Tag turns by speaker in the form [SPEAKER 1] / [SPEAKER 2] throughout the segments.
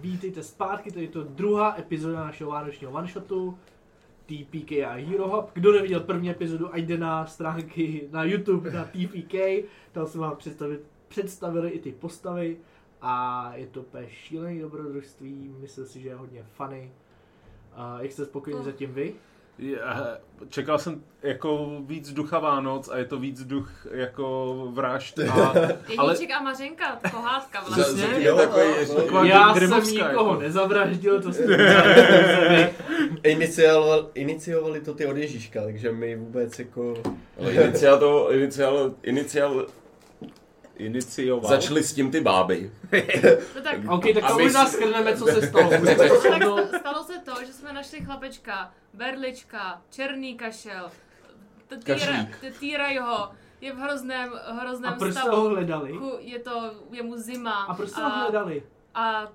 [SPEAKER 1] Vítejte zpátky, tady je to druhá epizoda našeho vánočního one-shotu TPK a Hero Hop. Kdo neviděl první epizodu, ať jde na stránky na YouTube na TPK, tam jsme vám představit, představili i ty postavy a je to úplně šílený dobrodružství, myslím si, že je hodně funny. Uh, jak jste spokojeni
[SPEAKER 2] Mm.
[SPEAKER 1] zatím vy?
[SPEAKER 3] Je, eh, Čekal jsem jako víc ducha Vánoc a je to víc duch jako vražd a, ale
[SPEAKER 2] Jedniček a Mařenka, pohádka
[SPEAKER 3] Přesně,
[SPEAKER 2] vlastně.
[SPEAKER 3] jo,
[SPEAKER 4] no.
[SPEAKER 5] takový
[SPEAKER 3] taková
[SPEAKER 1] Já jsem
[SPEAKER 3] grimovská,
[SPEAKER 1] nikoho
[SPEAKER 3] jako.
[SPEAKER 1] nezavraždil, to jsem vy.
[SPEAKER 5] Inicioval, iniciovali to ty od Ježíška, takže my vůbec jako...
[SPEAKER 4] Ale iniciál to, iniciál, iniciál,
[SPEAKER 3] inicioval.
[SPEAKER 4] začali s tím ty báby.
[SPEAKER 2] No tak,
[SPEAKER 1] OK, tak to
[SPEAKER 4] Aby
[SPEAKER 1] možná
[SPEAKER 4] si-
[SPEAKER 1] skrneme, co se stalo.
[SPEAKER 2] tak sta- stalo se to, že jsme našli chlapečka, berlička, černý kašel, t- týra,
[SPEAKER 4] Kašlík.
[SPEAKER 2] t- týrají ho, je v hrozném,
[SPEAKER 1] A
[SPEAKER 2] hrozném
[SPEAKER 1] proč jste ho
[SPEAKER 2] stavu.
[SPEAKER 1] hledali?
[SPEAKER 2] Ku- Je to, je mu zima.
[SPEAKER 1] A proč jste ho hledali?
[SPEAKER 2] a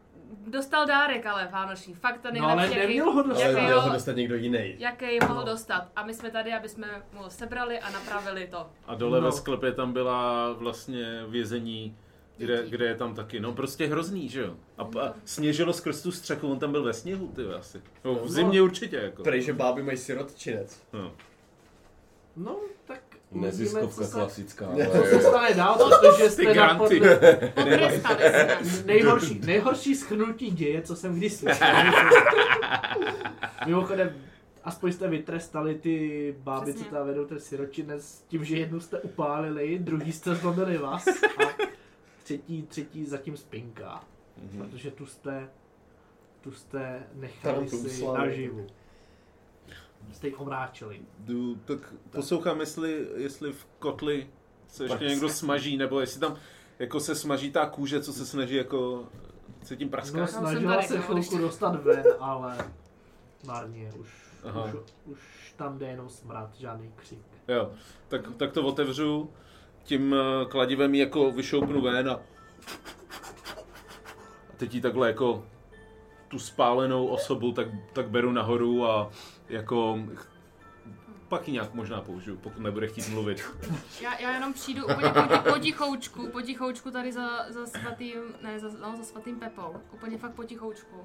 [SPEAKER 2] dostal dárek ale vánoční, fakt to
[SPEAKER 1] No ale
[SPEAKER 2] nejlepší, jaký,
[SPEAKER 1] neměl ho dostat.
[SPEAKER 2] Ale
[SPEAKER 5] měl
[SPEAKER 2] jo.
[SPEAKER 5] ho dostat někdo jiný.
[SPEAKER 2] jaký mohl dostat. A my jsme tady, aby jsme mu ho sebrali a napravili to.
[SPEAKER 3] A dole
[SPEAKER 1] No.
[SPEAKER 3] ve sklepě tam byla vlastně vězení, kde, kde je tam taky, no prostě hrozný, že jo. A,
[SPEAKER 1] No.
[SPEAKER 3] a sněžilo skrz tu střechu, on tam byl ve sněhu, ty jo, asi. No, v zimě určitě, jako.
[SPEAKER 5] Prej, že báby mají sirotčinec.
[SPEAKER 3] No.
[SPEAKER 1] No, tak uvidíme, co
[SPEAKER 4] Neziskovka
[SPEAKER 1] se,
[SPEAKER 4] klasická,
[SPEAKER 1] co
[SPEAKER 4] ale
[SPEAKER 1] se
[SPEAKER 4] jo.
[SPEAKER 1] stane dál, protože
[SPEAKER 3] Ty
[SPEAKER 1] jste na
[SPEAKER 3] granty.
[SPEAKER 1] podle
[SPEAKER 2] Potrestali jsme.
[SPEAKER 1] nejhorší, nejhorší schnutí děje, co jsem kdy slyšel. Mimochodem, aspoň jste vytrestali ty báby, co
[SPEAKER 2] Přesně.
[SPEAKER 1] tam vedou ten siročinec, s tím, že jednu jste upálili, druhý jste zlomili vás a třetí, třetí zatím spinká. Protože tu jste, tu jste
[SPEAKER 5] Tam
[SPEAKER 1] nechali
[SPEAKER 5] tu
[SPEAKER 1] si
[SPEAKER 5] slavili.
[SPEAKER 1] naživu. Jste jich omráčili.
[SPEAKER 3] Jdu, tak poslouchám, jestli, jestli v kotli se ještě někdo smaží, nebo jestli tam jako se smaží ta kůže, co se snaží jako se tím
[SPEAKER 1] No,
[SPEAKER 3] praskat.
[SPEAKER 2] jsem
[SPEAKER 1] snažila
[SPEAKER 2] tady,
[SPEAKER 1] se
[SPEAKER 2] no,
[SPEAKER 1] chvilku
[SPEAKER 2] ještě.
[SPEAKER 1] dostat ven, ale marně, už,
[SPEAKER 3] Aha.
[SPEAKER 1] už, už tam jde jenom smrad, žádný křik.
[SPEAKER 3] Jo, tak, tak to otevřu, tím eh, kladivem ji jako vyšoupnu ven a... a teď ji takhle jako tu spálenou osobu tak, tak beru nahoru a jako ch- pak ji nějak možná použiju, pokud nebude chtít mluvit.
[SPEAKER 2] Já, já jenom přijdu úplně poti- potichoučku, potichoučku tady za, za svatým, ne, za, no, za svatým Pepou. Úplně fakt potichoučku.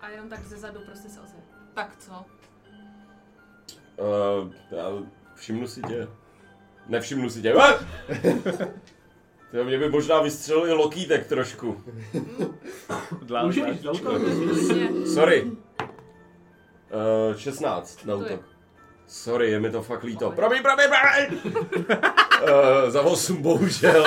[SPEAKER 2] A jenom tak ze zadu prostě se ozve. Tak co?
[SPEAKER 4] Uh, já všimnu si tě. Nevšimnu si tě. Ah! Ty jo, mě by možná vystřelil i lokítek trošku.
[SPEAKER 3] Dlá,
[SPEAKER 1] Může jít za útok?
[SPEAKER 2] Prostě
[SPEAKER 4] Sorry. Uh, 16 na
[SPEAKER 2] To je-
[SPEAKER 4] útok. Sorry, je mi to fakt líto.
[SPEAKER 2] Pohodě.
[SPEAKER 4] Promiň, promiň, promiň! uh, za 8 bohužel.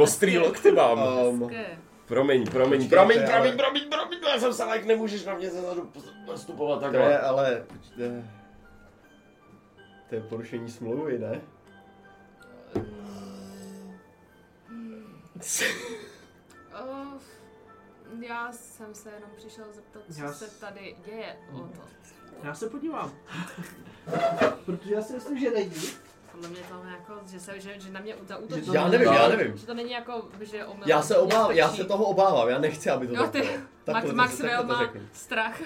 [SPEAKER 4] Ostrý lokty mám.
[SPEAKER 2] No,
[SPEAKER 5] Um,
[SPEAKER 2] ke.
[SPEAKER 4] Promiň, promiň,
[SPEAKER 5] Počkejte,
[SPEAKER 4] promiň,
[SPEAKER 5] ale-
[SPEAKER 4] promiň, promiň, promiň, no, já jsem se like, nemůžeš na mě zezadu nastupovat
[SPEAKER 5] to je
[SPEAKER 4] takhle.
[SPEAKER 5] ale... eh, To je porušení smlouvy, ne?
[SPEAKER 2] Mm. Uh, já jsem se jenom přišel zeptat, co
[SPEAKER 1] Já
[SPEAKER 2] se
[SPEAKER 1] s-
[SPEAKER 2] tady děje o to.
[SPEAKER 1] Já se podívám. Protože já si myslím, že není.
[SPEAKER 2] Podle mě to jako, že, se, že, že na mě
[SPEAKER 1] Že to
[SPEAKER 2] zautočí.
[SPEAKER 5] Já nevím, já nevím.
[SPEAKER 2] Že to není jako, že omyl.
[SPEAKER 5] Já se obávám, já se
[SPEAKER 2] stačí.
[SPEAKER 5] toho obávám, já nechci, aby to
[SPEAKER 2] Jo,
[SPEAKER 5] tak
[SPEAKER 2] ty,
[SPEAKER 5] bylo.
[SPEAKER 2] Max,
[SPEAKER 5] to-
[SPEAKER 2] Maxwell
[SPEAKER 5] takhle to
[SPEAKER 2] má
[SPEAKER 5] řeknu.
[SPEAKER 2] strach.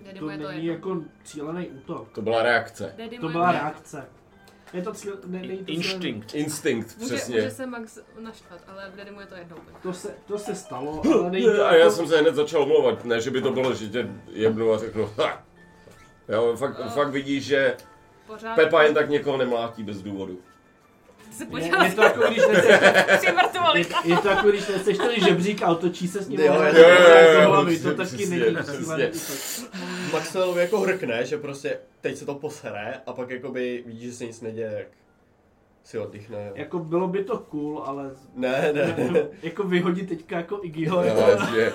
[SPEAKER 2] Daddy
[SPEAKER 1] To
[SPEAKER 2] mu je to
[SPEAKER 1] není
[SPEAKER 2] jedno.
[SPEAKER 1] jako cílený útok.
[SPEAKER 4] To byla reakce.
[SPEAKER 2] Daddy
[SPEAKER 1] To
[SPEAKER 2] mu je
[SPEAKER 1] byla
[SPEAKER 2] jedno.
[SPEAKER 1] reakce. Je to cíl, ne, není to cílený.
[SPEAKER 3] Instinkt.
[SPEAKER 4] Instinkt,
[SPEAKER 2] Může, může
[SPEAKER 4] přesně.
[SPEAKER 2] se Max naštvat, ale Daddy mu je to jedno úplně.
[SPEAKER 1] To se, to se stalo, ale není to
[SPEAKER 4] A já
[SPEAKER 1] jako-
[SPEAKER 4] jsem se hned začal omlouvat, ne, že by to bylo, že tě jebnu a řeknu, ha! Jo, fakt,
[SPEAKER 2] No.
[SPEAKER 4] fakt vidíš, že
[SPEAKER 2] Pořád.
[SPEAKER 4] Pepa jen tak někoho nemlátí bez důvodu.
[SPEAKER 2] Ty se
[SPEAKER 1] je,
[SPEAKER 2] podíval
[SPEAKER 1] je, to jako když neseš,
[SPEAKER 2] přimrtvali.
[SPEAKER 1] je, je to jako když neseš ten žebřík a otočí se s ním.
[SPEAKER 5] Jo,
[SPEAKER 1] a
[SPEAKER 5] jo,
[SPEAKER 1] najednou
[SPEAKER 5] jo,
[SPEAKER 1] to
[SPEAKER 5] jo,
[SPEAKER 1] je
[SPEAKER 4] jo,
[SPEAKER 1] z hlavy,
[SPEAKER 4] přesně,
[SPEAKER 1] To taky
[SPEAKER 4] přesně,
[SPEAKER 1] není
[SPEAKER 4] přesně.
[SPEAKER 1] cílený útok.
[SPEAKER 5] Maxwellovi jako hrkne, že prostě teď se to posere a pak jakoby vidí, že se nic neděje, jak si oddychne.
[SPEAKER 1] Jako bylo by to cool, ale
[SPEAKER 5] Ne, ne.
[SPEAKER 1] jako vyhodit teďka jako Iggyho,
[SPEAKER 4] Jo,
[SPEAKER 1] jako,
[SPEAKER 4] jasně.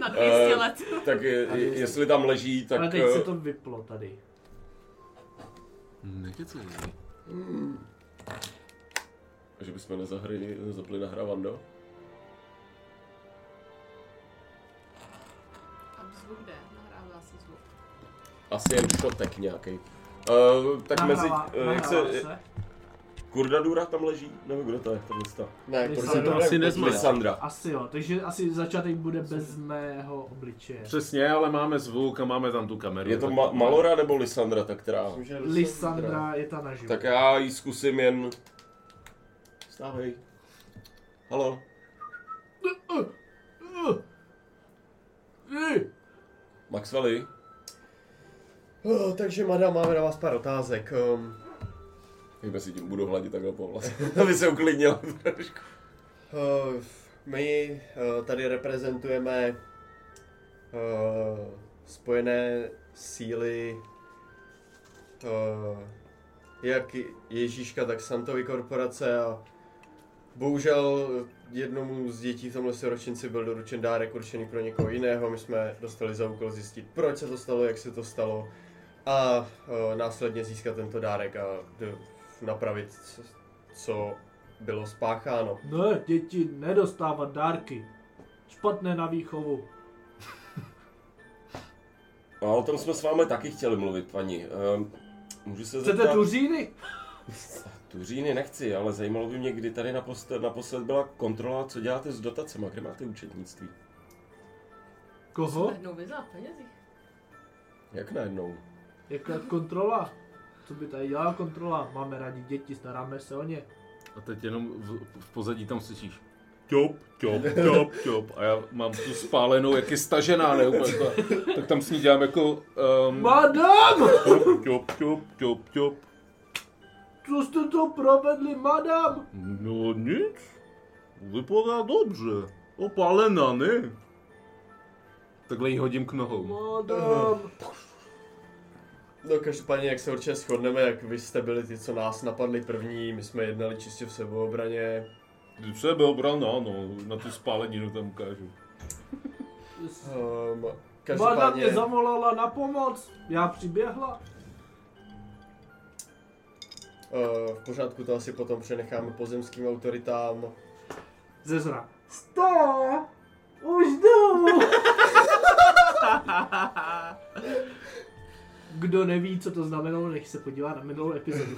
[SPEAKER 2] na 200 let.
[SPEAKER 4] Tak je- je- jestli tam leží, tak... eh,
[SPEAKER 1] ale teď se to vyplo tady.
[SPEAKER 3] Nekecej.
[SPEAKER 4] eh, Že bychom nezahry, zapli nahrávando?
[SPEAKER 2] A zvuk jde, nahrává se zvuk.
[SPEAKER 4] Asi jen šotek nějaký. Uh, tak mezi...
[SPEAKER 1] Nahrává-
[SPEAKER 4] eh, jak
[SPEAKER 1] nahrává
[SPEAKER 4] se, Kurdadura tam leží? Nebo kdo to je? To je
[SPEAKER 5] Ne,
[SPEAKER 1] Ty
[SPEAKER 5] kurva,
[SPEAKER 1] se to
[SPEAKER 5] dobré,
[SPEAKER 3] asi nezná.
[SPEAKER 4] Lisandra.
[SPEAKER 1] Asi jo, takže asi začátek bude bez mého obličeje.
[SPEAKER 3] Přesně, ale máme zvuk a máme tam tu kameru.
[SPEAKER 4] Je to
[SPEAKER 3] Tak-
[SPEAKER 4] ma- Malora nebo Lisandra, tak která?
[SPEAKER 5] myslím, že
[SPEAKER 1] Lisandra je ta naživu.
[SPEAKER 4] Tak já ji zkusím jen... Stávej. Halo.
[SPEAKER 1] Uh, uh,
[SPEAKER 4] Maxwelly,
[SPEAKER 5] Oh, takže, madam, máme na vás pár otázek. Um,
[SPEAKER 4] jakby si tím budu hladit takhle po vlasu, aby se uklidnila trošku.
[SPEAKER 5] uh, my uh, tady reprezentujeme uh, spojené síly uh, jak Ježíška, tak Santovy korporace a bohužel jednomu z dětí v tomhle ročenci byl doručen dárek určený pro někoho jiného. My jsme dostali za úkol zjistit, proč se to stalo, jak se to stalo a uh, následně získat tento dárek a d- napravit, co, co bylo spácháno.
[SPEAKER 1] Ne, děti nedostávat dárky. Špatné na výchovu.
[SPEAKER 4] A o tom jsme s vámi taky chtěli mluvit, paní. Ehm, můžu se
[SPEAKER 1] Chcete
[SPEAKER 4] zeptat...
[SPEAKER 1] tuříny?
[SPEAKER 4] Tuříny nechci, ale zajímalo by mě, kdy tady naposled, naposled byla kontrola, co děláte s dotacema, kde máte účetnictví.
[SPEAKER 1] Koho?
[SPEAKER 2] Jednou vyzla v penězích.
[SPEAKER 4] Jak najednou?
[SPEAKER 1] Jaká kontrola? Co by tady dělala kontrola? Máme rádi děti, staráme se o ně.
[SPEAKER 3] A teď jenom v, v pozadí tam slyšíš ťop, ťop, ťop, ťop. A já mám tu spálenou, jak je stažená, ne úplně to. Tak tam s ní dělám jako...
[SPEAKER 4] Hmm.
[SPEAKER 3] Um,
[SPEAKER 1] Madam!
[SPEAKER 3] ťop, ťop, ťop, ťop, ťop.
[SPEAKER 1] Co jste to provedli, madam?
[SPEAKER 3] No nic. Vypadá dobře. Opálená, ne? Takhle jí hodím k nohou.
[SPEAKER 1] Madam!
[SPEAKER 5] No každopádně, jak se určitě shodneme, jak vy jste byli ty, co nás napadli první, my jsme jednali čistě v sebeobraně.
[SPEAKER 3] Sebeobrana, ano, no, na tu spáleninu tam ukážu.
[SPEAKER 5] Um,
[SPEAKER 1] Madam
[SPEAKER 5] každopádně,
[SPEAKER 1] mě zavolala na pomoc. Já přiběhla.
[SPEAKER 5] eh, v pořádku to asi potom přenecháme pozemským autoritám.
[SPEAKER 1] Zezra. Sto! Už jdu! Kdo neví, co to znamenalo, nech se podívá na minulou epizodu.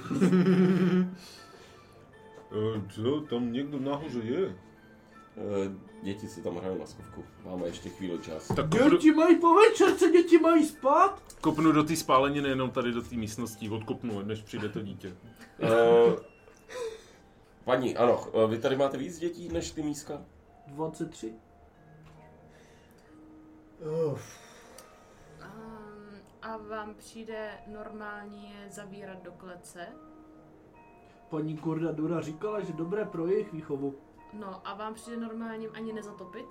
[SPEAKER 3] E, co, tam někdo nahoře je?
[SPEAKER 4] Eh, děti si tam hrajou na skovku. Máme ještě chvíli čas.
[SPEAKER 3] Tak kopnu,
[SPEAKER 1] děti mají po večerce, děti mají spát.
[SPEAKER 3] kopnu do té spáleniny, jenom tady do té místnosti, odkopnu, než přijde to dítě.
[SPEAKER 4] Eh, paní, ano, eh, vy tady máte víc dětí než ty míska?
[SPEAKER 1] 23.
[SPEAKER 5] Uf,
[SPEAKER 2] Um, a vám přijde normální je zavírat do klece?
[SPEAKER 1] Paní Kurda Dura říkala, že dobré pro jejich výchovu.
[SPEAKER 2] No a vám přijde normálním ani nezatopit?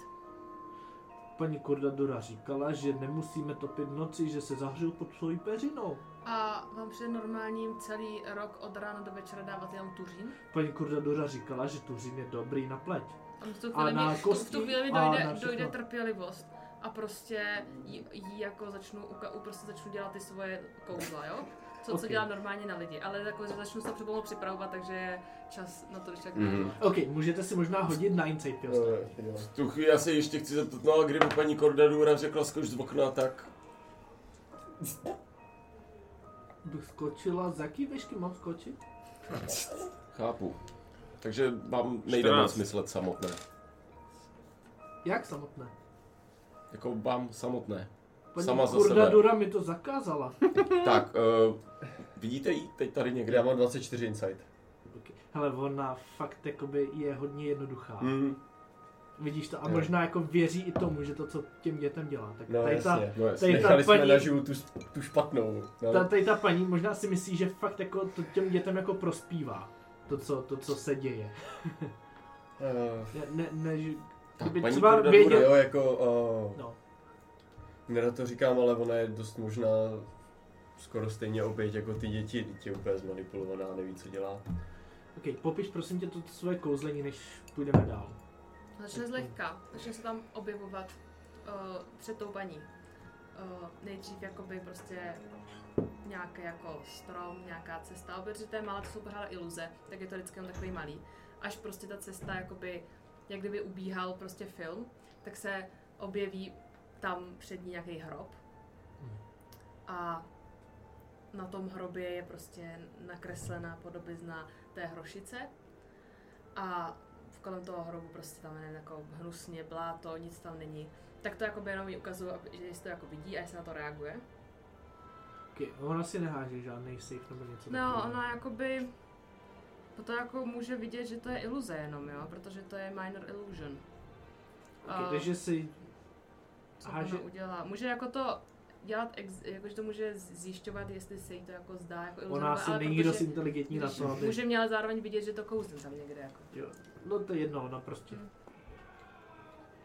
[SPEAKER 1] Paní Kurda Dura říkala, že nemusíme topit noci, že se zahřil pod svojí peřinou.
[SPEAKER 2] A vám přijde normálním celý rok od rána do večera dávat jenom tuřín?
[SPEAKER 1] Paní Kurda Dura říkala, že tuřín je dobrý na pleť.
[SPEAKER 2] A v tu
[SPEAKER 1] A
[SPEAKER 2] chvíli,
[SPEAKER 1] na
[SPEAKER 2] mi, v tu- v
[SPEAKER 1] kosti
[SPEAKER 2] tu chvíli mi
[SPEAKER 1] a
[SPEAKER 2] dojde,
[SPEAKER 1] na všechno.
[SPEAKER 2] dojde trpělivost. A prostě jí, jí jako začnu, uka- prostě začnu dělat ty svoje kouzla, jo? Co, co
[SPEAKER 1] Ok.
[SPEAKER 2] dělá normálně na lidi, ale jako začnu se přepomalu připravovat, takže je čas na to, když tak
[SPEAKER 4] Mhm.
[SPEAKER 1] OK, můžete si možná hodit na insight, jo?
[SPEAKER 5] eh, jo.
[SPEAKER 4] V tu chvíli já se ještě chci zeptat, no a kdyby paní Kordadura řekla skoč z okna, tak...
[SPEAKER 1] Bych skočila, z jaký vešky mám skočit?
[SPEAKER 4] Chápu. Takže vám nejde
[SPEAKER 3] 14.
[SPEAKER 4] moc myslet samotné.
[SPEAKER 1] Jak samotné?
[SPEAKER 4] Jako vám samotné.
[SPEAKER 1] Paní
[SPEAKER 4] Sama za
[SPEAKER 1] Kurda
[SPEAKER 4] sebe.
[SPEAKER 1] Dura mi to zakázala.
[SPEAKER 4] Tak, uh, vidíte ji teď tady
[SPEAKER 5] Kde já
[SPEAKER 4] někde?
[SPEAKER 5] mám 24 insight.
[SPEAKER 1] Ok. Hele, ona fakt jakoby je hodně jednoduchá.
[SPEAKER 4] Hmm,
[SPEAKER 1] Vidíš to? A
[SPEAKER 5] Jo.
[SPEAKER 1] možná jako věří i tomu, že to, co těm dětem dělá. Tak
[SPEAKER 5] No
[SPEAKER 1] tady, ta,
[SPEAKER 5] jasně.
[SPEAKER 4] no jasně.
[SPEAKER 1] Tady ta
[SPEAKER 5] Nechali jsme
[SPEAKER 1] paní-
[SPEAKER 5] naživu tu, tu špatnou. No.
[SPEAKER 1] ta, tady ta paní možná si myslí, že fakt jako to těm dětem jako prospívá. To, co, to, co se děje.
[SPEAKER 5] Eh,
[SPEAKER 1] Ne, ne, ne že,
[SPEAKER 4] Tak,
[SPEAKER 1] kdyby
[SPEAKER 4] paní
[SPEAKER 1] třeba
[SPEAKER 4] Kurda
[SPEAKER 1] věděl,
[SPEAKER 4] Dura-
[SPEAKER 5] jo, jako... Uh,
[SPEAKER 1] No.
[SPEAKER 5] Nerad to říkám, ale ona je dost možná skoro stejně opět jako ty děti. Dítě je úplně zmanipulovaná, neví, co dělá.
[SPEAKER 1] Ok, popiš prosím tě to svoje kouzlení, než půjdeme dál.
[SPEAKER 2] Začne zlehka, začne se tam objevovat uh, před tou paní. Uh, nejdřív jakoby prostě nějaký jako strom, nějaká cesta, ale protože to je malé, to jsou pořád iluze, tak je to vždycky jenom takový malý. Až prostě ta cesta jakoby, jak kdyby ubíhal prostě film, tak se objeví tam před ní nějaký hrob. A na tom hrobě je prostě nakreslená podobizna té hrošice. A v kolem toho hrobu prostě tam nevím, jako hnusně, bláto, nic tam není. Tak to jakoby jenom jí ukazuju, aby- že jestli to jako vidí a jestli na to reaguje.
[SPEAKER 1] Okay, ona si neháže žádný safe nebo něco
[SPEAKER 2] No, ona jakoby... To jako může vidět, že to je iluze jenom, jo? Protože to je minor illusion.
[SPEAKER 1] Okay, takže si
[SPEAKER 2] co
[SPEAKER 1] háže-
[SPEAKER 2] ona udělá? Může jako to dělat, ex, jakože to může zjišťovat, jestli se jí to jako zdá. Jako
[SPEAKER 1] O
[SPEAKER 2] iluze,
[SPEAKER 1] nás
[SPEAKER 2] ale
[SPEAKER 1] není
[SPEAKER 2] protože-
[SPEAKER 1] dost inteligentní na to, aby...
[SPEAKER 2] Může mě ale zároveň vidět, že to kouzlím tam někde jako.
[SPEAKER 1] Jo. No to je jedno, no prostě.
[SPEAKER 2] Mm.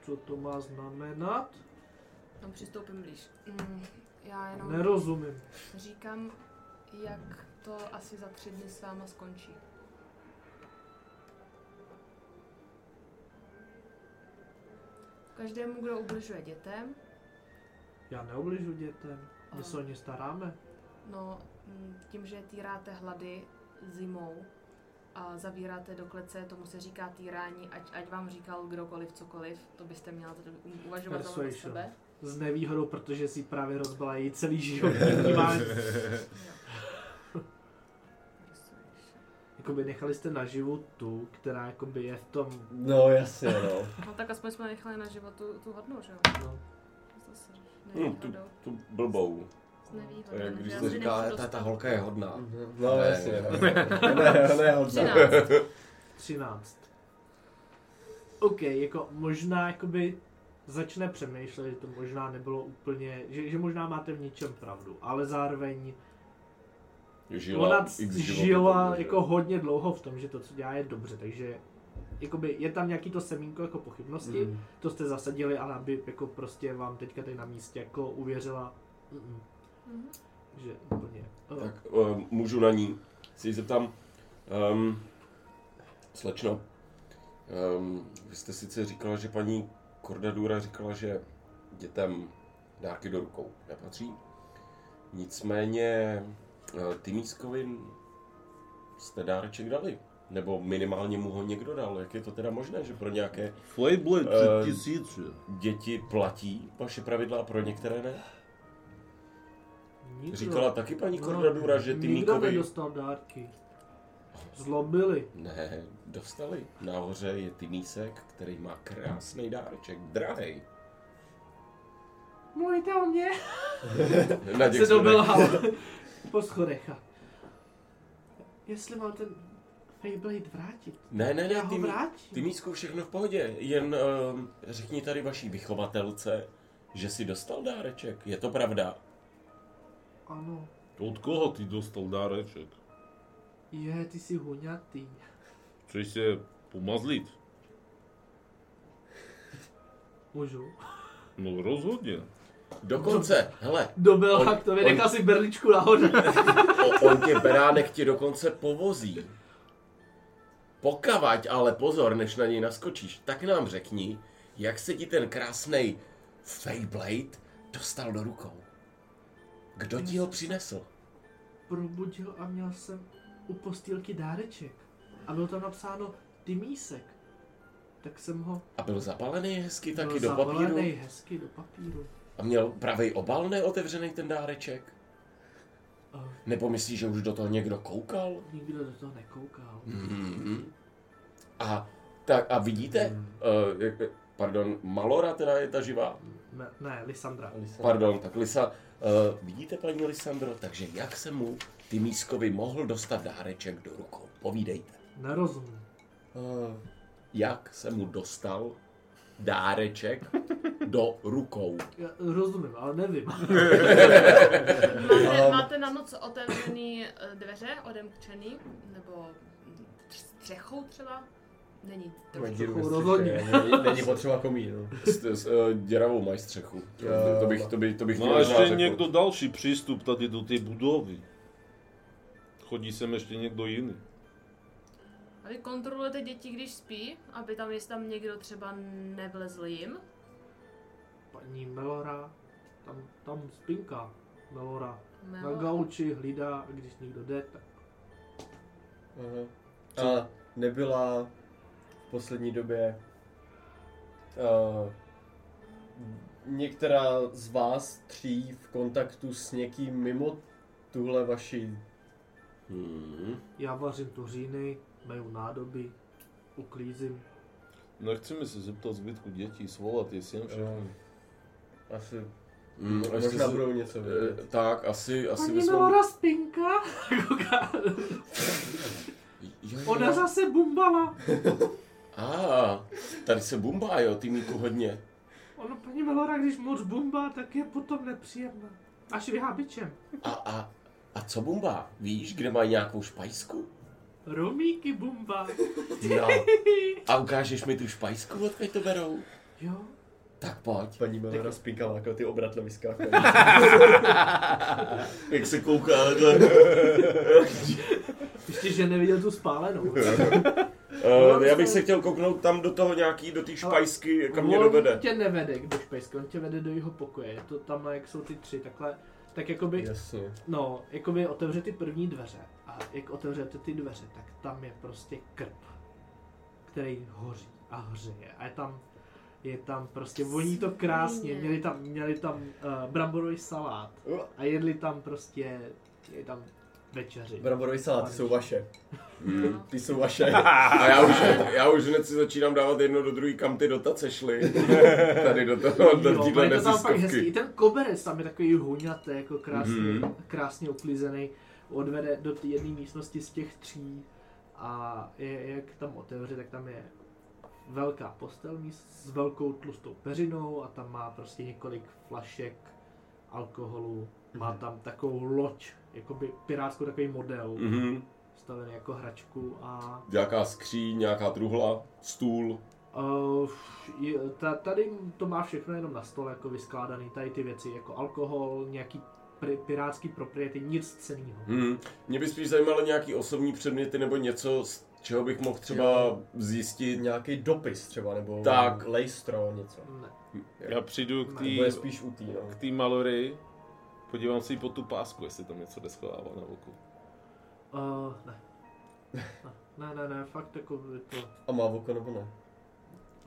[SPEAKER 1] Co to má znamenat?
[SPEAKER 2] Tam přistoupím blíž. Mm, já jenom
[SPEAKER 1] Nerozumím.
[SPEAKER 2] říkám, jak to asi za tři dny s váma skončí. Každému, kdo ubližuje dětem,
[SPEAKER 1] Já neubližu dětem. My
[SPEAKER 2] Aha.
[SPEAKER 1] se o ně staráme.
[SPEAKER 2] no mm, tím, že je týráte hlady zimou a zavíráte do klece, tomu se říká týrání, ať, ať vám říkal kdokoliv cokoliv, to byste měla to uvažovat sama za
[SPEAKER 1] Persuasion.
[SPEAKER 2] sebe.
[SPEAKER 1] S nevýhodou, protože si právě rozbila její celý život. Vnímání. jakoby nechali jste naživu tu, která jakoby je v tom...
[SPEAKER 4] No jasně, no.
[SPEAKER 2] No tak aspoň jsme nechali na životu tu hodnou, že jo?
[SPEAKER 1] No,
[SPEAKER 2] Zase
[SPEAKER 4] Hm, tu,
[SPEAKER 2] nevýhodou.
[SPEAKER 4] tu blbou.
[SPEAKER 2] S nevýhodou.
[SPEAKER 4] To je,
[SPEAKER 2] takže
[SPEAKER 4] když
[SPEAKER 2] já
[SPEAKER 4] jste
[SPEAKER 2] si
[SPEAKER 4] říká,
[SPEAKER 2] nemůžu
[SPEAKER 4] ta, ta
[SPEAKER 2] dostat.
[SPEAKER 4] holka je hodná.
[SPEAKER 1] Hmm.
[SPEAKER 5] No
[SPEAKER 4] Ne,
[SPEAKER 5] jasně,
[SPEAKER 4] ne,
[SPEAKER 5] no. Ne, ne, hodná.
[SPEAKER 2] 13.
[SPEAKER 1] 13. OK, jako možná jakoby začne přemýšlet, že to možná nebylo úplně, že, že možná máte v něčem pravdu, ale zároveň
[SPEAKER 4] Žila,
[SPEAKER 1] ona
[SPEAKER 4] x životů
[SPEAKER 1] žila
[SPEAKER 4] tomu, že?
[SPEAKER 1] jako hodně dlouho v tom, že to, co dělá, je dobře, takže jakoby je tam nějaký to semínko jako pochybnosti, mm. to jste zasadili, ale aby jako prostě vám teďka tady na místě jako uvěřila, mm,
[SPEAKER 2] Mhm.
[SPEAKER 1] že úplně. eh,
[SPEAKER 4] Tak uh, můžu na ní. Si ji zeptám, um, slečno, um, vy jste sice říkala, že paní Kordadura říkala, že dětem dárky do rukou nepatří. Nicméně uh, Tymískovin jste dáreček dali. Nebo minimálně mu ho někdo dal. Jak je to teda možné, že pro nějaké
[SPEAKER 3] Flayblade
[SPEAKER 4] Eh,
[SPEAKER 3] tisíce.
[SPEAKER 4] děti platí vaše pravidla a pro některé ne?
[SPEAKER 1] nikdo-
[SPEAKER 4] Říkala taky paní
[SPEAKER 1] no,
[SPEAKER 4] Kordadura, že
[SPEAKER 1] Nikdo
[SPEAKER 4] Tymíkovi...
[SPEAKER 1] nedostal dárky. Zlobili.
[SPEAKER 4] Ne, dostali. Nahoře je Tymísek, který má krásný dáreček, drahej.
[SPEAKER 1] Mluvíte o mě?
[SPEAKER 4] Na
[SPEAKER 1] se dobelhal po schodech. a- Jestli mám ten Feyblade vrátit.
[SPEAKER 4] Ne, ne,
[SPEAKER 1] Já
[SPEAKER 4] ne,
[SPEAKER 1] ho
[SPEAKER 4] Tymí...
[SPEAKER 1] vrátím.
[SPEAKER 4] Tymísku všechno v pohodě, jen um, řekni tady vaší vychovatelce, že si dostal dáreček, je to pravda.
[SPEAKER 1] Ano.
[SPEAKER 3] Od koho ty dostal dáreček?
[SPEAKER 1] Je, ty jsi huňatý.
[SPEAKER 3] Chceš se pomazlit?
[SPEAKER 1] Můžu?
[SPEAKER 3] No rozhodně.
[SPEAKER 4] Dokonce, hele,
[SPEAKER 1] Do Belha,
[SPEAKER 4] On-
[SPEAKER 1] to
[SPEAKER 4] on-
[SPEAKER 1] vynechal si berličku nahoru.
[SPEAKER 4] o, on tě beránek ti dokonce povozí. Pokavať, ale pozor, než na něj naskočíš, tak nám řekni, jak se ti ten krásný Feyblade dostal do rukou. Kdo ti ho přinesl?
[SPEAKER 1] Probudil a měl jsem u postýlky dáreček. A bylo tam napsáno Tymísek. Tak jsem ho
[SPEAKER 4] A byl zapalený hezky
[SPEAKER 1] byl
[SPEAKER 4] taky do
[SPEAKER 1] zavalený
[SPEAKER 4] papíru.
[SPEAKER 1] hezky do papíru.
[SPEAKER 4] A měl pravý obal neotevřený ten dáreček.
[SPEAKER 1] A
[SPEAKER 4] Nebo myslíš, že už do toho někdo koukal?
[SPEAKER 1] nikdo do toho nekoukal.
[SPEAKER 4] Mhm. A tak a vidíte, eh, jak- pardon, Malora teda je ta živá,
[SPEAKER 1] Ne, ne Lisandra.
[SPEAKER 4] Pardon, tak Lisa, uh, vidíte paní Lisandro, takže jak se mu Tymískovi mohl dostat dáreček do rukou? Povídejte.
[SPEAKER 1] Nerozumím.
[SPEAKER 5] Ah,
[SPEAKER 4] Uh, jak se mu dostal dáreček do rukou?
[SPEAKER 1] Já rozumím, ale nevím.
[SPEAKER 2] Máte, máte na noc otevřený eh, dveře, odemčený, nebo mm, střechou třeba? Není to.
[SPEAKER 1] Trochu rozhodně.
[SPEAKER 5] Není potřeba komín. no.
[SPEAKER 4] S, s uh, děravou mají střechu.
[SPEAKER 5] Jo.
[SPEAKER 4] To bych, to bych, to bych jako-
[SPEAKER 3] Má
[SPEAKER 4] možná
[SPEAKER 3] No, ještě
[SPEAKER 4] řekl.
[SPEAKER 3] někdo další přístup tady do té budovy. Chodí sem ještě někdo jiný.
[SPEAKER 2] A vy kontrolujete děti, když spí, aby tam, jestli tam někdo třeba nevlezl jim.
[SPEAKER 1] Paní Melora, tam, tam spinka Melora.
[SPEAKER 2] Melo-
[SPEAKER 1] Na gauči hlídá, a když někdo jde, tak
[SPEAKER 5] Aha. A nebyla v poslední době uh, některá z vás tří v kontaktu s někým mimo tuhle vaši...
[SPEAKER 4] Hmm.
[SPEAKER 1] já vařím tu říny, meju nádoby, uklízím.
[SPEAKER 3] Nechceme se zeptat zbytku dětí, svolat je sem všechny.
[SPEAKER 5] Uh, asi...
[SPEAKER 4] Hmm, jestli
[SPEAKER 5] Možná
[SPEAKER 4] se-
[SPEAKER 5] budou něco vědět.
[SPEAKER 4] eh, tak, asi, asi
[SPEAKER 1] Paní Melora spinka, kouká.
[SPEAKER 4] Jo, jo, jo.
[SPEAKER 1] ona zase bumbala.
[SPEAKER 4] A, tady se bumbá, jo, ty míku hodně.
[SPEAKER 1] Ono paní Melora, když moc bumbá, tak je potom nepříjemná. Až vyhá bičem.
[SPEAKER 4] A, a, a co Bumba? Víš, kde má nějakou špajsku?
[SPEAKER 1] Romíky bumba.
[SPEAKER 4] No. A ukážeš mi tu špajsku, odkud to berou?
[SPEAKER 1] Jo.
[SPEAKER 4] Tak pojď.
[SPEAKER 5] Paní Melora spíkala, jako ty obratle vyskákají.
[SPEAKER 4] Jak se kouká takhle. Eh,
[SPEAKER 1] Ještě, že neviděl tu spálenou.
[SPEAKER 4] Uh, já bych se chtěl kouknout tam do toho nějaký, do té špajsky, kam Jako mě
[SPEAKER 1] on
[SPEAKER 4] dovede.
[SPEAKER 1] tě nevede k do špejsky, on tě vede do jeho pokoje. Je to tam, jak jsou ty tři, takhle. Tak jakoby,
[SPEAKER 5] Jasně.
[SPEAKER 1] no, jakoby otevře ty první dveře. A jak otevřete ty dveře, tak tam je prostě krp, který hoří a hřeje. A je tam, je tam prostě, voní to krásně.
[SPEAKER 2] Svině.
[SPEAKER 1] Měli tam, měli tam uh, bramborový salát. A jedli tam prostě, je tam večeři.
[SPEAKER 5] Bramborový salát, ty jsou vaše.
[SPEAKER 4] Hmm.
[SPEAKER 5] Ty jsou vaše.
[SPEAKER 4] A já už, já už hned si začínám dávat jedno do druhý, kam ty dotace šly. Tady do toho,
[SPEAKER 1] Jo,
[SPEAKER 4] do
[SPEAKER 1] ale
[SPEAKER 4] téhle
[SPEAKER 1] je to tam fakt hezký. I
[SPEAKER 4] neziskovky.
[SPEAKER 1] ten koberec tam je takový huňatý, jako krásně,
[SPEAKER 4] Mhm.
[SPEAKER 1] mm-hmm. krásně uklizený. Odvede do té jedné místnosti z těch tří a je, jak tam otevře, tak tam je velká postel míst s velkou tlustou peřinou a tam má prostě několik flašek alkoholu. Má tam takovou loď, jakoby pirátskou takový model,
[SPEAKER 4] Mhm.
[SPEAKER 1] stavený jako hračku a
[SPEAKER 4] Nějaká skříň, nějaká truhla, stůl.
[SPEAKER 1] Uh, je- ta- tady to má všechno jenom na stole jako vyskládaný, tady ty věci jako alkohol, nějaký pri, pirátský propriety, nic cenného.
[SPEAKER 4] Hmm. Mě by spíš zajímalo nějaký osobní předměty nebo něco, z čeho bych mohl třeba
[SPEAKER 5] Jo.
[SPEAKER 4] zjistit.
[SPEAKER 5] Nějaký dopis třeba, nebo
[SPEAKER 4] Tak.
[SPEAKER 5] lejstro, něco.
[SPEAKER 1] Ne.
[SPEAKER 3] Já přijdu k
[SPEAKER 5] Nebo je
[SPEAKER 3] té
[SPEAKER 5] spíš u tý, no.
[SPEAKER 3] k té Malory, podívám se jí pod tu pásku, jestli tam něco jde schovávat na oku.
[SPEAKER 1] Uh, ne. Ne, ne, ne, fakt jako by to...
[SPEAKER 5] A má oko nebo ne?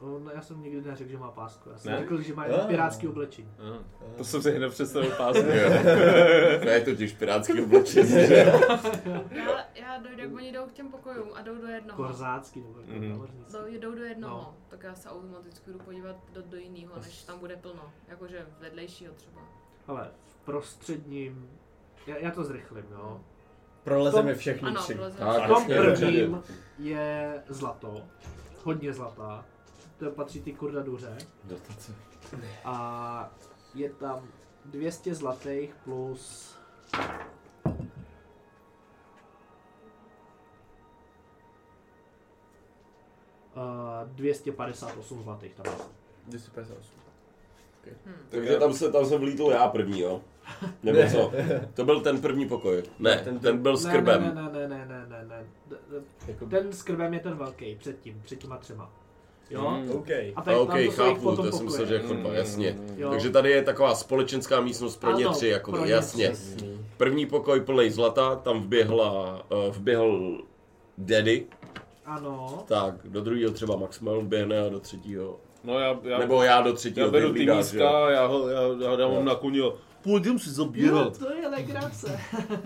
[SPEAKER 1] Uh, ne, já jsem nikdy neřekl, že má pásku, já jsem
[SPEAKER 3] Ne?
[SPEAKER 1] ne? řekl, že má jenom
[SPEAKER 5] Jo.
[SPEAKER 1] pirátský oblečení.
[SPEAKER 3] Aha. To jsem si hned představil pásku.
[SPEAKER 4] To je totiž pirátský oblečení.
[SPEAKER 2] No, Já, já dojdu, jak oni jdou k těm pokojům a jdou do jednoho.
[SPEAKER 1] Korzácký nebo jako
[SPEAKER 3] Mhm.
[SPEAKER 1] mm.
[SPEAKER 2] Jdou- Jdou do jednoho,
[SPEAKER 1] No.
[SPEAKER 2] no. tak já se automaticky jdu podívat do, do jiného, než tam bude plno. Jakože vedlejšího třeba.
[SPEAKER 1] Ale v prostředním... Já, já to zrychlím, jo.
[SPEAKER 5] Prolezeme
[SPEAKER 1] Tom-
[SPEAKER 5] všechny
[SPEAKER 2] Ano,
[SPEAKER 5] tři.
[SPEAKER 2] vlezeme.
[SPEAKER 4] Tak,
[SPEAKER 1] V tom
[SPEAKER 4] jasně, dobře.
[SPEAKER 1] prvním je zlato, hodně zlatá, to patří ty kurdaduře.
[SPEAKER 4] Dotace.
[SPEAKER 1] A je tam 200 zlatých plus... Uh, 258 zlatých tam je.
[SPEAKER 5] 258.
[SPEAKER 4] Takže tam, se, tam jsem vlítl já první, jo? Nebo co? To byl ten první pokoj. Ne,
[SPEAKER 5] Ten-
[SPEAKER 4] ten byl s
[SPEAKER 1] Ne,
[SPEAKER 4] krbem.
[SPEAKER 1] ne, ne, ne, ne, ne, ne. D- d-
[SPEAKER 5] Jako...
[SPEAKER 1] Ten s krbem je ten velký, předtím, před těma třema. Jo?
[SPEAKER 3] Mm.
[SPEAKER 5] OK.
[SPEAKER 1] A
[SPEAKER 4] A
[SPEAKER 1] ten, tam
[SPEAKER 4] OK,
[SPEAKER 1] to jsou jich
[SPEAKER 4] chápu,
[SPEAKER 1] potom
[SPEAKER 4] to jsem
[SPEAKER 1] pokoje.
[SPEAKER 4] myslel, že jako dva, jasně.
[SPEAKER 3] mm,
[SPEAKER 1] Jo.
[SPEAKER 4] Takže tady je taková společenská místnost pro ně
[SPEAKER 1] Ano,
[SPEAKER 4] tři, jako
[SPEAKER 1] pro ně
[SPEAKER 4] jasně.
[SPEAKER 5] Jasný.
[SPEAKER 4] První pokoj plnej zlata, tam vběhla, eh, vběhl Daddy,
[SPEAKER 1] Ano.
[SPEAKER 4] tak do druhého třeba Maxwell běhne a do třetího,
[SPEAKER 3] No já, já,
[SPEAKER 4] nebo já do
[SPEAKER 3] já
[SPEAKER 4] třetího
[SPEAKER 3] beru ty
[SPEAKER 4] vyhlídám, že jo.
[SPEAKER 3] místa, já ho, já, já ho dám na kůň a půjdem si
[SPEAKER 1] Jo,
[SPEAKER 3] zabírat.
[SPEAKER 1] to je legrace.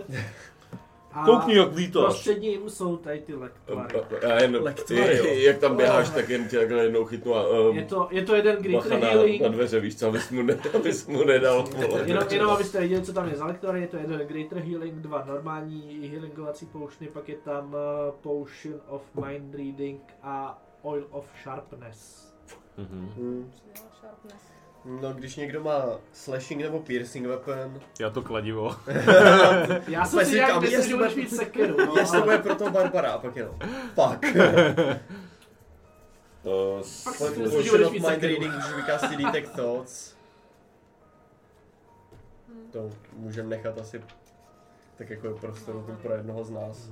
[SPEAKER 1] A
[SPEAKER 3] Koukni, jak
[SPEAKER 5] prostě-
[SPEAKER 3] lítáš.
[SPEAKER 1] Prostředním jsou tady ty
[SPEAKER 4] Ehm,
[SPEAKER 1] lektvary.
[SPEAKER 4] Eh, Já jen,
[SPEAKER 5] Lektorio.
[SPEAKER 4] ty, jak tam běháš, tak jen tě takhle jednou chytnu a um,
[SPEAKER 1] Je to, je to jeden greater
[SPEAKER 4] bacha na,
[SPEAKER 1] healing.
[SPEAKER 4] na dveře, víš co, abys mu, ne, abys mu nedal. vole.
[SPEAKER 1] Jenom, jenom abyste věděli, co tam je za lektory, je to jeden Greater Healing, dva normální healingovací poušny, pak je tam eh, Potion of Mind Reading a Oil of Sharpness.
[SPEAKER 5] Hmm.
[SPEAKER 2] Sharpness.
[SPEAKER 5] No, když někdo má slashing nebo piercing weapon,
[SPEAKER 3] Já to kladivo.
[SPEAKER 1] Já jsem
[SPEAKER 5] Úplně
[SPEAKER 1] si
[SPEAKER 5] si
[SPEAKER 1] nějak
[SPEAKER 5] říkám,
[SPEAKER 1] myslel,
[SPEAKER 5] jestli
[SPEAKER 1] že
[SPEAKER 5] bude-
[SPEAKER 1] budeš mít sekeru, no,
[SPEAKER 5] jestli to
[SPEAKER 1] ale
[SPEAKER 5] bude pro toho Barbara, a pak jenom. Fuck.
[SPEAKER 4] To
[SPEAKER 1] Pak
[SPEAKER 4] s-
[SPEAKER 1] si myslím, že
[SPEAKER 5] Potion
[SPEAKER 1] budeš
[SPEAKER 5] of
[SPEAKER 1] mít
[SPEAKER 5] mind
[SPEAKER 1] sekeru.
[SPEAKER 5] reading, když vykází detect thoughts.
[SPEAKER 1] Hmm.
[SPEAKER 5] To můžeme nechat asi tak jako je prostoru
[SPEAKER 1] No,
[SPEAKER 5] tu pro jednoho z nás.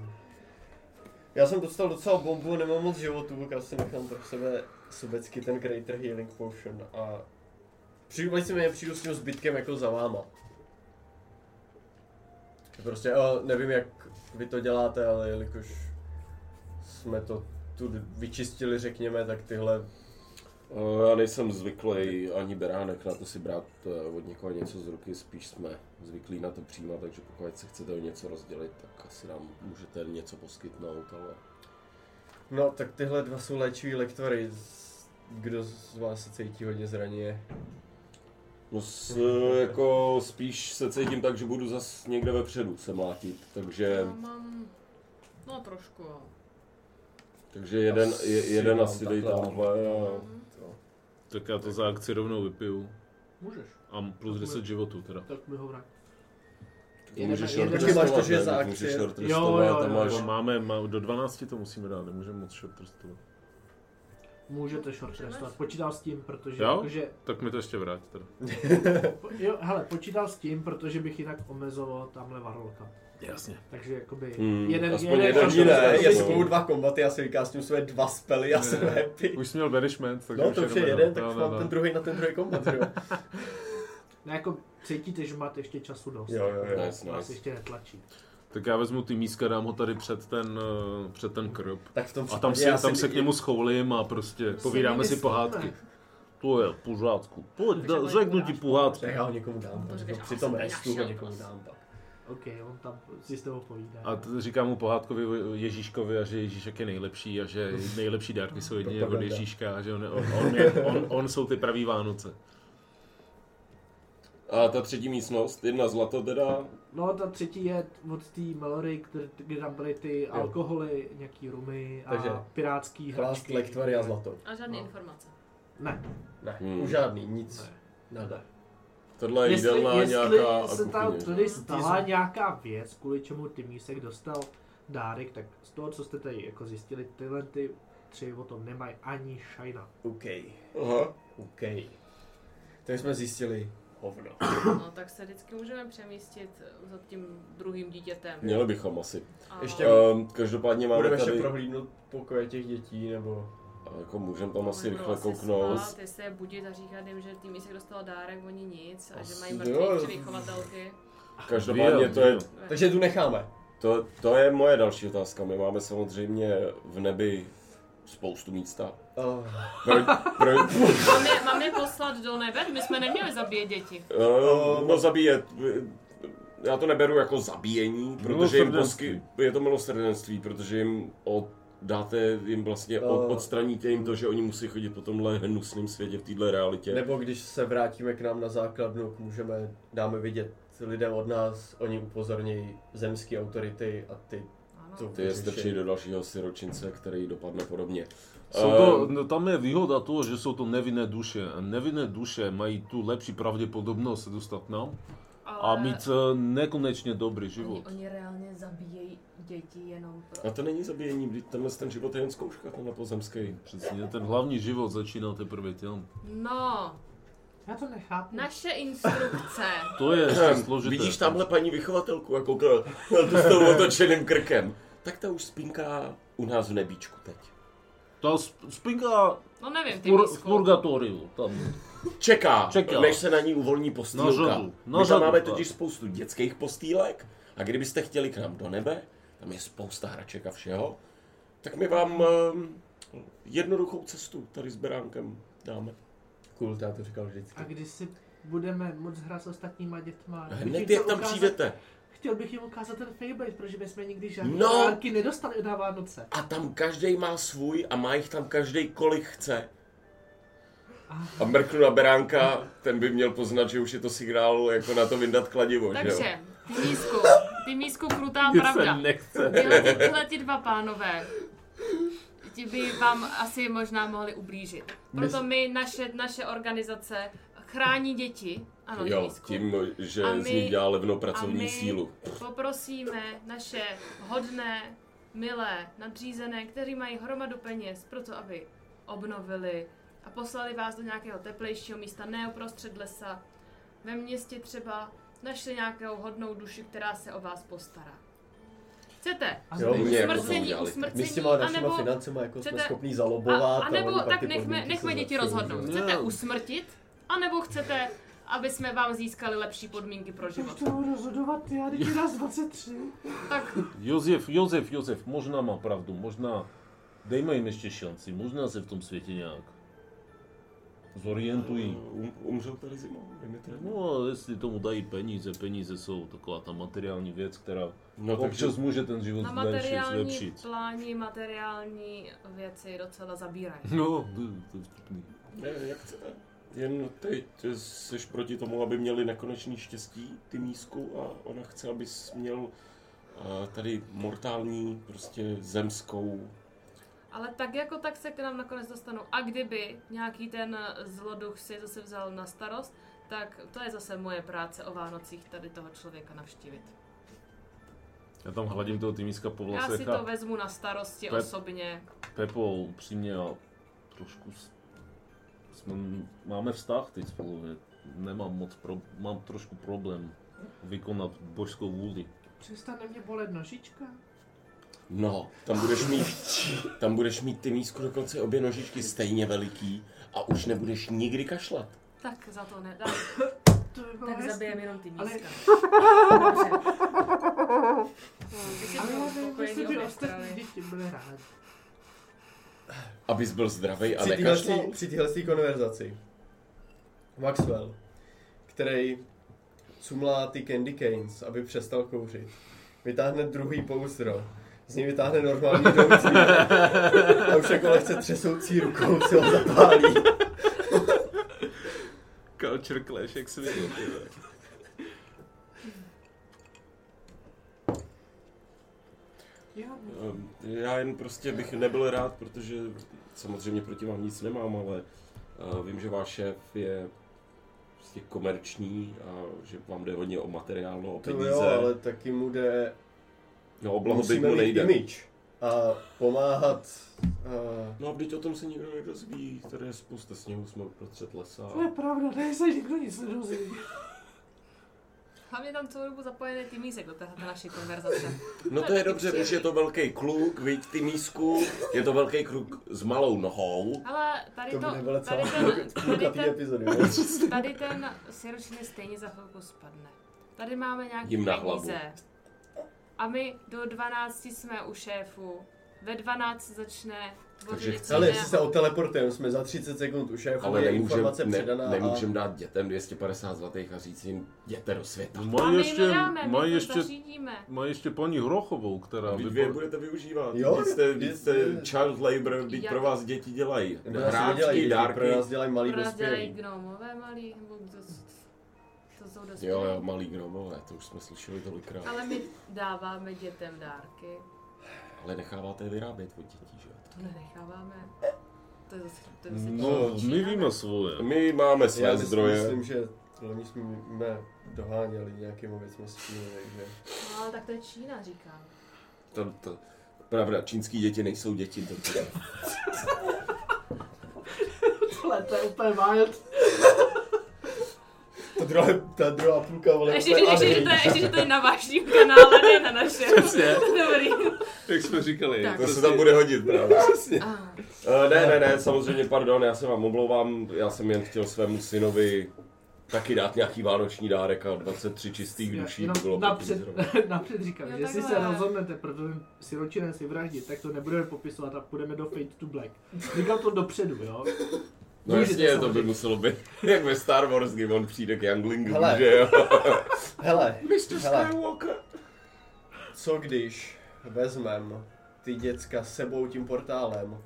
[SPEAKER 5] Já jsem dostal docela bombu, nemám moc životů, tak asi nechám pro sebe sobecky ten Greater Healing Potion a přijdu, vlastně mě přijdu s tím zbytkem jako za váma. Prostě o, nevím, jak vy to děláte, ale jelikož jsme to tu vyčistili, řekněme, tak tyhle
[SPEAKER 4] Eh, Já nejsem zvyklý ani beránek na to si brát eh, od někoho něco z ruky, spíš jsme zvyklí na to přijímat, takže pokud se chcete o něco rozdělit, tak asi nám můžete něco poskytnout, ale...
[SPEAKER 5] No, tak tyhle dva jsou léčivý lektory. Z- Kdo z vás se cítí hodně zraně?
[SPEAKER 4] No s, jako spíš se cítím tak, že budu zas někde vepředu se mlátit, takže,
[SPEAKER 2] Já mám... No trošku, jo.
[SPEAKER 4] takže jeden,
[SPEAKER 5] Asi
[SPEAKER 4] je, jeden
[SPEAKER 5] mám
[SPEAKER 4] asi dej
[SPEAKER 5] takhle.
[SPEAKER 4] tamhle a...
[SPEAKER 3] Tak já to za akci rovnou vypiju.
[SPEAKER 1] Můžeš,
[SPEAKER 3] A plus 10 životů teda.
[SPEAKER 1] tak mi ho vrát.
[SPEAKER 4] To můžeš
[SPEAKER 1] jeden-
[SPEAKER 5] Počkej, máš to, že je za
[SPEAKER 4] ne? To
[SPEAKER 5] akcie?
[SPEAKER 4] Můžeš
[SPEAKER 1] Jo, jo,
[SPEAKER 4] shortlistovat a
[SPEAKER 1] jo.
[SPEAKER 4] máš...
[SPEAKER 3] To máme, má, do 12 to musíme dát, nemůžeme moc prostě. shortrestovat.
[SPEAKER 1] Můžete short restovat. Počítal s tím, protože
[SPEAKER 3] Jo?
[SPEAKER 1] jakože
[SPEAKER 3] Tak mi to ještě vrát teda.
[SPEAKER 1] Po- Jo, hele, počítal s tím, protože bych jinak omezoval tamhle varolka.
[SPEAKER 3] Jasně.
[SPEAKER 1] Takže jakoby
[SPEAKER 4] Hmm,
[SPEAKER 1] jeden,
[SPEAKER 4] aspoň
[SPEAKER 1] jeden,
[SPEAKER 4] jeden
[SPEAKER 1] šance
[SPEAKER 5] Ani ne,
[SPEAKER 1] dostanu.
[SPEAKER 4] je
[SPEAKER 5] jestli budou dva kombaty, já si vykástím své dva spely, já jsem happy.
[SPEAKER 3] Už jsi měl banishment, tak
[SPEAKER 5] No to už je
[SPEAKER 3] jenom
[SPEAKER 5] jeden,
[SPEAKER 3] jenom.
[SPEAKER 5] tak
[SPEAKER 3] No, no,
[SPEAKER 5] mám
[SPEAKER 3] no.
[SPEAKER 5] ten druhý na ten druhý kombat, že jo?
[SPEAKER 1] No, jako cítíte, že máte ještě času dost.
[SPEAKER 5] Jo, jo, jo.
[SPEAKER 4] Nice,
[SPEAKER 1] Vás
[SPEAKER 4] nice.
[SPEAKER 1] ještě netlačí.
[SPEAKER 3] Tak já vezmu ty míska, dám ho tady před ten, eh, před ten krb.
[SPEAKER 5] Tak v tom
[SPEAKER 3] A tam,
[SPEAKER 5] případě
[SPEAKER 3] si,
[SPEAKER 5] já
[SPEAKER 3] tam
[SPEAKER 5] si-
[SPEAKER 3] se k němu schoulím a prostě povídáme si
[SPEAKER 1] nemyslíme.
[SPEAKER 3] pohádky. To je v pořádku. Pojď,
[SPEAKER 2] Takže
[SPEAKER 3] da,
[SPEAKER 2] bude
[SPEAKER 3] řeknu ti
[SPEAKER 2] pořádku.
[SPEAKER 3] pohádku.
[SPEAKER 5] Tak já ho někomu dám.
[SPEAKER 2] To
[SPEAKER 5] no,
[SPEAKER 2] říkáš,
[SPEAKER 5] Při tom
[SPEAKER 2] já jsem
[SPEAKER 5] restu ho
[SPEAKER 2] našel
[SPEAKER 5] někomu
[SPEAKER 2] prostě.
[SPEAKER 5] dám pak.
[SPEAKER 1] OK, on tam si s tebou povídá.
[SPEAKER 3] A t- říká mu pohádkovi Ježíškovi a že Ježíšek je nejlepší a že nejlepší dárky jsou jedině od
[SPEAKER 5] Propaganda.
[SPEAKER 3] Ježíška a že on, on, on, je, on, on jsou ty pravý Vánoce.
[SPEAKER 4] A ta třetí místnost, jedna zlato teda,
[SPEAKER 1] No, ta třetí je od té Mallory, kde, kde tam byly ty alkoholy, nějaký rumy a
[SPEAKER 5] Takže
[SPEAKER 1] pirátský
[SPEAKER 5] Chlast,
[SPEAKER 1] hračky.
[SPEAKER 5] lektvar a zlato.
[SPEAKER 2] A žádné
[SPEAKER 1] No.
[SPEAKER 2] informace.
[SPEAKER 1] Ne,
[SPEAKER 5] Ne,
[SPEAKER 4] Hmm.
[SPEAKER 5] už žádný, nic.
[SPEAKER 1] ne.
[SPEAKER 5] Nada.
[SPEAKER 4] tohle je jídelná
[SPEAKER 1] jestli
[SPEAKER 4] nějaká a
[SPEAKER 1] se tam
[SPEAKER 4] kuchyně.
[SPEAKER 1] tady stala nějaká věc, kvůli čemu ty mísek dostal dárek, tak z toho, co jste tady jako zjistili, tyhle ty tři o tom nemají ani šajna.
[SPEAKER 5] OK,
[SPEAKER 4] Aha.
[SPEAKER 5] OK. To jsme zjistili hovno.
[SPEAKER 2] No tak se vždycky můžeme přemístit za tím druhým dítětem.
[SPEAKER 4] Měli bychom asi.
[SPEAKER 2] A
[SPEAKER 5] Ještě-
[SPEAKER 4] Um, každopádně máme
[SPEAKER 5] Budeme ještě
[SPEAKER 4] tady,
[SPEAKER 5] prohlídnout pokoje těch dětí, nebo...
[SPEAKER 4] a jako můžeme tam asi
[SPEAKER 2] budou
[SPEAKER 4] rychle kouknout.
[SPEAKER 2] Spát, jestli je budit a říkat jim, že tým se dostal dárek, oni nic a že mají
[SPEAKER 4] Asi
[SPEAKER 2] mrtvý
[SPEAKER 4] jo.
[SPEAKER 2] tři vychovatelky.
[SPEAKER 4] Každopádně
[SPEAKER 3] Vyjel,
[SPEAKER 4] to je,
[SPEAKER 3] vyjel.
[SPEAKER 5] Takže tu necháme.
[SPEAKER 4] to, to je moje další otázka. My máme samozřejmě v nebi spoustu místa.
[SPEAKER 5] Oh.
[SPEAKER 4] Proč, proč,
[SPEAKER 2] Mám je, mám je poslat do nebe? My jsme neměli zabíjet děti.
[SPEAKER 4] Eh, No zabíjet. Já to neberu jako zabíjení, protože jim
[SPEAKER 3] Milosrdenství.
[SPEAKER 4] posky, je to milosrdenství, protože jim od, dáte jim vlastně, od,
[SPEAKER 5] Eh.
[SPEAKER 4] odstraníte jim to, že oni musí chodit po tomhle hnusném světě v téhle realitě.
[SPEAKER 5] Nebo když se vrátíme k nám na základnu, můžeme, dáme vidět lidem od nás, oni upozornějí zemské autority a ty
[SPEAKER 2] Ano.
[SPEAKER 5] to
[SPEAKER 4] Ty je
[SPEAKER 5] vyřeší.
[SPEAKER 4] strčí do dalšího siročince, který dopadne podobně.
[SPEAKER 3] Jsou to,
[SPEAKER 4] Ehm,
[SPEAKER 3] no, tam je výhoda toho, že jsou to nevinné duše. A Nevinné duše mají tu lepší pravděpodobnost se dostat nám a
[SPEAKER 2] Ale
[SPEAKER 3] mít eh, nekonečně dobrý život.
[SPEAKER 2] Oni, oni reálně zabíjejí děti jenom pro...
[SPEAKER 4] a to není zabíjení, vždyť tenhle ten život je jen zkouška, tenhle pozemský.
[SPEAKER 3] Přesně, ten hlavní život začíná teprve tam.
[SPEAKER 2] No,
[SPEAKER 1] Já to nechápu.
[SPEAKER 2] naše instrukce.
[SPEAKER 3] To je ještě složité.
[SPEAKER 4] Ehm, Vidíš tamhle paní vychovatelku, jako k- tu s tou otočeným krkem. Tak ta už spinká u nás v nebíčku teď.
[SPEAKER 3] Ta sp- spinka
[SPEAKER 2] No nevím,
[SPEAKER 3] v
[SPEAKER 2] ty
[SPEAKER 3] pur- v
[SPEAKER 2] mísku.
[SPEAKER 3] purgatoriu. Tam.
[SPEAKER 4] čeká,
[SPEAKER 3] Čeká.
[SPEAKER 4] než se na ní uvolní
[SPEAKER 3] Na
[SPEAKER 4] postýlka.
[SPEAKER 3] řadu, na
[SPEAKER 4] My tam
[SPEAKER 3] řadu,
[SPEAKER 4] máme
[SPEAKER 3] tak.
[SPEAKER 4] totiž spoustu dětských postýlek a kdybyste chtěli k nám do nebe, tam je spousta hraček a všeho, tak my vám ehm, jednoduchou cestu tady s Beránkem dáme.
[SPEAKER 5] Cool, já to říkal vždycky.
[SPEAKER 1] A když si budeme moc hrát s ostatníma dětma. Bych jim
[SPEAKER 4] Hned
[SPEAKER 1] chtěl
[SPEAKER 4] jak tam
[SPEAKER 1] ukázat-
[SPEAKER 4] přijdete.
[SPEAKER 1] Chtěl bych jim ukázat ten Feyblade, protože my jsme nikdy žádné
[SPEAKER 4] No.
[SPEAKER 1] no. nedostali na Vánoce.
[SPEAKER 4] A tam každý má svůj a má jich tam každý kolik chce. A mrknu na Beránka, ten by měl poznat, že už je to signál jako na to vyndat kladivo, že jo?
[SPEAKER 2] Takže, ty mísku, ty mísku, krutá
[SPEAKER 3] Mně
[SPEAKER 2] pravda.
[SPEAKER 3] nechce.
[SPEAKER 2] Tyhle, ty- tyhle ti dva pánové, ti by vám asi možná mohli ublížit. Proto my, naše, naše organizace chrání děti, ano,
[SPEAKER 4] Jo,
[SPEAKER 2] Nízku.
[SPEAKER 4] tím, že
[SPEAKER 2] A
[SPEAKER 4] z
[SPEAKER 2] my-
[SPEAKER 4] nich dělá levnou
[SPEAKER 2] a
[SPEAKER 4] pracovní
[SPEAKER 2] my
[SPEAKER 4] sílu.
[SPEAKER 2] poprosíme naše hodné, milé, nadřízené, kteří mají hromadu peněz, proto aby obnovili a poslali vás do nějakého teplejšího místa, ne uprostřed lesa, ve městě třeba našli nějakou hodnou duši, která se o vás postará. Chcete?
[SPEAKER 1] A
[SPEAKER 5] Jo,
[SPEAKER 1] zde-
[SPEAKER 4] mě jako to
[SPEAKER 2] Usmrcení,
[SPEAKER 4] udělali.
[SPEAKER 5] My s
[SPEAKER 2] usmrcení,
[SPEAKER 5] těma našima
[SPEAKER 2] anebo...
[SPEAKER 5] financema jako jsme
[SPEAKER 2] chcete-
[SPEAKER 5] schopní zalobovat.
[SPEAKER 2] A, a nebo
[SPEAKER 5] oni pak
[SPEAKER 2] tak
[SPEAKER 5] ty
[SPEAKER 2] nechme,
[SPEAKER 5] podmínky
[SPEAKER 2] nechme
[SPEAKER 5] se
[SPEAKER 2] děti
[SPEAKER 5] zlepší.
[SPEAKER 2] rozhodnout. Chcete
[SPEAKER 3] Ne.
[SPEAKER 2] usmrtit, anebo chcete, aby jsme vám získali lepší podmínky pro
[SPEAKER 1] Proč
[SPEAKER 2] život.
[SPEAKER 1] to budu rozhodovat já, když je nás 23?
[SPEAKER 2] Tak
[SPEAKER 3] Jozef, Jozef, Jozef, možná má pravdu, možná dejme jim ještě šanci, možná se v tom světě nějak zorientují.
[SPEAKER 4] Um, umřou tady zimou, je mi to jedno.
[SPEAKER 3] No a jestli tomu dají peníze, peníze jsou taková ta materiální věc, která
[SPEAKER 4] No
[SPEAKER 3] občas může ten život
[SPEAKER 2] na
[SPEAKER 3] zlepšit,
[SPEAKER 2] materiální
[SPEAKER 3] zlepšit.
[SPEAKER 2] pláni, materiální věci docela zabírají.
[SPEAKER 3] No, to- to je vtipný.
[SPEAKER 4] Ne, jak chcete. Jen teď jsi proti tomu, aby měli nekonečný štěstí, ty mísku, a ona chce, abys měl a, tady mortální, prostě zemskou.
[SPEAKER 2] Ale tak jako tak se k nám nakonec dostanou. A kdyby nějaký ten zloduch si je zase vzal na starost, tak to je zase moje práce o Vánocích tady toho člověka navštívit.
[SPEAKER 3] Já tam hladím toho týmíska po
[SPEAKER 2] Já si
[SPEAKER 3] vlasech
[SPEAKER 2] to
[SPEAKER 3] a
[SPEAKER 2] vezmu na starosti
[SPEAKER 3] Pep.
[SPEAKER 2] osobně.
[SPEAKER 3] Pepou upřímně a trošku s- jsme, máme vztah teď spolu, ne? nemám moc, pro, mám trošku problém vykonat božskou vůli.
[SPEAKER 1] Přestane mě bolet nožička?
[SPEAKER 4] No, tam budeš mít, tam budeš mít ty mísko dokonce obě nožičky stejně veliký a už nebudeš nikdy kašlat.
[SPEAKER 2] Tak za to nedám.
[SPEAKER 1] To by bylo
[SPEAKER 2] Tak
[SPEAKER 1] hezký.
[SPEAKER 2] zabijem jenom ty míska.
[SPEAKER 1] Ale-
[SPEAKER 2] Dobře. Vy si
[SPEAKER 1] Ale
[SPEAKER 2] budou
[SPEAKER 1] hlavně,
[SPEAKER 2] spokojení
[SPEAKER 1] myslím, že
[SPEAKER 2] obě
[SPEAKER 1] ostatní
[SPEAKER 2] strany.
[SPEAKER 1] děti byly rádi.
[SPEAKER 4] Abys byl zdravý a
[SPEAKER 5] při téhle
[SPEAKER 4] nekašlal.
[SPEAKER 5] tý- při téhle tý konverzaci Maxwell, který cumlá ty candy canes, aby přestal kouřit, vytáhne druhý pouzdro, z něj vytáhne normální jdoucí a už jako lehce třesoucí rukou si ho zapálí.
[SPEAKER 3] Culture clash, jak se viděl, ty vole.
[SPEAKER 1] Jo,
[SPEAKER 4] Ehm, Já jen prostě bych nebyl rád, protože samozřejmě proti vám nic nemám, ale eh, vím, že váš šéf je prostě komerční a že vám jde hodně o materiál, no, o
[SPEAKER 5] To
[SPEAKER 4] peníze.
[SPEAKER 5] jo, ale taky mu jde,
[SPEAKER 4] No, o blahobyt
[SPEAKER 5] musíme
[SPEAKER 4] mu
[SPEAKER 5] mít
[SPEAKER 4] nejde.
[SPEAKER 5] image a pomáhat eh, a
[SPEAKER 4] No a vždyť o tom se nikdo nedozví, tady je spousta sněhu, jsme uprostřed lesa.
[SPEAKER 1] to je pravda, tady se nikdo nic nedozví.
[SPEAKER 2] Hlavně tam celou dobu zapojený ty mísek do téhle naší konverzace.
[SPEAKER 4] No to je dobře, protože je to velký kluk, viď ty mísku, je to velký kluk s malou nohou.
[SPEAKER 2] Ale tady
[SPEAKER 5] to
[SPEAKER 2] to,
[SPEAKER 5] bude vele celá
[SPEAKER 2] tady ten, tady
[SPEAKER 5] půlkatý
[SPEAKER 2] ten,
[SPEAKER 5] epizody.
[SPEAKER 2] tady ten siročiny stejně za chvilku spadne. Tady máme nějaký
[SPEAKER 4] Jim na hlavu.
[SPEAKER 2] peníze. A my do 12 jsme u šéfu. Ve 12 začne
[SPEAKER 4] Takže
[SPEAKER 2] tvořit něco
[SPEAKER 4] chceme-
[SPEAKER 5] Ale jestli se
[SPEAKER 2] jiného.
[SPEAKER 5] oteleportujeme, jsme za 30 sekund už je
[SPEAKER 4] Ale nemůžem,
[SPEAKER 5] informace
[SPEAKER 4] ne,
[SPEAKER 5] předaná
[SPEAKER 4] nemůžem dát dětem 250 zlatých a říct jim, jděte do světa.
[SPEAKER 3] No,
[SPEAKER 2] A
[SPEAKER 3] Mají
[SPEAKER 2] my ještě,
[SPEAKER 3] ještě,
[SPEAKER 2] nedáme, my to
[SPEAKER 3] mají ještě,
[SPEAKER 2] zařídíme.
[SPEAKER 3] mají ještě paní Hrochovou, která
[SPEAKER 4] Vy dvě
[SPEAKER 3] vypadá-
[SPEAKER 4] budete využívat.
[SPEAKER 5] Jo,
[SPEAKER 4] Vždyť jste,
[SPEAKER 5] vždyť
[SPEAKER 4] vždyť jste
[SPEAKER 5] jste-
[SPEAKER 4] child labor, vždyť
[SPEAKER 2] Já-
[SPEAKER 4] pro vás děti dělají.
[SPEAKER 5] a
[SPEAKER 4] Hráčky,
[SPEAKER 5] dárky.
[SPEAKER 4] dárky.
[SPEAKER 5] Pro nás dělají malý
[SPEAKER 2] Pro nás dělají
[SPEAKER 5] dospělí.
[SPEAKER 2] gnomové malý, nebo kdo s- to jsou dospělí.
[SPEAKER 4] Jo, jo, malý gnomové, to už jsme slyšeli tolikrát.
[SPEAKER 2] Ale my dáváme dětem dárky.
[SPEAKER 4] Ale necháváte je vyrábět od dětí, že jo?
[SPEAKER 2] To nenecháváme. To je zase, to je zase
[SPEAKER 3] No,
[SPEAKER 2] čím
[SPEAKER 3] my
[SPEAKER 2] začínáme.
[SPEAKER 3] víme svoje.
[SPEAKER 4] My máme své
[SPEAKER 5] Já zdroje.
[SPEAKER 4] zdroje.
[SPEAKER 5] myslím, že loni jsme doháněli nějakými věcmi takže...
[SPEAKER 2] No, ale tak to je Čína, říkám.
[SPEAKER 4] To, to, pravda, čínský děti nejsou děti. To, to,
[SPEAKER 1] Tohle to je úplně wild.
[SPEAKER 5] Ta druhá, ta druhá půlka, vole,
[SPEAKER 2] Ještě,
[SPEAKER 5] to je
[SPEAKER 2] ještě,
[SPEAKER 5] Ari.
[SPEAKER 2] ještě, to je, ještě, že to je na vaším kanále, ne na našem.
[SPEAKER 3] Přesně.
[SPEAKER 2] Dobrý.
[SPEAKER 3] Jak jsme říkali.
[SPEAKER 2] Tak.
[SPEAKER 4] to se tam bude hodit, pravda.
[SPEAKER 2] Ah,
[SPEAKER 4] Eh, ne, ne, ne, samozřejmě, pardon, já se vám omlouvám, já jsem jen chtěl svému synovi taky dát nějaký vánoční dárek a 23 čistých
[SPEAKER 2] no,
[SPEAKER 4] duší
[SPEAKER 1] Jenom
[SPEAKER 4] bylo
[SPEAKER 1] napřed,
[SPEAKER 4] pěkný zrovna.
[SPEAKER 1] napřed říkám,
[SPEAKER 2] Jo,
[SPEAKER 1] že jestli se
[SPEAKER 2] takhle.
[SPEAKER 1] rozhodnete, protože si ročené si vraždit, tak to nebudeme popisovat a půjdeme do Fate to Black. Říkám to dopředu, jo?
[SPEAKER 4] No
[SPEAKER 1] Můžete
[SPEAKER 4] jasně, to by
[SPEAKER 1] samozřejmě.
[SPEAKER 4] muselo být jak ve Star Wars, kdy on přijde k Younglingu,
[SPEAKER 5] Hele.
[SPEAKER 4] že jo?
[SPEAKER 5] Hele,
[SPEAKER 4] Mr.
[SPEAKER 5] Hele.
[SPEAKER 4] Skywalker!
[SPEAKER 5] co když vezmem ty děcka s sebou tím portálem?
[SPEAKER 2] no.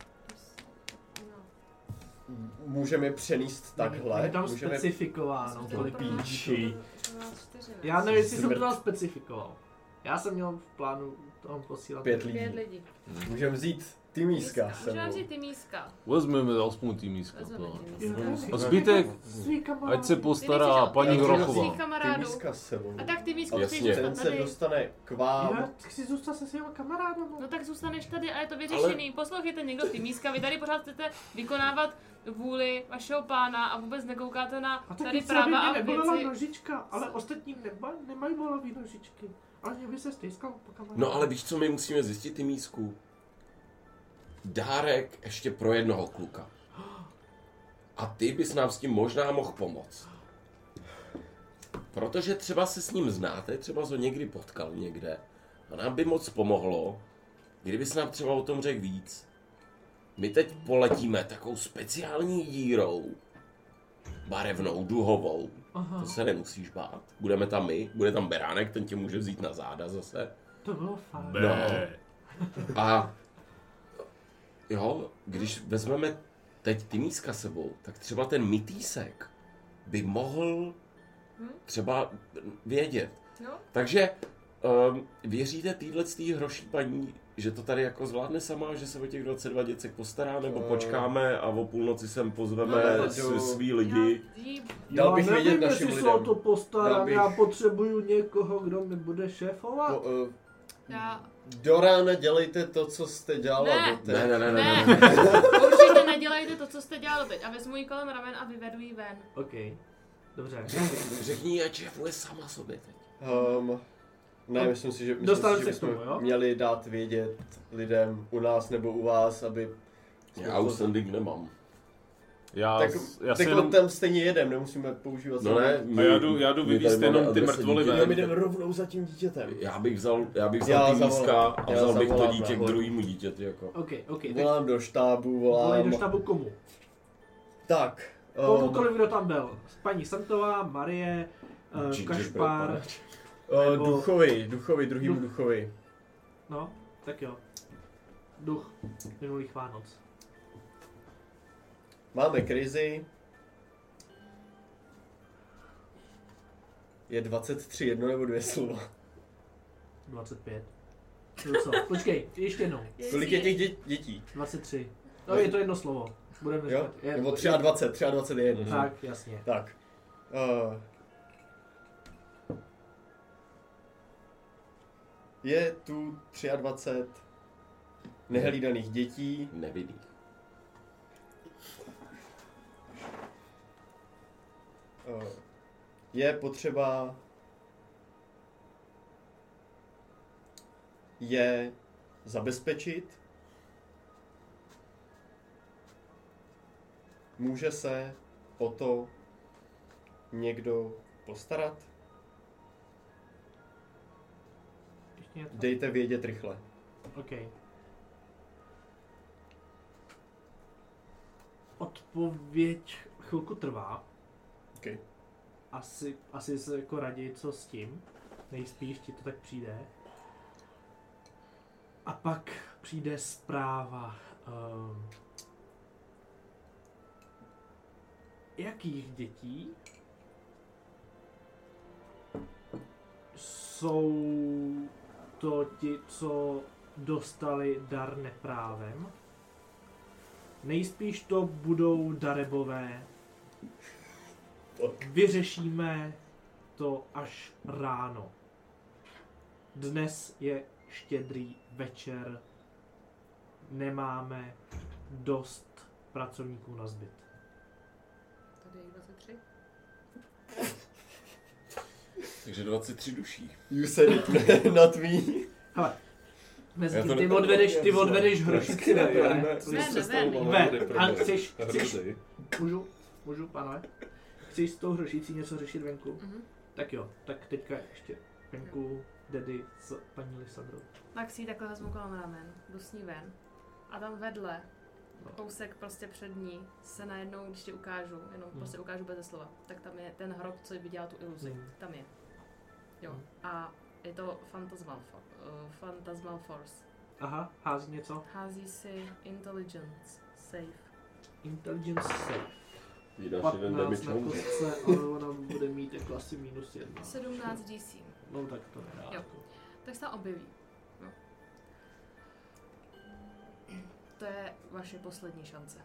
[SPEAKER 5] Můžeme je přenést takhle?
[SPEAKER 1] Je tam
[SPEAKER 5] můžeme...
[SPEAKER 1] specifikováno,
[SPEAKER 2] Jsme to
[SPEAKER 1] kolik
[SPEAKER 2] pro nás-
[SPEAKER 5] píči.
[SPEAKER 2] pro nás čtyři, ne?
[SPEAKER 1] Já nevím, jestli jsem
[SPEAKER 5] Smrt.
[SPEAKER 1] to tam specifikoval. Já jsem měl v plánu tam posílat.
[SPEAKER 5] Pět lidí.
[SPEAKER 2] Pět lidí.
[SPEAKER 5] Můžeme vzít ty míska s
[SPEAKER 2] Můžeme
[SPEAKER 5] sebou.
[SPEAKER 2] vzít ty míska.
[SPEAKER 3] Vezmeme alespoň tým místa.
[SPEAKER 2] Vezmeme ty
[SPEAKER 1] Jo,
[SPEAKER 2] míska.
[SPEAKER 3] A zbytek,
[SPEAKER 1] Svý kamarád.
[SPEAKER 3] no. ať se
[SPEAKER 2] Ty
[SPEAKER 3] postará
[SPEAKER 2] nechceš-
[SPEAKER 3] paní
[SPEAKER 2] ty nechceš
[SPEAKER 3] Hrochová.
[SPEAKER 2] svých
[SPEAKER 5] Ty
[SPEAKER 2] kamarádů.
[SPEAKER 5] míska s sebou.
[SPEAKER 2] A tak ty mísko
[SPEAKER 4] Jasně.
[SPEAKER 2] musíš zůstat
[SPEAKER 5] Ten se
[SPEAKER 2] tady.
[SPEAKER 5] dostane k vám.
[SPEAKER 1] Já chci zůstat se svýma kamarádama.
[SPEAKER 2] No tak zůstaneš tady a je to vyřešený. Poslouchejte někdo ty míska, vy tady pořád chcete vykonávat vůli vašeho pána a vůbec nekoukáte na
[SPEAKER 1] A tak
[SPEAKER 2] tady
[SPEAKER 1] nic aby
[SPEAKER 2] práva
[SPEAKER 1] mě
[SPEAKER 2] a
[SPEAKER 1] nebolila
[SPEAKER 2] věci.
[SPEAKER 1] nožička, ale ostatní neba, nemají bolavý nožičky. Ale mě by se stejskal po kamarádu.
[SPEAKER 4] No ale víš, co my musíme zjistit, ty mísku? Dárek ještě pro jednoho kluka. A ty bys nám s tím možná mohl pomoct. Protože třeba se s ním znáte, třeba jsi ho někdy potkal někde. A nám by moc pomohlo, kdybys nám třeba o tom řekl víc. My teď poletíme takovou speciální dírou. Barevnou, duhovou.
[SPEAKER 1] Aha,
[SPEAKER 4] To se nemusíš bát. Budeme tam my, bude tam Beránek, ten tě může vzít na záda zase.
[SPEAKER 1] to bylo fajn.
[SPEAKER 3] Bé.
[SPEAKER 4] No. A jo, když vezmeme teď ty míska sebou, tak třeba ten mytýsek by mohl
[SPEAKER 5] Hm?
[SPEAKER 4] třeba vědět.
[SPEAKER 2] No,
[SPEAKER 4] Takže um, věříte týhle tý hroší paní, že to tady jako zvládne sama, že se o těch 22 děcek postará, nebo
[SPEAKER 5] Eh.
[SPEAKER 4] počkáme a o půlnoci sem pozveme
[SPEAKER 5] No,
[SPEAKER 4] no,
[SPEAKER 5] no, no.
[SPEAKER 4] svý lidi.
[SPEAKER 2] já jí-
[SPEAKER 5] Dal bych
[SPEAKER 1] já
[SPEAKER 5] vědět
[SPEAKER 1] nevím,
[SPEAKER 5] našim
[SPEAKER 1] jestli se
[SPEAKER 5] lidem.
[SPEAKER 1] o to
[SPEAKER 5] Dal
[SPEAKER 1] postarám,
[SPEAKER 5] bych-
[SPEAKER 1] já potřebuju někoho, kdo mi bude šéfovat.
[SPEAKER 5] Po, eh,
[SPEAKER 2] Já
[SPEAKER 5] Do rána dělejte to, co jste dělala
[SPEAKER 2] Ne.
[SPEAKER 5] doteď.
[SPEAKER 4] Ne, ne, ne, ne,
[SPEAKER 2] Ne,
[SPEAKER 4] ne.
[SPEAKER 2] určitě nedělejte to, co jste dělali teď. A vezmu jí kolem ramen a vyvedu jí ven.
[SPEAKER 1] OK. Dobře.
[SPEAKER 4] Řekni, ať šéfuje sama sobě teď.
[SPEAKER 5] Um, ne, myslím si, že, myslím
[SPEAKER 1] Dostaneme
[SPEAKER 5] si, že
[SPEAKER 1] se k tomu,
[SPEAKER 5] bychom
[SPEAKER 1] jo?
[SPEAKER 5] měli dát vědět lidem u nás nebo u vás, aby...
[SPEAKER 4] Já outstanding nemám.
[SPEAKER 3] Já,
[SPEAKER 5] Tak,
[SPEAKER 3] já
[SPEAKER 5] tak
[SPEAKER 3] se jenom...
[SPEAKER 5] tam stejně jedem, nemusíme používat
[SPEAKER 4] No
[SPEAKER 5] samé-
[SPEAKER 3] A
[SPEAKER 4] ne,
[SPEAKER 3] já jdu- já jdu
[SPEAKER 4] my
[SPEAKER 3] vyvízt
[SPEAKER 4] tady
[SPEAKER 3] jenom
[SPEAKER 4] máme
[SPEAKER 3] ty
[SPEAKER 4] adrese
[SPEAKER 3] mrtvoly
[SPEAKER 4] dítěte.
[SPEAKER 3] ven.
[SPEAKER 5] My jdeme rovnou za tím dítětem.
[SPEAKER 4] Já bych vzal, já bych
[SPEAKER 5] Já
[SPEAKER 4] vzal ty
[SPEAKER 5] zavolám.
[SPEAKER 4] lístka a
[SPEAKER 5] Já
[SPEAKER 4] vzal bych to
[SPEAKER 5] zavolám
[SPEAKER 4] dítě k
[SPEAKER 5] nahoru.
[SPEAKER 4] druhému dítěti jako.
[SPEAKER 1] OK, OK. Tak
[SPEAKER 5] Volám do štábu,
[SPEAKER 1] volej do
[SPEAKER 5] volám...
[SPEAKER 1] štabu komu?
[SPEAKER 5] Tak. um,
[SPEAKER 1] Komukoliv, kdo tam byl. Paní Santová, Marie, eh,
[SPEAKER 4] Gingerbread
[SPEAKER 1] Kašpar.
[SPEAKER 4] panáč.
[SPEAKER 5] eh,
[SPEAKER 1] nebo-
[SPEAKER 5] duchovi, duchovi, druhýmu
[SPEAKER 1] Duch.
[SPEAKER 5] duchovi.
[SPEAKER 1] No, tak jo. Duch minulých Vánoc.
[SPEAKER 5] Máme krizi. Je 23 jedno nebo dvě slova.
[SPEAKER 1] 25. No co? Počkej, ještě jednou.
[SPEAKER 5] Kolik je těch dě- dětí?
[SPEAKER 1] 23. No je to jedno slovo. Budeme
[SPEAKER 5] Jo?
[SPEAKER 1] říkat.
[SPEAKER 5] Nebo 23, 23 je jedno.
[SPEAKER 1] Tak, jasně.
[SPEAKER 5] Tak. Uh, je tu 23 nehlídaných dětí,
[SPEAKER 4] Nevidí.
[SPEAKER 5] uh, je potřeba je zabezpečit. Může se o to někdo postarat?
[SPEAKER 1] Ještě něco?
[SPEAKER 5] Dejte vědět rychle.
[SPEAKER 1] OK. Odpověď chvilku trvá.
[SPEAKER 5] Okay.
[SPEAKER 1] Asi, asi se jako raději co s tím. Nejspíš ti to tak přijde. A pak přijde zpráva. Um, jakých dětí jsou to ti, co dostali dar neprávem? Nejspíš to budou darebové, vyřešíme to až ráno. Dnes je štědrý večer, nemáme dost pracovníků na zbyt.
[SPEAKER 2] Tady je 23.
[SPEAKER 4] Takže 23 duší.
[SPEAKER 5] You said it, not me.
[SPEAKER 1] Hele, mezi
[SPEAKER 4] Já to
[SPEAKER 1] tím ty
[SPEAKER 4] ne-
[SPEAKER 1] odvedeš, ty
[SPEAKER 4] Já jsem-
[SPEAKER 1] odvedeš hrošici, ne?
[SPEAKER 2] Ne, ne, ne, ne.
[SPEAKER 1] Ve, a chceš, chceš, můžu, můžu, pane? Chceš s tou hrošicí něco řešit venku?
[SPEAKER 2] Mhm.
[SPEAKER 1] Tak jo, tak teďka ještě venku Dedy s paní Lisandrou.
[SPEAKER 2] Tak si ji takhle vezmu kolem ramen, jdu s ní ven. A tam vedle, kousek prostě před ní, se najednou, když ti ukážu, jenom
[SPEAKER 1] Hmm.
[SPEAKER 2] prostě ukážu bez slova, tak tam je ten hrob, co jí vydělal tu iluzi.
[SPEAKER 1] Hmm.
[SPEAKER 2] Tam je. Jo.
[SPEAKER 1] Hmm.
[SPEAKER 2] A je to Phantasmal, for, uh, Phantasmal Force.
[SPEAKER 1] Aha, hází něco.
[SPEAKER 2] Hází si Intelligence Safe.
[SPEAKER 1] Intelligence save.
[SPEAKER 4] Vydáš jeden
[SPEAKER 1] 15
[SPEAKER 4] damage
[SPEAKER 1] na
[SPEAKER 4] houze.
[SPEAKER 1] kostce, ale ona bude mít jako asi minus jedna.
[SPEAKER 2] 17 DC.
[SPEAKER 1] No tak to nedá.
[SPEAKER 2] Jo. Tak se tam objeví. No. To je vaše poslední šance.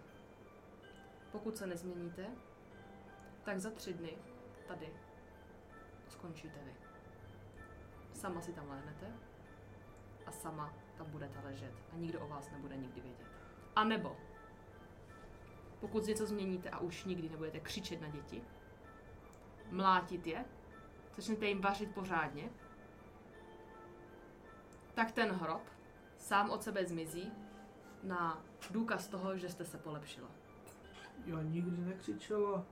[SPEAKER 2] Pokud se nezměníte, tak za tři dny tady skončíte vy. Sama si tam lehnete a sama tam budete ležet a nikdo o vás nebude nikdy vědět. A nebo, pokud něco změníte a už nikdy nebudete křičet na děti, mlátit je, začnete jim vařit pořádně, tak ten hrob sám od sebe zmizí na důkaz toho, že jste se polepšila.
[SPEAKER 1] Já nikdy nekřičela.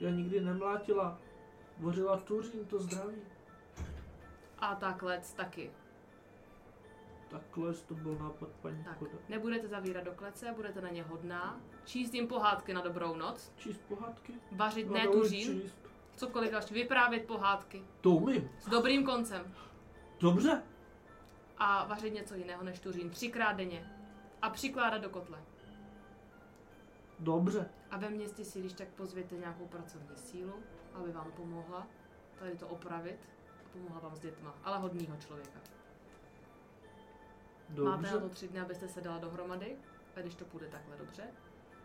[SPEAKER 1] Já nikdy nemlátila. Bořila tuřín, to zdraví.
[SPEAKER 2] A tak lec taky.
[SPEAKER 1] Takhle to byl nápad paní
[SPEAKER 2] Tak.
[SPEAKER 1] Koda.
[SPEAKER 2] Nebudete zavírat do klece, budete na ně hodná, číst jim pohádky na dobrou noc,
[SPEAKER 1] Číst pohádky?
[SPEAKER 2] vařit ne
[SPEAKER 1] Ano,
[SPEAKER 2] tužín,
[SPEAKER 1] číst.
[SPEAKER 2] cokoliv další, vyprávět pohádky
[SPEAKER 1] To umím.
[SPEAKER 2] s dobrým koncem
[SPEAKER 1] Dobře.
[SPEAKER 2] a vařit něco jiného než tuřín třikrát denně a přikládat do kotle.
[SPEAKER 1] Dobře.
[SPEAKER 2] A ve městě si když tak pozvěte nějakou pracovní sílu, aby vám pomohla tady to opravit a pomohla vám s dětma, ale hodnýho člověka. Máte na to
[SPEAKER 1] Dobře.
[SPEAKER 2] tři dny, abyste se dala dohromady a když to půjde takhle dobře,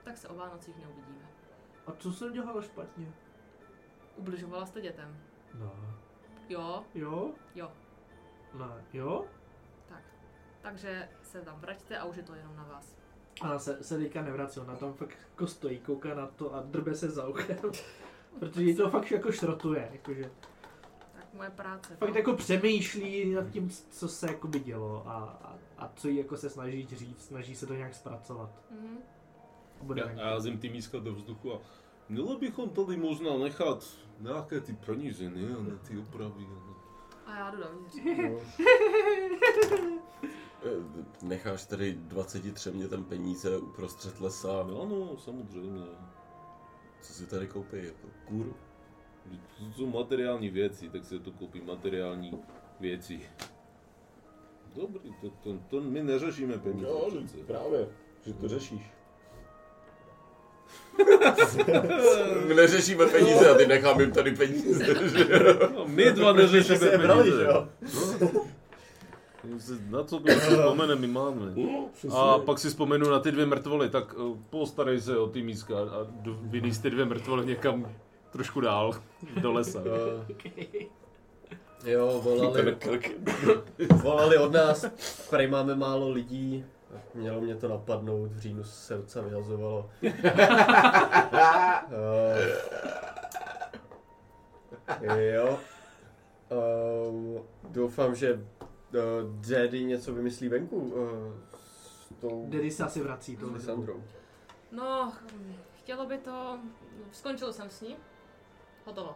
[SPEAKER 2] tak se o Vánocích neuvidíme.
[SPEAKER 1] A co jsem dělala špatně?
[SPEAKER 2] Ubližovala jste dětem?
[SPEAKER 1] No.
[SPEAKER 2] Jo,
[SPEAKER 1] Jo?
[SPEAKER 2] jo.
[SPEAKER 1] Ne. Jo?
[SPEAKER 2] Takže se tam vraťte a už je to jenom na vás.
[SPEAKER 1] Ona se, se teďka nevrací, ona tam fakt jako stojí, kouká na to a drbe se za uchem. Protože jí to fakt jako šrotuje, jakože.
[SPEAKER 2] Tak moje práce.
[SPEAKER 1] Fakt
[SPEAKER 2] no.
[SPEAKER 1] jako přemýšlí nad tím, co se jako by dělo a, a, a co jí jako se snaží říct, snaží se to nějak zpracovat.
[SPEAKER 2] Mhm.
[SPEAKER 1] A Bude venku.
[SPEAKER 3] A já zem ty míska do vzduchu a měli bychom tady možná nechat nějaké ty peníze, ne? A ne ty opravy. a ne-
[SPEAKER 2] A já jdu dovnitř.
[SPEAKER 5] No,
[SPEAKER 4] Eh, Necháš tady 23 dětem peníze uprostřed lesa.
[SPEAKER 3] A ano, no, samozřejmě.
[SPEAKER 4] Co si tady koupí? Jako kůru?
[SPEAKER 3] Vždyť To jsou materiální věci, tak se to koupí materiální věci. Dobrý, to, to, to my neřešíme peníze. přece.
[SPEAKER 5] no.
[SPEAKER 4] právě. Že to řešíš. My neřešíme peníze a ty nechám jim tady peníze. že?
[SPEAKER 3] No, my dva neřešíme
[SPEAKER 5] Protože se je brali,
[SPEAKER 3] peníze.
[SPEAKER 5] že jo?
[SPEAKER 3] No. Se- Na co si vzpomene, my máme.
[SPEAKER 5] No,
[SPEAKER 3] A pak si vzpomenu na ty dvě mrtvoly, tak eh, postarej se o ty míska a d- vylíz ty dvě mrtvoly někam trošku dál, do lesa.
[SPEAKER 5] eh, Jo, volali, volali od nás, prej máme málo lidí. Mělo mě to napadnout, v říjnu se oca vyhazovalo. Eh, jo. Ehm, doufám, že uh, Daddy něco vymyslí venku eh, s tou
[SPEAKER 1] Daddy se asi vrací
[SPEAKER 5] s
[SPEAKER 1] do
[SPEAKER 5] Lisandrou.
[SPEAKER 2] No, hm, chtělo by to... Skončil jsem s ní. Hotovo.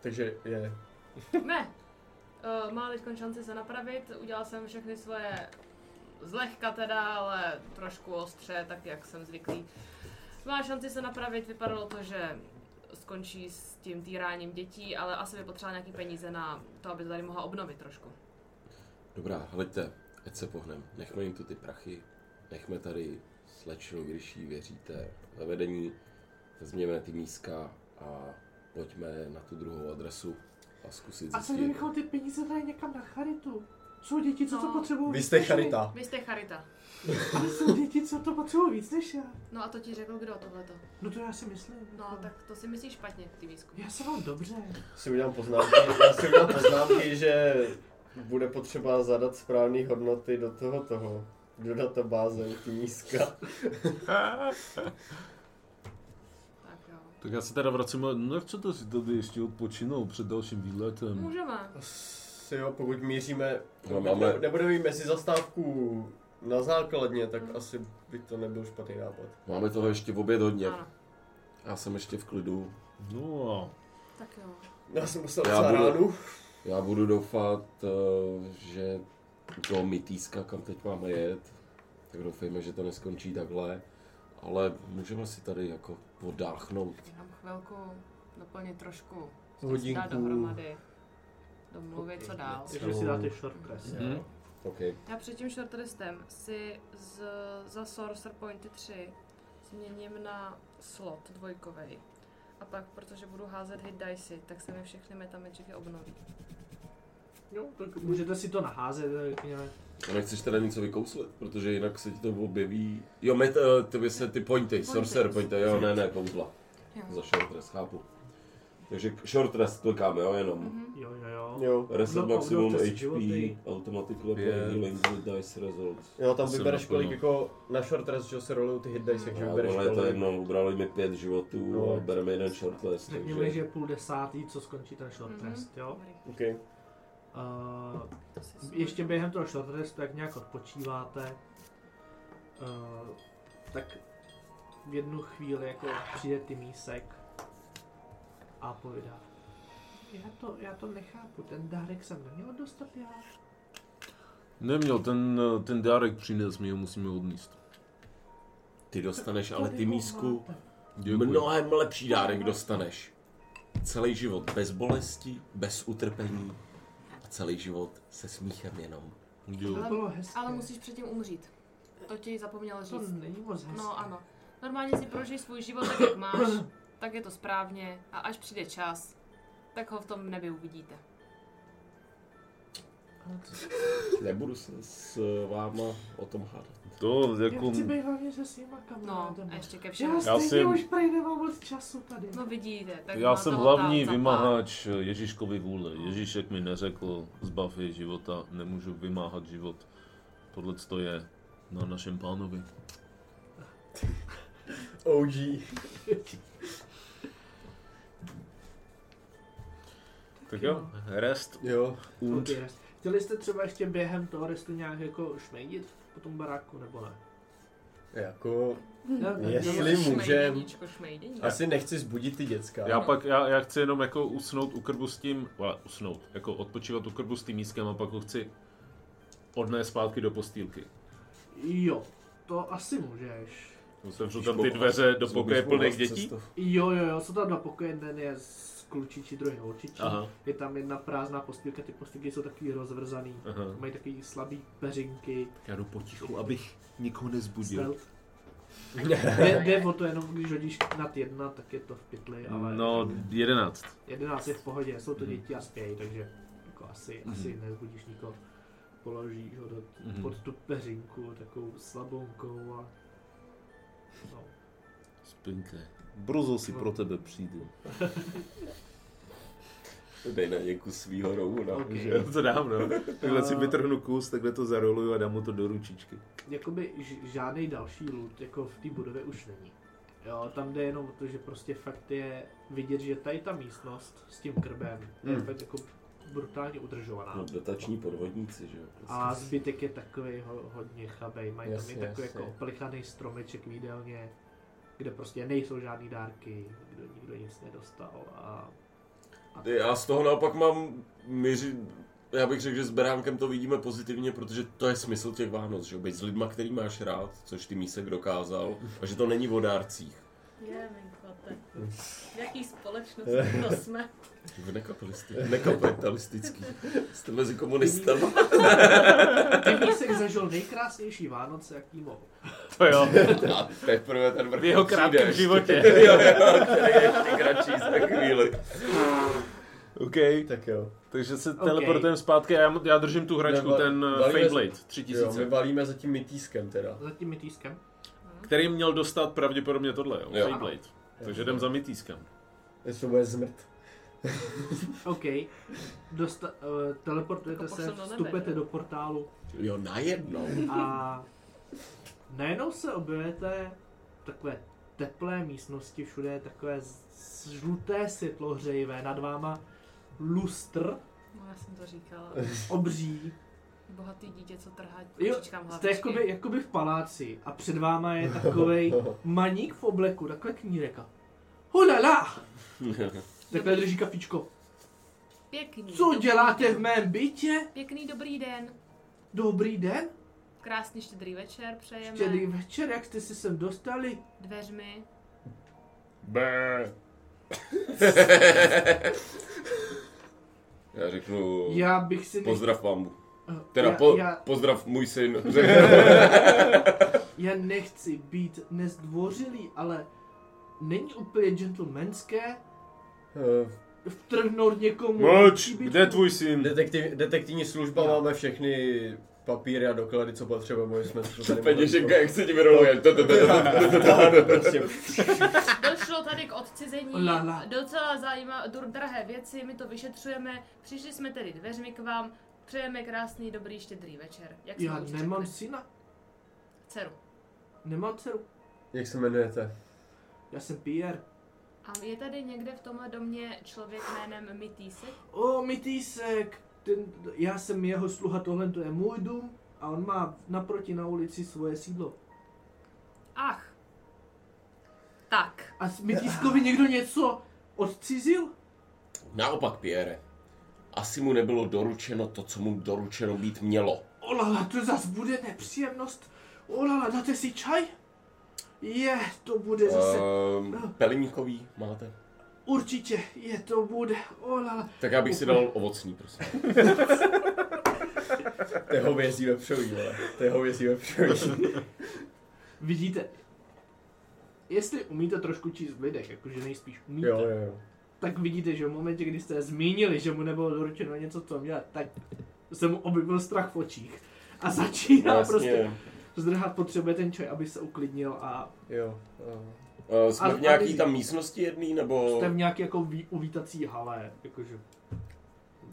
[SPEAKER 5] Takže je.
[SPEAKER 2] Ne. Uh, má teď šanci se napravit, udělal jsem všechny svoje zlehka teda, ale trošku ostře, tak jak jsem zvyklý. Má šanci se napravit, vypadalo to, že skončí s tím týráním dětí, ale asi by potřebovala nějaký peníze na to, aby to tady mohla obnovit trošku.
[SPEAKER 4] Dobrá, hleďte, ať se pohnem. Nechme jim tu ty prachy. Nechme tady slečnu, když jí věříte ve vedení. Vezměme ty míska a pojďme na tu druhou adresu a zkusit
[SPEAKER 1] A co
[SPEAKER 4] zjistit.
[SPEAKER 1] kdybychom ty peníze dali někam na charitu? Jsou děti, co to
[SPEAKER 2] No.
[SPEAKER 1] potřebují
[SPEAKER 5] Vy
[SPEAKER 1] víc
[SPEAKER 5] jste
[SPEAKER 1] než my.
[SPEAKER 5] charita.
[SPEAKER 2] Vy jste Charita.
[SPEAKER 1] Ale jsou děti, co to potřebují víc než já.
[SPEAKER 2] No a to ti řekl kdo tohleto?
[SPEAKER 1] No to já si myslím.
[SPEAKER 2] No, tak to si myslíš špatně, ty výzkum.
[SPEAKER 1] Já se mám dobře.
[SPEAKER 5] Si udělám poznámky, já si udělám poznámky, že bude potřeba zadat správné hodnoty do toho toho, do databáze, ty nízka.
[SPEAKER 2] Tak jo.
[SPEAKER 3] Tak já se teda vracím, no ale nechcete si tady ještě odpočinout před dalším výletem?
[SPEAKER 2] Můžeme.
[SPEAKER 5] Asi jo, pokud míříme,
[SPEAKER 4] No,
[SPEAKER 5] pokud
[SPEAKER 4] máme-
[SPEAKER 5] ne, nebudeme mít mezi zastávku na základně, tak asi by to nebyl špatný nápad.
[SPEAKER 4] Máme toho ještě v oběd hodně.
[SPEAKER 2] Ano.
[SPEAKER 4] Já jsem ještě v klidu.
[SPEAKER 3] No a
[SPEAKER 2] Tak jo.
[SPEAKER 5] Já jsem dostal
[SPEAKER 4] Já
[SPEAKER 5] psa
[SPEAKER 4] budu-
[SPEAKER 5] ránu.
[SPEAKER 4] Já budu doufat, eh, že do mytýska, kam teď máme jet, tak doufejme, že to neskončí takhle. Ale můžeme si tady jako podáchnout.
[SPEAKER 2] Jenom chvilku doplnit trošku.
[SPEAKER 5] Hodinku.
[SPEAKER 2] Dát dohromady. Domluvit, co dál.
[SPEAKER 1] Takže si dáte short rest.
[SPEAKER 3] Mhm.
[SPEAKER 4] OK.
[SPEAKER 2] Já před tím shortlistem si z, za Sorcerer Pointy 3 změním na slot dvojkovej. A pak, protože budu házet hit dicey, tak se mi všechny metamagicy obnoví.
[SPEAKER 1] Jo, tak můžete si to naházet, eh, řekněme.
[SPEAKER 4] A nechceš teda něco vykouslet, protože jinak se ti to objeví... Jo, met, tobě se ty pointy, sorcerer pointy, jo, ne, ne, kouzla.
[SPEAKER 2] Mhm.
[SPEAKER 4] Za short rest, chápu. Takže k- short rest klikáme, jo, jenom.
[SPEAKER 2] Hm.
[SPEAKER 1] Jo, jo, jo.
[SPEAKER 5] Jo.
[SPEAKER 4] Reset
[SPEAKER 1] No,
[SPEAKER 4] maximum
[SPEAKER 1] obnovte si
[SPEAKER 4] HP,
[SPEAKER 1] životy.
[SPEAKER 4] automatically play
[SPEAKER 3] Pět.
[SPEAKER 4] healing with dice results.
[SPEAKER 5] Jo, tam
[SPEAKER 3] Jsem
[SPEAKER 5] vybereš
[SPEAKER 3] naplno.
[SPEAKER 5] kolik jako na short rest, že se rolou ty hit dice, takže
[SPEAKER 4] Já,
[SPEAKER 5] vybereš
[SPEAKER 4] ale je No, to
[SPEAKER 5] kolik.
[SPEAKER 4] jedno, ubrali mi pět životů
[SPEAKER 5] No.
[SPEAKER 4] a bereme jeden shortlist,
[SPEAKER 1] Řekněme, že
[SPEAKER 4] takže...
[SPEAKER 1] je půl desátý, co skončí ten short
[SPEAKER 2] Mhm.
[SPEAKER 1] rest, jo.
[SPEAKER 2] Dobrý,
[SPEAKER 5] Okay.
[SPEAKER 1] Uh,
[SPEAKER 2] to si smažu.
[SPEAKER 1] ještě během toho short restu, jak nějak odpočíváte, uh, tak v jednu chvíli jako přijde ty mísek a povídá. Já to, já to nechápu, ten dárek jsem neměl dostat já.
[SPEAKER 3] neměl, ten, eh, ten dárek přines, my ho musíme odníst.
[SPEAKER 4] Ty dostaneš
[SPEAKER 1] To
[SPEAKER 4] ale
[SPEAKER 1] vy
[SPEAKER 4] ty
[SPEAKER 1] ho
[SPEAKER 4] mísku
[SPEAKER 1] máte.
[SPEAKER 3] Děkuji.
[SPEAKER 4] mnohem lepší dárek dostaneš. Celý život bez bolesti, bez utrpení a celý život se smíchem jenom.
[SPEAKER 1] To
[SPEAKER 3] Děkuji.
[SPEAKER 1] bylo hezké.
[SPEAKER 2] Ale musíš předtím umřít. To ti zapomněl
[SPEAKER 1] To
[SPEAKER 2] říct.
[SPEAKER 1] není moc hezké.
[SPEAKER 2] No ano. Normálně si prožij svůj život tak, jak máš, tak je to správně a až přijde čas, tak ho v tom nebi uvidíte.
[SPEAKER 4] Nebudu se s váma o tom hádat.
[SPEAKER 3] To jako...
[SPEAKER 4] um-
[SPEAKER 1] Já chci být hlavně se svýma
[SPEAKER 2] No,
[SPEAKER 1] kamarádama.
[SPEAKER 2] a ještě ke všemu.
[SPEAKER 1] Já stejně
[SPEAKER 3] jsem-
[SPEAKER 1] už prej nemám moc času tady.
[SPEAKER 2] No vidíte, tak
[SPEAKER 3] Já
[SPEAKER 2] má
[SPEAKER 3] jsem
[SPEAKER 2] toho
[SPEAKER 3] hlavní
[SPEAKER 2] táta pár.
[SPEAKER 3] vymahač Ježíškovi vůle. Ježíšek mi neřekl, zbav jej života, nemůžu vymáhat život. Tohle to je na našem pánovi.
[SPEAKER 5] OG.
[SPEAKER 3] Tak jo, rest
[SPEAKER 5] Jo.
[SPEAKER 3] und...
[SPEAKER 1] Okay. Chtěli jste třeba ještě během toho restu nějak jako šmejdit po tom baráku, nebo ne?
[SPEAKER 5] Jako,
[SPEAKER 1] Ne,
[SPEAKER 5] Jestli
[SPEAKER 1] ne,
[SPEAKER 5] mu- můžem.
[SPEAKER 2] Šmejdeníčko, šmejdeníčko.
[SPEAKER 5] asi nechci zbudit ty děcka.
[SPEAKER 3] Já pak, já, já chci jenom jako usnout u krbu s tím, ale usnout, jako odpočívat u krbu s tím mískem a pak ho chci odnést zpátky do postýlky.
[SPEAKER 1] Jo, to asi můžeš.
[SPEAKER 3] Otevřu tam ty dveře do pokoje plných dětí.
[SPEAKER 1] Jo, jo, jo, co tam na pokoji, jeden je z klučičí, druhý holčičí.
[SPEAKER 3] Aha,
[SPEAKER 1] Je tam jedna prázdná postýlka, ty postýlky jsou takový rozvrzaný.
[SPEAKER 3] aha.
[SPEAKER 1] Mají takový slabý peřinky,
[SPEAKER 3] Já jdu potichu, abych nikoho nezbudil.
[SPEAKER 1] stealth. Jde, jde o to jenom, když hodíš nad jedna, tak je to v pytli, ale
[SPEAKER 3] No, jedenáct.
[SPEAKER 1] 11 je v pohodě, jsou to
[SPEAKER 3] Mhm.
[SPEAKER 1] děti a spějí, takže jako asi,
[SPEAKER 3] Mhm.
[SPEAKER 1] asi nezbudíš nikoho. Položíš ho do,
[SPEAKER 3] Mhm.
[SPEAKER 1] pod tu peřinku, takovou slabonkou a... No.
[SPEAKER 3] Spinke. Brzo si
[SPEAKER 1] pro
[SPEAKER 3] tebe přijdu.
[SPEAKER 4] Dej na něj kus svýho rouna.
[SPEAKER 1] Ok.
[SPEAKER 4] že?
[SPEAKER 3] Já to dám, no. Takhle si vytrhnu kus, takhle to zaroluju a dám mu to do ručičky.
[SPEAKER 1] Jakoby ž- žádný další loot jako v té budově už není. Jo, tam jde jenom o to, že prostě fakt je vidět, že tady ta místnost s tím krbem je
[SPEAKER 5] Mm.
[SPEAKER 1] fakt jako brutálně udržovaná.
[SPEAKER 4] No, dotační podvodníci, že jo. prostě.
[SPEAKER 1] A zbytek je takový ho, hodně chabej, mají
[SPEAKER 5] Jasně,
[SPEAKER 1] tam i takový
[SPEAKER 5] jasně.
[SPEAKER 1] jako oplichaný stromeček v jídelně, kde prostě nejsou žádný dárky, kdo nikdo nic nedostal a... a
[SPEAKER 4] Já z toho naopak mám míři, já bych řekl, že s Beránkem to vidíme pozitivně, protože to je smysl těch Vánoc, že jo? Být s lidma, který máš rád, což ty mísek dokázal, a že to není o dárcích.
[SPEAKER 2] Je, minkote. V jaký společnosti to jsme?
[SPEAKER 4] V nekapitalistický. Nekapitalistický. Jste mezi komunistama.
[SPEAKER 1] Ten mísek zažil nejkrásnější Vánoce, jaký mohl.
[SPEAKER 3] To jo,
[SPEAKER 4] A teprve ten vrchol
[SPEAKER 3] v jeho
[SPEAKER 4] přijde
[SPEAKER 3] krátkém
[SPEAKER 4] ještě.
[SPEAKER 3] životě.
[SPEAKER 4] jo, jo, který je ještě kratší za chvíli.
[SPEAKER 3] OK,
[SPEAKER 5] Tak jo.
[SPEAKER 3] takže se
[SPEAKER 1] OK.
[SPEAKER 3] teleportujeme zpátky a já, mu- já držím tu hračku,
[SPEAKER 5] Neba-
[SPEAKER 3] ten eh,
[SPEAKER 5] balíme-
[SPEAKER 3] Fadeblade
[SPEAKER 5] jo. My
[SPEAKER 3] 3000,
[SPEAKER 5] balíme za tím mytýskem teda.
[SPEAKER 1] Za tím mytýskem.
[SPEAKER 3] který měl dostat pravděpodobně tohle, jo,
[SPEAKER 4] Jo.
[SPEAKER 3] Fadeblade. Takže jdem za mytýskem.
[SPEAKER 5] Jestli to bude zmrt.
[SPEAKER 1] OK. Dosta, uh, teleportujete
[SPEAKER 2] Jako
[SPEAKER 1] se,
[SPEAKER 2] posun na nebe,
[SPEAKER 1] vstupete
[SPEAKER 2] že?
[SPEAKER 1] do portálu
[SPEAKER 4] Jo, najednou.
[SPEAKER 1] a najednou se objevujete v takové teplé místnosti, všude je takové z- žluté světlo hřejivé, nad váma lustr
[SPEAKER 2] No, já jsem to říkala.
[SPEAKER 1] obří,
[SPEAKER 2] Bohatý dítě, co trhá
[SPEAKER 1] Jo,
[SPEAKER 2] kočičkám
[SPEAKER 1] jste jakoby, jakoby v paláci a před váma je takovej maník v obleku, takhle kníreka. Hulala! Takhle drží kafičko.
[SPEAKER 2] Pěkný.
[SPEAKER 1] Co
[SPEAKER 2] dobrý
[SPEAKER 1] děláte v
[SPEAKER 2] den.
[SPEAKER 1] mém bytě?
[SPEAKER 2] Pěkný dobrý den.
[SPEAKER 1] Dobrý den,
[SPEAKER 2] Krásný štědrý večer přejeme.
[SPEAKER 1] štědrý večer, jak jste si sem dostali?
[SPEAKER 2] Dveřmi.
[SPEAKER 3] Bé.
[SPEAKER 4] Já řeknu,
[SPEAKER 1] Já bych si... nech-
[SPEAKER 4] pozdrav pambu.
[SPEAKER 1] Eh,
[SPEAKER 4] Teda
[SPEAKER 1] já,
[SPEAKER 4] po,
[SPEAKER 1] já,
[SPEAKER 4] pozdrav můj syn. Řeknu,
[SPEAKER 1] já nechci být nezdvořilý, ale není úplně gentlemanské
[SPEAKER 5] Eh,
[SPEAKER 1] vtrhnout někomu...
[SPEAKER 3] Mlč,
[SPEAKER 1] chybí-
[SPEAKER 3] kde je tvůj syn?
[SPEAKER 5] Detektiv, detektivní služba
[SPEAKER 1] Jo.
[SPEAKER 5] máme všechny papíry a doklady, co potřebujeme, jsme se tady
[SPEAKER 4] Peněženka, jak se ti vyroluje. To, to, to, to, to, to, to, to, to,
[SPEAKER 5] prostě.
[SPEAKER 2] Došlo tady k odcizení
[SPEAKER 1] Lala.
[SPEAKER 2] docela zajímavé, drahé věci, my to vyšetřujeme. Přišli jsme tedy dveřmi k vám. Přejeme krásný, dobrý, štědrý večer. Jak
[SPEAKER 1] Já
[SPEAKER 2] jsme už
[SPEAKER 1] nemám
[SPEAKER 2] řekli.
[SPEAKER 1] syna,
[SPEAKER 2] dceru.
[SPEAKER 1] nemám dceru.
[SPEAKER 5] Jak se jmenujete?
[SPEAKER 1] Já jsem Pierre.
[SPEAKER 2] A je tady někde v tomhle domě člověk jménem Mytýsek?
[SPEAKER 1] O, Mytýsek, ten, já jsem jeho sluha, tohle to je můj dům a on má naproti na ulici svoje sídlo.
[SPEAKER 2] Ach. Tak.
[SPEAKER 1] A s Mytýskovi někdo něco odcizil?
[SPEAKER 4] Naopak, Pierre, asi mu nebylo doručeno to, co mu doručeno být mělo.
[SPEAKER 1] Olala, to zas bude nepříjemnost. Olala, dáte si čaj? Je, to bude zase,
[SPEAKER 3] Eh,
[SPEAKER 4] Ehm, peliníkový máte?
[SPEAKER 1] určitě, je, to bude, olala.
[SPEAKER 4] Tak já bych si dal ovocný, prosím.
[SPEAKER 5] To je hovězí vepřový, ale. To je hovězí vepřový.
[SPEAKER 1] Vidíte, jestli umíte trošku číst v lidech, jakože nejspíš umíte,
[SPEAKER 5] Jo, jo, jo.
[SPEAKER 1] tak vidíte, že v momentě, kdy jste zmínili, že mu nebylo doručeno něco, co měl, tak se mu objevil strach v očích. A začíná
[SPEAKER 4] No,
[SPEAKER 1] prostě, zdrhat potřebuje ten čaj, aby se uklidnil a
[SPEAKER 5] Jo. jo.
[SPEAKER 4] Eh, Jsme
[SPEAKER 1] A-
[SPEAKER 4] v
[SPEAKER 1] a
[SPEAKER 4] nějaký
[SPEAKER 1] lidi.
[SPEAKER 4] tam místnosti jedný, nebo
[SPEAKER 1] jste v nějaký jako ví, uvítací hale, jakože.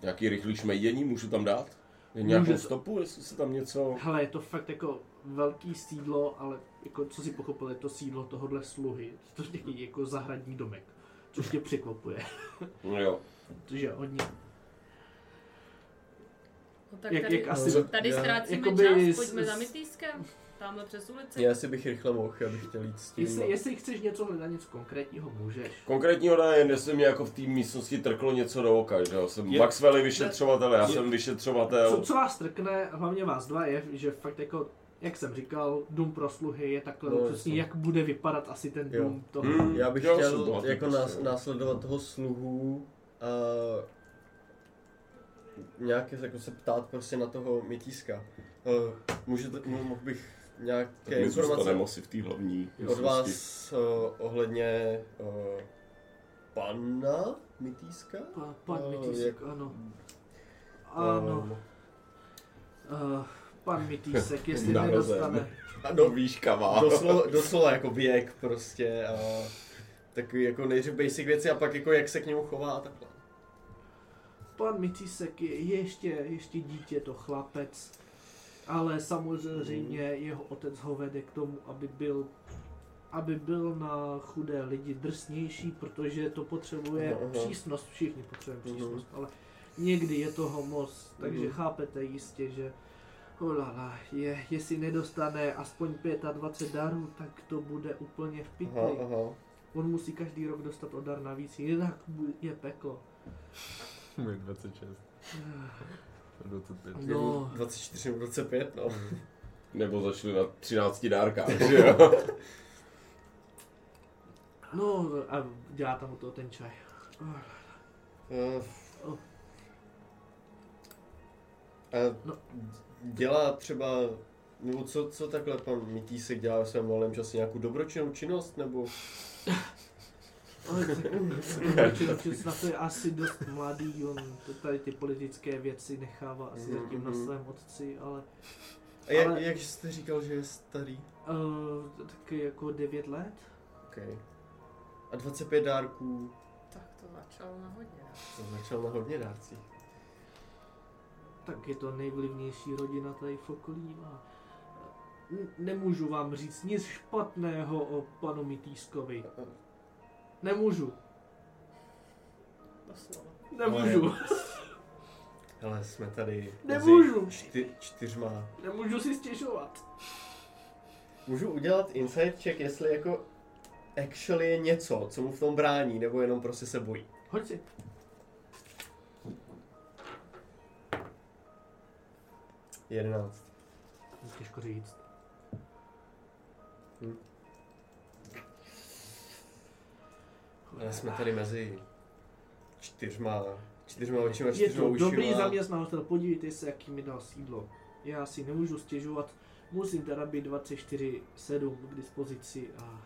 [SPEAKER 4] nějaký rychlý šmejdění můžu tam dát? Je nějakou
[SPEAKER 1] Můžete.
[SPEAKER 4] stopu, jestli se tam něco...
[SPEAKER 1] Hele, je to fakt jako velký sídlo, ale jako co si pochopil, je to sídlo tohohle sluhy. To je nějaký jako zahradní domek, což tě překvapuje,
[SPEAKER 4] No jo.
[SPEAKER 1] protože hodně.
[SPEAKER 2] No tak
[SPEAKER 1] Jak-
[SPEAKER 2] tady,
[SPEAKER 1] jak asi-
[SPEAKER 2] tady
[SPEAKER 5] Já-
[SPEAKER 2] ztrácíme
[SPEAKER 1] jakoby
[SPEAKER 2] čas,
[SPEAKER 1] s-
[SPEAKER 2] pojďme za
[SPEAKER 1] s-
[SPEAKER 2] mytýskem, tamhle přes ulici.
[SPEAKER 5] Já si bych rychle mohl, já bych chtěl jít s tím.
[SPEAKER 1] Jestli, jestli chceš něco hledat, něco konkrétního, můžeš.
[SPEAKER 4] Konkrétního ne, jen jestli mě jako v té místnosti trklo něco do oka, že jo. Jsem
[SPEAKER 3] Je-
[SPEAKER 4] Maxwell je vyšetřovatel, já
[SPEAKER 3] Je-
[SPEAKER 4] jsem
[SPEAKER 1] Co,
[SPEAKER 4] vyšetřovatel.
[SPEAKER 1] co vás trkne, hlavně vás dva, je, že fakt jako, jak jsem říkal, dům pro sluhy je takhle
[SPEAKER 5] No,
[SPEAKER 1] no, přesně,
[SPEAKER 5] jasně.
[SPEAKER 1] jak bude vypadat asi ten
[SPEAKER 5] Jo.
[SPEAKER 1] dům toho.
[SPEAKER 4] Hmm.
[SPEAKER 5] Já bych
[SPEAKER 4] Jo, jsem
[SPEAKER 5] chtěl
[SPEAKER 4] bohatý
[SPEAKER 5] jako
[SPEAKER 4] prostě,
[SPEAKER 5] nás,
[SPEAKER 4] jo.
[SPEAKER 5] následovat toho sluhu a nějak jako se ptát prostě na toho mytíska. Uh, můžete, mo- mohl bych
[SPEAKER 4] Tak
[SPEAKER 5] nějaké
[SPEAKER 4] my
[SPEAKER 5] informace
[SPEAKER 4] zůstaneme asi v té hlavní
[SPEAKER 5] od
[SPEAKER 4] místnosti.
[SPEAKER 5] vás uh, ohledně uh, pana mytíska?
[SPEAKER 1] Pa- Pan
[SPEAKER 5] No,
[SPEAKER 1] Mytýsek,
[SPEAKER 5] jak-
[SPEAKER 1] ano. Ano,
[SPEAKER 5] Ehm,
[SPEAKER 1] uh, pan Mytýsek, jestli
[SPEAKER 4] Narozen.
[SPEAKER 1] nedostane.
[SPEAKER 4] Ano, výškavá.
[SPEAKER 5] doslova, Eh, doslova jako věk prostě a takový jako nejdřív basic věci a pak jako jak se k němu chová a takhle.
[SPEAKER 1] Pan Mytýsek je ještě, ještě dítě, to chlapec. Ale samozřejmě
[SPEAKER 5] Hmm.
[SPEAKER 1] jeho otec ho vede k tomu, aby byl aby byl na chudé lidi drsnější, protože to potřebuje
[SPEAKER 5] Aha, aha.
[SPEAKER 1] přísnost, všichni potřebujeme
[SPEAKER 5] Mhm.
[SPEAKER 1] přísnost, ale někdy je toho moc, takže
[SPEAKER 5] Mhm.
[SPEAKER 1] chápete jistě, že olala, je, jestli nedostane aspoň 25 darů, tak to bude úplně v pytli.
[SPEAKER 5] Aha, aha.
[SPEAKER 1] On musí každý rok dostat o dar navíc, jinak bu- je peklo.
[SPEAKER 3] Můj 26. 25.
[SPEAKER 1] No,
[SPEAKER 5] 24 nebo 25, no.
[SPEAKER 4] Nebo začali na 13 dárkách, že jo.
[SPEAKER 1] No a dělá tam u toho ten čaj.
[SPEAKER 5] Eh,
[SPEAKER 1] Oh.
[SPEAKER 5] A
[SPEAKER 1] No.
[SPEAKER 5] eh, dělá třeba, nebo co, co takhle pan Mytísek dělá ve svém volném čase, nějakou dobročinnou činnost, nebo
[SPEAKER 1] Ale Činočil snad to je asi dost mladý, on to tady ty politické věci nechává asi
[SPEAKER 5] Mhm,
[SPEAKER 1] zatím na
[SPEAKER 5] mhm.
[SPEAKER 1] svém otci, ale
[SPEAKER 5] a jak,
[SPEAKER 1] Ale-
[SPEAKER 5] jak jste říkal, že je starý?
[SPEAKER 1] uh, tak jako 9 let.
[SPEAKER 5] Okay. A 25 dárků,
[SPEAKER 2] Tak to začalo na hodně. ne?
[SPEAKER 5] to začal na hodně dárcích.
[SPEAKER 1] Tak je to nejvlivnější rodina tady v okolí a n- nemůžu vám říct nic špatného o panu Mitýskovi. Nemůžu,
[SPEAKER 2] Doslova.
[SPEAKER 1] nemůžu,
[SPEAKER 5] Hele, jsme tady
[SPEAKER 1] Nemůžu.
[SPEAKER 5] mezi čty, čtyřma.
[SPEAKER 1] nemůžu si stěžovat.
[SPEAKER 5] Můžu udělat insight check, jestli jako actually je něco, co mu v tom brání, nebo jenom prostě se bojí.
[SPEAKER 1] Hoď si.
[SPEAKER 5] Jedenáct.
[SPEAKER 1] Těžko říct.
[SPEAKER 5] Hm. Ale jsme tady mezi čtyřma, čtyřma očima,
[SPEAKER 1] Je
[SPEAKER 5] čtyřma
[SPEAKER 1] to
[SPEAKER 5] ušima.
[SPEAKER 1] dobrý zaměstnavatel, podívejte se, jaký mi dal sídlo. Já si nemůžu stěžovat, musím teda být 24-7 k dispozici a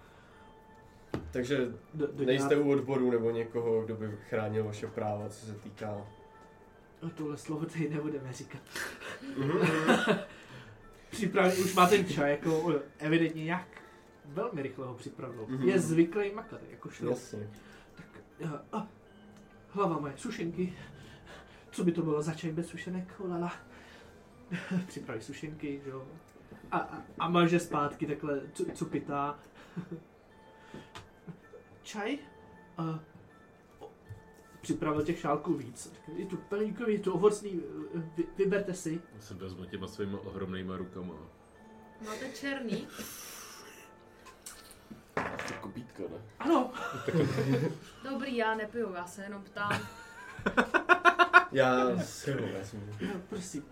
[SPEAKER 5] Takže
[SPEAKER 1] do, do
[SPEAKER 5] nejste u odboru nebo někoho, kdo by chránil vaše práva, co se týká.
[SPEAKER 1] no, tohle slovo tady nebudeme říkat.
[SPEAKER 5] Mhm.
[SPEAKER 1] Připravit, už má ten čaj, jako o, evidentně jak velmi rychle ho připravil.
[SPEAKER 5] Mhm.
[SPEAKER 1] Je zvyklý makat, jako šlo.
[SPEAKER 5] Jasně.
[SPEAKER 1] Tak, a, a, hlava moje, sušenky. Co by to bylo za čaj bez sušenek? Olala. Připraví sušenky, že jo. A, a, a maže zpátky takhle, co, co pitá. Čaj? A, o- připravil těch šálků víc. Je tu pelínkový, je tu ovocný, vy, vyberte si.
[SPEAKER 3] Já se vezmu těma svýma ohromnýma rukama.
[SPEAKER 2] Máte černý?
[SPEAKER 4] To kopítka, ne?
[SPEAKER 1] Ano,
[SPEAKER 2] Dobrý, já nepiju, já se jenom ptám.
[SPEAKER 5] Já si ho vezmu.
[SPEAKER 1] no, prosím.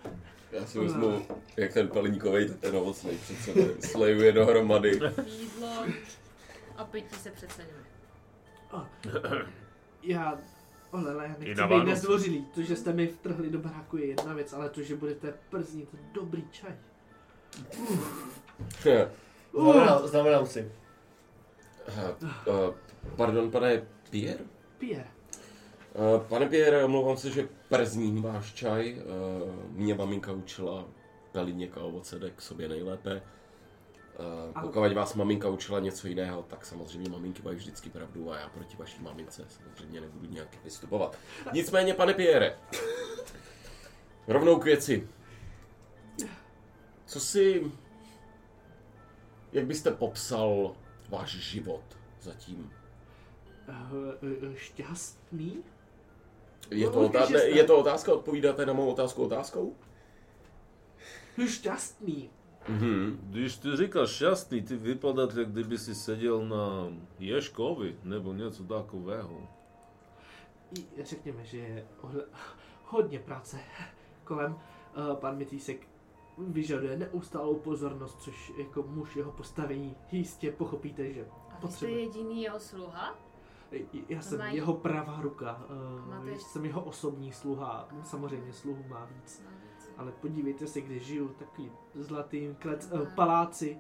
[SPEAKER 4] Já si vezmu,
[SPEAKER 1] Hmm.
[SPEAKER 4] jak ten peleníkovej, tak ten ovocnej před sebe. Slejuje dohromady.
[SPEAKER 2] Jídlo a pití se přeceňuje.
[SPEAKER 1] Já, olele, já nechci
[SPEAKER 3] na
[SPEAKER 1] být
[SPEAKER 3] Vánoce.
[SPEAKER 1] nezdvořilý. To, že jste mi vtrhli do baráku je jedna věc, ale to, že budete prznit dobrý čaj. Uh.
[SPEAKER 5] Znamenám, znamenám si.
[SPEAKER 4] Aha, Eh, eh, Pardon, pane Pierre?
[SPEAKER 1] Pierre.
[SPEAKER 4] Eh, Pane Pierre, omlouvám se, že przním váš čaj. Eh, Mě maminka učila peliněk a ovoce jde k sobě nejlépe. Eh, Pokud vás maminka učila něco jiného, tak samozřejmě maminky mají vždycky pravdu a já proti vaší mamince samozřejmě nebudu nějak vystupovat. Nicméně, pane Pierre, rovnou k věci. Co si... Jak byste popsal váš život zatím?
[SPEAKER 1] Eh, eh, Šťastný?
[SPEAKER 4] Je to,
[SPEAKER 1] No,
[SPEAKER 4] otá-
[SPEAKER 1] určitě
[SPEAKER 4] ne,
[SPEAKER 1] ne.
[SPEAKER 4] je to otázka? Odpovídáte na mou otázku otázkou?
[SPEAKER 1] Šťastný.
[SPEAKER 4] Mhm.
[SPEAKER 3] Když ty říkáš šťastný, ty vypadáš, jak kdyby si seděl na Ješkovi, nebo něco takového.
[SPEAKER 1] I- Řekněme, že je ohle- hodně práce kolem. Eh, Pan Mitýsek vyžaduje neustálou pozornost, což jako muž jeho postavení jistě pochopíte, že
[SPEAKER 2] A vy jste
[SPEAKER 1] potřebuje.
[SPEAKER 2] jediný jeho sluha?
[SPEAKER 1] Já jsem
[SPEAKER 2] Mají-
[SPEAKER 1] jeho pravá ruka, eh,
[SPEAKER 2] Máte-
[SPEAKER 1] jsem jeho osobní sluha, samozřejmě sluhu má víc. Ale podívejte se, kde žiju, takový zlatý klec, eh, paláci.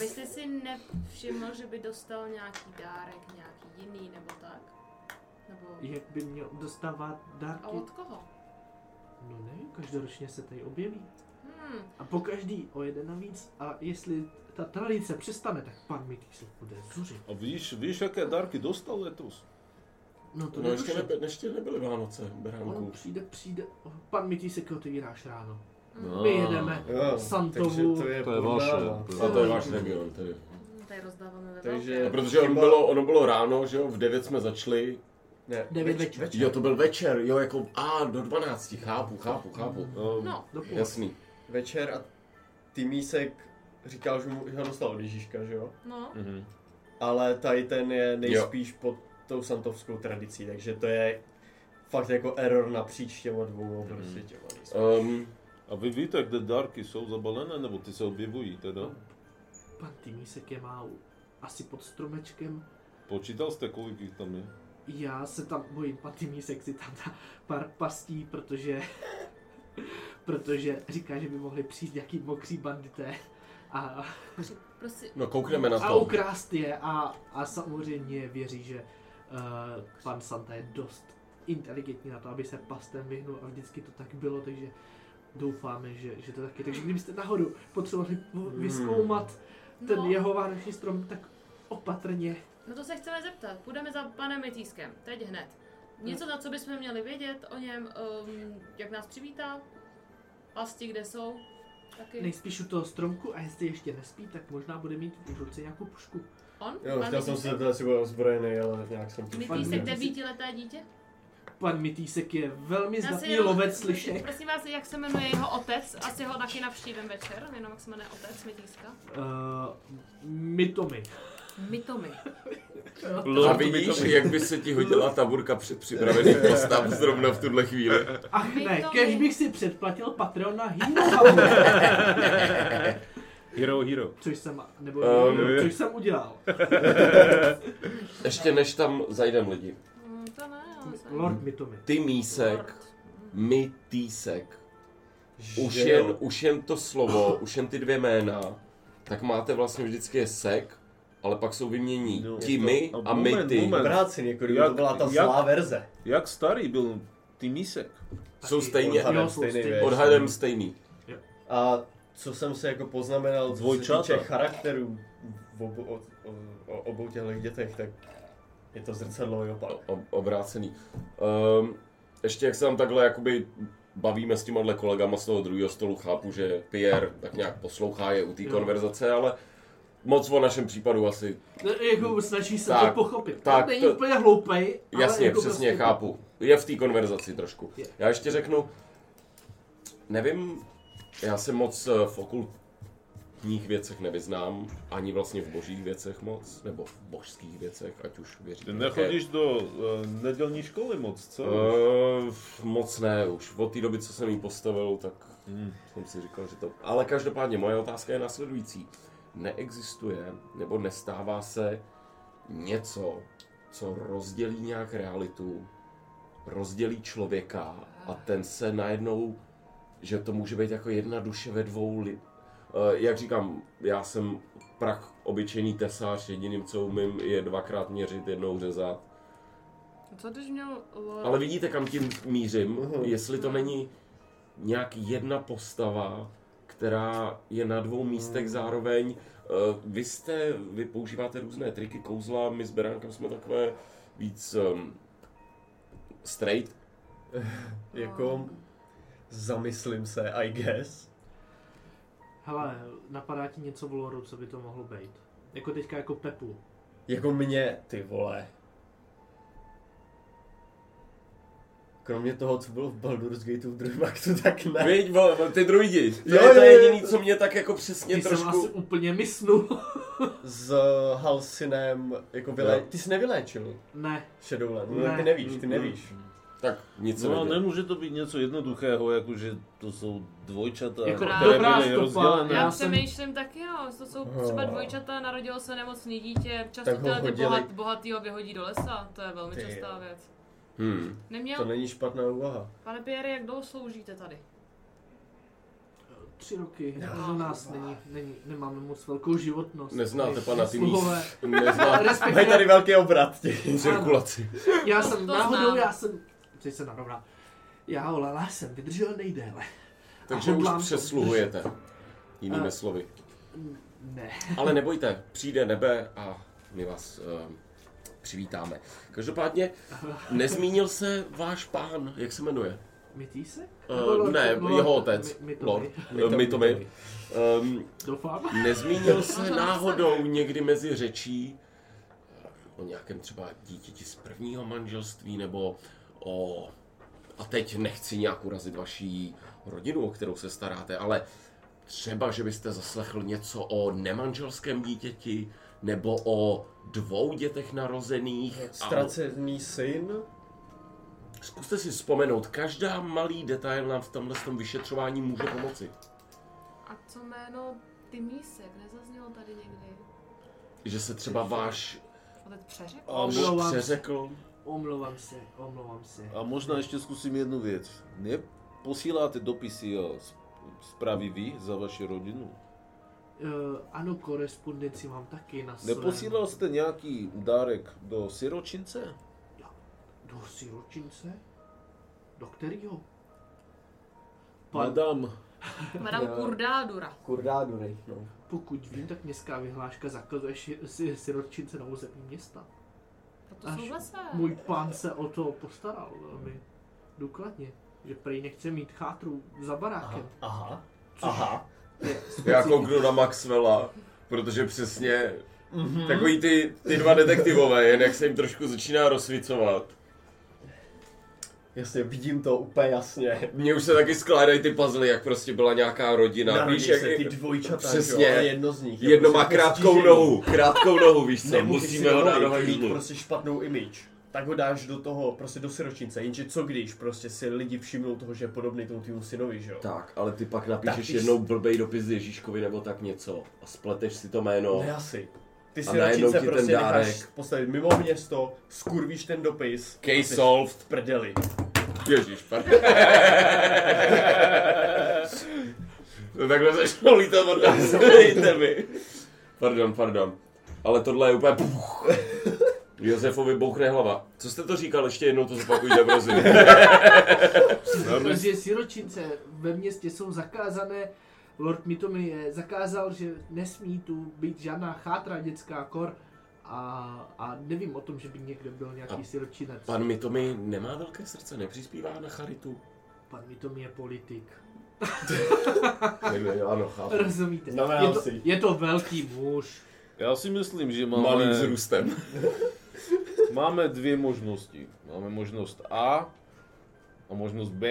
[SPEAKER 2] Vy jste si nevšiml, že by dostal nějaký dárek, nějaký jiný nebo tak? Nebo...
[SPEAKER 1] Jak by měl dostávat
[SPEAKER 2] A
[SPEAKER 1] dárky?
[SPEAKER 2] od koho?
[SPEAKER 1] No nevím, každoročně se tady objeví.
[SPEAKER 2] Hmm,
[SPEAKER 1] A po každý o jeden navíc. A jestli ta tradice přestane, tak pan Mitý se bude zuřit.
[SPEAKER 3] A víš, víš, jaké dárky dostal letos?
[SPEAKER 1] No to
[SPEAKER 4] No, ještě,
[SPEAKER 1] netuším.
[SPEAKER 4] neby, ještě nebyly Vánoce,
[SPEAKER 1] On
[SPEAKER 4] Beránku.
[SPEAKER 1] přijde, přijde, pan Mitý se otevíráš ráno.
[SPEAKER 2] hmm,
[SPEAKER 3] No,
[SPEAKER 1] My jedeme.
[SPEAKER 5] Jo,
[SPEAKER 1] Santovu.
[SPEAKER 5] takže to je,
[SPEAKER 3] To je
[SPEAKER 5] pod
[SPEAKER 3] vaše.
[SPEAKER 5] náma.
[SPEAKER 4] A No, to je váš region tedy.
[SPEAKER 2] hmm, tady rozdáváme ve
[SPEAKER 5] Takže-
[SPEAKER 2] velkém.
[SPEAKER 4] No, protože ono bylo, ono bylo ráno, že jo, v 9 jsme začali.
[SPEAKER 5] Ne,
[SPEAKER 1] Devět
[SPEAKER 5] več-
[SPEAKER 1] večer.
[SPEAKER 4] Jo, to byl večer, jo, jako, a, do 12, chápu, chápu, chápu.
[SPEAKER 3] Um,
[SPEAKER 2] No,
[SPEAKER 1] Do půl.
[SPEAKER 4] Jasný.
[SPEAKER 5] večer a Týmísek říkal, že mu že ho dostal od Ježíška, že jo?
[SPEAKER 2] no.
[SPEAKER 3] mhm.
[SPEAKER 5] Ale tady ten je nejspíš pod tou santovskou tradicí, takže to je fakt jako error na těma dvou, prostě
[SPEAKER 3] Mhm.
[SPEAKER 5] těma nejspíš.
[SPEAKER 4] Um,
[SPEAKER 3] A vy víte, kde dárky jsou zabalené, nebo ty se objevují teda?
[SPEAKER 1] Pan Týmísek je má u- asi pod stromečkem.
[SPEAKER 3] Počítal jste, kolik jich tam je?
[SPEAKER 1] Já se tam bojím, pan Týmísek si tam dá pár pastí, protože... protože říká, že by mohli přijít nějaký mokrý bandité. A
[SPEAKER 2] Prostě
[SPEAKER 4] no, koukneme na
[SPEAKER 1] A
[SPEAKER 4] to.
[SPEAKER 1] ukrást je a, a samozřejmě věří, že uh, pan Santa je dost inteligentní na to, aby se pastem vyhnul a vždycky to tak bylo, takže doufáme, že, že to tak je. Takže kdybyste náhodou potřebovali po- vyzkoumat ten
[SPEAKER 2] No.
[SPEAKER 1] jeho vánoční strom, tak opatrně.
[SPEAKER 2] No to se chceme zeptat. Půjdeme za panem Metískem. Teď hned.
[SPEAKER 1] Hmm.
[SPEAKER 2] Něco, na co bychom měli vědět o něm, um, jak nás přivítá, pasti, kde jsou, taky.
[SPEAKER 1] Nejspíš u toho stromku a jestli ještě nespí, tak možná bude mít v ruce nějakou pušku.
[SPEAKER 2] On?
[SPEAKER 5] Jo, chtěl jsem se zeptat, jestli bude ozbrojený, ale nějak jsem to...
[SPEAKER 1] Pan
[SPEAKER 2] Mytýsek,
[SPEAKER 1] Mitýsek.
[SPEAKER 2] devítileté dítě?
[SPEAKER 1] Pan Mitýsek je velmi
[SPEAKER 2] Já si
[SPEAKER 1] zdatný
[SPEAKER 2] jenom-
[SPEAKER 1] lovec slyšek.
[SPEAKER 2] Prosím vás, jak se jmenuje jeho otec? Asi ho taky navštívím večer, jenom jak se jmenuje otec Mytýska.
[SPEAKER 1] Uh, Mitomy.
[SPEAKER 2] Mitomy.
[SPEAKER 4] A No, vidíš, jak by se ti hodila ta burka před připravených postav zrovna v tuhle chvíli.
[SPEAKER 1] Ach ne,
[SPEAKER 2] Mitomy.
[SPEAKER 1] kež bych si předplatil Patreona Hero Hub.
[SPEAKER 3] Hero, hero.
[SPEAKER 1] Což jsem, nebo
[SPEAKER 4] Ehm,
[SPEAKER 1] um, což jsem udělal.
[SPEAKER 4] Ještě než tam zajdem lidi.
[SPEAKER 2] Mm, to ne, ale se-
[SPEAKER 1] Lord Mitomy.
[SPEAKER 4] Ty mísek,
[SPEAKER 2] Lord.
[SPEAKER 4] my týsek. Už
[SPEAKER 5] Že
[SPEAKER 4] jen,
[SPEAKER 5] jo.
[SPEAKER 4] už jen to slovo, už jen ty dvě jména, tak máte vlastně vždycky je sek, ale pak jsou vymění
[SPEAKER 3] No.
[SPEAKER 4] ti
[SPEAKER 3] Je to-
[SPEAKER 4] my
[SPEAKER 3] a
[SPEAKER 4] a my
[SPEAKER 3] moment,
[SPEAKER 4] ty.
[SPEAKER 3] moment.
[SPEAKER 5] Bráci, jako kdyby
[SPEAKER 3] Jak-
[SPEAKER 5] to byla ta
[SPEAKER 3] jak-
[SPEAKER 5] zlá verze.
[SPEAKER 3] Jak starý byl Týmísek?
[SPEAKER 4] Jsou stejně
[SPEAKER 5] Odhadem
[SPEAKER 1] Jo, jsou
[SPEAKER 5] stejný
[SPEAKER 1] stejný.
[SPEAKER 5] věk.
[SPEAKER 4] odhadem stejný.
[SPEAKER 5] A co jsem se jako poznamenal, co se
[SPEAKER 3] Dvojčata.
[SPEAKER 5] týče charakterů v obou, o, o, obou těchto dětech, tak je to zrcadlo i opak.
[SPEAKER 4] O, obrácený. Um, ještě jak se tam takhle jakoby bavíme s těma kolegama z toho druhého stolu, chápu, že Pierre tak nějak poslouchá je u té
[SPEAKER 1] Jo.
[SPEAKER 4] konverzace, ale moc o našem případu asi.
[SPEAKER 1] No, jako snaží se
[SPEAKER 4] Tak,
[SPEAKER 1] to pochopit.
[SPEAKER 4] tak,
[SPEAKER 1] Tak, Není
[SPEAKER 4] to-
[SPEAKER 1] úplně hloupej, ale
[SPEAKER 4] Jasně,
[SPEAKER 1] jako
[SPEAKER 4] přesně,
[SPEAKER 1] prostě-
[SPEAKER 4] chápu. Je v té konverzaci trošku.
[SPEAKER 1] Je.
[SPEAKER 4] Já ještě řeknu, nevím, já se moc eh, v okultních věcech nevyznám, ani vlastně v božích věcech moc, nebo v božských věcech, ať už věříte.
[SPEAKER 3] Ty
[SPEAKER 4] jaké-
[SPEAKER 3] nechodíš do uh, nedělní školy moc, co?
[SPEAKER 6] Eh,
[SPEAKER 4] Uh, moc ne, už od té doby, co jsem jí postavil, tak hmm. jsem si říkal, že to... Ale každopádně moje otázka je následující. Neexistuje nebo nestává se něco, co rozdělí nějak realitu, rozdělí člověka a ten se najednou, že to může být jako jedna duše ve dvou li... Eh, Jak říkám, já jsem prach obyčejný tesář, jediným, co umím, je dvakrát měřit, jednou řezat.
[SPEAKER 2] Co když měl Lord...
[SPEAKER 4] Ale vidíte, kam tím mířím, jestli to není nějak jedna postava, která je na dvou místech zároveň. Eh, Vy jste, vy používáte různé triky, kouzla, my s Beránkem jsme takové víc um, straight.
[SPEAKER 5] Jako, zamyslím se, I guess.
[SPEAKER 1] Hele, napadá ti něco v lore, co by to mohlo být? Jako teďka jako Pepu.
[SPEAKER 5] Jako mě, ty vole. Kromě toho, co bylo v Baldur's Gateu v druhém aktu, tak ne.
[SPEAKER 4] Viď, vole, vole, ty druhý To
[SPEAKER 5] Jo,
[SPEAKER 4] jo, je to
[SPEAKER 5] jo, jo.
[SPEAKER 4] jediný, co mě tak jako přesně
[SPEAKER 1] Ty jsem
[SPEAKER 4] trošku...
[SPEAKER 1] asi úplně mysnul.
[SPEAKER 5] S Halsinem, jako vyle...
[SPEAKER 4] Jo.
[SPEAKER 5] Ty jsi nevyléčil
[SPEAKER 1] ne,
[SPEAKER 5] Shadowland,
[SPEAKER 1] Ne.
[SPEAKER 5] no, ty nevíš, ty nevíš.
[SPEAKER 4] Tak nic se
[SPEAKER 6] No a
[SPEAKER 4] neděje.
[SPEAKER 6] nemůže to být něco jednoduchého, jako že to jsou dvojčata,
[SPEAKER 1] Jako
[SPEAKER 6] které
[SPEAKER 1] dobrá
[SPEAKER 6] byly
[SPEAKER 1] stopa.
[SPEAKER 6] rozdělené.
[SPEAKER 1] Já
[SPEAKER 2] Já
[SPEAKER 1] jsem-
[SPEAKER 2] přemýšlím taky, no, to jsou třeba dvojčata, narodilo se nemocný dítě, často
[SPEAKER 5] Tak ho
[SPEAKER 2] tyhle ty
[SPEAKER 5] hodili-
[SPEAKER 2] bohat, bohatýho vyhodí do lesa, to je velmi
[SPEAKER 5] Ty
[SPEAKER 2] častá
[SPEAKER 5] jo.
[SPEAKER 2] věc.
[SPEAKER 4] Hmm.
[SPEAKER 5] To
[SPEAKER 2] Neměl,
[SPEAKER 5] není špatná úvaha.
[SPEAKER 2] pane Pierre, jak dlouho sloužíte tady?
[SPEAKER 1] tři roky. U nás není, není, nemáme moc velkou životnost.
[SPEAKER 4] Neznáte
[SPEAKER 1] My
[SPEAKER 4] pana Timí.
[SPEAKER 1] sluhové.
[SPEAKER 4] Neznáte
[SPEAKER 5] Mají
[SPEAKER 1] Respektive,
[SPEAKER 5] tady velký obrat, ty.
[SPEAKER 4] cirkulaci.
[SPEAKER 1] já
[SPEAKER 2] To-
[SPEAKER 1] jsem
[SPEAKER 2] to
[SPEAKER 1] náhodou,
[SPEAKER 2] znám.
[SPEAKER 1] já jsem... Teď se narovná. Já o Lala jsem vydržel nejdéle.
[SPEAKER 4] Takže už
[SPEAKER 1] hodlám to
[SPEAKER 4] přesluhujete. Jinými
[SPEAKER 1] A-
[SPEAKER 4] slovy.
[SPEAKER 1] Ne.
[SPEAKER 4] Ale nebojte, přijde nebe a my vás ehm, přivítáme. Každopádně, nezmínil se váš pán, jak se jmenuje?
[SPEAKER 1] Mytýsek?
[SPEAKER 4] Eh,
[SPEAKER 1] Nebo Lord-
[SPEAKER 4] ne,
[SPEAKER 1] Lord-
[SPEAKER 4] jeho otec,
[SPEAKER 1] My- my to
[SPEAKER 4] Lord,
[SPEAKER 1] my.
[SPEAKER 4] eh, my to my. Ehm,
[SPEAKER 1] Doufám.
[SPEAKER 4] nezmínil se náhodou někdy mezi řečí eh, o nějakém třeba dítěti z prvního manželství, nebo o... A teď nechci nějak urazit vaší rodinu, o kterou se staráte, ale třeba, že byste zaslechl něco o nemanželském dítěti, nebo o dvou dětech narozených. a-
[SPEAKER 5] Ztracený syn?
[SPEAKER 4] Zkuste si vzpomenout, každá malý detail nám v tomhle tom vyšetřování může pomoci.
[SPEAKER 2] A co jméno Tymísek, nezaznělo tady někdy?
[SPEAKER 4] Že se třeba váš
[SPEAKER 2] Otec přeřekl?
[SPEAKER 4] muž
[SPEAKER 1] Omlouvám se.
[SPEAKER 4] přeřekl.
[SPEAKER 1] Omlouvám se, omlouvám se.
[SPEAKER 6] A možná ještě zkusím jednu věc. Neposíláte dopisy a z- zprávy vy za vaši rodinu?
[SPEAKER 1] Uh, ano, korespondenci mám taky na svém.
[SPEAKER 6] Neposílal jste nějaký dárek do siročince?
[SPEAKER 1] Do siročince? Do kterýho? Pan,
[SPEAKER 6] Madam,
[SPEAKER 2] Madame
[SPEAKER 5] Jo.
[SPEAKER 2] Kurdádura.
[SPEAKER 5] Kurdádury, no.
[SPEAKER 1] pokud vím, tak městská vyhláška zakazuje si, si, siročince na území města.
[SPEAKER 2] Proto
[SPEAKER 1] Až
[SPEAKER 2] jsou v lese.
[SPEAKER 1] Můj pán se o to postaral velmi důkladně. Že prý nechce mít chátru za barákem.
[SPEAKER 5] Aha. Aha.
[SPEAKER 4] Já kouknu na Maxwella, protože přesně
[SPEAKER 5] Mhm.
[SPEAKER 4] mm-hmm. takový ty, ty dva detektivové, jen jak se jim trošku začíná rozsvicovat.
[SPEAKER 5] Jasně, vidím to úplně jasně.
[SPEAKER 4] Mně už se taky skládají ty puzzle, jak prostě byla nějaká rodina.
[SPEAKER 5] Narodí
[SPEAKER 4] No, víš, jak
[SPEAKER 5] se ty dvojčata,
[SPEAKER 4] Přesně.
[SPEAKER 5] jo, ale jedno z nich. je
[SPEAKER 4] jedno má
[SPEAKER 5] prostě
[SPEAKER 4] krátkou
[SPEAKER 5] postižený.
[SPEAKER 4] nohu, krátkou nohu, víš co,
[SPEAKER 5] Nemůžeš si
[SPEAKER 4] musíme ho dát
[SPEAKER 5] dovolit
[SPEAKER 4] do
[SPEAKER 5] mít
[SPEAKER 4] hajzlu.
[SPEAKER 5] prostě špatnou image. Tak ho dáš do toho, prostě do siročince, jenže co když prostě si lidi všimnou toho, že je podobný tomu týmu synovi, že jo?
[SPEAKER 4] Tak, ale ty pak
[SPEAKER 5] Tak
[SPEAKER 4] napíšeš
[SPEAKER 5] ty-
[SPEAKER 4] jednou blbej dopis Ježíškovi nebo tak něco a spleteš si to jméno.
[SPEAKER 5] Ne asi. Ty
[SPEAKER 4] A najednou
[SPEAKER 5] siročince
[SPEAKER 4] ti ten
[SPEAKER 5] prostě
[SPEAKER 4] dárek.
[SPEAKER 5] necháš postavit mimo město, skurvíš ten dopis. a
[SPEAKER 4] Case
[SPEAKER 5] jsi
[SPEAKER 4] solved.
[SPEAKER 5] V prdeli.
[SPEAKER 4] Ježíš, pardon. No takhle začnou lítat od nás, dejte mi. Pardon, pardon. Ale tohle je úplně puch. Josefovi bouchne hlava. Co jste to říkal? Ještě jednou to zopakujte, prosím.
[SPEAKER 1] Takže siročince ve městě jsou zakázané. Lord Mitomi je zakázal, že nesmí tu být žádná chátra dětská kor. A, a nevím o tom, že by někde byl nějaký
[SPEAKER 4] A
[SPEAKER 1] siročinec.
[SPEAKER 4] Pan Mitomi nemá velké srdce, nepřispívá na charitu.
[SPEAKER 1] Pan Mitomi je politik.
[SPEAKER 4] Nevím, ano, chápu.
[SPEAKER 1] Rozumíte?
[SPEAKER 5] Znamenal
[SPEAKER 1] Je to,
[SPEAKER 5] si.
[SPEAKER 1] je to velký muž.
[SPEAKER 6] já si myslím, že
[SPEAKER 4] Malým
[SPEAKER 6] máme,
[SPEAKER 4] vzrůstem.
[SPEAKER 6] máme dvě možnosti. Máme možnost A a možnost B.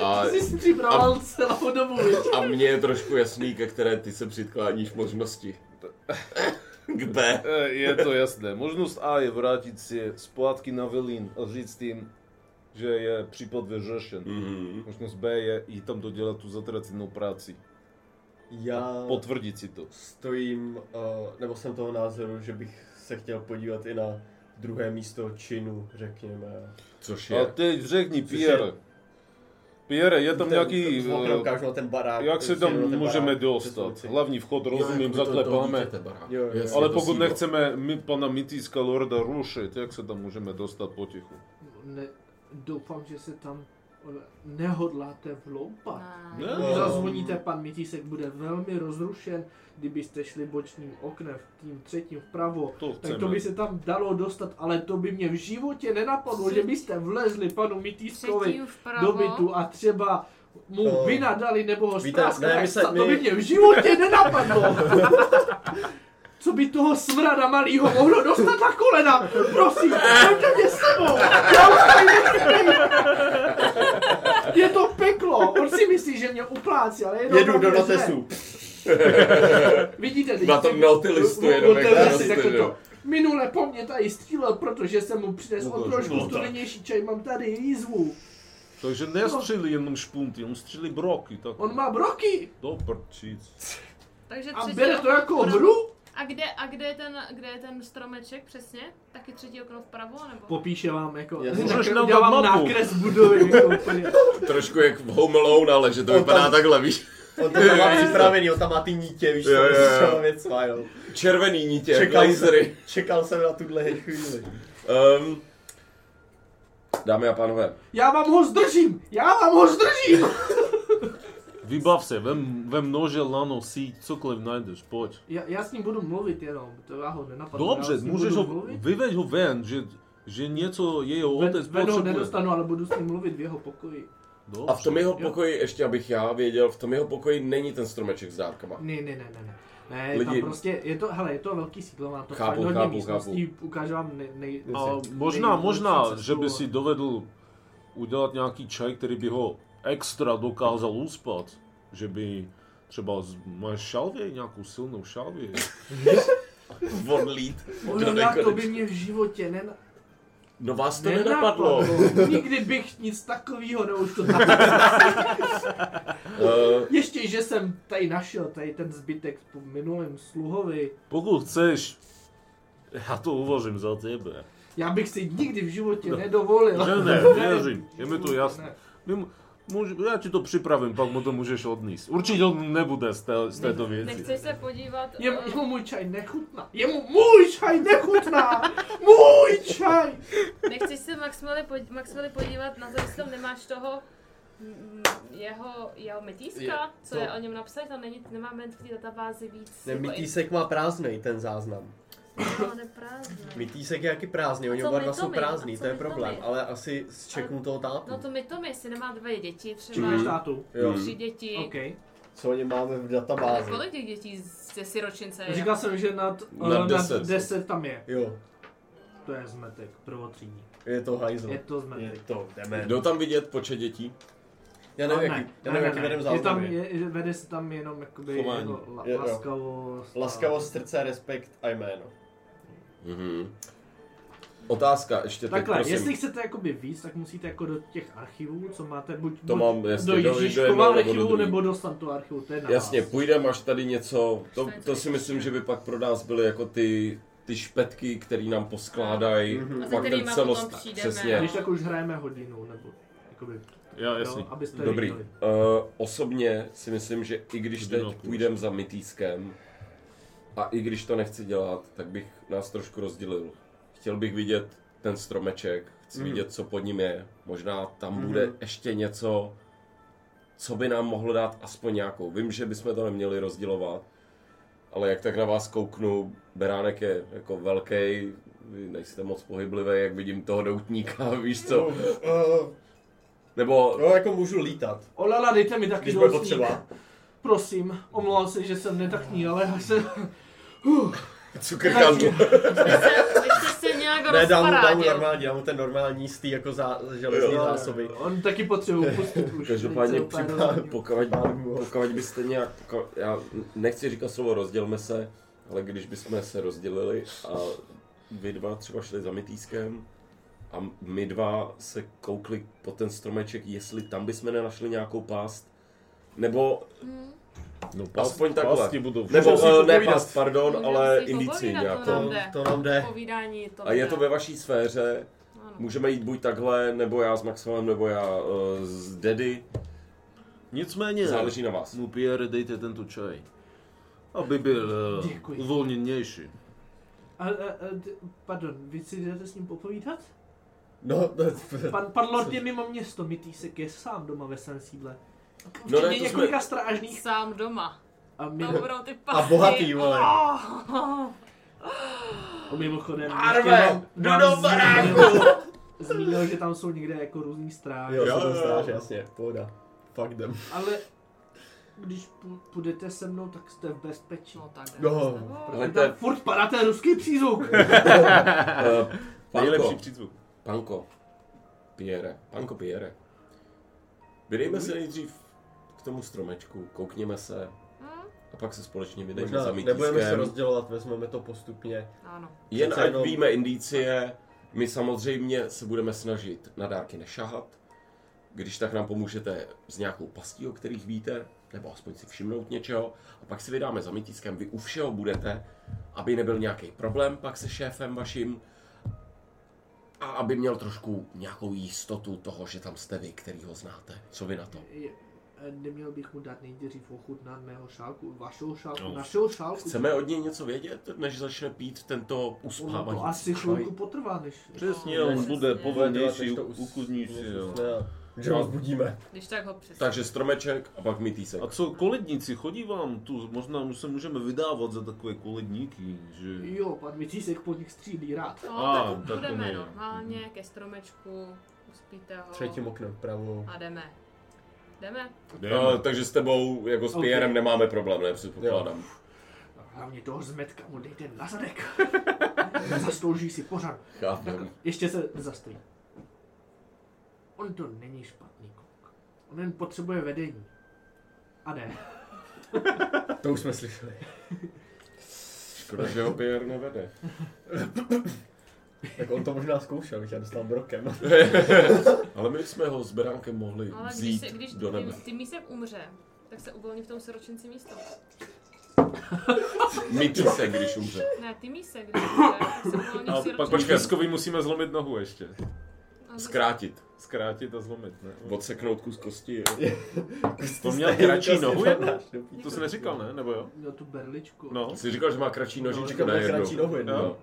[SPEAKER 4] A,
[SPEAKER 1] Ty jsi připravil celou dobu. viď?
[SPEAKER 4] a mně je trošku jasný, ke které ty se přikláníš možnosti. Kde?
[SPEAKER 6] E, Je to jasné. Možnost A je vrátit se zpátky na Velín a říct jim, že je případ vyřešen.
[SPEAKER 4] Mhm.
[SPEAKER 6] Možnost B je jít tam dodělat tu zatracenou práci.
[SPEAKER 5] Já
[SPEAKER 6] Potvrdit si to.
[SPEAKER 5] stojím, uh, nebo jsem toho názoru, že bych se chtěl podívat i na druhé místo činu, řekněme.
[SPEAKER 4] Což
[SPEAKER 6] A
[SPEAKER 3] No,
[SPEAKER 4] je.
[SPEAKER 6] teď řekni,
[SPEAKER 5] Což je-
[SPEAKER 6] Pierre. Pierre, je tam
[SPEAKER 5] Ten-
[SPEAKER 6] nějaký...
[SPEAKER 5] s oknem ukážu na ten barák.
[SPEAKER 6] e, Jak se
[SPEAKER 5] prostě
[SPEAKER 6] tam
[SPEAKER 5] jenom na ten
[SPEAKER 6] můžeme
[SPEAKER 5] barák,
[SPEAKER 6] dostat?
[SPEAKER 5] přes ulici.
[SPEAKER 6] Hlavní vchod, rozumím,
[SPEAKER 4] Jo, jako to- to
[SPEAKER 6] zaklepáme.
[SPEAKER 4] vidíte, barák.
[SPEAKER 5] Jo, jo.
[SPEAKER 4] Jasně,
[SPEAKER 6] Ale
[SPEAKER 4] to
[SPEAKER 6] pokud
[SPEAKER 4] sídlo.
[SPEAKER 6] nechceme my pana Mytiska Lorda rušit, jak se tam můžeme dostat potichu?
[SPEAKER 1] Ne, doufám, že se tam nehodláte vloupat.
[SPEAKER 2] Ne.
[SPEAKER 3] Ne?
[SPEAKER 1] Když zazvoníte, pan Mitísek bude velmi rozrušen, kdybyste šli bočním oknem v tím třetím vpravo.
[SPEAKER 3] To
[SPEAKER 1] Tak
[SPEAKER 3] chceme.
[SPEAKER 1] to by se tam dalo dostat, ale to by mě v životě nenapadlo, že byste vlezli panu Mitískovi
[SPEAKER 2] Třetí
[SPEAKER 1] do
[SPEAKER 2] vpravo.
[SPEAKER 1] bytu a třeba mu
[SPEAKER 5] To-
[SPEAKER 1] vynadali nebo ho
[SPEAKER 5] Víte, ne,
[SPEAKER 1] spráskali.
[SPEAKER 5] my se-
[SPEAKER 1] To by
[SPEAKER 5] my-
[SPEAKER 1] mě v životě nenapadlo. Co by toho smrada malýho mohlo dostat na kolena? Prosím, vezměte mě s sebou. Já už tady nechci být. Je to peklo. On si myslí, že mě uplácí, ale je
[SPEAKER 5] Jedu do
[SPEAKER 1] opravdu zlé.
[SPEAKER 5] notesu.
[SPEAKER 1] Vidíte, teď
[SPEAKER 4] Na tom nauty listu
[SPEAKER 1] No,
[SPEAKER 4] jenom, jak
[SPEAKER 1] otevře
[SPEAKER 4] na
[SPEAKER 1] si
[SPEAKER 4] listu,
[SPEAKER 1] takhle
[SPEAKER 4] že jo.
[SPEAKER 1] to. Minule po mně tady střílel, protože jsem mu přinesl
[SPEAKER 3] No
[SPEAKER 1] no,
[SPEAKER 3] to-
[SPEAKER 1] trošku
[SPEAKER 3] no to-
[SPEAKER 1] studenější čaj, mám tady jízvu.
[SPEAKER 3] Takže nestřílí jenom špunty, on střílí broky, tak
[SPEAKER 1] On má broky
[SPEAKER 3] do prčic.
[SPEAKER 2] Takže
[SPEAKER 1] a
[SPEAKER 2] třetí
[SPEAKER 1] bere to
[SPEAKER 2] okno
[SPEAKER 1] jako
[SPEAKER 2] vpravo.
[SPEAKER 1] hru.
[SPEAKER 2] A kde, a kde je ten, kde je ten stromeček přesně? Taky třetí okno vpravo, nebo?
[SPEAKER 1] Popíše vám jako,
[SPEAKER 5] Jasně.
[SPEAKER 3] Můžeš
[SPEAKER 1] tak
[SPEAKER 3] nám
[SPEAKER 1] udělám
[SPEAKER 3] dát mapu.
[SPEAKER 1] nákres budovy. jako úplně.
[SPEAKER 4] Trošku jak v Home Alone, ale že to
[SPEAKER 5] On
[SPEAKER 4] vypadá
[SPEAKER 5] tam-
[SPEAKER 4] takhle, víš?
[SPEAKER 5] On to tam má připravený, on tam má ty nítě, víš,
[SPEAKER 4] Jo,
[SPEAKER 5] co,
[SPEAKER 4] jo, jo.
[SPEAKER 5] celou věc má, jo.
[SPEAKER 4] Červený nítě, jak
[SPEAKER 5] Čekal jsem,
[SPEAKER 4] lasery.
[SPEAKER 5] čekal jsem na tuhle chvíli.
[SPEAKER 4] Um, dámy a pánové,
[SPEAKER 1] Já vám ho zdržím, já vám ho zdržím.
[SPEAKER 3] Vybav se, vem, vem nože, lano, síť, cokoliv najdeš, pojď.
[SPEAKER 1] Já, já s ním budu mluvit jenom, to já ho nenapadnu.
[SPEAKER 3] Dobře,
[SPEAKER 1] já s ním
[SPEAKER 3] můžeš
[SPEAKER 1] budu
[SPEAKER 3] ho,
[SPEAKER 1] mluvit.
[SPEAKER 3] vyveď ho ven, že, že něco jeho
[SPEAKER 1] Ven,
[SPEAKER 3] otec
[SPEAKER 1] ven ho
[SPEAKER 3] potřebuje.
[SPEAKER 1] nedostanu, ale budu s ním mluvit v jeho pokoji.
[SPEAKER 4] a v
[SPEAKER 3] Dobře.
[SPEAKER 4] tom jeho
[SPEAKER 1] Jo.
[SPEAKER 4] pokoji, ještě abych já věděl, v tom jeho pokoji není ten stromeček s dárkama.
[SPEAKER 1] Ne, ne, ne, ne, ne. Ne,
[SPEAKER 4] Lidi-
[SPEAKER 1] tam prostě, je to, hele, je to velký sídlo, má to
[SPEAKER 4] Chápu,
[SPEAKER 1] fakt hodně
[SPEAKER 4] chápu,
[SPEAKER 1] místností, ukážu vám nej, nej, no,
[SPEAKER 3] A
[SPEAKER 1] nej-
[SPEAKER 3] možná,
[SPEAKER 1] nejjednodušší
[SPEAKER 3] možná,
[SPEAKER 1] cestu
[SPEAKER 3] že by
[SPEAKER 1] a-
[SPEAKER 3] si dovedl udělat nějaký čaj, který by ho extra dokázal uspat. Že by třeba z- máš šalvě, nějakou silnou šalvě.
[SPEAKER 4] Von lead.
[SPEAKER 1] Ono, já to by mě v životě nen,
[SPEAKER 4] No vás to
[SPEAKER 1] nenapadlo.
[SPEAKER 4] nenapadlo.
[SPEAKER 1] Nikdy bych nic takového neušel. Tak.
[SPEAKER 4] Eh,
[SPEAKER 1] Ještě, že jsem tady našel tady ten zbytek po minulém sluhovi.
[SPEAKER 3] Pokud chceš, já to uvažím za tebe.
[SPEAKER 1] Já bych si nikdy v životě nedovolil.
[SPEAKER 3] Ne, No. ne, věřím, je mi to jasné. My mu- Může, já ti to připravím, pak mu to můžeš odníst. Určitě on nebude z, té, z této věci.
[SPEAKER 2] Nechceš se podívat...
[SPEAKER 1] Je,
[SPEAKER 2] eh,
[SPEAKER 1] jemu můj čaj nechutná. Jemu můj čaj nechutná. Můj čaj.
[SPEAKER 2] Nechceš se Maximili, pod, Maximili podívat na to, jestli tam nemáš toho mm, jeho, jeho mytýska,
[SPEAKER 5] Je,
[SPEAKER 2] co
[SPEAKER 5] to-
[SPEAKER 2] je o něm napsané, tam není, nemáme v té databázi víc. jako
[SPEAKER 5] Ten mytýsek má prázdnej, ten záznam.
[SPEAKER 2] No, on je prázdný.
[SPEAKER 5] Mytýsek je jaký prázdný, oni
[SPEAKER 2] co
[SPEAKER 5] oba dva
[SPEAKER 2] Mitomy?
[SPEAKER 5] jsou prázdný,
[SPEAKER 2] A co
[SPEAKER 5] to je
[SPEAKER 2] Mitomy?
[SPEAKER 5] problém, ale asi z čeknu toho tátu.
[SPEAKER 2] No to my to my, jestli nemá dvě děti, třeba
[SPEAKER 1] Čekáš tátu?
[SPEAKER 5] Jo.
[SPEAKER 2] tři děti.
[SPEAKER 1] OK.
[SPEAKER 5] Co o něm máme v
[SPEAKER 2] A
[SPEAKER 5] databázi?
[SPEAKER 2] kolik těch dětí z- ze siročince je?
[SPEAKER 1] No, Říkal jsem, že nad, eh,
[SPEAKER 4] Nad deset.
[SPEAKER 1] nad 10 tam je.
[SPEAKER 5] Jo,
[SPEAKER 1] To je zmetek, prvotřídní.
[SPEAKER 5] je to hajzl.
[SPEAKER 1] Je to zmetek.
[SPEAKER 5] Je to, jdeme.
[SPEAKER 4] Jdou tam vidět počet dětí?
[SPEAKER 5] Já
[SPEAKER 1] Ale
[SPEAKER 5] nevím, jaký, já nevím, jaký vedem
[SPEAKER 1] je tam,
[SPEAKER 5] záznamy.
[SPEAKER 1] je, vede se tam jenom jakoby
[SPEAKER 4] Chování.
[SPEAKER 1] jako la,
[SPEAKER 5] Je- jo.
[SPEAKER 1] laskavost. a-
[SPEAKER 5] Laskavost, srdce, respekt a jméno.
[SPEAKER 4] Mhm. Otázka ještě teď,
[SPEAKER 1] Takhle,
[SPEAKER 4] prosím.
[SPEAKER 1] jestli chcete jakoby víc, tak musíte jako do těch archivů, co máte, buď,
[SPEAKER 4] To
[SPEAKER 1] buď
[SPEAKER 4] mám, jasně,
[SPEAKER 1] do
[SPEAKER 4] do- do
[SPEAKER 1] Ježíškova
[SPEAKER 4] jednoho nebo do
[SPEAKER 1] archivu,
[SPEAKER 4] druhý.
[SPEAKER 1] nebo do Santo archivu, to je na
[SPEAKER 4] Jasně,
[SPEAKER 1] vás.
[SPEAKER 4] půjdem, až tady něco, to,
[SPEAKER 2] Švédské
[SPEAKER 4] to si myslím,
[SPEAKER 2] švédské.
[SPEAKER 4] že by pak pro nás byly jako ty, ty špetky, který nám poskládají.
[SPEAKER 5] Mhm.
[SPEAKER 2] A za
[SPEAKER 4] Pak ten
[SPEAKER 2] kterýma
[SPEAKER 4] celost-
[SPEAKER 2] potom přijdeme.
[SPEAKER 4] přesně.
[SPEAKER 1] Když tak už hrajeme hodinu, nebo jakoby,
[SPEAKER 3] Já, jasně.
[SPEAKER 1] jo, abyste
[SPEAKER 4] Dobrý. Uh,
[SPEAKER 1] viděli.
[SPEAKER 4] osobně si myslím, že i když teď
[SPEAKER 3] Hodina půl.
[SPEAKER 4] půjdem za mytýskem a i když to nechci dělat, tak bych nás trošku rozdělil. Chtěl bych vidět ten stromeček, chci
[SPEAKER 5] Mhm.
[SPEAKER 4] vidět, co pod ním je. Možná tam
[SPEAKER 5] Mhm.
[SPEAKER 4] bude ještě něco, co by nám mohlo dát aspoň nějakou. Vím, že bychom to neměli rozdělovat, ale jak tak na vás kouknu, Beránek je jako velký, vy nejste moc pohyblivý, jak vidím toho doutníka, víš co?
[SPEAKER 5] Uh,
[SPEAKER 4] Nebo
[SPEAKER 5] no jako můžu lítat,
[SPEAKER 1] Olala, dejte mi taky
[SPEAKER 5] když bude
[SPEAKER 1] doutník.
[SPEAKER 5] potřeba.
[SPEAKER 1] Prosím, omlouvám se, že jsem netakní, ale já jsem...
[SPEAKER 4] cukrkandu.
[SPEAKER 2] Vy jste se nějak
[SPEAKER 5] Ne, dám mu, dám mu
[SPEAKER 2] rozparádil.
[SPEAKER 5] normální, dám mu ten normální stý jako za, železný
[SPEAKER 4] Jo.
[SPEAKER 5] zásoby.
[SPEAKER 1] Eh, On taky potřebuje pustit už. Teď
[SPEAKER 4] Každopádně
[SPEAKER 1] se úplně
[SPEAKER 4] připa-
[SPEAKER 1] rozhodnil.
[SPEAKER 4] pokud, pokud byste nějak, poka- já nechci říkat slovo rozdělme se, ale když bychom se rozdělili a vy dva třeba šli za mytýskem a my dva se koukli po ten stromeček, jestli tam bychom nenašli nějakou pást, nebo,
[SPEAKER 3] No, pas,
[SPEAKER 4] Aspoň takhle.
[SPEAKER 3] Pasti budou všude.
[SPEAKER 4] nebo
[SPEAKER 5] si
[SPEAKER 4] eh, ne
[SPEAKER 5] popovídat.
[SPEAKER 4] pást, pardon,
[SPEAKER 2] Můžeme
[SPEAKER 4] ale
[SPEAKER 2] si
[SPEAKER 4] indici
[SPEAKER 2] popovídat, to
[SPEAKER 4] nějakou.
[SPEAKER 5] To,
[SPEAKER 2] jde. Oh.
[SPEAKER 5] to nám jde.
[SPEAKER 2] Povídání to
[SPEAKER 4] A je to
[SPEAKER 2] bude.
[SPEAKER 4] ve vaší sféře,
[SPEAKER 2] Ano.
[SPEAKER 4] můžeme jít buď takhle, nebo já s Maxwellem, nebo já eh, s Daddy,
[SPEAKER 3] Nicméně,
[SPEAKER 4] záleží na vás.
[SPEAKER 3] mu Pierre dejte tento čaj. Aby byl uh,
[SPEAKER 1] Děkuji.
[SPEAKER 3] uvolněnější.
[SPEAKER 1] A, a, a, d- pardon, vy si jdete s ním popovídat?
[SPEAKER 5] No, to,
[SPEAKER 1] Pan, pan Lord je mimo město, Mytýsek je sám doma ve svém sídle.
[SPEAKER 4] No
[SPEAKER 1] No
[SPEAKER 4] ne,
[SPEAKER 1] ne,
[SPEAKER 4] to
[SPEAKER 1] několika jsme... strážných
[SPEAKER 2] Sám doma.
[SPEAKER 1] a
[SPEAKER 2] Tam
[SPEAKER 1] mimo,
[SPEAKER 2] budou ty pasty.
[SPEAKER 5] a bohatý,
[SPEAKER 2] Oh.
[SPEAKER 5] vole.
[SPEAKER 1] a mimochodem ještě
[SPEAKER 5] Arve,
[SPEAKER 1] vám-
[SPEAKER 5] jdu
[SPEAKER 1] vám
[SPEAKER 5] do
[SPEAKER 1] zmínil-
[SPEAKER 5] baráku.
[SPEAKER 1] Zmínil, že tam jsou někde jako různý stráže.
[SPEAKER 5] Jo, jo,
[SPEAKER 4] jo,
[SPEAKER 5] jo,
[SPEAKER 4] jo.
[SPEAKER 5] stráž, jasně, pohoda. Fuck them.
[SPEAKER 1] Ale když pů- půjdete se mnou, tak jste v bezpečí.
[SPEAKER 2] No tak.
[SPEAKER 5] No.
[SPEAKER 4] Ale
[SPEAKER 1] Protože
[SPEAKER 4] to je
[SPEAKER 1] tam furt padá ten ruský přízvuk.
[SPEAKER 4] eh,
[SPEAKER 6] Nejlepší
[SPEAKER 4] Panko,
[SPEAKER 6] přízvuk.
[SPEAKER 4] Panko, Pierre, Panko Pierre. Vydejme se nejdřív k tomu stromečku, koukněme se a pak se společně vydejme
[SPEAKER 5] Možná
[SPEAKER 4] za
[SPEAKER 5] nebudeme se
[SPEAKER 4] mýtiskem.
[SPEAKER 5] rozdělovat, vezmeme to postupně.
[SPEAKER 2] Ano.
[SPEAKER 4] Jen
[SPEAKER 5] přece
[SPEAKER 4] ať
[SPEAKER 5] jenom-
[SPEAKER 4] víme indicie, my samozřejmě se budeme snažit na dárky nešahat. Když tak nám pomůžete s nějakou pastí, o kterých víte, nebo aspoň si všimnout něčeho, a pak si vydáme za mýtiskem, vy u všeho budete, aby nebyl nějaký problém pak se šéfem vaším, a aby měl trošku nějakou jistotu toho, že tam jste vy, který ho znáte. Co vy na to?
[SPEAKER 1] Je- Neměl bych mu dát nejdřív ochutnat mého šálku, vašeho šálku, no. našeho šálku.
[SPEAKER 4] Chceme od něj něco vědět, než začne pít tento
[SPEAKER 1] Ono
[SPEAKER 4] uspávaný
[SPEAKER 1] to asi chvilku potrvá, než...
[SPEAKER 6] Přesně,
[SPEAKER 2] No,
[SPEAKER 6] on
[SPEAKER 2] přesně.
[SPEAKER 6] bude povednější,
[SPEAKER 5] Než to us-
[SPEAKER 6] uklidnější,
[SPEAKER 5] než
[SPEAKER 6] jo.
[SPEAKER 5] usne a- Že ho zbudíme.
[SPEAKER 2] Když tak ho přes.
[SPEAKER 4] Takže stromeček a pak mýtísek.
[SPEAKER 6] A co koledníci, chodí vám tu, možná už se můžeme vydávat za takové koledníky, že?
[SPEAKER 1] Jo, pan Mytýsek po nich střílí rád.
[SPEAKER 2] No,
[SPEAKER 6] A,
[SPEAKER 2] tak,
[SPEAKER 6] tak to
[SPEAKER 2] budeme
[SPEAKER 6] ne.
[SPEAKER 2] normálně ke stromečku, uspíte ho
[SPEAKER 5] Třetím oknem pravou.
[SPEAKER 2] a jdeme. Jdeme?
[SPEAKER 4] No, takže s tebou, jako s
[SPEAKER 1] Ok.
[SPEAKER 4] Pierrem, nemáme problém, ne? Předpokládám.
[SPEAKER 1] A Hlavně toho zmetka mu dejte na zadek. Zaslouží si pořád.
[SPEAKER 4] Chápem.
[SPEAKER 1] Ještě se zastojí. On to není špatný kluk. On jen potřebuje vedení. A ne.
[SPEAKER 5] To už jsme slyšeli.
[SPEAKER 4] Škoda, že ho Pierre nevede.
[SPEAKER 5] Tak on to možná zkoušel, že já dostal brokem. Jako
[SPEAKER 4] Ale my jsme ho s Beránkem mohli
[SPEAKER 2] Ale když,
[SPEAKER 4] vzít
[SPEAKER 2] se, když
[SPEAKER 4] do nebe.
[SPEAKER 2] ty mísek umře, tak se uvolní v tom siročinci místo.
[SPEAKER 4] Mytisek, když umře.
[SPEAKER 2] Ne, ty mísek, když umře, tak se uvolní v
[SPEAKER 6] A pak
[SPEAKER 2] siročinci.
[SPEAKER 4] počkej.
[SPEAKER 6] Peskovi musíme zlomit nohu ještě.
[SPEAKER 2] A zase-
[SPEAKER 4] Zkrátit.
[SPEAKER 6] Zkrátit a zlomit, ne?
[SPEAKER 4] Odseknout kus kosti. jo.
[SPEAKER 6] To měl kratší nohu jednou?
[SPEAKER 5] jednou?
[SPEAKER 6] To jsi neříkal, ne? Nebo jo?
[SPEAKER 1] Měl tu berličku.
[SPEAKER 6] No.
[SPEAKER 4] Jsi říkal, že má kratší nožička
[SPEAKER 5] to
[SPEAKER 4] na
[SPEAKER 5] byl kratší nohu
[SPEAKER 4] jednu.
[SPEAKER 5] jednou.
[SPEAKER 4] No.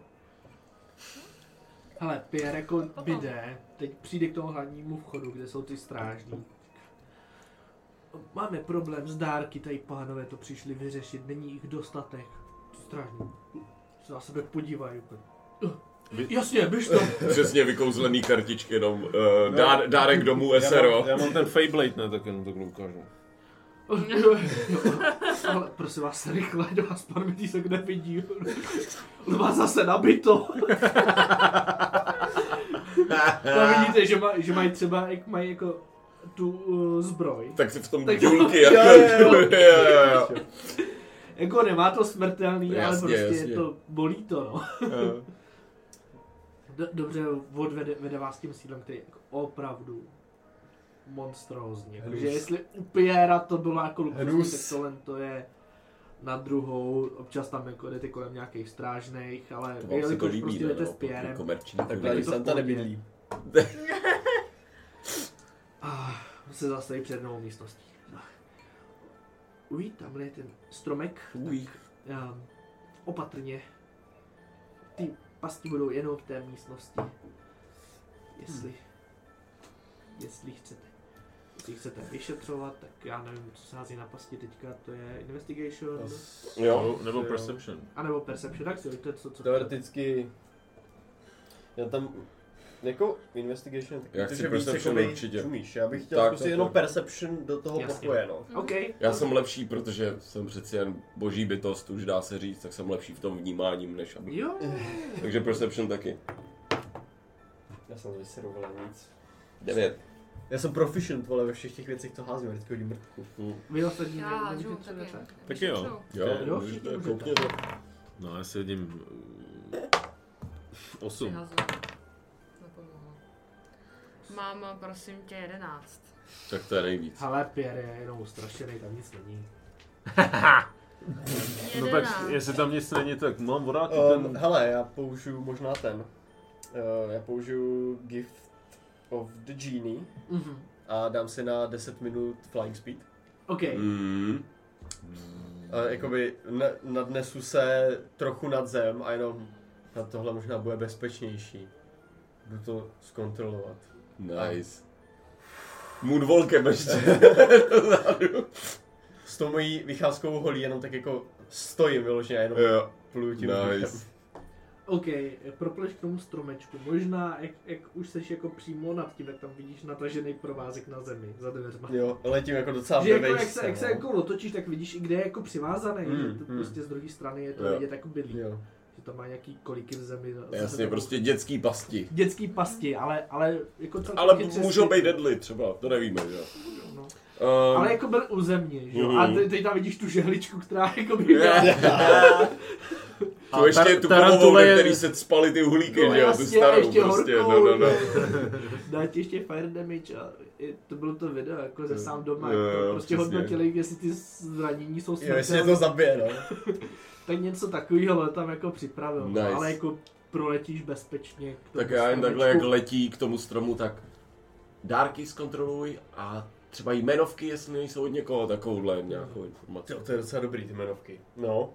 [SPEAKER 1] Hele, Pierre jako by jde, teď přijde k tomu hlavnímu vchodu, kde jsou ty strážní. Máme problém s dárky, tady pánové to přišli vyřešit, není jich dostatek. Ty Strážní se na sebe podívají úplně.
[SPEAKER 4] Vy-
[SPEAKER 1] Jasně, běž to.
[SPEAKER 4] Přesně vykouzlený kartičky, jenom eh,
[SPEAKER 1] No.
[SPEAKER 4] dá, dárek domů
[SPEAKER 6] Já
[SPEAKER 4] SRO.
[SPEAKER 6] mám, já mám ten Feyblade, ne? Tak jenom takhle ukážu.
[SPEAKER 1] Ale prosím vás, rychle, do vás pan Mytísek nevidí. On má zase nabito. Tam No vidíte, že, má, že mají třeba, jak mají jako tu uh, zbroj.
[SPEAKER 4] Tak si v tom
[SPEAKER 1] Tak-
[SPEAKER 4] důlky,
[SPEAKER 1] Jo,
[SPEAKER 4] jako...
[SPEAKER 1] jo,
[SPEAKER 4] jo, jo, jo.
[SPEAKER 1] Jako nemá to smrtelný,
[SPEAKER 4] Jasně,
[SPEAKER 1] ale prostě
[SPEAKER 4] jasně.
[SPEAKER 1] je to, bolí to, no. Do- Dobře, odvede vede vás tím sídlem, který je jako opravdu monstrózní.
[SPEAKER 5] Hnus.
[SPEAKER 1] Takže jestli u Piera to bylo jako luxusní,
[SPEAKER 5] Hnus.
[SPEAKER 1] tak tohle to je na druhou, občas tam jako jdete kolem nějakých strážných, ale
[SPEAKER 4] To vám se to
[SPEAKER 1] jelikož
[SPEAKER 4] líbí,
[SPEAKER 1] prostě
[SPEAKER 4] ne,
[SPEAKER 1] jdete
[SPEAKER 4] no,
[SPEAKER 1] s
[SPEAKER 4] po té
[SPEAKER 1] Pierrem,
[SPEAKER 4] komerční.
[SPEAKER 5] Takhle
[SPEAKER 1] Je
[SPEAKER 5] ani
[SPEAKER 1] to v
[SPEAKER 5] Santa
[SPEAKER 1] pohodě.
[SPEAKER 5] nebydlí.
[SPEAKER 1] Ah, se zastaví před novou místností. Uj, tamhle je ten stromek.
[SPEAKER 4] Uj.
[SPEAKER 1] Tak, ehm, opatrně. Ty pasti budou jenom v té místnosti. Jestli... Jestli chcete. Jestli chcete vyšetřovat, tak já nevím, co se hází na pasti teďka, to je investigation,
[SPEAKER 4] No. Jo.
[SPEAKER 6] Nebo, nebo
[SPEAKER 3] prostě-
[SPEAKER 6] Perception.
[SPEAKER 1] anebo perception, tak si to je to, co...
[SPEAKER 5] Teoreticky... Já tam... Jako investigation,
[SPEAKER 4] Já chci
[SPEAKER 5] protože víš,
[SPEAKER 4] perception
[SPEAKER 5] jakoby
[SPEAKER 4] určitě.
[SPEAKER 5] Čumíš, já bych chtěl
[SPEAKER 4] Tak,
[SPEAKER 5] zkusit
[SPEAKER 4] tak,
[SPEAKER 5] jenom
[SPEAKER 4] tak.
[SPEAKER 5] perception do toho
[SPEAKER 1] Jasně.
[SPEAKER 5] pokoje, no.
[SPEAKER 2] Mhm.
[SPEAKER 1] OK,
[SPEAKER 4] Já jsem lepší, protože jsem přeci jen boží bytost, už dá se říct, tak jsem lepší v tom vnímáním, než aby...
[SPEAKER 1] jo,
[SPEAKER 4] Takže Perception taky.
[SPEAKER 5] Já jsem vyseroval nic.
[SPEAKER 4] 9.
[SPEAKER 5] Já jsem proficient, vole, ve všech těch věcech, co házím, já vždycky hodím mrtku.
[SPEAKER 1] vy ostatní
[SPEAKER 2] Já
[SPEAKER 1] nevidíte,
[SPEAKER 2] hážu
[SPEAKER 1] co
[SPEAKER 2] taky.
[SPEAKER 1] jdete.
[SPEAKER 6] Taky jo.
[SPEAKER 2] Vyšetřu.
[SPEAKER 4] Jo,
[SPEAKER 1] Jo,
[SPEAKER 4] můžete,
[SPEAKER 1] všichni
[SPEAKER 4] koukněte.
[SPEAKER 6] No, já si jedím...
[SPEAKER 4] eh,
[SPEAKER 6] Osm.
[SPEAKER 2] Vyhazuju. Nepomohlo. Mám, prosím tě, jedenáct.
[SPEAKER 4] Tak to je nejvíc.
[SPEAKER 1] Hele, Pierre je jenom ustrašený, tam nic není.
[SPEAKER 6] No tak,
[SPEAKER 2] Jedenáct.
[SPEAKER 6] jestli tam nic není, tak mám vrátit
[SPEAKER 5] Um,
[SPEAKER 6] ten...
[SPEAKER 5] hele, já použiju možná ten. Uh, já použiju Gift of the Genie
[SPEAKER 1] Mhm.
[SPEAKER 5] a dám si na 10 minut flying speed.
[SPEAKER 1] OK,
[SPEAKER 4] Mm. Mhm.
[SPEAKER 5] A jakoby na- nadnesu se trochu nad zem a jenom na tohle možná bude bezpečnější. Jdu to zkontrolovat.
[SPEAKER 4] Nice. Moonwalkem ještě.
[SPEAKER 5] 100 mojí vycházkovou holí jenom tak jako stojím vyloženě, a jenom
[SPEAKER 4] jo,
[SPEAKER 5] pluju tím vzduchem.
[SPEAKER 4] nice.
[SPEAKER 1] OK, propleš k tomu stromečku. Možná, jak, jak už seš jako přímo nad tím, jak tam vidíš natažený provázek na zemi za dveřma.
[SPEAKER 5] Jo, letím jako docela
[SPEAKER 1] Že jako,
[SPEAKER 5] ve
[SPEAKER 1] jak,
[SPEAKER 5] vejšce,
[SPEAKER 1] se, jak se
[SPEAKER 5] no.
[SPEAKER 1] jako otočíš, tak vidíš i kde je jako přivázaný,
[SPEAKER 5] Mm,
[SPEAKER 1] že to
[SPEAKER 5] mm.
[SPEAKER 1] prostě z druhé strany je to
[SPEAKER 4] Jo.
[SPEAKER 1] vidět jako bydlí.
[SPEAKER 5] Jo.
[SPEAKER 1] Že tam má nějaký koliky v zemi. za- za
[SPEAKER 4] Jasně,
[SPEAKER 1] sebou.
[SPEAKER 4] prostě dětský pasti.
[SPEAKER 1] Dětský pasti, ale, ale jako celkem
[SPEAKER 4] Ale
[SPEAKER 1] tě
[SPEAKER 4] m-
[SPEAKER 1] třesky-
[SPEAKER 4] můžou být deadly třeba, to nevíme, že jo.
[SPEAKER 1] No.
[SPEAKER 4] Ehm,
[SPEAKER 1] Ale jako byl u země, že jo? A
[SPEAKER 4] Mhm.
[SPEAKER 1] te- teď tam vidíš tu žehličku, která jako by byla...
[SPEAKER 4] tu ještě tu polovou, na který se spaly ty uhlíky, Jako,
[SPEAKER 1] No
[SPEAKER 5] No,
[SPEAKER 4] že jo, tu starou prostě, no, no, no.
[SPEAKER 1] Dá ti ještě fire damage a i- to bylo to video jako ze sám doma,
[SPEAKER 4] Jo,
[SPEAKER 1] jako
[SPEAKER 4] jo,
[SPEAKER 1] prostě
[SPEAKER 4] přesně.
[SPEAKER 1] hodnotili, jestli ty zranění jsou
[SPEAKER 5] Jo, jestli je
[SPEAKER 1] smrtelné,
[SPEAKER 5] to zabije, no.
[SPEAKER 1] tak něco takového tam jako připravil,
[SPEAKER 4] Nice.
[SPEAKER 1] no, ale jako proletíš bezpečně. K tomu
[SPEAKER 4] Tak já jen takhle, jak
[SPEAKER 1] stromečku.
[SPEAKER 4] letí k tomu stromu, tak dárky zkontroluj a třeba jmenovky, jestli nejsou od někoho takovouhle nějakou informaci.
[SPEAKER 5] Jo, to je docela dobrý, ty jmenovky. No.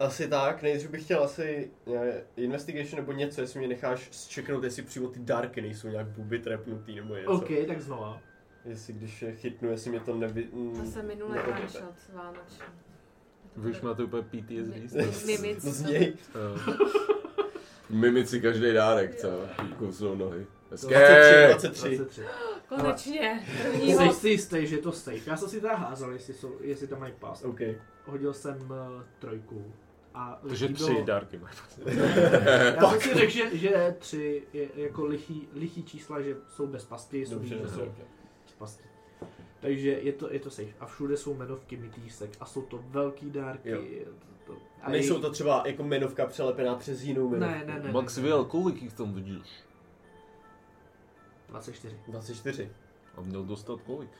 [SPEAKER 5] Asi tak, nejdřív bych chtěl asi eh, investigation nebo něco, jestli mě necháš zčeknout, jestli přímo ty dárky nejsou nějak buby trepnutý nebo něco.
[SPEAKER 4] jako
[SPEAKER 1] OK, tak znova.
[SPEAKER 5] Jestli když je chytnu, jestli mě to nevy... mm,
[SPEAKER 2] To jsem minulý
[SPEAKER 5] neobjede.
[SPEAKER 2] one shot vánoční.
[SPEAKER 3] Vy už máte úplně PTSD. z toho.
[SPEAKER 2] Mimic.
[SPEAKER 5] To z něj.
[SPEAKER 3] Jo.
[SPEAKER 4] Mimici každý dárek, co? Kousnou nohy. Hezké!
[SPEAKER 5] 23, 23.
[SPEAKER 1] 23.
[SPEAKER 2] Konečně.
[SPEAKER 1] Jsi
[SPEAKER 2] Prvního.
[SPEAKER 1] si jistý, že je to safe. Já jsem si teda házel, jestli, jsou, jestli tam mají pás.
[SPEAKER 5] OK.
[SPEAKER 1] Hodil jsem uh, trojku. A
[SPEAKER 3] Takže
[SPEAKER 1] líbilo-
[SPEAKER 3] tři dárky mají.
[SPEAKER 1] Já jsem si řekl, že, že tři je jako lichý, lichý čísla, že jsou bez pasti, jsou
[SPEAKER 5] Dobře,
[SPEAKER 1] že
[SPEAKER 5] dobře.
[SPEAKER 1] jsou bez pasti. Takže je to, je to safe. A všude jsou menovky mytýsek a jsou to velký dárky.
[SPEAKER 5] Jo.
[SPEAKER 1] je To, to, a
[SPEAKER 5] A nejsou
[SPEAKER 1] jejich-
[SPEAKER 5] to třeba jako menovka přelepená přes jinou menovku?
[SPEAKER 1] Ne, ne, ne.
[SPEAKER 3] Max
[SPEAKER 1] ne,
[SPEAKER 3] Viel, kolik jich tam vidíš?
[SPEAKER 1] 24.
[SPEAKER 5] 24,
[SPEAKER 3] A měl dostat kolik?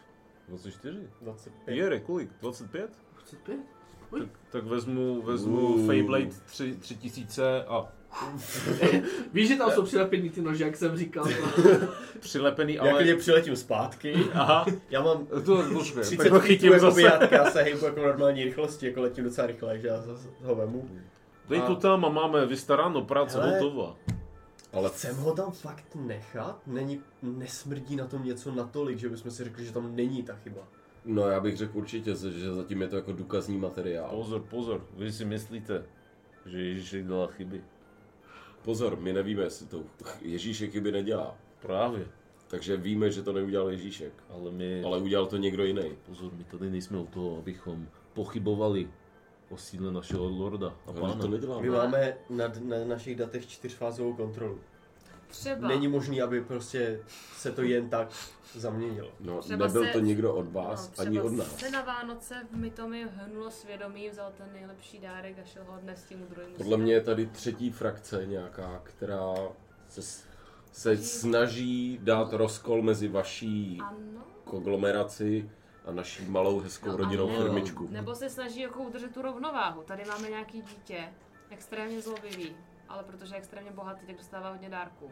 [SPEAKER 3] 24?
[SPEAKER 5] 25.
[SPEAKER 3] Jere, kolik? 25?
[SPEAKER 1] 25?
[SPEAKER 3] Tak, tak vezmu, vezmu
[SPEAKER 4] Uuu.
[SPEAKER 3] Feyblade 3, 3000 a
[SPEAKER 1] Víš, že tam jsou přilapěný ty nože, jak jsem říkal.
[SPEAKER 3] přilepený,
[SPEAKER 5] Já
[SPEAKER 3] ale...
[SPEAKER 5] klidně přiletím zpátky.
[SPEAKER 3] Aha,
[SPEAKER 5] Já mám
[SPEAKER 3] to počkej,
[SPEAKER 5] 30
[SPEAKER 3] tak ho
[SPEAKER 5] chytím
[SPEAKER 3] chytím
[SPEAKER 5] jako
[SPEAKER 3] zase.
[SPEAKER 5] bijátka, já se hejbu jako normální rychlosti, jako letím docela rychle, že já zase ho vemu.
[SPEAKER 3] Dej to tam a máme vystaráno, práce
[SPEAKER 5] Hele.
[SPEAKER 3] hotová.
[SPEAKER 4] Ale
[SPEAKER 5] Chcem ho tam fakt nechat? Není, nesmrdí na tom něco natolik, že bychom si řekli, že tam není ta chyba.
[SPEAKER 4] No já bych řekl určitě, že zatím je to jako důkazní materiál.
[SPEAKER 3] Pozor, pozor, vy si myslíte, že Ježíšek dělá chyby.
[SPEAKER 4] Pozor, my nevíme, jestli to Ježíšek chyby nedělá.
[SPEAKER 3] Právě,
[SPEAKER 4] Takže víme, že to neudělal Ježíšek.
[SPEAKER 3] ale my...
[SPEAKER 4] Ale udělal to někdo jiný.
[SPEAKER 3] Pozor, my tady nejsme u toho, abychom pochybovali o síle našeho lorda a
[SPEAKER 5] No,
[SPEAKER 4] Ale to
[SPEAKER 3] pána.
[SPEAKER 4] nedělá.
[SPEAKER 5] My máme na, d- na našich datech čtyřfázovou kontrolu.
[SPEAKER 2] Třeba.
[SPEAKER 5] Není možný, aby prostě se to jen tak zaměnilo.
[SPEAKER 4] No,
[SPEAKER 2] Třeba
[SPEAKER 4] nebyl
[SPEAKER 2] se-
[SPEAKER 4] to nikdo od
[SPEAKER 2] No,
[SPEAKER 4] vás,
[SPEAKER 2] třeba
[SPEAKER 4] ani od nás.
[SPEAKER 2] se na Vánoce v Mitomi hnulo svědomí, vzal ten nejlepší dárek a šel ho dnes tím druhému.
[SPEAKER 4] Podle mě je tady třetí frakce nějaká, která se, s- se snaží dát rozkol mezi vaší
[SPEAKER 2] Ano.
[SPEAKER 4] konglomeraci a naší malou hezkou
[SPEAKER 2] No,
[SPEAKER 4] jako rodinnou
[SPEAKER 2] ano.
[SPEAKER 4] firmičku.
[SPEAKER 2] Nebo se snaží jako udržet tu rovnováhu. Tady máme nějaký dítě, extrémně zlobivý, ale protože je extrémně bohatý, tak dostává hodně dárků.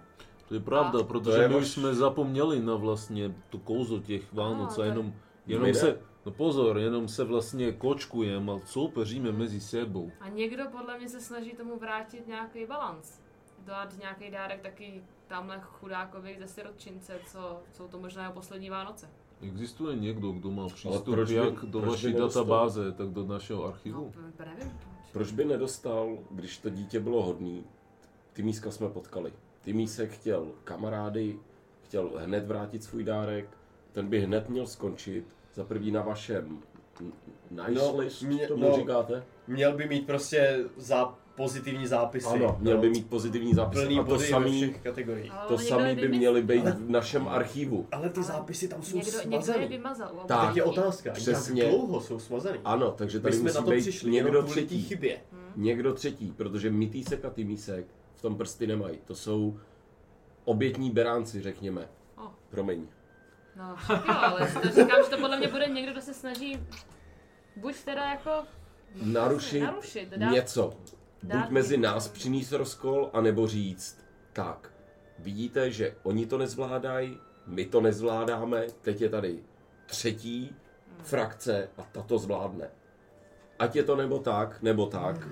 [SPEAKER 3] To je pravda,
[SPEAKER 2] A-
[SPEAKER 4] To
[SPEAKER 3] protože
[SPEAKER 4] je
[SPEAKER 3] my
[SPEAKER 4] vaš-
[SPEAKER 3] už jsme zapomněli na vlastně to kouzlo těch Vánoc
[SPEAKER 2] to
[SPEAKER 3] a
[SPEAKER 2] je-
[SPEAKER 3] jenom, jenom
[SPEAKER 4] My ne.
[SPEAKER 3] se, no pozor, jenom se vlastně kočkujeme a soupeříme mezi sebou.
[SPEAKER 2] A někdo podle mě se snaží tomu vrátit nějaký balans. Dát nějaký dárek taky tamhle chudákovi ze sirotčince, co jsou to možná jeho poslední Vánoce.
[SPEAKER 3] Existuje někdo, kdo má přístup
[SPEAKER 4] proč by-
[SPEAKER 3] jak do
[SPEAKER 4] proč by
[SPEAKER 3] vaší
[SPEAKER 4] nedostal?
[SPEAKER 3] databáze, tak do našeho
[SPEAKER 2] No,
[SPEAKER 3] archivu?
[SPEAKER 2] p- nevím. proč.
[SPEAKER 4] Proč by nedostal, když to dítě bylo hodný? Tymíska jsme potkali. Tymísek chtěl kamarády, chtěl hned vrátit svůj dárek, ten by hned měl skončit, za první na vašem n- nice
[SPEAKER 5] No,
[SPEAKER 4] list,
[SPEAKER 5] mě-
[SPEAKER 4] tomu
[SPEAKER 5] no.
[SPEAKER 4] říkáte?
[SPEAKER 5] Měl by mít prostě za pozitivní zápisy.
[SPEAKER 4] Ano, měl by mít pozitivní zápis.
[SPEAKER 5] no. plný
[SPEAKER 4] A to
[SPEAKER 5] body samý... ve
[SPEAKER 4] samý,
[SPEAKER 5] všech kategoriích.
[SPEAKER 2] Ale
[SPEAKER 4] to
[SPEAKER 2] někdo je
[SPEAKER 4] samý by
[SPEAKER 2] vymyslel.
[SPEAKER 4] měly být v našem archivu.
[SPEAKER 5] Ale ty zápisy tam jsou
[SPEAKER 2] Někdo, někdo je
[SPEAKER 5] smazaný.
[SPEAKER 2] vymazal. u
[SPEAKER 4] Tak.
[SPEAKER 5] Teď je
[SPEAKER 2] obou.
[SPEAKER 5] otázka,
[SPEAKER 4] Přesně.
[SPEAKER 5] jak dlouho jsou smazaný?
[SPEAKER 4] Ano, takže
[SPEAKER 5] My
[SPEAKER 4] tady
[SPEAKER 5] jsme na
[SPEAKER 4] musí
[SPEAKER 5] to
[SPEAKER 4] být
[SPEAKER 5] přišli,
[SPEAKER 4] někdo
[SPEAKER 5] jenom kvůli té
[SPEAKER 4] třetí.
[SPEAKER 5] chybě.
[SPEAKER 4] Někdo třetí, protože mytýsek a tymísek v tom prsty nemají. To jsou obětní beránci, řekněme.
[SPEAKER 2] O.
[SPEAKER 4] Promiň.
[SPEAKER 2] No, však jo, ale to říkám, že to podle mě bude někdo, kdo se snaží buď teda jako
[SPEAKER 4] Narušit,
[SPEAKER 2] narušit dát,
[SPEAKER 4] něco.
[SPEAKER 2] dát
[SPEAKER 4] Buď mezi
[SPEAKER 2] něco.
[SPEAKER 4] nás přinést rozkol, anebo říct, tak, vidíte, že oni to nezvládají, my to nezvládáme, teď je tady třetí frakce a ta to zvládne. Ať je to nebo tak, nebo tak,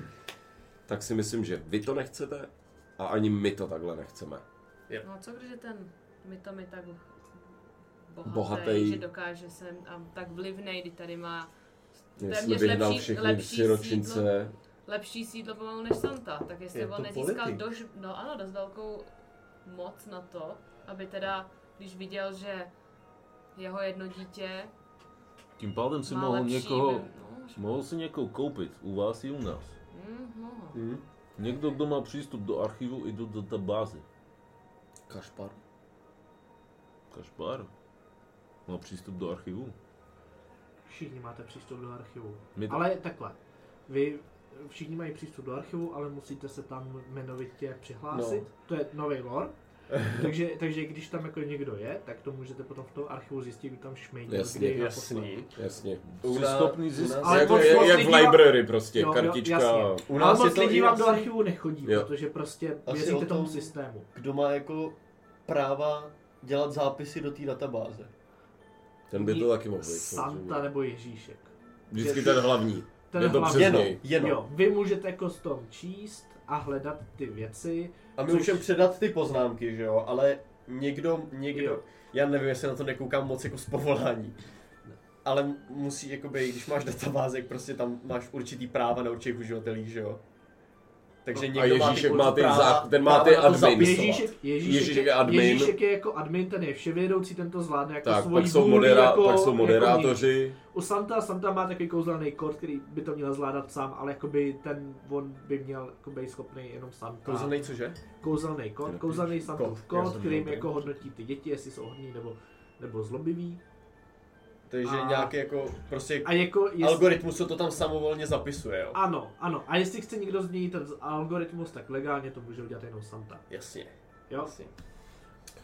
[SPEAKER 4] tak si myslím, že vy to nechcete a ani my to takhle nechceme.
[SPEAKER 5] Jo.
[SPEAKER 2] No co když je ten mytom je tak bohatý,
[SPEAKER 4] Bohatej.
[SPEAKER 2] že dokáže sem a tak vlivnej, kdy tady má
[SPEAKER 4] Jestli
[SPEAKER 2] téměř
[SPEAKER 4] vyhnal
[SPEAKER 2] lepší-
[SPEAKER 4] všechny
[SPEAKER 2] lepší
[SPEAKER 4] siročince.
[SPEAKER 2] lepší sídlo pomalu než Santa, tak jestli
[SPEAKER 1] Je
[SPEAKER 2] on
[SPEAKER 1] to
[SPEAKER 2] nezískal
[SPEAKER 1] politik.
[SPEAKER 2] dož, no ano, dost velkou moc na to, aby teda, když viděl, že jeho jedno dítě
[SPEAKER 3] Tím pádem si
[SPEAKER 2] má
[SPEAKER 3] mohl
[SPEAKER 2] lepší,
[SPEAKER 3] někoho,
[SPEAKER 2] vy- no, že-
[SPEAKER 3] mohl si někoho koupit u vás i u nás.
[SPEAKER 2] hm, no.
[SPEAKER 5] Hm?
[SPEAKER 3] Někdo, kdo má přístup do archivu i do databázy.
[SPEAKER 4] Kašpar.
[SPEAKER 3] Kašpar má přístup do archivu.
[SPEAKER 1] Všichni máte přístup do archivu.
[SPEAKER 3] My to-
[SPEAKER 1] Ale takhle, vy všichni mají přístup do archivu, ale musíte se tam jmenovitě přihlásit. No. To je nový lore. takže, takže když tam jako někdo je, tak to můžete potom v tom archivu zjistit, kdo tam šmejdil,
[SPEAKER 4] Jasně,
[SPEAKER 1] kde je naposled.
[SPEAKER 5] Jasný.
[SPEAKER 4] Jasně.
[SPEAKER 3] Jsi schopný zjistit.
[SPEAKER 1] Ale
[SPEAKER 4] jako,
[SPEAKER 1] moc-
[SPEAKER 4] jak,
[SPEAKER 1] moc
[SPEAKER 4] jak
[SPEAKER 1] lidí
[SPEAKER 4] v
[SPEAKER 1] vám-
[SPEAKER 4] library prostě,
[SPEAKER 1] Jo, jo,
[SPEAKER 4] kartička.
[SPEAKER 1] jasně.
[SPEAKER 5] U
[SPEAKER 1] Ale
[SPEAKER 5] nás je
[SPEAKER 1] moc
[SPEAKER 5] to
[SPEAKER 1] lidí
[SPEAKER 5] i
[SPEAKER 1] vám do
[SPEAKER 5] asi-
[SPEAKER 1] archivu nechodí,
[SPEAKER 4] Jo.
[SPEAKER 1] protože prostě
[SPEAKER 5] Asi o
[SPEAKER 1] věříte
[SPEAKER 5] tom-
[SPEAKER 1] tomu systému.
[SPEAKER 5] Kdo má jako práva dělat zápisy do té databáze?
[SPEAKER 4] Ten by to taky mohl být.
[SPEAKER 1] Santa
[SPEAKER 4] samozřejmě.
[SPEAKER 1] nebo Ježíšek.
[SPEAKER 4] Vždycky ten hlavní.
[SPEAKER 1] Ten
[SPEAKER 4] Nebo
[SPEAKER 1] hlavní.
[SPEAKER 4] přes
[SPEAKER 5] Jenom,
[SPEAKER 4] něj.
[SPEAKER 5] jenom.
[SPEAKER 1] Jo, vy můžete jako s tom číst a hledat ty věci.
[SPEAKER 5] A my
[SPEAKER 1] Což-
[SPEAKER 5] můžeme předat ty poznámky, že jo, ale někdo, někdo,
[SPEAKER 1] Jo.
[SPEAKER 5] já nevím, jestli na to nekoukám moc jako z povolání, ale m- musí, jakoby, když máš databázek, prostě tam máš určitý práva na určitých uživatelích, že jo.
[SPEAKER 4] A
[SPEAKER 5] Takže někdo má ty,
[SPEAKER 4] Ježíšek má ty
[SPEAKER 5] práva,
[SPEAKER 4] zá- ten má
[SPEAKER 5] práva
[SPEAKER 4] ty
[SPEAKER 5] na to
[SPEAKER 4] admin.
[SPEAKER 5] zapisovat.
[SPEAKER 1] Ježíšek, Ježíšek,
[SPEAKER 4] Ježíšek
[SPEAKER 1] je
[SPEAKER 4] je admin.
[SPEAKER 1] Ježíšek je jako admin, ten je vševědoucí, ten to zvládne jako
[SPEAKER 4] Tak,
[SPEAKER 1] svojí
[SPEAKER 4] pak jsou,
[SPEAKER 1] vůli,
[SPEAKER 4] modera-
[SPEAKER 1] jako,
[SPEAKER 4] pak jsou
[SPEAKER 1] Jako nic.
[SPEAKER 4] moderátoři.
[SPEAKER 1] u Santa, Santa má takový kouzelný kód, který by to měl zvládat sám, ale jakoby ten, on by měl jako být schopný jenom Santa.
[SPEAKER 5] Kouzelnej cože?
[SPEAKER 1] kouzelný kód, kouzelný Santův
[SPEAKER 5] Kód, já
[SPEAKER 1] kód,
[SPEAKER 5] jsem
[SPEAKER 1] kterým
[SPEAKER 5] měl,
[SPEAKER 1] jako hodnotí ty děti, jestli jsou hodní nebo, nebo zlobivý.
[SPEAKER 5] Takže
[SPEAKER 1] A-
[SPEAKER 5] nějaký jako, prostě
[SPEAKER 1] A jako jestli...
[SPEAKER 5] algoritmus se to tam samovolně zapisuje, jo.
[SPEAKER 1] Ano, ano. A jestli chce někdo změnit ten algoritmus, tak legálně to může udělat jenom Santa.
[SPEAKER 5] Jasně,
[SPEAKER 1] Jo?
[SPEAKER 5] jasně.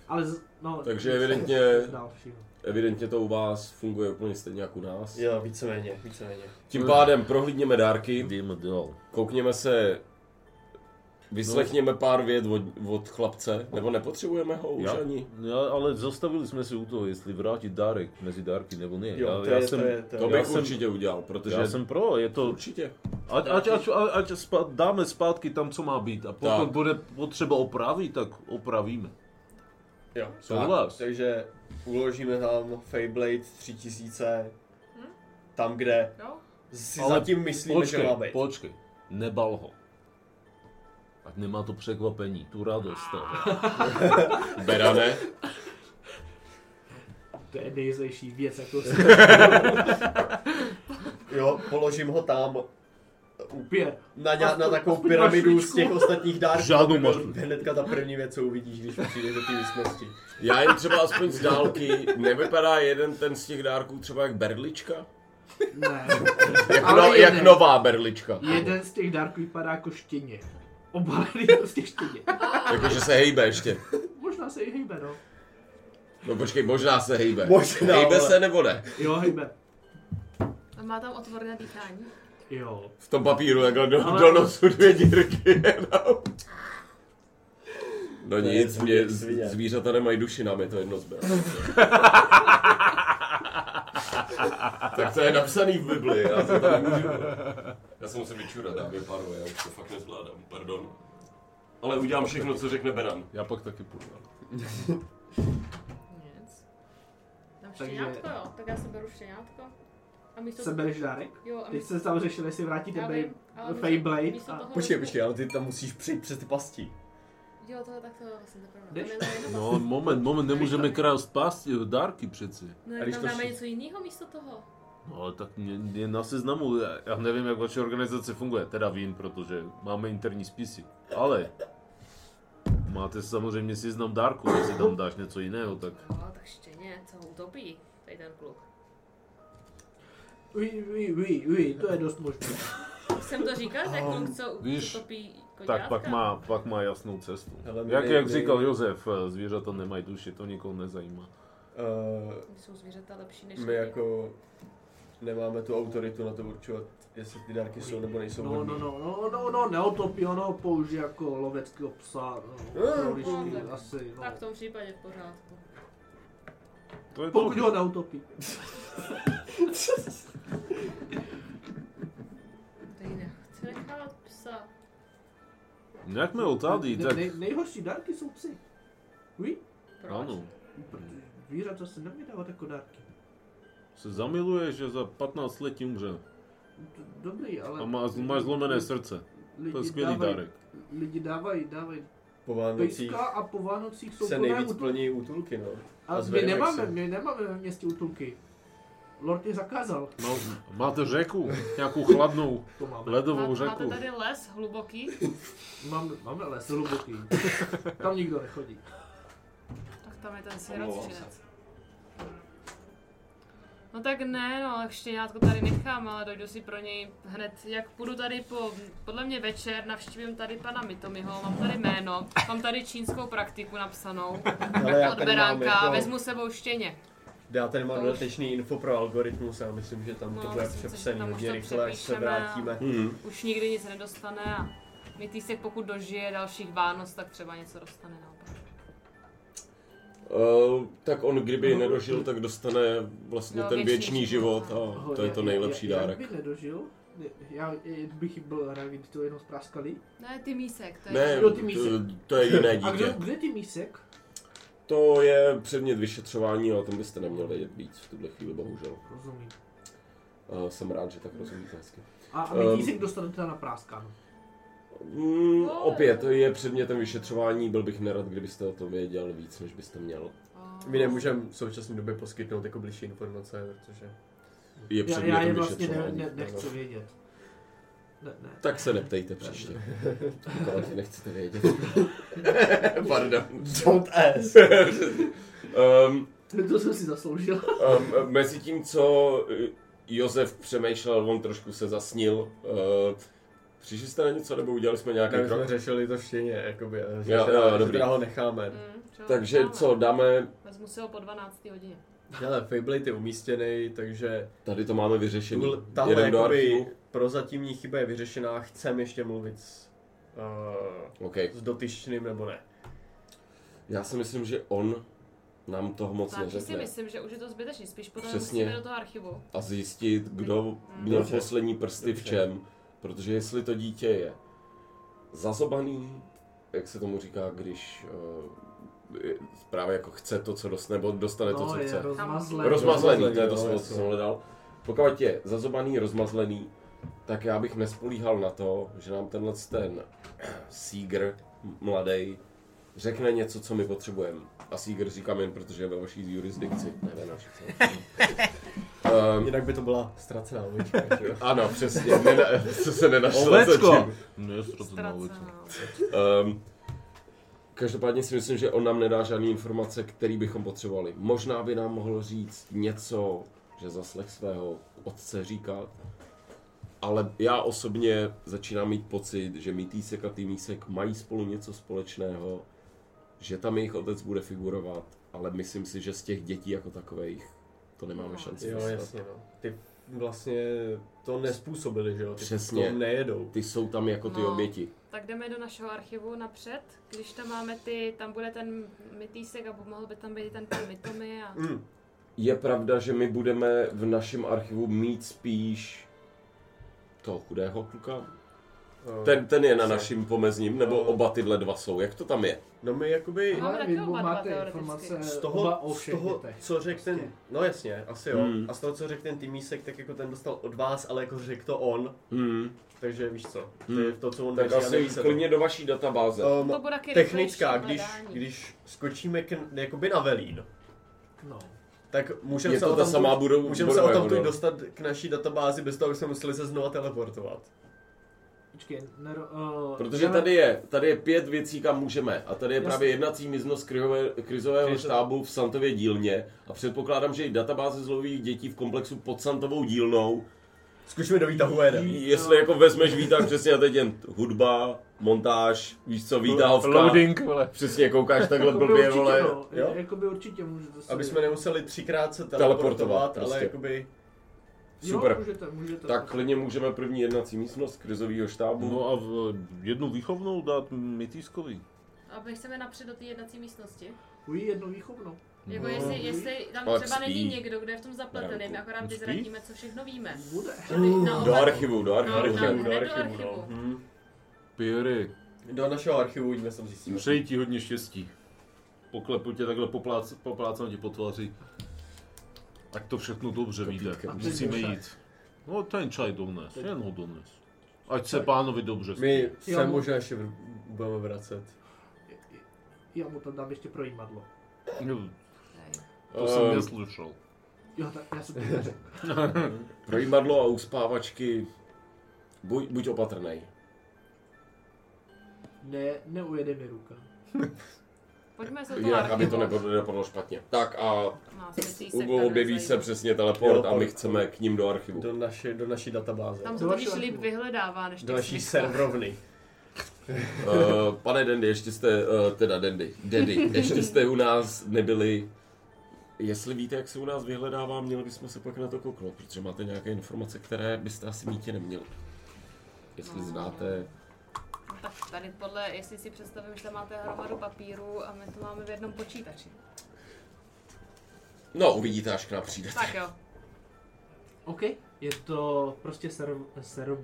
[SPEAKER 1] Ale z, no,
[SPEAKER 4] Takže
[SPEAKER 1] nic
[SPEAKER 4] evidentně-
[SPEAKER 1] dalšího.
[SPEAKER 4] Evidentně to u vás funguje úplně stejně jako u nás.
[SPEAKER 5] Jo, víceméně, víceméně.
[SPEAKER 4] Tím pádem prohlídněme dárky,
[SPEAKER 3] Jdeme dál.
[SPEAKER 4] koukněme se, vyslechněme pár věd od, od chlapce, nebo nepotřebujeme ho už
[SPEAKER 3] Já,
[SPEAKER 4] ani.
[SPEAKER 3] já, ale zastavili jsme se u toho, jestli vrátit dárek mezi dárky nebo ne.
[SPEAKER 5] Jo,
[SPEAKER 3] já,
[SPEAKER 5] to
[SPEAKER 3] já
[SPEAKER 5] je,
[SPEAKER 3] jsem,
[SPEAKER 5] to je, to
[SPEAKER 4] To
[SPEAKER 5] je.
[SPEAKER 3] by-
[SPEAKER 4] bych
[SPEAKER 3] jsem-
[SPEAKER 4] určitě udělal, protože...
[SPEAKER 3] já jsem pro, je to,
[SPEAKER 4] Určitě.
[SPEAKER 3] ať, ať, ať, ať, ať spát, dáme zpátky tam, co má být a pokud
[SPEAKER 4] Tak.
[SPEAKER 3] bude potřeba opravit, tak opravíme.
[SPEAKER 5] Jo.
[SPEAKER 3] Souhlas.
[SPEAKER 5] Takže uložíme tam Feyblade 3000
[SPEAKER 1] Hm?
[SPEAKER 5] tam, kde
[SPEAKER 2] Jo?
[SPEAKER 5] si
[SPEAKER 3] Ale
[SPEAKER 5] zatím myslíme, že má
[SPEAKER 3] Počkej,
[SPEAKER 5] být.
[SPEAKER 3] počkej, nebal ho. Ať nemá to překvapení, tu radost. toho.
[SPEAKER 4] Berane,
[SPEAKER 1] To je nejzlejší věc, jako se
[SPEAKER 5] Jo, položím ho tam
[SPEAKER 1] pije.
[SPEAKER 5] na, ně, na
[SPEAKER 1] Aspoň-
[SPEAKER 5] takovou
[SPEAKER 1] aspoň
[SPEAKER 5] pyramidu
[SPEAKER 1] mašličku.
[SPEAKER 5] z těch ostatních dárků.
[SPEAKER 3] Žádnou
[SPEAKER 5] To byl
[SPEAKER 3] mašličku.
[SPEAKER 5] Hnedka ta první věc, co uvidíš, když přijdeš do té místnosti.
[SPEAKER 4] já jim třeba aspoň z dálky, nevypadá jeden ten z těch dárků třeba jak berlička?
[SPEAKER 1] Ne.
[SPEAKER 4] Jak,
[SPEAKER 1] Ale
[SPEAKER 4] no, jak
[SPEAKER 1] jeden.
[SPEAKER 4] nová berlička.
[SPEAKER 1] Jeden z těch dárků vypadá jako štěně. Obalený prostě štěně.
[SPEAKER 4] Jakože se hejbe ještě.
[SPEAKER 1] Možná se i hejbe, no.
[SPEAKER 4] No počkej, možná se hejbe.
[SPEAKER 5] Možná,
[SPEAKER 4] hejbe
[SPEAKER 5] ale-
[SPEAKER 4] se nebo ne?
[SPEAKER 1] Jo, hejbe.
[SPEAKER 2] A má tam otvor na dýchání?
[SPEAKER 1] Jo.
[SPEAKER 4] V tom papíru takhle do,
[SPEAKER 1] Ale-
[SPEAKER 4] do nosu dvě dírky jenom. No nic, mě,
[SPEAKER 5] svině.
[SPEAKER 4] zvířata nemají duši, nám je to jedno zbyt. tak to je napsaný v Bibli, já to tam nemůžu. Já se musím vyčurat, já vyparu, já už to fakt nezvládám, pardon. Ale udělám všechno, co řekne Beran.
[SPEAKER 3] Já pak taky půjdu.
[SPEAKER 2] Nic. Tam
[SPEAKER 1] Takže-
[SPEAKER 2] štěňátko, jo? Tak já se beru štěňátko. A místo...
[SPEAKER 1] Sebereš dárek?
[SPEAKER 2] Jo, a
[SPEAKER 1] Teď
[SPEAKER 2] místo...
[SPEAKER 1] se tam řešili, jestli vrátíte
[SPEAKER 2] Já
[SPEAKER 1] Bey-
[SPEAKER 2] vím, ale místo-
[SPEAKER 1] Feyblade
[SPEAKER 2] místo
[SPEAKER 1] a-
[SPEAKER 2] toho
[SPEAKER 5] Počkej,
[SPEAKER 2] vezmu-
[SPEAKER 5] počkej, ale ty tam musíš přijít přes ty pasti.
[SPEAKER 2] Jo, to tak to vlastně to pravda.
[SPEAKER 1] Jdeš?
[SPEAKER 2] Tam je to jedno
[SPEAKER 3] No moment, moment, nemůžeme krást pás, dárky přeci.
[SPEAKER 2] No,
[SPEAKER 5] A
[SPEAKER 2] jak
[SPEAKER 5] když
[SPEAKER 2] tam
[SPEAKER 5] to
[SPEAKER 2] dáme
[SPEAKER 5] si-
[SPEAKER 2] něco jiného místo toho.
[SPEAKER 3] No ale tak je, je na seznamu, já, já nevím, jak vaše organizace funguje, teda vím, protože máme interní spisy, ale máte samozřejmě seznam dárku, jestli tam dáš něco jiného, tak
[SPEAKER 2] No, tak štěně, co ho utopí, tady ten kluk.
[SPEAKER 1] Uj, uj, uj, uj, to je dost možné.
[SPEAKER 2] Jsem to říkal, ten kluk, co
[SPEAKER 3] víš,
[SPEAKER 2] utopí koťátka?
[SPEAKER 3] tak pak má, pak má jasnou cestu.
[SPEAKER 5] Hele, my-
[SPEAKER 3] Jak, jak
[SPEAKER 5] my-
[SPEAKER 3] říkal Josef, eh, zvířata nemají duši, to nikoho nezajímá.
[SPEAKER 5] Uh,
[SPEAKER 2] Jsou zvířata lepší než
[SPEAKER 5] my
[SPEAKER 2] lidi?
[SPEAKER 5] jako nemáme tu autoritu na to určovat, jestli ty dárky jsou nebo nejsou
[SPEAKER 1] No,
[SPEAKER 5] hodný.
[SPEAKER 1] no, no, no, no, no, neotopí, ono ho použije jako loveckého psa, no,
[SPEAKER 5] Eh,
[SPEAKER 1] pro lišky,
[SPEAKER 2] tak-
[SPEAKER 1] asi, no.
[SPEAKER 2] Tak v tom případě v pořádku.
[SPEAKER 3] To je
[SPEAKER 1] Pokud ho neutopí.
[SPEAKER 2] Tady nechci nechávat psa.
[SPEAKER 3] Nějak jsme otádí,
[SPEAKER 1] Ne-
[SPEAKER 3] tak
[SPEAKER 1] nej, nejhorší dárky jsou psy. Uj,
[SPEAKER 2] Proč?
[SPEAKER 3] Ano.
[SPEAKER 1] protože zvířata se nevydává jako dárky.
[SPEAKER 3] Se zamiluje, že za 15 let ti umře.
[SPEAKER 1] To- Dobrý, ale...
[SPEAKER 4] No,
[SPEAKER 3] A má, má zlomené srdce.
[SPEAKER 1] Lidi
[SPEAKER 3] To je skvělý
[SPEAKER 1] dávají-
[SPEAKER 3] dárek.
[SPEAKER 1] Lidi dávají, dávají
[SPEAKER 5] Po Vánocích
[SPEAKER 1] pejska a po Vánocích jsou
[SPEAKER 5] se
[SPEAKER 1] plné
[SPEAKER 5] nejvíc
[SPEAKER 1] útulky.
[SPEAKER 5] plní útulky, no. a
[SPEAKER 1] Ale my
[SPEAKER 5] zvedají
[SPEAKER 1] nemáme,
[SPEAKER 5] se.
[SPEAKER 1] my nemáme ve městě útulky. Lord je zakázal.
[SPEAKER 3] No, máte řeku, nějakou chladnou
[SPEAKER 1] To máme.
[SPEAKER 3] ledovou
[SPEAKER 2] Má,
[SPEAKER 3] řeku.
[SPEAKER 2] máte tady les hluboký,
[SPEAKER 1] Máme, máme les hluboký. Tam nikdo nechodí.
[SPEAKER 2] tak tam je ten
[SPEAKER 4] Omlouvám
[SPEAKER 2] sirotčinec. No tak ne, no, štěňátko tady nechám, ale dojdu si pro něj hned, jak půjdu tady po, podle mě večer, navštívím tady pana Mitomiho, mám tady jméno, mám tady čínskou praktiku napsanou
[SPEAKER 5] Ale já
[SPEAKER 2] od
[SPEAKER 5] tady mám
[SPEAKER 2] Beránka,
[SPEAKER 5] jako,
[SPEAKER 2] vezmu sebou štěně.
[SPEAKER 5] já tady mám
[SPEAKER 2] to už-
[SPEAKER 5] dodatečný info pro algoritmus a myslím, že tam
[SPEAKER 2] No,
[SPEAKER 5] to bude
[SPEAKER 2] myslím si, že
[SPEAKER 5] přepsaný
[SPEAKER 2] tam už
[SPEAKER 5] hodně
[SPEAKER 2] to
[SPEAKER 5] rychle, až se
[SPEAKER 2] přepíšeme a-
[SPEAKER 5] vrátíme.
[SPEAKER 4] Mhm.
[SPEAKER 2] Už nikdy nic nedostane a Mytýsek pokud dožije dalších Vánoc, tak třeba něco dostane naopak.
[SPEAKER 4] Eh, tak on, kdyby nedožil, tak dostane vlastně
[SPEAKER 2] No,
[SPEAKER 4] ten
[SPEAKER 2] věčný
[SPEAKER 4] věčný život a
[SPEAKER 1] Ahoj,
[SPEAKER 4] No, to je to
[SPEAKER 1] já-
[SPEAKER 4] nejlepší
[SPEAKER 1] já,
[SPEAKER 4] dárek.
[SPEAKER 1] Já by nedožil. Já, já bych byl rád, kdyby to jenom spráskali.
[SPEAKER 2] Ne, ty mísek, to je...
[SPEAKER 4] Ne,
[SPEAKER 1] Kdo ty
[SPEAKER 4] to-
[SPEAKER 1] mísek?
[SPEAKER 4] to je jiné
[SPEAKER 1] A kdo,
[SPEAKER 4] dítě.
[SPEAKER 1] kde je ty mísek?
[SPEAKER 4] To je předmět vyšetřování, ale o tom byste neměl vědět víc v tuhle chvíli, bohužel.
[SPEAKER 1] Rozumím.
[SPEAKER 4] Eh, Jsem rád, že tak rozumíte hezky.
[SPEAKER 1] A, a
[SPEAKER 4] Ehm.
[SPEAKER 1] mítísek dostane teda na no. práskan.
[SPEAKER 4] Mm,
[SPEAKER 1] No,
[SPEAKER 4] opět, je předmětem vyšetřování, byl bych nerad, kdybyste o tom věděl víc, než byste měl.
[SPEAKER 2] O,
[SPEAKER 5] My nemůžeme v současné době poskytnout jako blížší informace, protože...
[SPEAKER 1] Já,
[SPEAKER 4] Je
[SPEAKER 1] já je
[SPEAKER 4] předmětem
[SPEAKER 1] vlastně ne,
[SPEAKER 4] vyšetřování.
[SPEAKER 1] ne, nechci vědět. Ne, ne.
[SPEAKER 4] Tak se neptejte příště. Pokud nechcete vědět. Pardon.
[SPEAKER 5] Don't ask!
[SPEAKER 4] Um,
[SPEAKER 1] To jsem si zasloužil.
[SPEAKER 4] Um, mezi tím, co eh, Josef přemýšlel, on trošku se zasnil. Uh, přišli jste na něco, nebo udělali jsme nějaký
[SPEAKER 5] Tak
[SPEAKER 4] krok?
[SPEAKER 5] jsme řešili to štěně, jakoby, a že,
[SPEAKER 4] Jo,
[SPEAKER 5] teda,
[SPEAKER 4] jo,
[SPEAKER 5] že
[SPEAKER 4] dobrý.
[SPEAKER 5] teda ho necháme.
[SPEAKER 2] mm, čo,
[SPEAKER 4] Takže
[SPEAKER 2] dáme.
[SPEAKER 4] co, dáme,
[SPEAKER 2] Vezmu si ho po 12. hodině.
[SPEAKER 5] Hele, Fablate je umístěný, takže
[SPEAKER 4] tady to máme vyřešený.
[SPEAKER 5] Tuhle- Tahle
[SPEAKER 4] Jedem do
[SPEAKER 5] jakoby
[SPEAKER 4] archivu.
[SPEAKER 5] prozatímní chyba je vyřešená, chcem ještě mluvit s,
[SPEAKER 4] OK.
[SPEAKER 5] uh, s dotyčným nebo ne.
[SPEAKER 4] Já si myslím, že on nám toho moc
[SPEAKER 2] Záči si
[SPEAKER 4] neřekne.
[SPEAKER 2] myslím, že už je to zbytečný, spíš potom
[SPEAKER 4] Přesně.
[SPEAKER 2] musíme do toho archivu.
[SPEAKER 4] A zjistit, kdo měl
[SPEAKER 5] Dobře.
[SPEAKER 4] poslední prsty v
[SPEAKER 5] Dobře.
[SPEAKER 4] čem. Protože jestli to dítě je zazobaný, jak se tomu říká, když eh, právě jako chce to, co dostane, nebo dostane
[SPEAKER 5] No,
[SPEAKER 4] to, co
[SPEAKER 1] No, je
[SPEAKER 4] chce.
[SPEAKER 1] rozmazlený.
[SPEAKER 4] Rozmazlený,
[SPEAKER 5] Rozmazlený,
[SPEAKER 4] to je to
[SPEAKER 5] no,
[SPEAKER 4] slovo, co
[SPEAKER 5] jasně.
[SPEAKER 4] jsem hledal. Pokud je zazobaný, rozmazlený, tak já bych nespolíhal na to, že nám tenhle ten Seeger mladý řekne něco, co my potřebujeme. A Seeger říkám jen, protože je ve vaší jurisdikci, ne ve naší. um,
[SPEAKER 5] Jinak by to byla ztracená ulička, že jo?
[SPEAKER 4] ano, přesně, nena, co se nenašlo.
[SPEAKER 6] Ovečko!
[SPEAKER 4] zatím.
[SPEAKER 3] Ne, ztracená ovečka.
[SPEAKER 2] Ztracená.
[SPEAKER 4] Um, každopádně si myslím, že on nám nedá žádné informace, které bychom potřebovali. Možná by nám mohl říct něco, že zaslech svého otce říkat, ale já osobně začínám mít pocit, že Mýtýsek a Týmísek mají spolu něco společného, že tam jejich otec bude figurovat, ale myslím si, že z těch dětí jako takových to nemáme
[SPEAKER 2] No,
[SPEAKER 4] šanci
[SPEAKER 5] Jo,
[SPEAKER 4] dostat.
[SPEAKER 5] jasně, no. Ty vlastně to nespůsobili, že jo? Ty
[SPEAKER 4] Přesně.
[SPEAKER 5] To nejedou.
[SPEAKER 4] Ty jsou tam jako ty
[SPEAKER 2] No.
[SPEAKER 4] oběti.
[SPEAKER 2] Tak jdeme do našeho archivu napřed. Když tam máme ty, tam bude ten mytýsek a mohl by tam být i ten pan Mitomy a...
[SPEAKER 5] Mm.
[SPEAKER 4] Je pravda, že my budeme v našem archivu mít spíš toho chudého kluka?
[SPEAKER 5] Uh,
[SPEAKER 4] Ten, ten je na naším pomezním, nebo oba tyhle dva jsou, jak to tam je?
[SPEAKER 5] No my jakoby...
[SPEAKER 2] Máme
[SPEAKER 1] Ale
[SPEAKER 2] taky
[SPEAKER 1] vy
[SPEAKER 2] oba dva
[SPEAKER 1] máte
[SPEAKER 2] teoreticky.
[SPEAKER 1] informace
[SPEAKER 5] Z
[SPEAKER 1] No, oba
[SPEAKER 5] toho,
[SPEAKER 1] o
[SPEAKER 5] z
[SPEAKER 1] všech
[SPEAKER 5] toho
[SPEAKER 1] dětech.
[SPEAKER 5] co řekl ten, no jasně, asi jo,
[SPEAKER 4] Mm.
[SPEAKER 5] a z toho, co řekl ten Týmísek, tak jako ten dostal od vás, ale jako řekl to on,
[SPEAKER 4] Hmm.
[SPEAKER 5] takže víš co, to
[SPEAKER 4] Mm.
[SPEAKER 5] je to, co on
[SPEAKER 4] Tak
[SPEAKER 5] neří a
[SPEAKER 4] asi
[SPEAKER 5] neví se to.
[SPEAKER 4] klidně do vaší databáze.
[SPEAKER 5] Um,
[SPEAKER 2] To bude taky
[SPEAKER 5] technická,
[SPEAKER 2] rychlejší
[SPEAKER 5] když,
[SPEAKER 2] hledání.
[SPEAKER 5] když skočíme k, jakoby na Velín,
[SPEAKER 1] No.
[SPEAKER 5] tak můžeme
[SPEAKER 4] Je
[SPEAKER 5] se,
[SPEAKER 4] to ta
[SPEAKER 5] odtamtud-
[SPEAKER 4] samá budou,
[SPEAKER 5] můžem se
[SPEAKER 4] budova,
[SPEAKER 5] o tom
[SPEAKER 4] no.
[SPEAKER 5] dostat k naší databázi bez toho, aby jsme museli se znova teleportovat.
[SPEAKER 1] Počkej, nero, uh,
[SPEAKER 4] Protože tady je, tady je pět věcí, kam můžeme. A tady je právě jednací místnost krizové, krizového štábu v Santově dílně. A předpokládám, že i databáze zlových dětí v komplexu pod Santovou dílnou.
[SPEAKER 5] Zkusíme do výtahu jeden.
[SPEAKER 4] Jestli jako vezmeš výtah přesně a teď jen hudba, montáž, víš co, výtahovka.
[SPEAKER 3] Loading, vole.
[SPEAKER 4] Přesně koukáš takhle
[SPEAKER 1] Jakoby
[SPEAKER 4] blbě,
[SPEAKER 1] určitě,
[SPEAKER 4] vole.
[SPEAKER 1] no,
[SPEAKER 5] jo?
[SPEAKER 1] Jakoby určitě můžete si...
[SPEAKER 5] Aby jsme nemuseli třikrát se
[SPEAKER 4] Teleportovat,
[SPEAKER 5] teleportovat, ale
[SPEAKER 4] prostě.
[SPEAKER 5] jakoby...
[SPEAKER 4] Super.
[SPEAKER 1] Jo, můžete, můžete.
[SPEAKER 4] Tak klidně můžeme první jednací místnost krizového štábu.
[SPEAKER 3] No a v jednu výchovnou dát Mytýskovi.
[SPEAKER 2] A my chceme napřed do té jednací místnosti.
[SPEAKER 1] Ují jednu výchovnou.
[SPEAKER 5] No.
[SPEAKER 2] Jako jestli, jestli tam
[SPEAKER 4] Ale
[SPEAKER 2] třeba
[SPEAKER 4] spí.
[SPEAKER 2] není někdo, kdo je v tom zapletený, my
[SPEAKER 4] Branku.
[SPEAKER 2] akorát vyzradíme, co všechno víme.
[SPEAKER 5] Mm,
[SPEAKER 1] Bude.
[SPEAKER 2] No,
[SPEAKER 4] Do archivu, do
[SPEAKER 2] No, no,
[SPEAKER 4] archivu. no.
[SPEAKER 2] hned do archivu.
[SPEAKER 3] Pierre,
[SPEAKER 5] Do našeho archivu uvidíme, co zjistíme.
[SPEAKER 3] přeji ti hodně štěstí. poklepu tě takhle poplác, poplácám tě po tváři. Tak to všechno dobře vyjde,
[SPEAKER 4] Kopítkem.
[SPEAKER 3] musíme
[SPEAKER 1] Ten
[SPEAKER 3] jít. No ten čaj dones, jen ho dones. Ať se pánovi dobře
[SPEAKER 5] My se
[SPEAKER 1] Jo, mu-
[SPEAKER 5] možná ještě vr- budeme vracet.
[SPEAKER 1] Já mu tam dám ještě projímadlo.
[SPEAKER 3] No, To
[SPEAKER 4] Ehm,
[SPEAKER 3] jsem neslyšel.
[SPEAKER 1] Jo, tak já jsem to neřekl.
[SPEAKER 4] Projímadlo a uspávačky, buď, buď opatrnej.
[SPEAKER 1] Ne, neujede mi ruka.
[SPEAKER 2] Pojďme se No, to
[SPEAKER 4] Jinak, aby to nepadlo, nepadlo špatně. Tak a Ubo objeví se přesně teleport a my chceme k ním do archivu.
[SPEAKER 5] Do, naše, do naší databáze.
[SPEAKER 2] Tam se
[SPEAKER 1] Do
[SPEAKER 2] totiž
[SPEAKER 1] vašeho
[SPEAKER 2] líp
[SPEAKER 1] archivu.
[SPEAKER 2] vyhledává, než
[SPEAKER 5] Do
[SPEAKER 2] těch
[SPEAKER 5] naší
[SPEAKER 2] smyslech.
[SPEAKER 5] serverovny.
[SPEAKER 4] Uh, pane Dendy, ještě jste, uh, teda Dendy, Dendy, ještě jste u nás nebyli. Jestli víte, jak se u nás vyhledává, měli bychom se pak na to kouknout, protože máte nějaké informace, které byste asi mítě neměli. Jestli
[SPEAKER 2] No.
[SPEAKER 4] znáte...
[SPEAKER 2] No tak tady podle, jestli si představím, že tam máte hromadu papíru a my to máme v jednom počítači.
[SPEAKER 4] No, uvidíte, až k nám přijdete.
[SPEAKER 2] Tak jo,
[SPEAKER 1] OK, je to prostě serv... serv...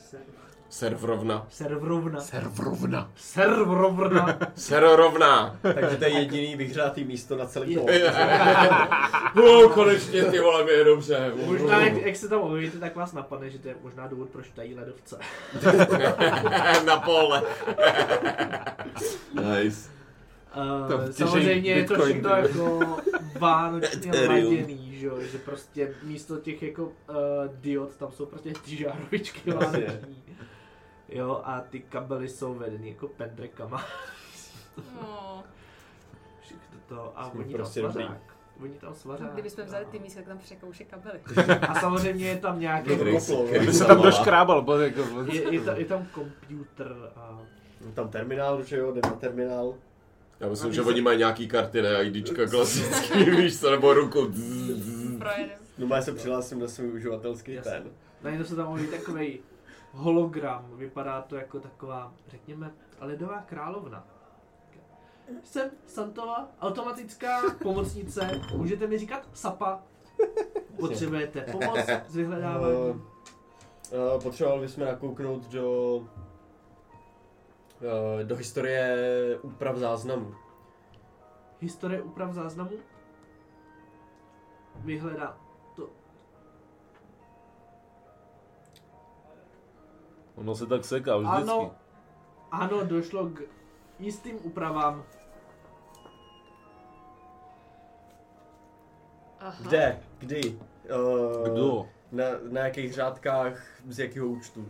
[SPEAKER 1] serv
[SPEAKER 4] Servrovna.
[SPEAKER 1] servrovna.
[SPEAKER 4] Servrovna.
[SPEAKER 1] Servrovna.
[SPEAKER 4] Servrovna.
[SPEAKER 5] Takže to je jediný vyhrátý místo na celém
[SPEAKER 1] Je-
[SPEAKER 5] polu.
[SPEAKER 4] No, konečně ty vole, mi je dobře.
[SPEAKER 1] Možná, jak, jak, se tam objevíte, tak vás napadne, že to je možná důvod, proč tají ledovce.
[SPEAKER 4] na pole. nice.
[SPEAKER 1] Uh,
[SPEAKER 3] To vtěžení
[SPEAKER 1] samozřejmě je to
[SPEAKER 3] Bitcoin,
[SPEAKER 1] všechno
[SPEAKER 3] ty.
[SPEAKER 1] jako vánočně
[SPEAKER 4] Ethereum.
[SPEAKER 1] laděný, že, jo, že prostě místo těch jako uh, diod tam jsou prostě ty žárovičky vánoční. Jo, a ty kabely jsou vedeny jako pendrekama.
[SPEAKER 2] no,
[SPEAKER 1] Všechno to. A
[SPEAKER 5] Jsme
[SPEAKER 1] oni tam
[SPEAKER 5] prostě dobrý.
[SPEAKER 1] svařák. Oni tam svařák.
[SPEAKER 2] kdybychom vzali
[SPEAKER 1] no.
[SPEAKER 2] ty místa, tak tam překouše kabely.
[SPEAKER 1] A samozřejmě je tam nějaký... jako-
[SPEAKER 5] Dobrý. Koplo,
[SPEAKER 4] Kdyby
[SPEAKER 5] no.
[SPEAKER 4] se
[SPEAKER 3] Tam
[SPEAKER 4] volá.
[SPEAKER 3] doškrábal, bo jako...
[SPEAKER 1] Je, je, tam, je tam komputer a...
[SPEAKER 5] No Tam terminál, že jo, jdeme na terminál.
[SPEAKER 4] Já myslím, že oni mají nějaký karty, ne? IDčka klasický, víš co, nebo ruku. Zzz, zzz.
[SPEAKER 2] Projedem.
[SPEAKER 5] No já se přihlásím na svůj uživatelský
[SPEAKER 1] Jasně.
[SPEAKER 5] ten.
[SPEAKER 1] Najednou se tam objeví takový hologram, vypadá to jako taková, řekněme, lidová královna. Jsem Santova, automatická pomocnice, můžete mi říkat Sapa. Potřebujete pomoc s vyhledáváním.
[SPEAKER 5] Eh, Potřebovali bychom nakouknout do, eh, do historie úprav záznamů.
[SPEAKER 1] Historie úprav záznamu. Vyhledá to.
[SPEAKER 3] Ono se tak seká vždycky.
[SPEAKER 1] Ano, ano, došlo k jistým úpravám.
[SPEAKER 2] Aha.
[SPEAKER 5] Kde? Kdy? Eh,
[SPEAKER 3] Kdo?
[SPEAKER 5] Na, na jakých řádkách, z jakého účtu.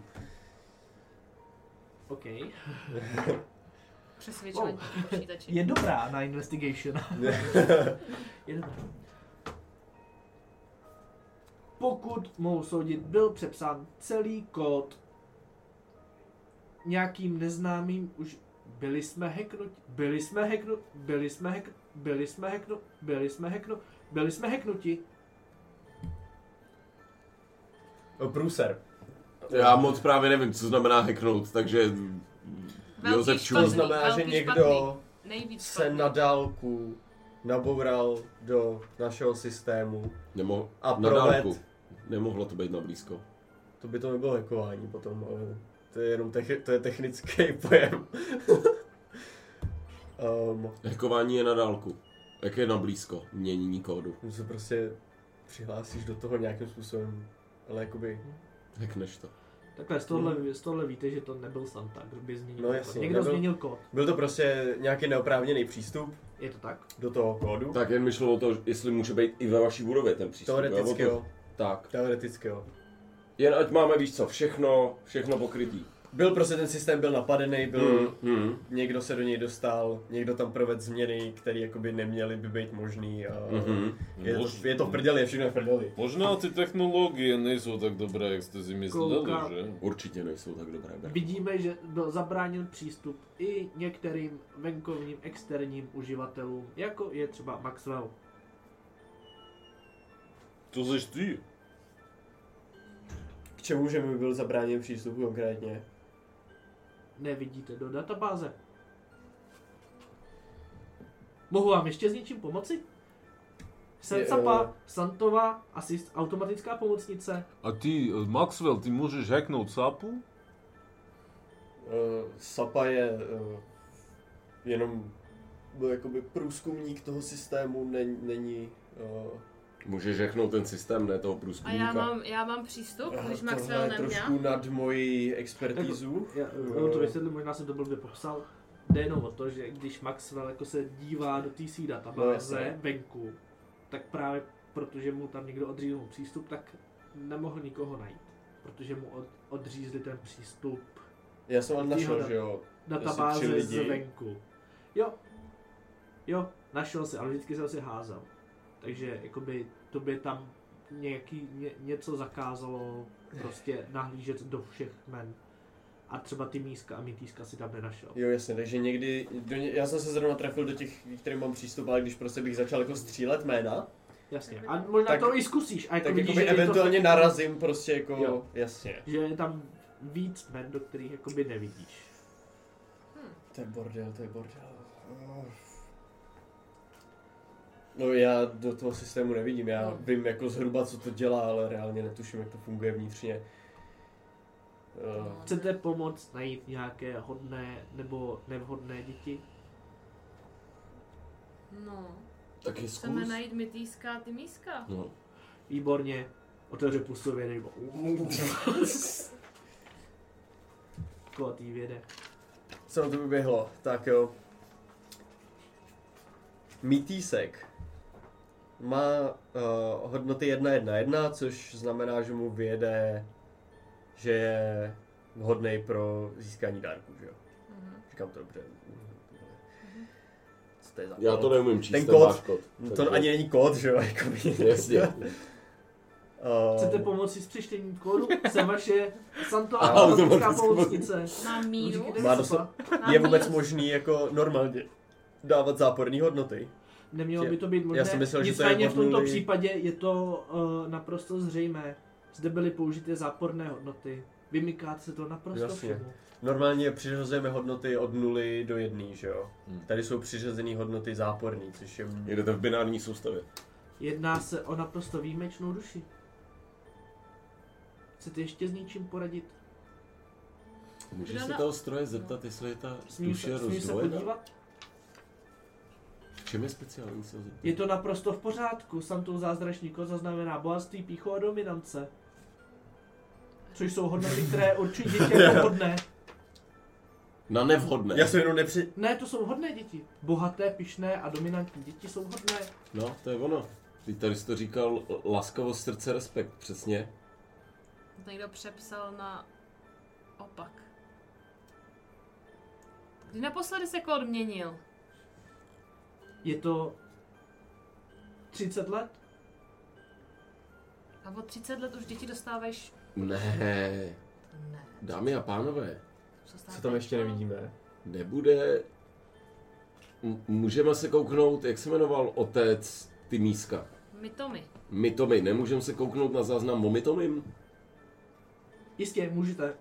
[SPEAKER 1] OK.
[SPEAKER 5] Oh.
[SPEAKER 2] Přesvědčování počítači.
[SPEAKER 1] Je dobrá na investigation. Je dobrá. Pokud mohu soudit, byl přepsán celý kód nějakým neznámým už byli jsme hacknuti, byli jsme hacknuti, byli jsme hack, byli jsme hacknuti, byli jsme hacknuti, byli jsme hacknuti.
[SPEAKER 5] Eh, Průser.
[SPEAKER 4] Já moc právě nevím, co znamená hacknout, takže
[SPEAKER 2] Velký
[SPEAKER 4] Josef Čul.
[SPEAKER 5] To
[SPEAKER 2] špatný,
[SPEAKER 5] znamená, že
[SPEAKER 2] velký
[SPEAKER 5] někdo
[SPEAKER 2] špatný. Nejvíc
[SPEAKER 5] se na dálku naboural do našeho systému.
[SPEAKER 4] nemo,
[SPEAKER 5] A
[SPEAKER 4] na
[SPEAKER 5] proved.
[SPEAKER 4] dálku. Nemohlo to být na blízko.
[SPEAKER 5] To by to nebylo hackování potom, ale to je jenom tech, to je technický pojem. um,
[SPEAKER 4] Hackování je na dálku. Jak je na blízko? Měnění kódu.
[SPEAKER 5] mu se prostě přihlásíš do toho nějakým způsobem, ale jakoby,
[SPEAKER 4] Hackneš to.
[SPEAKER 1] Takhle z tohle, z tohle víte, že to nebyl Santa, kdo by změnil
[SPEAKER 5] No
[SPEAKER 1] kód.
[SPEAKER 5] jasně,
[SPEAKER 1] Někdo
[SPEAKER 5] nebyl.
[SPEAKER 1] změnil kód,
[SPEAKER 5] byl to prostě nějaký neoprávněný přístup
[SPEAKER 1] je to tak?
[SPEAKER 5] do toho kódu.
[SPEAKER 4] Tak jen myšlo o to, jestli může být i ve vaší budově ten přístup.
[SPEAKER 5] Teoreticky
[SPEAKER 4] jo? o to-
[SPEAKER 5] jo,
[SPEAKER 4] Tak.
[SPEAKER 5] teoreticky jo.
[SPEAKER 4] Jen ať máme, víš co, všechno, všechno pokrytý.
[SPEAKER 5] Byl prostě ten systém, byl napadený, byl,
[SPEAKER 4] Hmm. Hmm.
[SPEAKER 5] někdo se do něj dostal, někdo tam provedl změny, které jakoby neměly by být možný a
[SPEAKER 4] Mhm.
[SPEAKER 5] je, to, je to v prdeli, je všechno v prdeli.
[SPEAKER 3] Možná ty technologie nejsou tak dobré, jak jste si mysleli,
[SPEAKER 1] Kouká-
[SPEAKER 3] že?
[SPEAKER 4] Určitě nejsou tak dobré. Berko.
[SPEAKER 1] Vidíme, že byl zabráněn přístup i některým venkovním externím uživatelům, jako je třeba Maxwell.
[SPEAKER 3] To seš ty.
[SPEAKER 5] K čemu, že mi byl zabráněn přístup konkrétně?
[SPEAKER 1] Nevidíte do databáze. Mohu vám ještě s něčím pomoci?
[SPEAKER 5] Je, eh,
[SPEAKER 1] Sensapa, Santova, asist, automatická pomocnice.
[SPEAKER 3] A ty, eh, Maxwell, ty můžeš hacknout SAPu?
[SPEAKER 5] Eh, Uh, SAPA je uh, eh, jenom byl jakoby průzkumník toho systému, nen, není... Uh,
[SPEAKER 4] Můžeš řeknout ten systém, ne toho
[SPEAKER 2] A já
[SPEAKER 4] průzkumníka.
[SPEAKER 2] mám, já mám přístup, když Max
[SPEAKER 5] eh, tohle
[SPEAKER 2] jel
[SPEAKER 5] je
[SPEAKER 2] na mě.
[SPEAKER 5] trošku nad moji expertízu.
[SPEAKER 1] Já, no,
[SPEAKER 5] eh,
[SPEAKER 1] to vysvětlím, možná jsem to blbě popsal. Jde jenom o to, že když Max jako se dívá do té sí
[SPEAKER 5] No,
[SPEAKER 1] databáze
[SPEAKER 5] jasně.
[SPEAKER 1] venku, tak právě protože mu tam někdo odříznul přístup, tak nemohl nikoho najít. Protože mu od, odřízli ten přístup
[SPEAKER 5] Já jsem ale našel,
[SPEAKER 1] Výhoda.
[SPEAKER 5] že jo. Asi
[SPEAKER 1] databáze
[SPEAKER 5] tři lidi.
[SPEAKER 1] z venku. Jo, jo, našel si, ale vždycky jsem si házel. Takže jakoby tobě tam nějaký, ně, něco zakázalo prostě nahlížet do všech men. A třeba ty míska a my týska si tam nenašel.
[SPEAKER 5] Jo, jasně, takže někdy, do ně, já jsem se zrovna trefil do těch, kterým mám přístup, ale když prostě bych začal jako střílet jména,
[SPEAKER 1] Jasně. A možná
[SPEAKER 5] Tak-
[SPEAKER 1] to i zkusíš. A jako
[SPEAKER 5] tak
[SPEAKER 1] vidíš,
[SPEAKER 5] jakoby
[SPEAKER 1] že je to
[SPEAKER 5] eventuálně
[SPEAKER 1] fakt-
[SPEAKER 5] narazím prostě jako,
[SPEAKER 1] Jo.
[SPEAKER 5] jasně.
[SPEAKER 1] Že je tam víc men, do kterých jakoby nevidíš.
[SPEAKER 5] To je bordel, to je bordel. No já do toho systému nevidím, já
[SPEAKER 2] No.
[SPEAKER 5] vím jako zhruba, co to dělá, ale reálně netuším, jak to funguje vnitřně. Eh,
[SPEAKER 1] Chcete pomoct najít nějaké hodné nebo nevhodné děti?
[SPEAKER 2] No,
[SPEAKER 4] Tak je
[SPEAKER 2] chceme
[SPEAKER 4] zkus.
[SPEAKER 2] najít mytýska a ty míska.
[SPEAKER 4] No.
[SPEAKER 1] Výborně. Otevře pusu vědy. nebo- Kulatý věde.
[SPEAKER 5] Co na to vyběhlo? Tak jo. Mítýsek má uh, hodnoty 1.1.1, což znamená, že mu vyjede, že je vhodný pro získání dárku, že jo? Říkám to dobře. Co to je za
[SPEAKER 4] Já to
[SPEAKER 5] kód?
[SPEAKER 4] neumím číst,
[SPEAKER 5] Ten
[SPEAKER 4] ten,
[SPEAKER 5] kód,
[SPEAKER 4] váš kód.
[SPEAKER 5] To ani není kód, že jo? jako Jakoby.
[SPEAKER 4] Jasně.
[SPEAKER 5] Eh,
[SPEAKER 1] Chcete pomoci s přečtením kódu? Jsem vaše Santo
[SPEAKER 5] A
[SPEAKER 1] automatická
[SPEAKER 4] automatická
[SPEAKER 1] pomocnice.
[SPEAKER 2] Mám míru.
[SPEAKER 1] Díky,
[SPEAKER 5] Má
[SPEAKER 1] jde
[SPEAKER 5] dosa-
[SPEAKER 1] sopa.
[SPEAKER 2] mám
[SPEAKER 5] je vůbec
[SPEAKER 2] míru.
[SPEAKER 5] možný jako normálně dávat záporné hodnoty?
[SPEAKER 1] Nemělo
[SPEAKER 5] Tě-
[SPEAKER 1] by to být možné.
[SPEAKER 5] Já jsem myslel, že to je
[SPEAKER 1] Nicméně v tomto
[SPEAKER 5] hodnulý-
[SPEAKER 1] případě je to uh, naprosto zřejmé. Zde byly použité záporné hodnoty. Vymyká se to naprosto
[SPEAKER 5] Jasně.
[SPEAKER 1] všemu.
[SPEAKER 5] Normálně přiřazujeme hodnoty od 0 do 1, že jo?
[SPEAKER 4] Hmm.
[SPEAKER 5] Tady jsou přiřazené hodnoty záporný, což je...
[SPEAKER 4] Jedete v binární soustavě.
[SPEAKER 1] Jedná se o naprosto výjimečnou duši. Chcete ještě s něčím poradit?
[SPEAKER 4] Můžeš
[SPEAKER 2] Kdo
[SPEAKER 4] se
[SPEAKER 2] na-
[SPEAKER 4] toho stroje zeptat, jestli je ta
[SPEAKER 1] Smím se,
[SPEAKER 4] duše
[SPEAKER 1] smím se
[SPEAKER 4] rozdvojená?
[SPEAKER 1] podívat?
[SPEAKER 4] V čem je speciální se ho zeptat?
[SPEAKER 1] Je to naprosto v pořádku. Samtou zázračný koza znamená bohatství, píchu a dominance. Což jsou hodnoty, které určují děti jako hodné.
[SPEAKER 4] Na nevhodné.
[SPEAKER 5] Já jsem jenom nepři...
[SPEAKER 1] Ne, to jsou hodné děti. Bohaté, pišné a dominantní děti jsou hodné.
[SPEAKER 4] No, to je ono. Ty tady jsi to říkal, l- laskavost, srdce, respekt, přesně.
[SPEAKER 2] To Někdo přepsal na opak. Kdy naposledy se kód měnil?
[SPEAKER 1] Je to 30 let?
[SPEAKER 2] A od 30 let už děti dostáváš...
[SPEAKER 4] Ne,
[SPEAKER 2] Ne.
[SPEAKER 4] dámy a pánové,
[SPEAKER 5] Co tam ještě nevidíme?
[SPEAKER 4] nebude... M- můžeme se kouknout, jak se jmenoval otec Tymíska?
[SPEAKER 2] Mitomy.
[SPEAKER 4] Mitomy, nemůžeme se kouknout na záznam o Mitomim?
[SPEAKER 1] Jistě, můžete.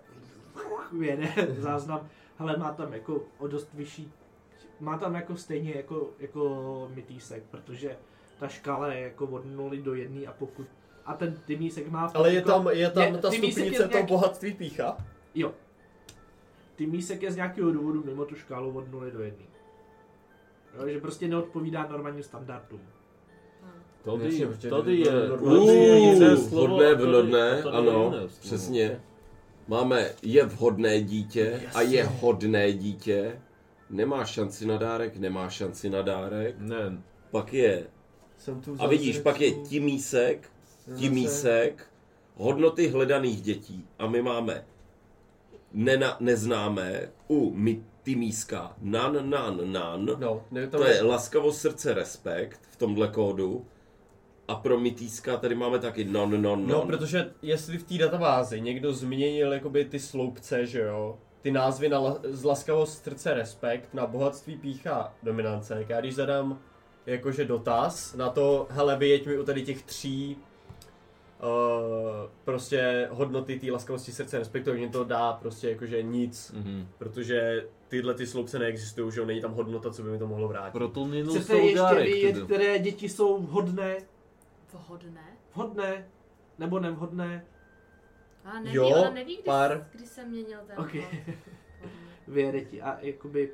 [SPEAKER 1] Věde záznam. Hele, má tam jako o dost vyšší. Má tam jako stejně jako, jako mytýsek, protože ta škala je jako od 0 do 1 a pokud... A ten tymísek má...
[SPEAKER 5] Ale je
[SPEAKER 1] jako,
[SPEAKER 5] tam, je tam
[SPEAKER 1] je-
[SPEAKER 5] ta
[SPEAKER 1] ty mísek je
[SPEAKER 5] stupnice toho
[SPEAKER 1] nějak-
[SPEAKER 5] bohatství pícha?
[SPEAKER 1] Jo. Tymísek je z nějakého důvodu mimo tu škálu od 0 do 1. Jo, že prostě neodpovídá normálním standardům.
[SPEAKER 3] Tady,
[SPEAKER 5] Jasně,
[SPEAKER 3] je-
[SPEAKER 5] protože
[SPEAKER 3] tady
[SPEAKER 5] to
[SPEAKER 3] je,
[SPEAKER 5] bylo
[SPEAKER 3] tady je
[SPEAKER 4] Uuu,
[SPEAKER 3] jiné slovo. jako a tady-
[SPEAKER 4] vhodné, vhodné,
[SPEAKER 3] a tady je
[SPEAKER 4] ano,
[SPEAKER 3] jiné slovo.
[SPEAKER 4] přesně. Máme je vhodné dítě a je hodné dítě. Nemá šanci na dárek, nemá šanci na dárek.
[SPEAKER 3] Ne,
[SPEAKER 4] Pak je
[SPEAKER 5] Jsem tu
[SPEAKER 4] A vidíš, pak je timísek, timísek, hodnoty hledaných dětí. A my máme nena, neznámé u mi, timíska nan, nan, nan.
[SPEAKER 5] No, ne, tam
[SPEAKER 4] To je laskavost srdce, respekt v tomhle kódu. A pro mitýska tady máme taky non, non,
[SPEAKER 5] No,
[SPEAKER 4] non.
[SPEAKER 5] protože jestli v té databázi někdo změnil jakoby ty sloupce, že jo, ty názvy na la- z laskavost srdce respekt na bohatství pícha dominance, tak já když zadám jakože dotaz na to, hele vyjeď mi u tady těch tří uh, prostě hodnoty té laskavosti srdce respektu, tak mě to dá prostě jakože nic,
[SPEAKER 3] Mhm.
[SPEAKER 5] protože tyhle ty sloupce neexistují, že jo, není tam hodnota, co by mi to mohlo vrátit.
[SPEAKER 3] proto minus
[SPEAKER 1] Chcete ještě
[SPEAKER 3] No, dárek.
[SPEAKER 1] vědět,
[SPEAKER 3] teda.
[SPEAKER 1] které děti jsou vhodné,
[SPEAKER 2] Vhodné?
[SPEAKER 1] vhodné nebo nevhodné?
[SPEAKER 2] A neví,
[SPEAKER 5] Jo,
[SPEAKER 2] ona neví, kdy,
[SPEAKER 5] pár.
[SPEAKER 2] kdy se měnil ten
[SPEAKER 1] Ok.
[SPEAKER 2] kód. Vhodné.
[SPEAKER 1] Vyjede ti a jakoby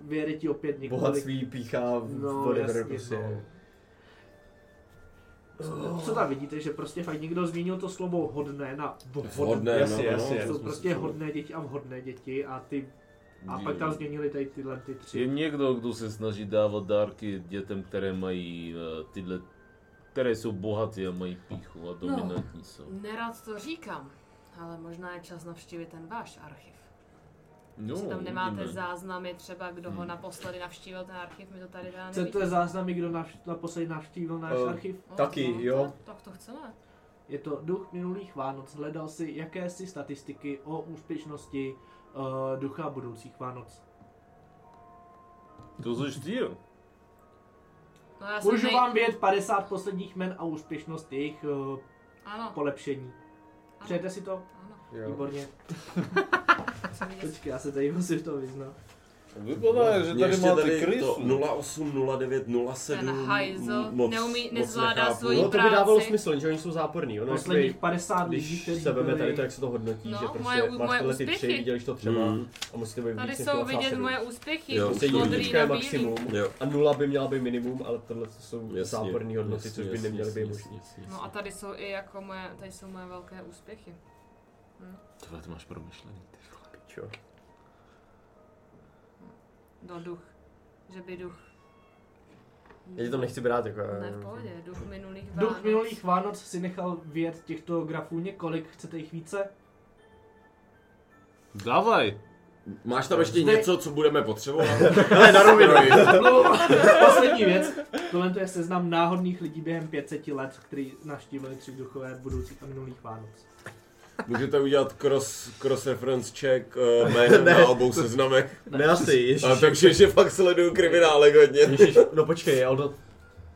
[SPEAKER 1] Věry ti opět několik...
[SPEAKER 5] Bohatství, pícha,
[SPEAKER 1] No,
[SPEAKER 5] no, whatever,
[SPEAKER 1] jasně,
[SPEAKER 5] prostě.
[SPEAKER 1] no. Co tam vidíte, že prostě fakt někdo změnil to slovo hodné na vhodné.
[SPEAKER 4] Vhodné,
[SPEAKER 5] Jasně,
[SPEAKER 4] no,
[SPEAKER 5] jasně,
[SPEAKER 4] no,
[SPEAKER 5] jasně.
[SPEAKER 4] to
[SPEAKER 1] Jsou
[SPEAKER 4] jsme
[SPEAKER 1] prostě
[SPEAKER 4] si-
[SPEAKER 1] hodné děti a vhodné děti a ty a
[SPEAKER 4] Dí-
[SPEAKER 1] pak tam změnili tady tyhle ty
[SPEAKER 3] Je
[SPEAKER 1] tři.
[SPEAKER 3] někdo, kdo se snaží dávat dárky dětem, které mají eh, tyhle, které jsou bohaté a mají
[SPEAKER 1] No.
[SPEAKER 3] píchu a dominantní jsou.
[SPEAKER 2] Nerad to říkám, ale možná je čas navštívit ten váš archiv.
[SPEAKER 3] No,
[SPEAKER 2] Jestli tam nemáte
[SPEAKER 3] uvidíme.
[SPEAKER 2] záznamy třeba, kdo ho naposledy navštívil ten archiv, mi to tady dá nevidí.
[SPEAKER 1] Chcete záznamy, kdo navš- naposledy navštívil náš
[SPEAKER 5] Eh.
[SPEAKER 1] archiv?
[SPEAKER 2] No,
[SPEAKER 5] Taky,
[SPEAKER 2] no,
[SPEAKER 5] jo.
[SPEAKER 2] To, tak to chceme.
[SPEAKER 1] Je to duch minulých Vánoc. Hledal si jakési statistiky o úspěšnosti uh, ducha budoucích Vánoc.
[SPEAKER 3] To jsi ty, jo?
[SPEAKER 2] No já jsem
[SPEAKER 1] Můžu
[SPEAKER 2] nej...
[SPEAKER 1] vám vědět 50 posledních men a úspěšnost jejich uh,
[SPEAKER 2] Ano,
[SPEAKER 1] polepšení. Přejete si to?
[SPEAKER 2] ano.
[SPEAKER 5] Jo.
[SPEAKER 1] Výborně.
[SPEAKER 2] Chci vidět.
[SPEAKER 1] Počkej, já se tady musím to vyznat.
[SPEAKER 3] Vypadá, že
[SPEAKER 4] Mě
[SPEAKER 3] No, tady
[SPEAKER 4] ještě
[SPEAKER 3] máte
[SPEAKER 4] to
[SPEAKER 3] krysu.
[SPEAKER 4] 08, 09, 07.
[SPEAKER 2] Ten hajzl
[SPEAKER 4] m- moc-
[SPEAKER 2] neumí-
[SPEAKER 4] moc
[SPEAKER 2] nezvládá
[SPEAKER 4] nechápu. Hmm,
[SPEAKER 2] svoji-
[SPEAKER 5] No to by
[SPEAKER 2] práci.
[SPEAKER 5] dávalo smysl, že oni jsou záporní. Ono
[SPEAKER 1] Posledních
[SPEAKER 5] jakoby,
[SPEAKER 1] 50 lidí,
[SPEAKER 5] No, když
[SPEAKER 1] kteří
[SPEAKER 5] se veme tady
[SPEAKER 1] byli...
[SPEAKER 5] to, jak se to hodnotí,
[SPEAKER 2] No,
[SPEAKER 5] že prostě
[SPEAKER 2] moje-
[SPEAKER 5] máš
[SPEAKER 2] moje
[SPEAKER 5] tyhle ty tři,
[SPEAKER 2] úspěchy.
[SPEAKER 5] viděli to třeba
[SPEAKER 1] Hmm.
[SPEAKER 4] Mm.
[SPEAKER 5] a musíte být
[SPEAKER 2] Tady
[SPEAKER 5] víc než
[SPEAKER 2] jsou
[SPEAKER 5] 0,7.
[SPEAKER 2] vidět moje úspěchy.
[SPEAKER 4] Jo.
[SPEAKER 5] Prostě
[SPEAKER 2] Modrý na
[SPEAKER 5] jednička je
[SPEAKER 2] bílý.
[SPEAKER 5] maximum
[SPEAKER 4] Jo.
[SPEAKER 3] Hmm.
[SPEAKER 5] a nula by měla být minimum, ale tohle jsou
[SPEAKER 4] Jasně,
[SPEAKER 5] záporné hodnoty,
[SPEAKER 4] jasně,
[SPEAKER 5] což by
[SPEAKER 4] jasně,
[SPEAKER 5] neměly
[SPEAKER 4] jasně,
[SPEAKER 5] být
[SPEAKER 4] jasně,
[SPEAKER 5] možné.
[SPEAKER 4] jasně,
[SPEAKER 2] No a tady jsou i jako moje, tady jsou moje velké úspěchy.
[SPEAKER 3] Tohle to máš promyšlený. ty vole.
[SPEAKER 5] Pičo.
[SPEAKER 2] No duch. Že by duch.
[SPEAKER 5] Já ti to nechci brát, jako...
[SPEAKER 2] Ne, v pohodě, duch minulých Vánoc.
[SPEAKER 1] Duch minulých Vánoc si nechal vědět těchto grafů několik, chcete jich více?
[SPEAKER 3] Dávaj!
[SPEAKER 4] Máš tam ještě
[SPEAKER 1] Zde-
[SPEAKER 4] něco, co budeme potřebovat?
[SPEAKER 5] Ne, na rovinu.
[SPEAKER 1] Poslední věc. Tohle to je seznam náhodných lidí během 500 let, který navštívili tři duchové budoucích a minulých Vánoc.
[SPEAKER 4] Můžete udělat cross, cross reference check uh, jménem na obou seznamech.
[SPEAKER 5] Ne, asi,
[SPEAKER 4] A
[SPEAKER 5] ježiš.
[SPEAKER 4] takže že fakt sleduju kriminálek hodně.
[SPEAKER 5] Ježiš, no počkej, ale to-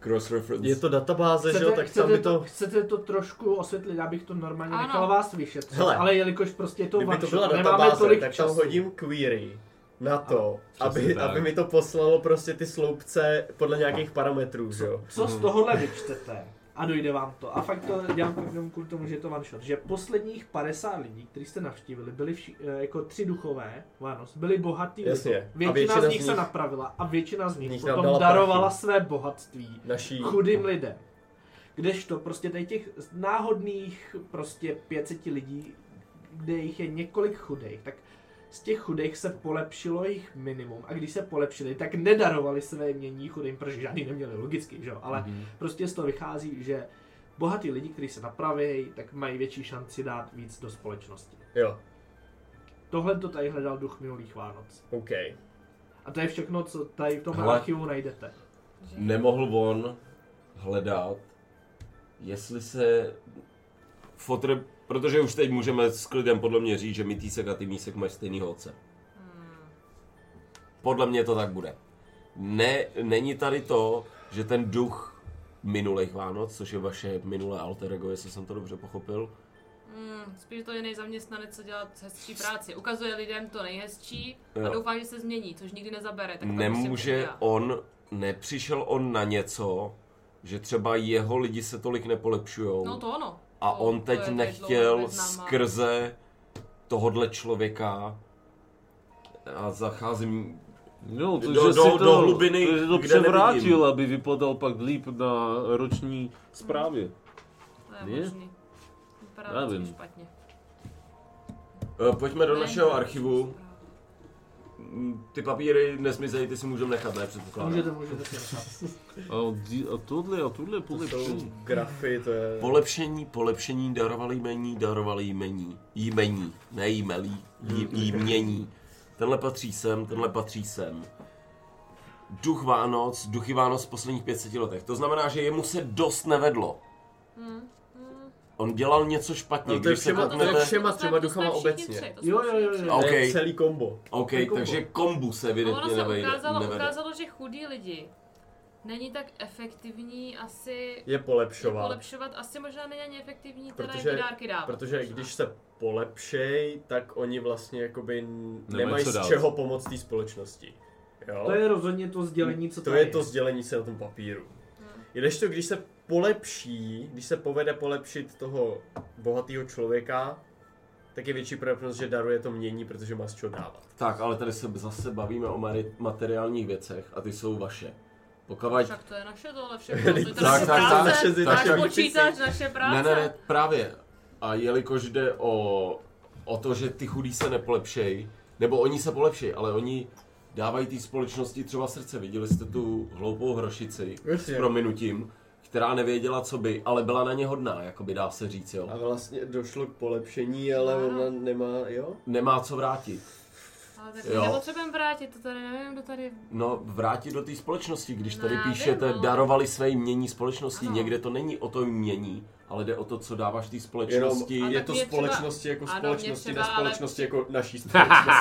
[SPEAKER 4] Cross reference.
[SPEAKER 5] je to databáze, že jo, tak tam
[SPEAKER 1] chcete,
[SPEAKER 5] by to...
[SPEAKER 1] chcete to trošku osvětlit, já bych to normálně
[SPEAKER 2] Ano.
[SPEAKER 1] nechal vás vyšetřit,
[SPEAKER 5] Hele.
[SPEAKER 1] ale jelikož prostě je to
[SPEAKER 5] Kdyby to
[SPEAKER 1] one
[SPEAKER 5] byla
[SPEAKER 1] shot, nemáme
[SPEAKER 5] databáze,
[SPEAKER 1] tolik
[SPEAKER 5] tak tam
[SPEAKER 1] času.
[SPEAKER 5] hodím query na to, aby,
[SPEAKER 3] tak.
[SPEAKER 5] aby mi to poslalo prostě ty sloupce podle nějakých parametrů, že jo. Hmm.
[SPEAKER 1] Co z tohohle vyčtete? A dojde vám to. A fakt to dělám fakt jenom kvůli tomu, že je to one shot. Že posledních 50 lidí, kteří jste navštívili, byli vši, eh, jako tři duchové, Vánoc, byli bohatí.
[SPEAKER 5] Jasně.
[SPEAKER 1] lidé. Většina,
[SPEAKER 5] A většina
[SPEAKER 1] z
[SPEAKER 5] z
[SPEAKER 1] nich se
[SPEAKER 5] nich-
[SPEAKER 1] napravila a většina z nich,
[SPEAKER 5] nich nám
[SPEAKER 1] potom
[SPEAKER 5] dala
[SPEAKER 1] darovala
[SPEAKER 5] prachy.
[SPEAKER 1] své bohatství
[SPEAKER 5] Naší...
[SPEAKER 1] chudým lidem. Kdežto prostě tady těch náhodných prostě 500 lidí, kde jich je několik chudých, tak z těch chudých se polepšilo jich minimum a když se polepšili, tak nedarovali své mění chudým, protože žádný neměli logicky, že jo, ale
[SPEAKER 5] Mhm.
[SPEAKER 1] mm-hmm. prostě z toho vychází, že bohatí lidi, kteří se napraví, tak mají větší šanci dát víc do společnosti.
[SPEAKER 5] Jo,
[SPEAKER 1] Tohle to tady hledal duch minulých Vánoc.
[SPEAKER 5] OK.
[SPEAKER 1] A to je všechno, co tady v tom
[SPEAKER 4] Hele.
[SPEAKER 1] archivu najdete.
[SPEAKER 4] Nemohl on hledat, jestli se fotre... Protože už teď můžeme s klidem podle mě říct, že Mytýsek a ty mísek mají stejný otce. Podle mě to tak bude. Ne, není tady to, že ten duch minulých Vánoc, což je vaše minulé alter ego, jestli jsem to dobře pochopil,
[SPEAKER 2] Hmm, spíš to je nejzaměstnanec, co dělá hezčí práci. Ukazuje lidem to nejhezčí a
[SPEAKER 4] Jo.
[SPEAKER 2] doufá, že se změní, což nikdy nezabere. Tak to prostě
[SPEAKER 4] nemůže
[SPEAKER 2] udělá.
[SPEAKER 4] on, nepřišel on na něco, že třeba jeho lidi se tolik nepolepšujou.
[SPEAKER 2] No to ono.
[SPEAKER 4] A
[SPEAKER 2] to,
[SPEAKER 4] on teď
[SPEAKER 2] to je- to je
[SPEAKER 4] nechtěl
[SPEAKER 2] dlouho neznámá.
[SPEAKER 4] skrze tohodle člověka a zacházím...
[SPEAKER 3] No, to,
[SPEAKER 4] Do-
[SPEAKER 3] že
[SPEAKER 4] do-
[SPEAKER 3] si
[SPEAKER 4] do
[SPEAKER 3] to,
[SPEAKER 4] hlubiny,
[SPEAKER 3] to, že to
[SPEAKER 4] kde
[SPEAKER 3] převrátil,
[SPEAKER 4] nevidím.
[SPEAKER 3] aby vypadal pak líp na roční zprávě.
[SPEAKER 2] To je
[SPEAKER 3] Je?
[SPEAKER 2] možný. Vypadá
[SPEAKER 3] Já
[SPEAKER 2] to
[SPEAKER 3] vím.
[SPEAKER 2] spíš špatně.
[SPEAKER 4] E, Pojďme do
[SPEAKER 2] Ne,
[SPEAKER 4] našeho
[SPEAKER 2] to je
[SPEAKER 4] archivu.
[SPEAKER 2] zpráva.
[SPEAKER 4] Mm, Ty papíry nesmizej, ty si můžeme nechat, ne? Předpokládám.
[SPEAKER 1] Můžete, můžete si nechat.
[SPEAKER 3] A, di- a tohle, a tohle
[SPEAKER 5] To jsou
[SPEAKER 3] polepšení.
[SPEAKER 5] grafy, to je...
[SPEAKER 4] Polepšení, polepšení, darovali jmení, darovali jmení. Jmení, ne jmelí, jí- jmění. Tenhle patří sem, tenhle patří sem. Duch Vánoc, duchy Vánoc v posledních 500 letech. To znamená, že jemu se dost nevedlo.
[SPEAKER 2] Mm,
[SPEAKER 4] On dělal něco špatně,
[SPEAKER 5] No to je
[SPEAKER 4] když se
[SPEAKER 5] všema, to
[SPEAKER 4] kouknete...
[SPEAKER 5] je všema
[SPEAKER 2] To
[SPEAKER 5] třema
[SPEAKER 2] jsme- to jsme
[SPEAKER 5] duchama
[SPEAKER 2] všichni
[SPEAKER 5] obecně.
[SPEAKER 2] tři, to jsme
[SPEAKER 1] Jo, jo,
[SPEAKER 2] všichni
[SPEAKER 1] jo,
[SPEAKER 2] tři.
[SPEAKER 1] jo.
[SPEAKER 4] A
[SPEAKER 5] To je
[SPEAKER 4] OK.
[SPEAKER 5] celý kombo.
[SPEAKER 4] OK,
[SPEAKER 1] Jako
[SPEAKER 4] takže kombu se
[SPEAKER 2] No, Ono
[SPEAKER 4] evidentně
[SPEAKER 2] se
[SPEAKER 4] nevejde.
[SPEAKER 2] ukázalo,
[SPEAKER 4] nevede.
[SPEAKER 2] ukázalo, že chudí lidi není tak efektivní asi
[SPEAKER 5] Je polepšovat.
[SPEAKER 2] polepšovat. Asi možná není ani efektivní teda
[SPEAKER 5] Protože-
[SPEAKER 2] jim ty dárky dávat.
[SPEAKER 5] Protože
[SPEAKER 2] možná.
[SPEAKER 5] když se polepšej, tak oni vlastně jakoby n-
[SPEAKER 3] Nemají
[SPEAKER 5] nemají
[SPEAKER 3] co
[SPEAKER 5] z
[SPEAKER 3] dát.
[SPEAKER 5] čeho pomoct té společnosti. Jo?
[SPEAKER 1] To je rozhodně to sdělení, co
[SPEAKER 5] to
[SPEAKER 1] tady
[SPEAKER 5] je to sdělení se na tom papíru. Když to, když se polepší, když se povede polepšit toho bohatého člověka, tak je větší pravděpodobnost, že daruje to mění, protože má z čeho dávat.
[SPEAKER 4] Tak, ale tady se zase bavíme o mari- materiálních věcech a ty jsou vaše. Pokud...
[SPEAKER 2] Však to je naše tohle všechno, to je
[SPEAKER 4] Tak,
[SPEAKER 2] naše
[SPEAKER 4] tak, tak,
[SPEAKER 2] práce,
[SPEAKER 5] naše-
[SPEAKER 2] náš
[SPEAKER 4] naše-
[SPEAKER 2] počítač, naše
[SPEAKER 4] Ne,
[SPEAKER 2] práce.
[SPEAKER 4] ne, ne, právě. A jelikož jde o, o to, že ty chudí se nepolepšejí, nebo oni se polepší, ale oni dávají té společnosti třeba srdce. Viděli jste tu hloupou hrošici
[SPEAKER 5] Jasně.
[SPEAKER 4] s prominutím, která nevěděla, co by, ale byla na ně hodná, jakoby dá se říct, jo.
[SPEAKER 5] A vlastně došlo k polepšení, ale
[SPEAKER 2] Wow.
[SPEAKER 5] ona nemá, jo?
[SPEAKER 4] Nemá co vrátit.
[SPEAKER 2] Ale tak
[SPEAKER 4] Jo.
[SPEAKER 2] nepotřebujeme vrátit, to tady nevím, kdo tady...
[SPEAKER 4] No, vrátit do té společnosti, když
[SPEAKER 2] No,
[SPEAKER 4] tady
[SPEAKER 2] já vím,
[SPEAKER 4] píšete,
[SPEAKER 2] no.
[SPEAKER 4] darovali své jmění společnosti,
[SPEAKER 2] Ano.
[SPEAKER 4] někde to není o tom jmění, ale jde o to, co dáváš té
[SPEAKER 5] Jenom
[SPEAKER 4] společnosti.
[SPEAKER 2] Ale
[SPEAKER 5] je
[SPEAKER 2] tak
[SPEAKER 5] to
[SPEAKER 2] mě třeba-
[SPEAKER 5] společnosti jako
[SPEAKER 2] ano, mě
[SPEAKER 5] společnosti,
[SPEAKER 2] třeba,
[SPEAKER 5] ne
[SPEAKER 2] ale-
[SPEAKER 5] společnosti jako naší společnosti.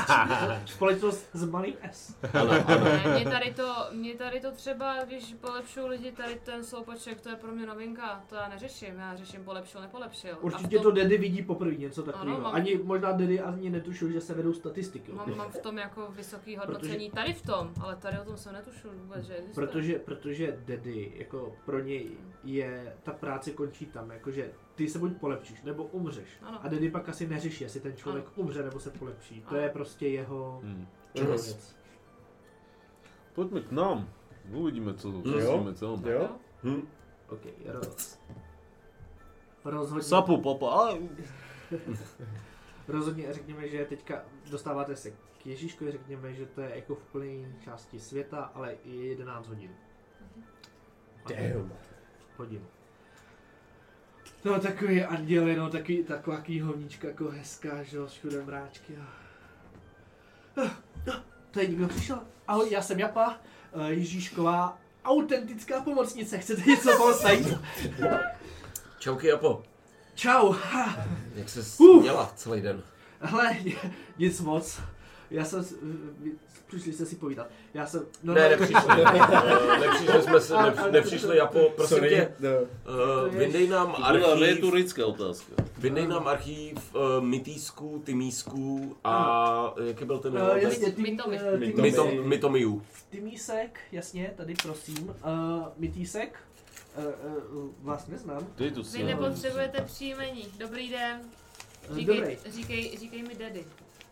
[SPEAKER 1] Společnost s malým S.
[SPEAKER 2] Ne, mě tady to, mě tady to třeba, když polepšují lidi, tady ten sloupaček, to je pro mě novinka, to já neřeším, já řeším polepšil, nepolepšil. A
[SPEAKER 1] Určitě
[SPEAKER 2] v
[SPEAKER 1] to
[SPEAKER 2] tom,
[SPEAKER 1] Dedy vidí poprvé něco
[SPEAKER 2] Ano,
[SPEAKER 1] takového.
[SPEAKER 2] mám-
[SPEAKER 1] Ani možná Dedy ani netušil, že se vedou statistiky.
[SPEAKER 2] mám, mám, v tom jako vysoký hodnocení tady v tom, ale tady o tom jsem netušil vůbec, že existuje.
[SPEAKER 1] Protože, protože Dedy, jako pro něj je, ta práce končí tam, jakože ty se buď polepšíš, nebo umřeš.
[SPEAKER 2] Ano.
[SPEAKER 1] A Dedy pak asi neřeší, jestli ten člověk umře, nebo se polepší. To
[SPEAKER 2] Ano.
[SPEAKER 1] je prostě jeho
[SPEAKER 3] Hmm.
[SPEAKER 1] jeho
[SPEAKER 5] Yes.
[SPEAKER 1] věc.
[SPEAKER 3] Pojďme k nám. Uvidíme, co zjistíme, co máme.
[SPEAKER 5] Jo?
[SPEAKER 1] Ok, roz. Rozhodně,
[SPEAKER 3] Sapu, papa. A,
[SPEAKER 1] rozhodně řekněme, že teďka dostáváte se k Ježíškovi, řekněme, že to je jako v plné jiné části světa, ale je 11 hodin.
[SPEAKER 5] Prostě- Damn.
[SPEAKER 1] hodin. No takový anděl, no takový, taková knihovnička jako hezká, že jo, všude mráčky a... Ah, ah, Tady někdo přišel. Ahoj, já jsem Japa, eh, Ježíšková, autentická pomocnice, chcete něco postavit?
[SPEAKER 4] Čauky, Japo.
[SPEAKER 1] Čau, ha.
[SPEAKER 4] Jak se
[SPEAKER 1] Uf.
[SPEAKER 4] dělá celý den?
[SPEAKER 1] Hele, nic moc. Já jsem, s- vy- přišli jste si povídat. Já jsem, no,
[SPEAKER 4] Ne, nepřišli. Eh, nepřišli jsme se, ne, nepřišli, Japo, prosím
[SPEAKER 5] Sorry.
[SPEAKER 4] tě,
[SPEAKER 5] No.
[SPEAKER 4] eh, vyndej nám
[SPEAKER 6] To byla
[SPEAKER 4] archív,
[SPEAKER 6] retorická otázka.
[SPEAKER 4] vyndej nám archív uh, Mytýsků, Tymísků a jaký byl
[SPEAKER 5] No,
[SPEAKER 4] ten
[SPEAKER 1] Uh,
[SPEAKER 4] jeho
[SPEAKER 1] jasně,
[SPEAKER 4] test?
[SPEAKER 1] ty,
[SPEAKER 2] My to- my-
[SPEAKER 1] eh, ty-
[SPEAKER 4] Myto, Mytomiů.
[SPEAKER 1] Tymísek, jasně, tady prosím. Uh, Mytýsek, uh, uh, vás neznám.
[SPEAKER 3] Dej to
[SPEAKER 2] Vy
[SPEAKER 3] si.
[SPEAKER 2] nepotřebujete příjmení. Dobrý den.
[SPEAKER 5] Eh,
[SPEAKER 1] Uh,
[SPEAKER 2] Říkej, říkej, říkej mi daddy.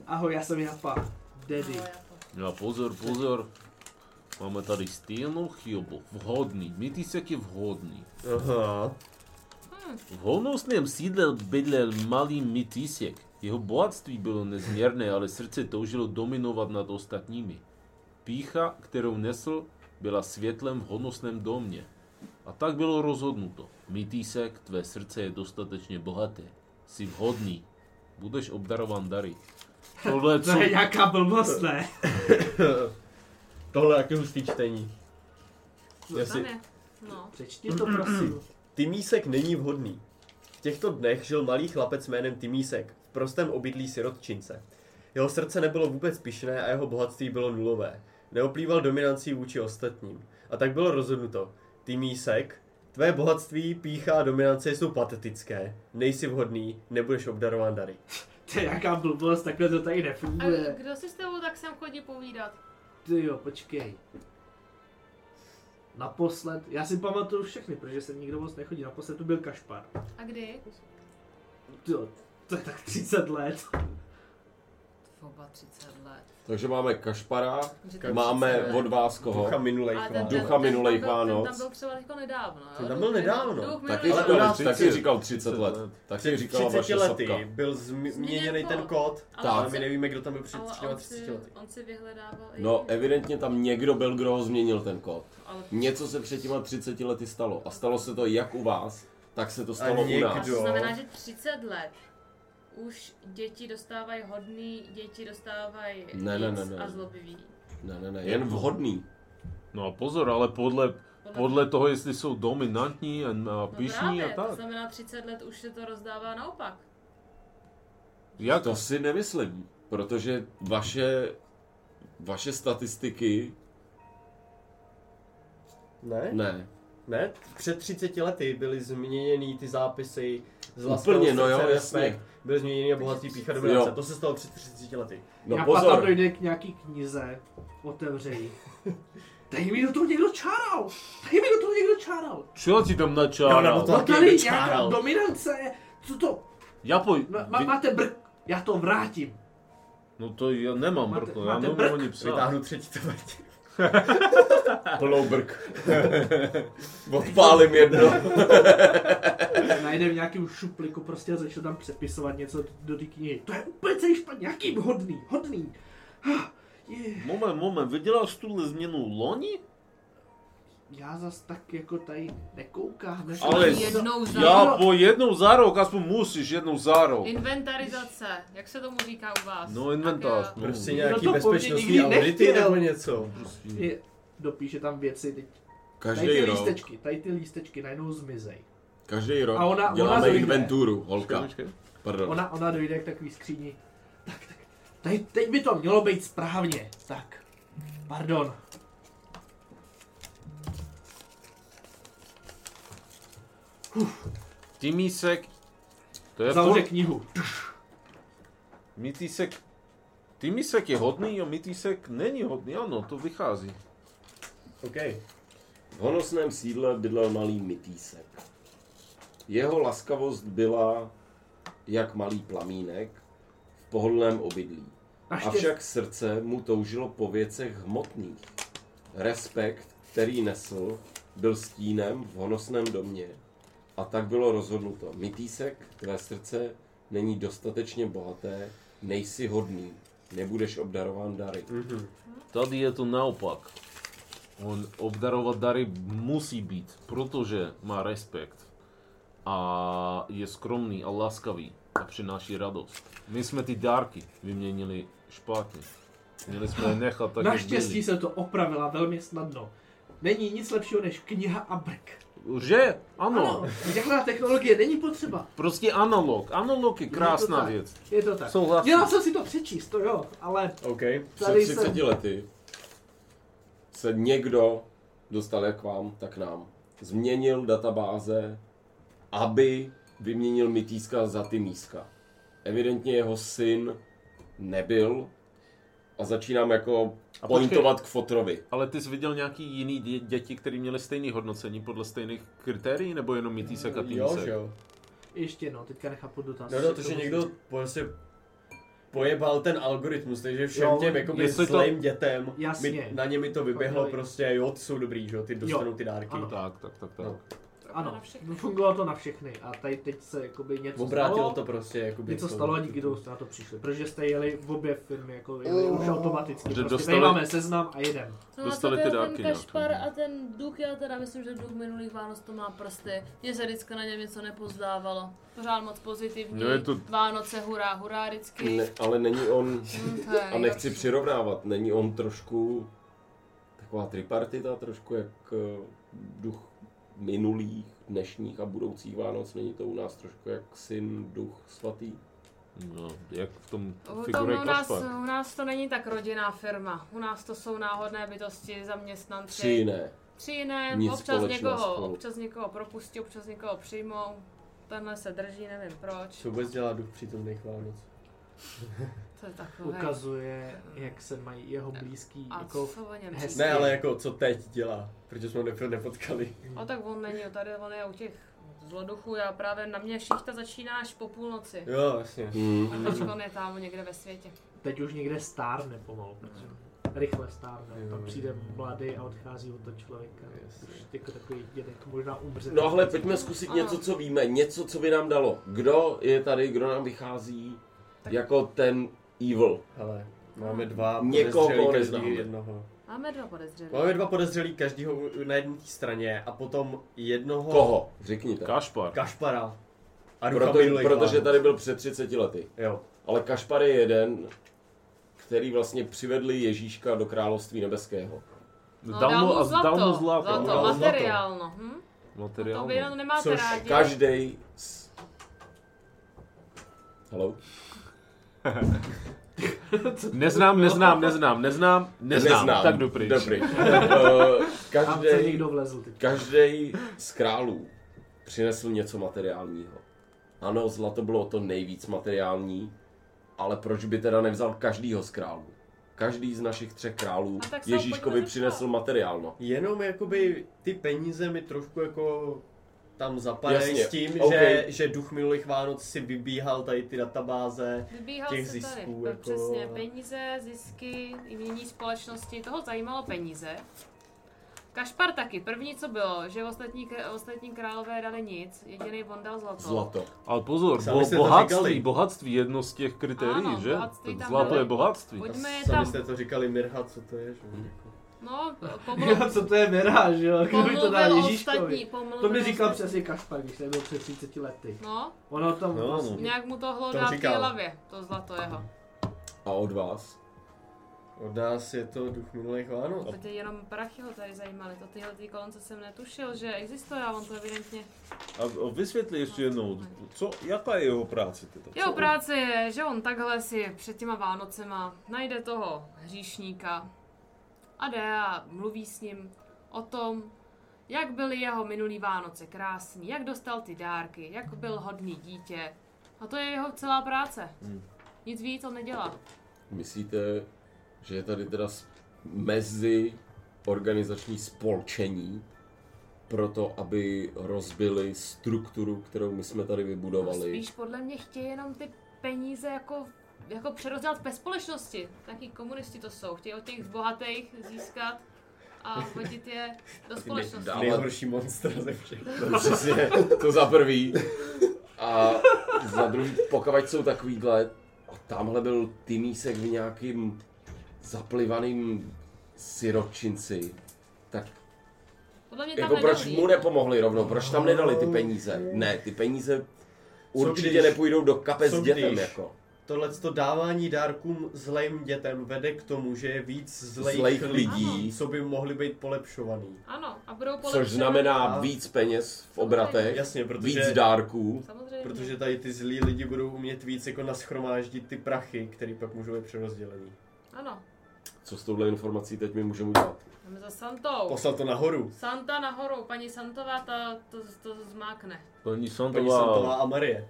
[SPEAKER 1] Ahoj, já jsem Japa. Daddy.
[SPEAKER 2] Ale jako-
[SPEAKER 3] A pozor, pozor. Máme tady stejnou chybu. Vhodný. Mytisek je vhodný.
[SPEAKER 5] Aha.
[SPEAKER 3] V honosném sídle bydlel malý Mytisek. Jeho bohatství bylo nezměrné, ale srdce toužilo dominovat nad ostatními. Pícha, kterou nesl, byla světlem v honosném domě. A tak bylo rozhodnuto. Mytisek, tvé srdce je dostatečně bohaté. Jsi vhodný. Budeš obdarovan dary. Tohle
[SPEAKER 1] To
[SPEAKER 3] co...
[SPEAKER 1] je nějaká blbost, ne?
[SPEAKER 5] Tohle je taky hustý čtení.
[SPEAKER 2] Co tam je? No.
[SPEAKER 1] Přečti to, prosím.
[SPEAKER 5] Tymísek není vhodný. V těchto dnech žil malý chlapec jménem Tymísek v prostém obydlí sirotčince. Jeho srdce nebylo vůbec pišné a jeho bohatství bylo nulové. Neoplýval dominancí vůči ostatním. A tak bylo rozhodnuto. Tymísek, tvé bohatství, pícha a dominance jsou patetické. Nejsi vhodný, nebudeš obdarován dary.
[SPEAKER 1] To je nějaká blbost, takhle to tady
[SPEAKER 2] A
[SPEAKER 1] nefunguje.
[SPEAKER 2] kdo si s tebou tak sem chodí povídat?
[SPEAKER 1] Ty jo, počkej. Naposled, já si pamatuju všechny, protože jsem nikdo moc nechodí. Naposled tu byl Kašpar.
[SPEAKER 2] A kdy?
[SPEAKER 1] Ty jo, to je tak 30 let.
[SPEAKER 2] Oba 30 let.
[SPEAKER 4] Takže máme Kašpara,
[SPEAKER 2] Takže to je 30
[SPEAKER 4] máme
[SPEAKER 2] let.
[SPEAKER 4] od vás koho?
[SPEAKER 5] Ducha minulej
[SPEAKER 2] A ten,
[SPEAKER 4] Ducha
[SPEAKER 2] ten, ten,
[SPEAKER 4] minulejch
[SPEAKER 2] tam byl-
[SPEAKER 4] Vánoc.
[SPEAKER 2] Ten tam byl třeba jako nedávno. jo?
[SPEAKER 5] Ten tam byl
[SPEAKER 2] Duch minu-
[SPEAKER 5] nedávno.
[SPEAKER 2] Duch
[SPEAKER 4] Taky
[SPEAKER 2] minulejch
[SPEAKER 5] Ale u
[SPEAKER 4] říkal,
[SPEAKER 5] nás
[SPEAKER 4] taky
[SPEAKER 5] 30.
[SPEAKER 4] říkal 30 let. Taky
[SPEAKER 5] Před
[SPEAKER 4] říkala
[SPEAKER 5] 30
[SPEAKER 4] vaše
[SPEAKER 5] lety
[SPEAKER 4] sapka.
[SPEAKER 5] byl zmi- změněný
[SPEAKER 2] Změněn
[SPEAKER 5] ten
[SPEAKER 2] kód.
[SPEAKER 5] kód,
[SPEAKER 2] Ale
[SPEAKER 5] ale
[SPEAKER 2] on
[SPEAKER 5] my
[SPEAKER 2] si-
[SPEAKER 5] nevíme, kdo tam byl před
[SPEAKER 2] Ale on si,
[SPEAKER 5] 30 lety.
[SPEAKER 2] on si vyhledával i-
[SPEAKER 4] No, evidentně tam někdo byl, kdo ho změnil ten kód.
[SPEAKER 2] Ale
[SPEAKER 4] Něco se před těma 30 lety stalo. A stalo se to jak u vás, tak se to stalo u
[SPEAKER 5] někdo-
[SPEAKER 4] nás.
[SPEAKER 2] to znamená, že 30 let už děti dostávají hodný, děti dostávají
[SPEAKER 4] Ne, ne,
[SPEAKER 2] víc
[SPEAKER 4] ne, ne.
[SPEAKER 2] a zlobivý.
[SPEAKER 4] Ne, ne, ne, jen vhodný.
[SPEAKER 3] No a pozor, ale podle, podle toho, jestli jsou dominantní a, a
[SPEAKER 2] no
[SPEAKER 3] pišní
[SPEAKER 2] právě,
[SPEAKER 3] a
[SPEAKER 2] to
[SPEAKER 3] tak.
[SPEAKER 2] znamená 30 let už se to rozdává naopak.
[SPEAKER 3] Jak?
[SPEAKER 4] To si nemyslím, protože vaše, vaše statistiky,
[SPEAKER 5] Ne?
[SPEAKER 4] ne.
[SPEAKER 5] Ne? Před 30 lety byly změněny ty zápisy z
[SPEAKER 4] Úplně, no
[SPEAKER 5] srdce,
[SPEAKER 4] jo,
[SPEAKER 5] respekt.
[SPEAKER 4] jasně.
[SPEAKER 5] Byly změněny a bohatství pícha dominance.
[SPEAKER 4] Jo.
[SPEAKER 5] To se stalo před 30 lety.
[SPEAKER 4] No
[SPEAKER 1] Japa tam
[SPEAKER 4] pozor,
[SPEAKER 1] dojde k nějaký knize, otevře ji. Dej mi do toho někdo čáral! Dej mi do toho někdo čáral!
[SPEAKER 3] Čo ti tam načáral?
[SPEAKER 5] Jo, nebo to-
[SPEAKER 1] No
[SPEAKER 5] Taky
[SPEAKER 1] tady
[SPEAKER 5] někdo
[SPEAKER 1] nějaká
[SPEAKER 5] čáral.
[SPEAKER 1] dominance! Co to?
[SPEAKER 3] Já poj...
[SPEAKER 1] Ma, ma,
[SPEAKER 3] vy-
[SPEAKER 1] máte brk... Já to vrátím.
[SPEAKER 3] No to já nemám,
[SPEAKER 1] Máte-
[SPEAKER 3] Brko, já
[SPEAKER 1] máte
[SPEAKER 3] nemám
[SPEAKER 1] brk? No.
[SPEAKER 3] ani psa.
[SPEAKER 5] Vytáhnu třetí tabletě.
[SPEAKER 4] Plnou brk. Odpálím jedno.
[SPEAKER 1] Najde v nějakém šupliku prostě a začne tam přepisovat něco do té knihy. To je úplně celý špatně, jaký hodný, hodný. Ah, Je.
[SPEAKER 3] Moment, moment, viděla jsi tuhle změnu loni?
[SPEAKER 1] Já zas tak jako tady nekoukám. nekoukám.
[SPEAKER 3] Ale
[SPEAKER 2] jednou za
[SPEAKER 3] já
[SPEAKER 2] rok.
[SPEAKER 3] po jednou za rok, aspoň musíš jednou za rok.
[SPEAKER 2] Inventarizace, jak se tomu říká u vás?
[SPEAKER 3] No inventář.
[SPEAKER 2] Tak,
[SPEAKER 3] no.
[SPEAKER 5] Prostě nějaký
[SPEAKER 1] No to
[SPEAKER 5] bezpečnostní
[SPEAKER 1] nikdy
[SPEAKER 5] audity
[SPEAKER 1] nechtěl.
[SPEAKER 5] nebo něco.
[SPEAKER 1] Je, dopíše tam věci, teď. tady
[SPEAKER 4] Každý
[SPEAKER 1] ty
[SPEAKER 4] rok,
[SPEAKER 1] lístečky, tady ty lístečky najednou zmizej.
[SPEAKER 4] každý rok
[SPEAKER 1] A ona- ona
[SPEAKER 4] děláme
[SPEAKER 1] dojde.
[SPEAKER 4] inventuru, holka. Pardon.
[SPEAKER 1] Ona, ona dojde k takový skříni. Tak, tak, tady, teď by to mělo být správně. Tak, pardon.
[SPEAKER 3] Timísek, to je
[SPEAKER 1] Zavře
[SPEAKER 3] furt,
[SPEAKER 1] knihu.
[SPEAKER 3] Mytísek, Timísek je hodný a Mytísek není hodný, ano, to vychází.
[SPEAKER 5] OK.
[SPEAKER 4] V honosném sídle bydlel malý mytýsek. Jeho laskavost byla jak malý plamínek v pohodlném obydlí.
[SPEAKER 1] Naštěstí.
[SPEAKER 4] Avšak srdce mu toužilo po věcech hmotných. Respekt, který nesl, byl stínem v honosném domě. A tak bylo rozhodnuto. Mytýsek, tvé srdce není dostatečně bohaté, nejsi hodný, nebudeš obdarován dary.
[SPEAKER 3] Tady je to naopak. On obdarovat dary musí být, protože má respekt. A je skromný a laskavý a přináší radost. My jsme ty dárky vyměnili špatně. Měli jsme je nechat tak, jak
[SPEAKER 1] Naštěstí
[SPEAKER 3] byli.
[SPEAKER 1] se to opravila velmi snadno. Není nic lepšího než kniha a brk.
[SPEAKER 3] Že? Ano.
[SPEAKER 1] Ano, žádná technologie není potřeba.
[SPEAKER 3] Prostě analog. Analog je
[SPEAKER 1] Je to
[SPEAKER 3] krásná
[SPEAKER 1] tak.
[SPEAKER 3] věc.
[SPEAKER 1] Je to tak.
[SPEAKER 3] Souhlasím.
[SPEAKER 1] Měla jsem si to přečíst, to jo, ale
[SPEAKER 5] OK.
[SPEAKER 4] Před
[SPEAKER 1] Tady
[SPEAKER 4] 30
[SPEAKER 1] jsem.
[SPEAKER 4] lety se někdo dostal jak k vám, tak k nám. Změnil databáze, aby vyměnil Mytýska za Tymíska. Evidentně jeho syn nebyl a začínám jako
[SPEAKER 3] A
[SPEAKER 4] pointovat k Fotrovi.
[SPEAKER 3] Ale ty jsi viděl nějaký jiný dě- děti, které měly stejné hodnocení podle stejných kritérií, nebo jenom Mytísek a
[SPEAKER 5] Jo, že
[SPEAKER 3] Týmsek?
[SPEAKER 5] jo.
[SPEAKER 1] ještě no, teďka nechápu dotaz.
[SPEAKER 5] No, no, to, že někdo prostě pojebal ten algoritmus, takže všem
[SPEAKER 1] Jo,
[SPEAKER 5] těm jakoby
[SPEAKER 3] jestli to-
[SPEAKER 5] zlým dětem,
[SPEAKER 1] Jasně.
[SPEAKER 5] mi, na ně mi to vyběhlo
[SPEAKER 1] Fakt, jo.
[SPEAKER 5] prostě, jo, ty jsou dobrý, že jo, ty dostanou
[SPEAKER 1] Jo,
[SPEAKER 5] ty dárky.
[SPEAKER 1] ano.
[SPEAKER 3] Tak, tak, tak, tak.
[SPEAKER 5] No.
[SPEAKER 1] Ano,
[SPEAKER 2] Na všechny.
[SPEAKER 1] fungovalo to na všechny a tady teď se jakoby něco
[SPEAKER 5] Obrátilo
[SPEAKER 1] stalo.
[SPEAKER 5] to prostě, jakoby.
[SPEAKER 1] Něco
[SPEAKER 5] to-
[SPEAKER 1] stalo a díky tomu jste na to přišli, protože jste jeli v obě firmy, jako jeli už automaticky.
[SPEAKER 3] Že
[SPEAKER 1] Prostě dostali...
[SPEAKER 3] dostali-
[SPEAKER 1] tady máme seznam a jedem.
[SPEAKER 2] No
[SPEAKER 3] Dostali
[SPEAKER 2] a to
[SPEAKER 3] ty
[SPEAKER 2] byl
[SPEAKER 3] dárky
[SPEAKER 2] ten
[SPEAKER 3] nějak,
[SPEAKER 2] kašpar
[SPEAKER 3] no.
[SPEAKER 2] a ten duch, já teda myslím, že duch minulých Vánoc to má prsty. Mně se vždycky na něm něco nepozdávalo. Pořád moc pozitivní.
[SPEAKER 3] No je to-
[SPEAKER 2] Vánoce, hurá, hurá, vždycky.
[SPEAKER 4] Ne, ale není on,
[SPEAKER 2] Hm, to je
[SPEAKER 4] a nechci
[SPEAKER 2] nejhorší.
[SPEAKER 4] přirovnávat, není on trošku taková tripartita, trošku jak eh, duch minulých, dnešních a budoucích Vánoc, není to u nás trošku jak syn, duch svatý?
[SPEAKER 3] No, jak v tom
[SPEAKER 2] U, tom,
[SPEAKER 3] figure
[SPEAKER 2] u, nás,
[SPEAKER 3] Kašpar.
[SPEAKER 2] u nás to není tak rodinná firma. U nás to jsou náhodné bytosti, zaměstnanci.
[SPEAKER 4] Tři jiné.
[SPEAKER 2] Tři jiné,
[SPEAKER 4] Nic
[SPEAKER 2] občas
[SPEAKER 4] společného
[SPEAKER 2] někoho,
[SPEAKER 4] spolu.
[SPEAKER 2] občas někoho propustí, občas někoho přijmou. Tenhle se drží, nevím proč.
[SPEAKER 5] Co vůbec dělá duch přítomných Vánoc?
[SPEAKER 2] To je takové.
[SPEAKER 1] Ukazuje, jak se mají jeho blízký,
[SPEAKER 2] A co
[SPEAKER 1] jako
[SPEAKER 2] o něm
[SPEAKER 1] hezky.
[SPEAKER 2] říct?
[SPEAKER 5] Ne, ale jako, co teď dělá, protože jsme ho nep- nepotkali.
[SPEAKER 2] A tak on není tady, on je u těch zloduchů a právě na mě šichta začíná až po půlnoci.
[SPEAKER 5] Jo, vlastně.
[SPEAKER 4] Hmm.
[SPEAKER 2] A teď on je tam někde ve světě.
[SPEAKER 1] teď už někde stárne pomalu, protože rychle stárne,
[SPEAKER 5] Jo.
[SPEAKER 1] tam přijde mladý a odchází od toho člověka. Už jako takový dědek možná umře.
[SPEAKER 4] No ale pojďme zkusit
[SPEAKER 2] Ano.
[SPEAKER 4] něco, co víme, něco, co by nám dalo. Kdo je tady, kdo nám vychází
[SPEAKER 2] Tak-
[SPEAKER 4] jako ten evil?
[SPEAKER 5] Hele, máme dva
[SPEAKER 4] Někoho
[SPEAKER 5] podezřelý každý
[SPEAKER 4] neznáme.
[SPEAKER 5] jednoho.
[SPEAKER 2] Máme dva podezřelé.
[SPEAKER 5] Máme dva podezřelý každýho u- na jedné té straně a potom jednoho...
[SPEAKER 4] Koho? Řekněte.
[SPEAKER 3] Kašpar.
[SPEAKER 5] Kašpara. A ducha
[SPEAKER 4] Proto,
[SPEAKER 5] minulých
[SPEAKER 4] protože
[SPEAKER 5] Vánoc.
[SPEAKER 4] tady byl před 30 lety.
[SPEAKER 5] Jo.
[SPEAKER 4] Ale Kašpar je jeden, který vlastně přivedli Ježíška do království nebeského.
[SPEAKER 2] No, dal mu
[SPEAKER 3] a
[SPEAKER 2] zlato,
[SPEAKER 3] dal mu zlato. No,
[SPEAKER 2] zlato,
[SPEAKER 5] Dal mu zlato.
[SPEAKER 2] materiál, no. Hm? To
[SPEAKER 3] Materiál.
[SPEAKER 2] vy jenom nemáte
[SPEAKER 5] Což
[SPEAKER 2] rádi.
[SPEAKER 4] Každý. S... Hello?
[SPEAKER 3] Neznám, neznám, neznám, neznám, neznám. Tak dobrý.
[SPEAKER 4] Dobrý. Eh,
[SPEAKER 1] Tam se
[SPEAKER 4] každý,
[SPEAKER 1] někdo vlezl teď.
[SPEAKER 4] každý z králů přinesl něco materiálního. Ano, zlato bylo to nejvíc materiální, ale proč by teda nevzal každýho z králů? Každý z našich třech králů
[SPEAKER 2] A tak se ho
[SPEAKER 4] Ježíškovi no.
[SPEAKER 2] pojďme
[SPEAKER 4] přinesl materiálno.
[SPEAKER 5] Jenom jakoby ty peníze mi trošku jako tam zapadají
[SPEAKER 4] Jasně,
[SPEAKER 5] s tím,
[SPEAKER 4] OK.
[SPEAKER 5] že, že duch minulých Vánoc si vybíhal tady ty databáze.
[SPEAKER 2] Vybíhal
[SPEAKER 5] těch
[SPEAKER 2] se
[SPEAKER 5] zisků,
[SPEAKER 2] tady,
[SPEAKER 5] jako-
[SPEAKER 2] jako... přesně, peníze, zisky, mění společnosti, toho zajímalo peníze. Kašpar taky, první co bylo, že ostatní, kr- ostatní králové dali nic, jediný on dal zlato.
[SPEAKER 4] Zlato.
[SPEAKER 3] Ale pozor,
[SPEAKER 5] Sami
[SPEAKER 3] bo,
[SPEAKER 5] jste to říkali.
[SPEAKER 3] bohatství, bohatství je jedno z těch kritérií,
[SPEAKER 2] Ano,
[SPEAKER 3] že?
[SPEAKER 2] bohatství
[SPEAKER 3] Tak
[SPEAKER 2] tam
[SPEAKER 3] Zlato
[SPEAKER 2] bylo.
[SPEAKER 3] je bohatství.
[SPEAKER 2] Pojďme je
[SPEAKER 5] Sami
[SPEAKER 2] tam,
[SPEAKER 5] jste to říkali, Mirha, co to je, že? jo, jako.
[SPEAKER 2] no,
[SPEAKER 1] Jo,
[SPEAKER 2] pomluvil,
[SPEAKER 1] co to je věra, že jo? Kdo by to dal
[SPEAKER 2] pomluvil ostatní,
[SPEAKER 1] Ježíškovi?
[SPEAKER 2] pomluvil
[SPEAKER 1] To mi říkal
[SPEAKER 2] ostatní.
[SPEAKER 1] přesně Kašpar, když jsem byl před 30 lety.
[SPEAKER 2] No,
[SPEAKER 1] Ono tam
[SPEAKER 3] No, no.
[SPEAKER 1] vlastně...
[SPEAKER 2] nějak mu to
[SPEAKER 5] To
[SPEAKER 2] hlodá v té
[SPEAKER 5] říkal.
[SPEAKER 2] hlavě, to zlato jeho.
[SPEAKER 4] A od vás?
[SPEAKER 5] Od nás je to duch minulých Vánoc.
[SPEAKER 1] No.
[SPEAKER 2] To tě jenom prachy ho tady zajímaly, to tyhle ty kolonce jsem netušil, že existuje a on to evidentně...
[SPEAKER 6] A, a vysvětli ještě jednou, co, jaká je jeho práce teda?
[SPEAKER 2] Jeho
[SPEAKER 6] co,
[SPEAKER 2] práce je, že on takhle si před těma Vánocema najde toho hříšníka a jde a mluví s ním o tom, jak byly jeho minulý Vánoce krásný, jak dostal ty dárky, jak byl hodný dítě. A to je jeho celá práce.
[SPEAKER 4] Hmm.
[SPEAKER 2] Nic víc on nedělá.
[SPEAKER 4] Myslíte, že je tady teda s- mezi organizační spolčení pro to, aby rozbili strukturu, kterou my jsme tady vybudovali.
[SPEAKER 2] Spíš podle mě chtějí jenom ty peníze jako, jako přerozdělat ve společnosti. Taky komunisti to jsou. Chtějí od těch bohatých získat a hodit je do společnosti.
[SPEAKER 4] dávat.
[SPEAKER 5] Nejhorší monster ze všech.
[SPEAKER 4] Přesně, to za prvý. A za druhý, pokud jsou takovýhle, a tamhle byl Tymísek v nějakým zaplivaným siročinci, tak
[SPEAKER 2] Podle mě tam
[SPEAKER 4] jako proč
[SPEAKER 2] nedobří.
[SPEAKER 4] mu nepomohli rovnou, proč tam nedali ty peníze? Ne, ty peníze určitě
[SPEAKER 5] když?
[SPEAKER 4] nepůjdou do kapes
[SPEAKER 5] Co
[SPEAKER 4] dětem,
[SPEAKER 5] když?
[SPEAKER 4] jako.
[SPEAKER 5] Tohle to dávání dárkům zlým dětem vede k tomu, že je víc zlejch,
[SPEAKER 4] Zlejch lidí,
[SPEAKER 2] Ano.
[SPEAKER 5] co by mohli být polepšovaný.
[SPEAKER 2] Ano, a budou polepšovat.
[SPEAKER 4] což znamená
[SPEAKER 5] A-
[SPEAKER 4] víc peněz v obratech,
[SPEAKER 5] Jasně, protože,
[SPEAKER 4] víc dárků.
[SPEAKER 2] Samozřejmě.
[SPEAKER 5] protože tady ty zlí lidi budou umět víc jako naschromáždit ty prachy, které pak můžou být přerozdělený.
[SPEAKER 2] Ano,
[SPEAKER 4] Co s touhle informací teď my můžeme udělat?
[SPEAKER 2] jdeme za Santou.
[SPEAKER 5] Poslat to nahoru.
[SPEAKER 2] Santa nahoru, paní Santová ta to, to zmákne.
[SPEAKER 3] Paní
[SPEAKER 5] Paní
[SPEAKER 3] Santová,
[SPEAKER 5] Santová a Marie.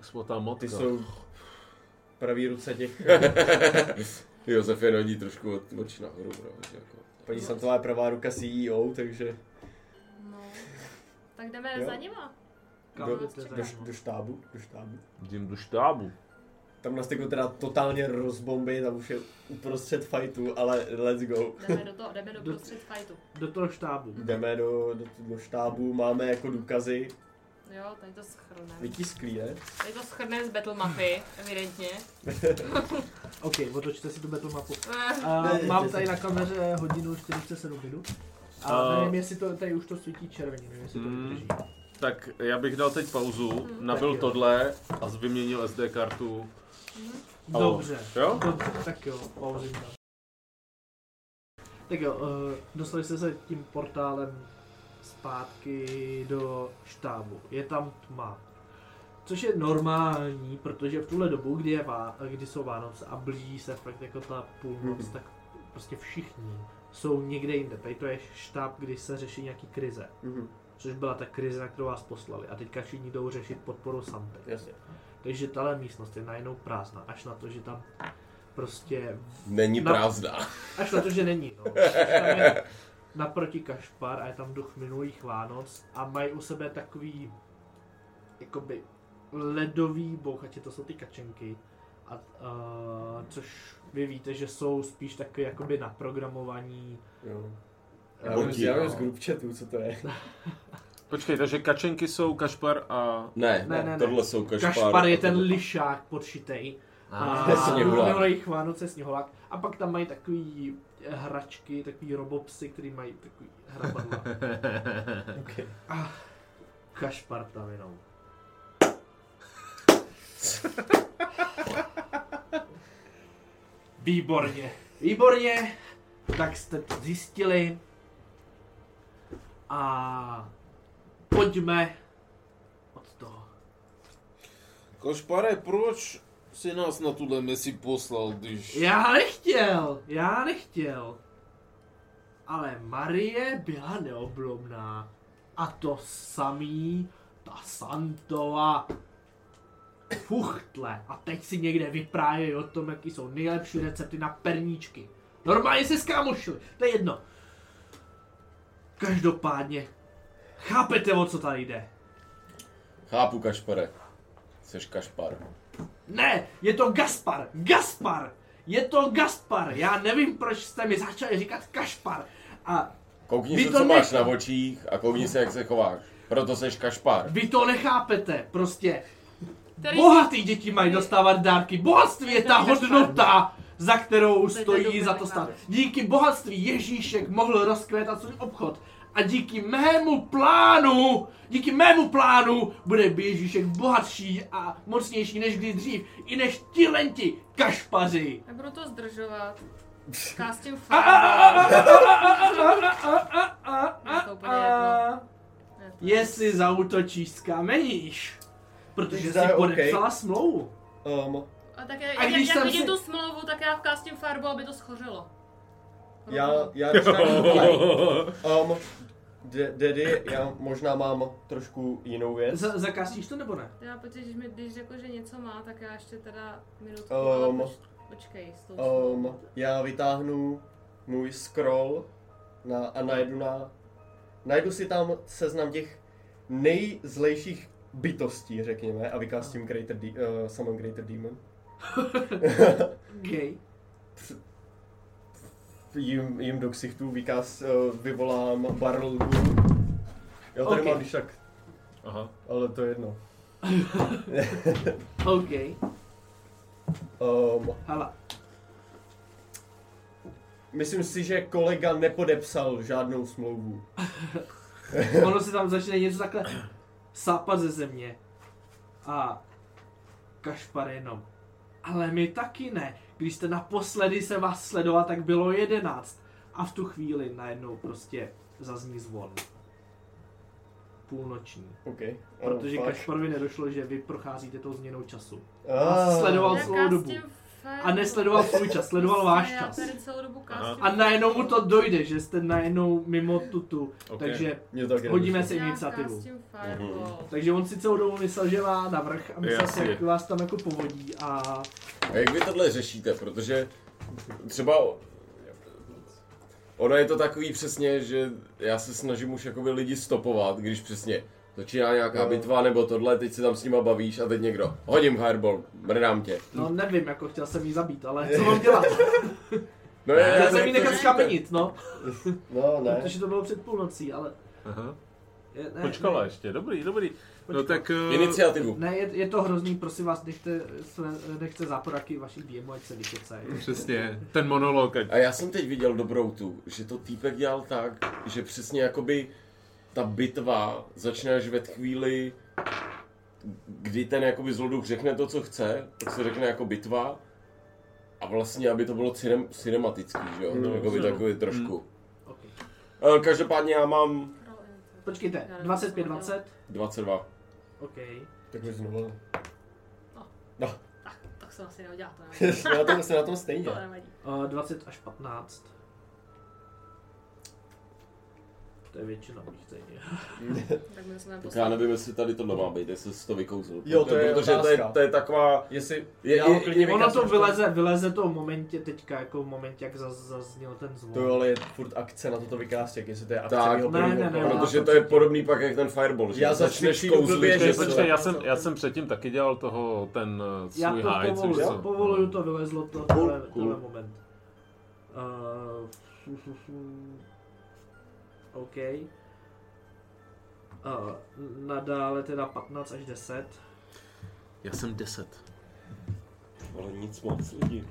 [SPEAKER 3] svatá
[SPEAKER 5] Ty
[SPEAKER 3] matka.
[SPEAKER 5] jsou pravý ruce těch.
[SPEAKER 4] Josef je hodí trošku od očí nahoru, bro,
[SPEAKER 6] no,
[SPEAKER 4] že jako.
[SPEAKER 5] Paní Santová je pravá ruka CEO, takže
[SPEAKER 2] No. Tak jdeme
[SPEAKER 5] Jo.
[SPEAKER 2] za nima.
[SPEAKER 1] Kam
[SPEAKER 5] do,
[SPEAKER 1] jdete za
[SPEAKER 5] do,
[SPEAKER 1] mnou?
[SPEAKER 5] do, štábu, do štábu.
[SPEAKER 3] Jdem do štábu.
[SPEAKER 5] Tam nás jako teda totálně rozbombí, tam už je uprostřed fightu, ale let's go.
[SPEAKER 2] Jdeme do toho, jdeme do
[SPEAKER 1] Do-
[SPEAKER 2] prostřed fightu.
[SPEAKER 1] Do toho štábu.
[SPEAKER 5] Jdeme do, do, do štábu, máme jako důkazy
[SPEAKER 2] Jo, tady to schrneme.
[SPEAKER 5] vytisklí, ne?
[SPEAKER 2] Tady to schrneme z battle mapy, evidentně.
[SPEAKER 1] OK, otočte si tu battle mapu.
[SPEAKER 2] Eh,
[SPEAKER 1] Uh,
[SPEAKER 5] Ne,
[SPEAKER 1] mám
[SPEAKER 5] ty-
[SPEAKER 1] tady na kameře hodinu 47 minut. A
[SPEAKER 3] A-
[SPEAKER 1] nevím, jestli to tady už to svítí červeně, nevím, jestli to
[SPEAKER 3] Mm.
[SPEAKER 1] vydrží.
[SPEAKER 3] Tak já bych dal teď pauzu,
[SPEAKER 2] Mhm.
[SPEAKER 1] Tak
[SPEAKER 3] nabil
[SPEAKER 1] jo.
[SPEAKER 3] tohle a vyměnil SD kartu. Ahoj.
[SPEAKER 1] Dobře.
[SPEAKER 3] Jo?
[SPEAKER 1] Dobře, No, tak jo, pauzím tam. Tak jo, eh, dostali jste se tím portálem zpátky do štábu. Je tam tma. Což je normální, protože v tuhle dobu, kdy, je vá, kdy jsou Vánoce a blíží se fakt jako ta půlnoc, tak prostě všichni jsou někde jinde. Tady to je štáb, kdy se řeší nějaký krize.
[SPEAKER 5] Mhm,
[SPEAKER 1] Což byla ta krize, na kterou vás poslali. A teďka všichni jdou řešit podporu Santy.
[SPEAKER 5] jasně.
[SPEAKER 1] Takže tahle místnost je najednou prázdná, až na to, že tam prostě,
[SPEAKER 4] Není
[SPEAKER 1] Na-
[SPEAKER 4] prázdná.
[SPEAKER 1] až na to, že není, no. Tam je naproti Kašpar a je tam duch minulých Vánoc a mají u sebe takový, jakoby, ledový bouchače, to jsou ty kačenky, a, uh, což vy víte, že jsou spíš takové jakoby naprogramovaní.
[SPEAKER 5] Jo.
[SPEAKER 1] eh,
[SPEAKER 5] Já vím,
[SPEAKER 4] Botí,
[SPEAKER 5] z- já
[SPEAKER 4] no.
[SPEAKER 5] vím z group chatu, co to je.
[SPEAKER 3] Počkej, takže kačenky jsou kašpar a...
[SPEAKER 4] Ne,
[SPEAKER 1] Ne,
[SPEAKER 4] ne,
[SPEAKER 1] ne, ne.
[SPEAKER 4] ne, tohle jsou kašpár.
[SPEAKER 1] Kašpar je
[SPEAKER 4] a
[SPEAKER 1] ten
[SPEAKER 4] tohle-
[SPEAKER 1] lišák podšitej. A
[SPEAKER 4] Sněhulák.
[SPEAKER 1] jejich Vánoce sněholák. A pak tam mají takový eh, hračky, takový robopsy, který mají takový hrabadla.
[SPEAKER 5] Okay.
[SPEAKER 1] Kašpar tam jenom. Výborně. Výborně. Tak jste to zjistili. A pojďme od toho.
[SPEAKER 6] Kašpare, proč si nás na tuhle misi poslal, když...
[SPEAKER 1] Já nechtěl, já nechtěl. Ale Marie byla neoblomná. A to samý, ta Santova fuchtle. A teď si někde vyprávějí o tom, jaký jsou nejlepší recepty na perníčky. Normálně se skámošili, to je jedno. Každopádně, Chápete, o co tady jde?
[SPEAKER 4] Chápu, Kašpare. Jseš Kašpar.
[SPEAKER 1] Ne, je to Gaspar, Gaspar, je to Gaspar, já nevím, proč jste mi začali říkat Kašpar. A
[SPEAKER 4] Koukni
[SPEAKER 1] Vy
[SPEAKER 4] se,
[SPEAKER 1] to
[SPEAKER 4] co máš
[SPEAKER 1] nechám.
[SPEAKER 4] na očích a koukni se, jak se chováš. Proto seš Kašpar.
[SPEAKER 1] vy to nechápete, prostě.
[SPEAKER 2] Který
[SPEAKER 1] Bohatý děti mají dostávat dárky, bohatství je ta hodnota, za kterou
[SPEAKER 2] je
[SPEAKER 1] stojí
[SPEAKER 2] dobré
[SPEAKER 1] za to stát.
[SPEAKER 2] nakládat.
[SPEAKER 1] Díky bohatství Ježíšek mohl rozkvétat svůj obchod. A díky mému plánu, díky mému plánu, bude Ježíšek bohatší a mocnější než kdy dřív. I než ti lenti, kašpaři.
[SPEAKER 2] Nebudu to zdržovat. Casting
[SPEAKER 1] A, a, a, a,
[SPEAKER 2] fire.
[SPEAKER 1] a, a, a, a, a, a,
[SPEAKER 2] Je to úplně
[SPEAKER 1] a, a.
[SPEAKER 2] jedno. Ne, to-
[SPEAKER 1] Jestli zautočíš s kameníš, protože
[SPEAKER 5] Zdá
[SPEAKER 1] jsi
[SPEAKER 5] je OK.
[SPEAKER 1] podepsala smlouvu.
[SPEAKER 5] Um,
[SPEAKER 2] A tak je,
[SPEAKER 1] A
[SPEAKER 2] jak,
[SPEAKER 1] když
[SPEAKER 2] jak
[SPEAKER 1] jsem
[SPEAKER 2] vidím
[SPEAKER 1] si-
[SPEAKER 2] tu smlouvu, tak já v casting fireball, aby to schořelo.
[SPEAKER 5] já, já když tak um, d- Daddy, já možná mám trošku jinou věc.
[SPEAKER 1] Z- zakastíš to nebo ne?
[SPEAKER 2] Já protože když, mi, když řekl, že něco má, tak já ještě teda minutku,
[SPEAKER 5] Ehm.
[SPEAKER 2] ale poč, počkej s tou smlouvou.
[SPEAKER 5] Um, já vytáhnu můj scroll na, a najdu na... Najdu si tam seznam těch nejzlejších bytostí, řekněme, a vykástím Greater De- uh, Summon Greater Demon.
[SPEAKER 1] Gay.
[SPEAKER 5] Jim, jim do ksichtů vykáz, uh, vyvolám Barrel Gun. Já tady
[SPEAKER 1] Ok.
[SPEAKER 5] mám když tak,
[SPEAKER 3] Aha.
[SPEAKER 5] ale to je jedno.
[SPEAKER 1] OK.
[SPEAKER 5] Um,
[SPEAKER 1] Hala.
[SPEAKER 5] myslím si, že kolega nepodepsal žádnou smlouvu.
[SPEAKER 1] Ono se tam začne něco takhle sápat ze země. A Kašpar jenom. Ale my taky ne. Když jste naposledy se vás sledoval, tak bylo jedenáct. A v tu chvíli najednou prostě zazní zvon. Půlnoční.
[SPEAKER 5] OK.
[SPEAKER 1] Protože
[SPEAKER 5] Oh, fuck.
[SPEAKER 1] Kašparovi nedošlo, že vy procházíte tou změnou času.
[SPEAKER 5] Ah.
[SPEAKER 1] sledoval-
[SPEAKER 2] Já
[SPEAKER 1] celou dobu.
[SPEAKER 2] casting fireball.
[SPEAKER 1] A nesledoval svůj čas, sledoval váš
[SPEAKER 2] Prostě Já
[SPEAKER 1] čas.
[SPEAKER 2] tady celou dobu casting
[SPEAKER 1] A najednou mu to dojde, že jste najednou mimo tutu. Takže
[SPEAKER 5] Mě to taky
[SPEAKER 1] hodíme
[SPEAKER 5] nedošlo.
[SPEAKER 1] si iniciativu.
[SPEAKER 4] Mhm.
[SPEAKER 2] Fireball.
[SPEAKER 1] Takže on si celou dobu myslel, že má navrh a myslel si,
[SPEAKER 3] Jasně.
[SPEAKER 1] jak vás tam jako povodí a
[SPEAKER 4] A jak vy tohle řešíte? Protože třeba o- ono je to takový přesně, že já se snažím už jakoby lidi stopovat, když přesně začíná nějaká
[SPEAKER 5] No.
[SPEAKER 4] bitva nebo tohle, teď se tam s nima bavíš a teď někdo, hodím fireball, mrdám tě.
[SPEAKER 1] no
[SPEAKER 3] Hm.
[SPEAKER 1] nevím, jako chtěl jsem jí zabít, ale co mám dělat?
[SPEAKER 4] No já,
[SPEAKER 1] Chtěl jsem jí
[SPEAKER 4] to
[SPEAKER 1] nechat
[SPEAKER 4] řešíte.
[SPEAKER 1] skamenit, no,
[SPEAKER 5] No, ne.
[SPEAKER 1] protože to bylo před půlnocí, ale...
[SPEAKER 3] Aha.
[SPEAKER 1] Je, ne,
[SPEAKER 3] Počkala
[SPEAKER 1] ne,
[SPEAKER 3] ještě, dobrý, dobrý. No
[SPEAKER 1] Počkala.
[SPEAKER 3] tak... eh,
[SPEAKER 4] Iniciativu.
[SPEAKER 1] Ne, je, je, to hrozný, prosím vás, nechte, své- nechte záporaky vašich DMů, ať se vykecají.
[SPEAKER 3] Přesně, ten monolog. ať-
[SPEAKER 4] A já jsem teď viděl dobrou tu, že to týpek dělal tak, že přesně jakoby ta bitva začne až ve chvíli, kdy ten jakoby zloduch řekne to, co chce, tak se řekne jako bitva a vlastně, aby to bylo cinem, cinematický, že jo, to jakoby takový trošku.
[SPEAKER 1] Okay.
[SPEAKER 4] E, Každopádně já mám
[SPEAKER 1] Počkejte, 25-20,
[SPEAKER 4] 22.
[SPEAKER 1] OK.
[SPEAKER 5] Tak mi znovu.
[SPEAKER 2] Tak, tak jsem asi neudělal to. nevadí.
[SPEAKER 5] Jsme na tom, jsme na tom stejně.
[SPEAKER 2] To nevadí.
[SPEAKER 1] Uh, 20 až 15. To je většina už stejně.
[SPEAKER 2] Tak my jsme
[SPEAKER 4] Tak já
[SPEAKER 2] poslali.
[SPEAKER 4] nevím, jestli tady tohle má být, jestli jsi to vykouzl.
[SPEAKER 5] Jo, to je
[SPEAKER 4] Protože to je,
[SPEAKER 5] otázka.
[SPEAKER 4] to je taková...
[SPEAKER 5] Jestli
[SPEAKER 4] Je,
[SPEAKER 5] Já ho
[SPEAKER 4] je,
[SPEAKER 5] klidně
[SPEAKER 4] je,
[SPEAKER 1] Ono to
[SPEAKER 5] Vykazuj to.
[SPEAKER 1] vyleze, vyleze to v momentě teďka, jako v momentě, jak zaz, zazněl ten zvon.
[SPEAKER 5] to jo, ale je furt akce na toto vykázek, jestli to je akce
[SPEAKER 4] Tak,
[SPEAKER 5] mýho
[SPEAKER 1] ne,
[SPEAKER 5] prvního
[SPEAKER 1] ne, ne,
[SPEAKER 5] kola.
[SPEAKER 1] ne.
[SPEAKER 4] protože to je podobný pak jak ten fireball, že
[SPEAKER 5] Já
[SPEAKER 4] začneš
[SPEAKER 5] zacvičím
[SPEAKER 4] kouzlit.
[SPEAKER 5] blbě, že
[SPEAKER 3] Počkej,
[SPEAKER 4] že-
[SPEAKER 5] se-
[SPEAKER 3] počkej, já jsem, já jsem předtím taky dělal toho, ten eh,
[SPEAKER 1] Já
[SPEAKER 3] svůj
[SPEAKER 1] to
[SPEAKER 3] háj, co
[SPEAKER 1] povoluju,
[SPEAKER 3] jsem-
[SPEAKER 5] Hmm.
[SPEAKER 1] povoluju to, vylezlo to, tohle, tohle moment. Uh, fu, fu, fu. OK. Uh, nadále teda 15 až 10.
[SPEAKER 3] Já jsem 10.
[SPEAKER 4] Ale nic moc lidi.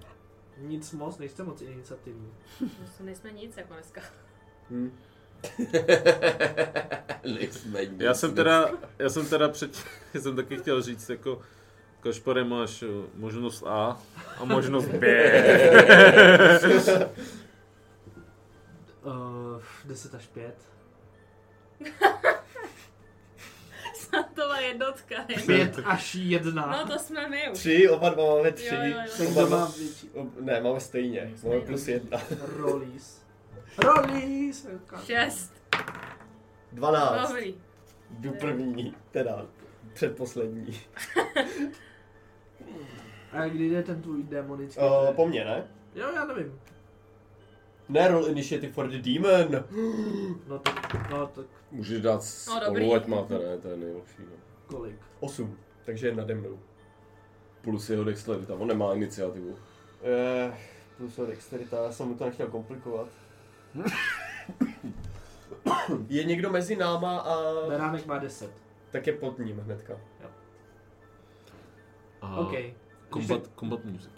[SPEAKER 1] Nic moc, nejste moc iniciativní.
[SPEAKER 2] Nejsme nic jako dneska.
[SPEAKER 5] Hm.
[SPEAKER 4] Nejsme nic,
[SPEAKER 3] Já jsem teda, já jsem teda před, já jsem taky chtěl říct, jako Kašpare máš eh, možnost A a možnost B.
[SPEAKER 1] Uh, 10 až 5.
[SPEAKER 2] Santová jednotka. je.
[SPEAKER 1] 5 až 1.
[SPEAKER 2] No to jsme my už.
[SPEAKER 5] Tři, oba dva máme tři.
[SPEAKER 2] Jo, jo, jo.
[SPEAKER 1] Ten,
[SPEAKER 5] Oba
[SPEAKER 1] kdo
[SPEAKER 5] dva,
[SPEAKER 1] má větší
[SPEAKER 5] ob, ne, máme stejně. Máme plus jedna.
[SPEAKER 1] rollies. Rollies!
[SPEAKER 2] Šest.
[SPEAKER 5] Dvanáct.
[SPEAKER 2] Dobrý.
[SPEAKER 5] Jdu první, teda předposlední.
[SPEAKER 1] A kdy jde ten tvůj demonický?
[SPEAKER 5] Uh,
[SPEAKER 1] trest?
[SPEAKER 5] po mně, ne?
[SPEAKER 1] Jo, já nevím.
[SPEAKER 5] Ne, roll initiative for the demon.
[SPEAKER 1] No tak, no tak
[SPEAKER 4] Můžeš dát
[SPEAKER 2] No,
[SPEAKER 4] spolu,
[SPEAKER 2] dobrý.
[SPEAKER 4] ať máte, ne, to je nejlepší. No.
[SPEAKER 1] kolik?
[SPEAKER 5] Osm. Takže je nade mnou.
[SPEAKER 4] Plus jeho dexterita, on nemá iniciativu.
[SPEAKER 5] Eh, plus o dexterita, já jsem mu to nechtěl komplikovat. je někdo mezi náma a...
[SPEAKER 1] Beránek má 10.
[SPEAKER 5] Tak je pod ním hnedka. Eh,
[SPEAKER 3] A
[SPEAKER 1] OK. Když tak
[SPEAKER 3] Combat, combat music.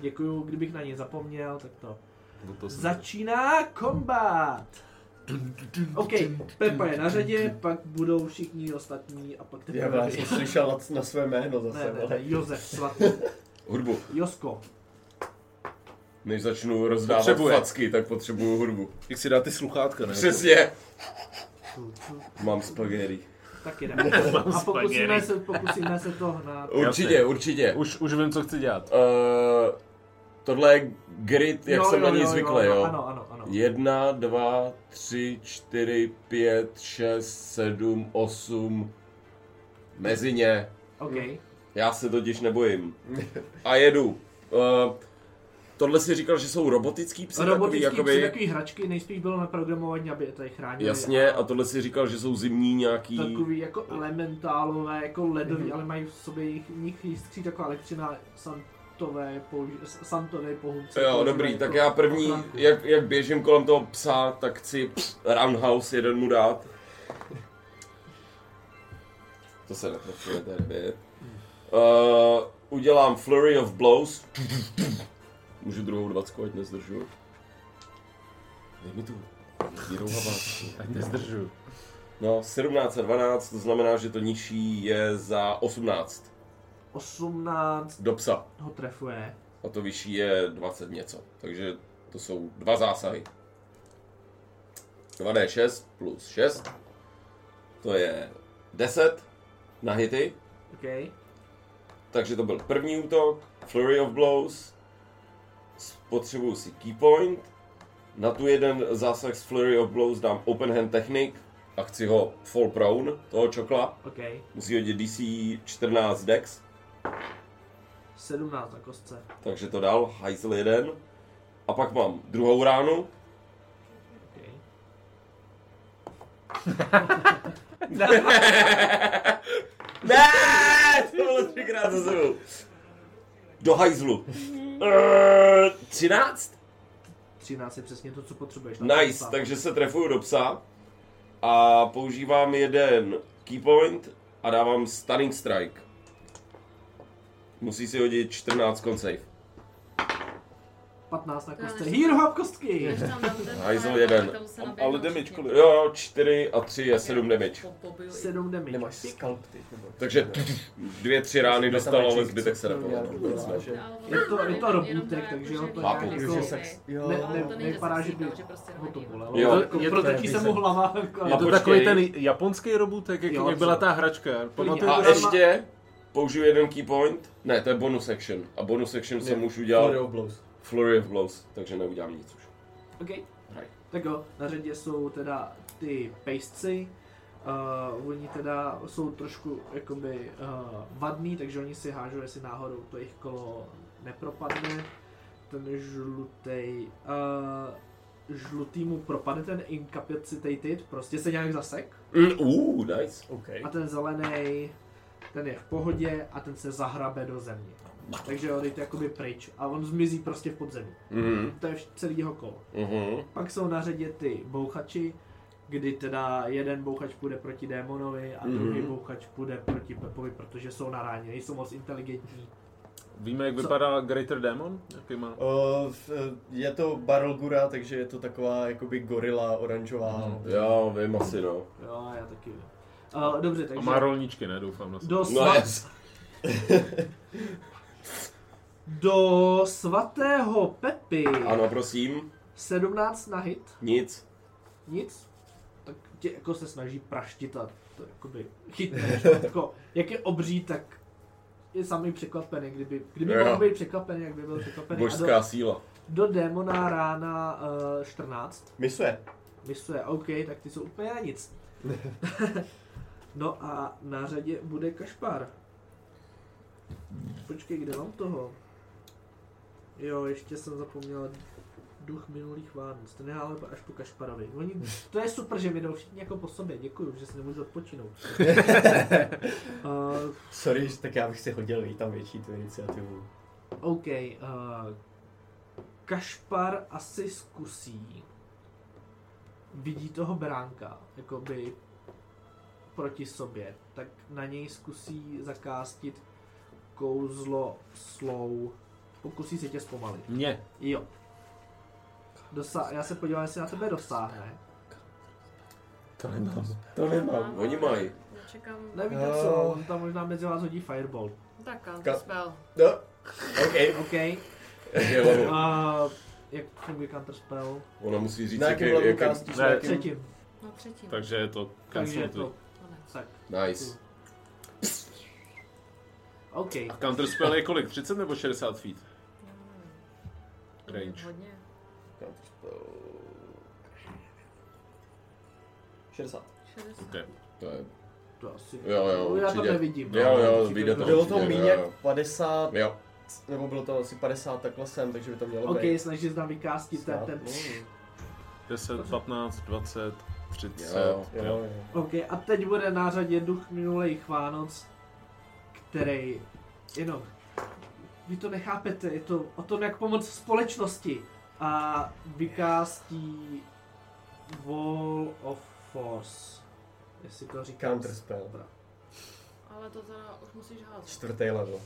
[SPEAKER 1] děkuju, kdybych na něj zapomněl, tak to.
[SPEAKER 3] No to jsem-
[SPEAKER 1] Začíná kombat! OK, Pepa je na řadě, pak budou všichni ostatní a pak
[SPEAKER 5] Já
[SPEAKER 1] teprve
[SPEAKER 5] vlastně
[SPEAKER 1] vy.
[SPEAKER 5] slyšel na, na své jméno zase.
[SPEAKER 1] Ne, ne,
[SPEAKER 5] vole.
[SPEAKER 1] ne, Josef, svatý.
[SPEAKER 4] Hudbu.
[SPEAKER 1] Josko,
[SPEAKER 4] Než začnu rozdávat
[SPEAKER 3] Potřebuje.
[SPEAKER 4] facky, tak potřebuju hudbu.
[SPEAKER 3] Jak si dá ty sluchátka, ne?
[SPEAKER 4] Přesně.
[SPEAKER 1] tu, tu,
[SPEAKER 4] Mám spagery.
[SPEAKER 1] tak jdeme. A pokusíme se, pokusíme se to hnát.
[SPEAKER 4] Určitě, určitě.
[SPEAKER 3] Už, už vím, co chci dělat.
[SPEAKER 4] Uh, tohle je grid, jak
[SPEAKER 1] Jo,
[SPEAKER 4] jsem
[SPEAKER 1] jo,
[SPEAKER 4] na něj
[SPEAKER 1] jo,
[SPEAKER 4] zvyklý, jo.
[SPEAKER 1] Ano, ano, ano.
[SPEAKER 4] Jedna, dva, tři, čtyři, pět, šest, sedm, osm. Mezi ně.
[SPEAKER 1] OK.
[SPEAKER 4] Já se totiž nebojím. A jedu. Uh, tohle si říkal, že jsou robotický psy,
[SPEAKER 1] Robotický
[SPEAKER 4] takový,
[SPEAKER 1] jakoby...
[SPEAKER 4] jakoby...
[SPEAKER 1] takový hračky nejspíš bylo naprogramovaní, aby je tady chránili.
[SPEAKER 4] Jasně, a tohle si říkal, že jsou zimní nějaký...
[SPEAKER 1] Takový jako elementálové, jako ledový, ale mají v sobě jich, nich jiskří taková elektřina santové, použi- s- santové pohůnce.
[SPEAKER 4] Jo,
[SPEAKER 1] používají
[SPEAKER 4] dobrý,
[SPEAKER 1] jako
[SPEAKER 4] tak já první,
[SPEAKER 1] ochranku.
[SPEAKER 4] jak, jak běžím kolem toho psa, tak chci pst, roundhouse jeden mu dát. To se netrefuje, to je devět. Uh, udělám flurry of blows. Můžu druhou dvacku, ať nezdržu. Dej mi tu. Výrouhavá.
[SPEAKER 3] Ať nezdržu.
[SPEAKER 4] No, 17 a 12, to znamená, že to nižší je za 18
[SPEAKER 1] 18
[SPEAKER 4] do psa.
[SPEAKER 1] ho trefuje.
[SPEAKER 4] A to vyšší je 20 něco. Takže to jsou dva zásahy. 2D6 plus 6. To je 10 na hity.
[SPEAKER 1] OK.
[SPEAKER 4] Takže to byl první útok. Flurry of Blows. Potřebuju si key point. Na tu jeden zásah z Flurry of Blows dám Open Hand Technic a chci ho fall prone, toho čokla.
[SPEAKER 1] OK.
[SPEAKER 4] Musí hodit DC 14 dex,
[SPEAKER 1] 17 na kostce.
[SPEAKER 4] takže to dal, hajzl jeden. A pak mám druhou ránu,
[SPEAKER 1] OK.
[SPEAKER 4] Ne, to bylo třikrát za sebou. Do hajzlu. Třináct?
[SPEAKER 1] 13 je přesně to, co potřebuješ. na
[SPEAKER 4] Nice,
[SPEAKER 1] psa.
[SPEAKER 4] takže se trefuju do psa a používám jeden key point a dávám stunning strike. Musí si hodit 14 con save.
[SPEAKER 1] 15 na
[SPEAKER 2] To je
[SPEAKER 1] kostce.
[SPEAKER 2] neštěstí.
[SPEAKER 1] Hero hop kostky!
[SPEAKER 2] Než tam dám ten
[SPEAKER 4] Hajzl
[SPEAKER 2] fire,
[SPEAKER 4] jeden.
[SPEAKER 2] tam se
[SPEAKER 6] A-
[SPEAKER 2] naběhnou
[SPEAKER 6] ale damage
[SPEAKER 2] všichni.
[SPEAKER 6] kolik?
[SPEAKER 4] Jo, 4 a 3 je 7 damage.
[SPEAKER 2] Po- pobiju i-
[SPEAKER 1] 7 damage.
[SPEAKER 5] Nemáš
[SPEAKER 1] Pik.
[SPEAKER 5] skalp teď, nebo...
[SPEAKER 4] Takže dvě, tři rány dostalo, ale zbytek se nepovedlo.
[SPEAKER 2] Ale
[SPEAKER 1] Je to- je to
[SPEAKER 2] jenom
[SPEAKER 1] robůtek,
[SPEAKER 2] jako,
[SPEAKER 1] takže
[SPEAKER 2] že
[SPEAKER 1] on to
[SPEAKER 2] nějak
[SPEAKER 1] nějak
[SPEAKER 2] jako-
[SPEAKER 1] jako-
[SPEAKER 5] sex.
[SPEAKER 1] Ne,
[SPEAKER 5] Jo,
[SPEAKER 1] ne,
[SPEAKER 2] ale to
[SPEAKER 1] ne,
[SPEAKER 2] není
[SPEAKER 1] nevypadá, že
[SPEAKER 2] sexy,
[SPEAKER 1] by
[SPEAKER 2] no, že prostě
[SPEAKER 1] ho to
[SPEAKER 2] nevadí.
[SPEAKER 1] bolelo.
[SPEAKER 4] Jo,
[SPEAKER 1] Jako
[SPEAKER 5] je to
[SPEAKER 1] Protočí se
[SPEAKER 5] vize.
[SPEAKER 1] mu hlava. jako-
[SPEAKER 3] Je to
[SPEAKER 4] počkej.
[SPEAKER 3] takový ten japonský robotek, jak,
[SPEAKER 1] Jo, co?
[SPEAKER 3] jak byla ta hračka. Pamatuju,
[SPEAKER 4] A
[SPEAKER 3] to na-
[SPEAKER 4] ještě použiju jeden key point. Ne, to je bonus action. A bonus action jsem už udělal
[SPEAKER 5] Flurry of blows.
[SPEAKER 4] Flurry of Blows, takže neudělám nic už.
[SPEAKER 1] OK.
[SPEAKER 4] Right.
[SPEAKER 1] Tak jo, na řadě jsou teda ty pejsci. Uh, oni teda jsou trošku jakoby uh, vadný, takže oni si hážou, jestli náhodou to jejich kolo nepropadne. Ten žlutej, uh, žlutý mu propadne ten incapacitated, prostě se nějak zasek.
[SPEAKER 4] Mm, uh, nice.
[SPEAKER 5] OK.
[SPEAKER 1] A ten zelený, ten je v pohodě a ten se zahrabe do země. Takže odejte jakoby pryč a on zmizí prostě v podzemí.
[SPEAKER 4] Mhm,
[SPEAKER 1] To je vš- celý jeho kolo.
[SPEAKER 4] mhm.
[SPEAKER 1] Pak jsou na řadě ty bouchači, kdy teda jeden bouchač půjde proti démonovi a
[SPEAKER 4] Mhm.
[SPEAKER 1] druhý bouchač půjde proti Pepovi, protože jsou na ráně, nejsou moc inteligentní.
[SPEAKER 3] Víme, jak
[SPEAKER 1] Co?
[SPEAKER 3] vypadá Greater Demon? Jaký má?
[SPEAKER 5] Uh, v- je to barelgura, takže je to taková jakoby gorila oranžová.
[SPEAKER 4] Já vím asi, no.
[SPEAKER 1] Jo, já taky vím. Uh, dobře,
[SPEAKER 3] A
[SPEAKER 1] takže
[SPEAKER 3] má rolničky, ne? Doufám na
[SPEAKER 1] do,
[SPEAKER 4] No
[SPEAKER 1] sva-
[SPEAKER 4] yes.
[SPEAKER 1] do svatého Pepy
[SPEAKER 4] Ano, prosím.
[SPEAKER 1] 17 na hit,
[SPEAKER 4] Nic.
[SPEAKER 1] nic, tak tě jako se snaží praštit a to jakoby chytneš. no, jako, jak je obří, tak je samý překvapený, kdyby, kdyby
[SPEAKER 4] Jo.
[SPEAKER 1] mohl být překvapený, jak by byl překvapený. A do-
[SPEAKER 4] Božská síla.
[SPEAKER 1] Do démona rána uh, 14.
[SPEAKER 5] Misuje.
[SPEAKER 1] Misuje, OK, tak ty jsou úplně na nic. no a na řadě bude Kašpar. Počkej, kde mám toho? Jo, ještě jsem zapomněl duch minulých Vánoc. Ten je ale až po Kašparovi. Oni, to je super, že mi jdou všichni jako po sobě. Děkuju, že si nemůžu odpočinout. uh,
[SPEAKER 5] Sorry, že- tak já bych si hodil i tam větší tu iniciativu.
[SPEAKER 1] OK. Uh, Kašpar asi zkusí. Vidí toho beránka, jakoby proti sobě. Tak na něj zkusí zakástit kouzlo slou. Pokusí se tě zpomalit.
[SPEAKER 3] Mě.
[SPEAKER 1] Jo. Dosa- já se podívám, jestli na tebe dosáhne.
[SPEAKER 4] To
[SPEAKER 5] No.
[SPEAKER 4] nemám. To nemám. Oni mají.
[SPEAKER 2] Já čekám.
[SPEAKER 1] Nevím, jak jsou, on tam možná mezi vás hodí fireball.
[SPEAKER 2] Tak,
[SPEAKER 5] Ka-
[SPEAKER 2] counter spell.
[SPEAKER 5] No, OK.
[SPEAKER 1] OK.
[SPEAKER 4] Takže ono,
[SPEAKER 1] Uh, jak funguje counterspell?
[SPEAKER 4] ona musí říct,
[SPEAKER 5] Na
[SPEAKER 4] jak
[SPEAKER 5] jakém
[SPEAKER 4] je,
[SPEAKER 5] levelu
[SPEAKER 4] jak je,
[SPEAKER 5] castíš?
[SPEAKER 3] Ne,
[SPEAKER 5] Na jakém-
[SPEAKER 1] Třetím.
[SPEAKER 2] No třetí.
[SPEAKER 3] Takže je to
[SPEAKER 1] Takže je
[SPEAKER 3] cancel.
[SPEAKER 1] to.
[SPEAKER 2] Konec.
[SPEAKER 1] Tak.
[SPEAKER 4] Nice.
[SPEAKER 1] OK.
[SPEAKER 3] A counterspell je kolik? 30 nebo 60 feet?
[SPEAKER 2] Já nevím.
[SPEAKER 3] Range.
[SPEAKER 2] Hodně.
[SPEAKER 5] Counterspell. 60.
[SPEAKER 2] 60.
[SPEAKER 3] Okay.
[SPEAKER 4] To je,
[SPEAKER 1] To asi.
[SPEAKER 4] jo, jo,
[SPEAKER 1] já to
[SPEAKER 4] určitě.
[SPEAKER 1] nevidím.
[SPEAKER 4] Jo,
[SPEAKER 1] no,
[SPEAKER 4] jo,
[SPEAKER 1] určitě
[SPEAKER 4] vyjde to.
[SPEAKER 5] Bylo to
[SPEAKER 4] určitě, no.
[SPEAKER 5] méně
[SPEAKER 4] jo, jo.
[SPEAKER 5] jak 50,
[SPEAKER 4] Jo,
[SPEAKER 5] nebo bylo to asi 50 takhle sem, takže by to mělo
[SPEAKER 1] OK,
[SPEAKER 5] být.
[SPEAKER 1] snaží se tam vykástit ten, ten.
[SPEAKER 3] 10, 15, 20, 30.
[SPEAKER 4] Jo,
[SPEAKER 5] No, Jo, jo.
[SPEAKER 1] OK, a teď bude na řadě duch minulých Vánoc, který jenom, vy to nechápete, je to o tom, jak pomoct společnosti. A vykástí Wall of Force, jestli to říkám.
[SPEAKER 5] Counterspell.
[SPEAKER 2] Ale to teda už musíš házet.
[SPEAKER 5] Čtvrtý level.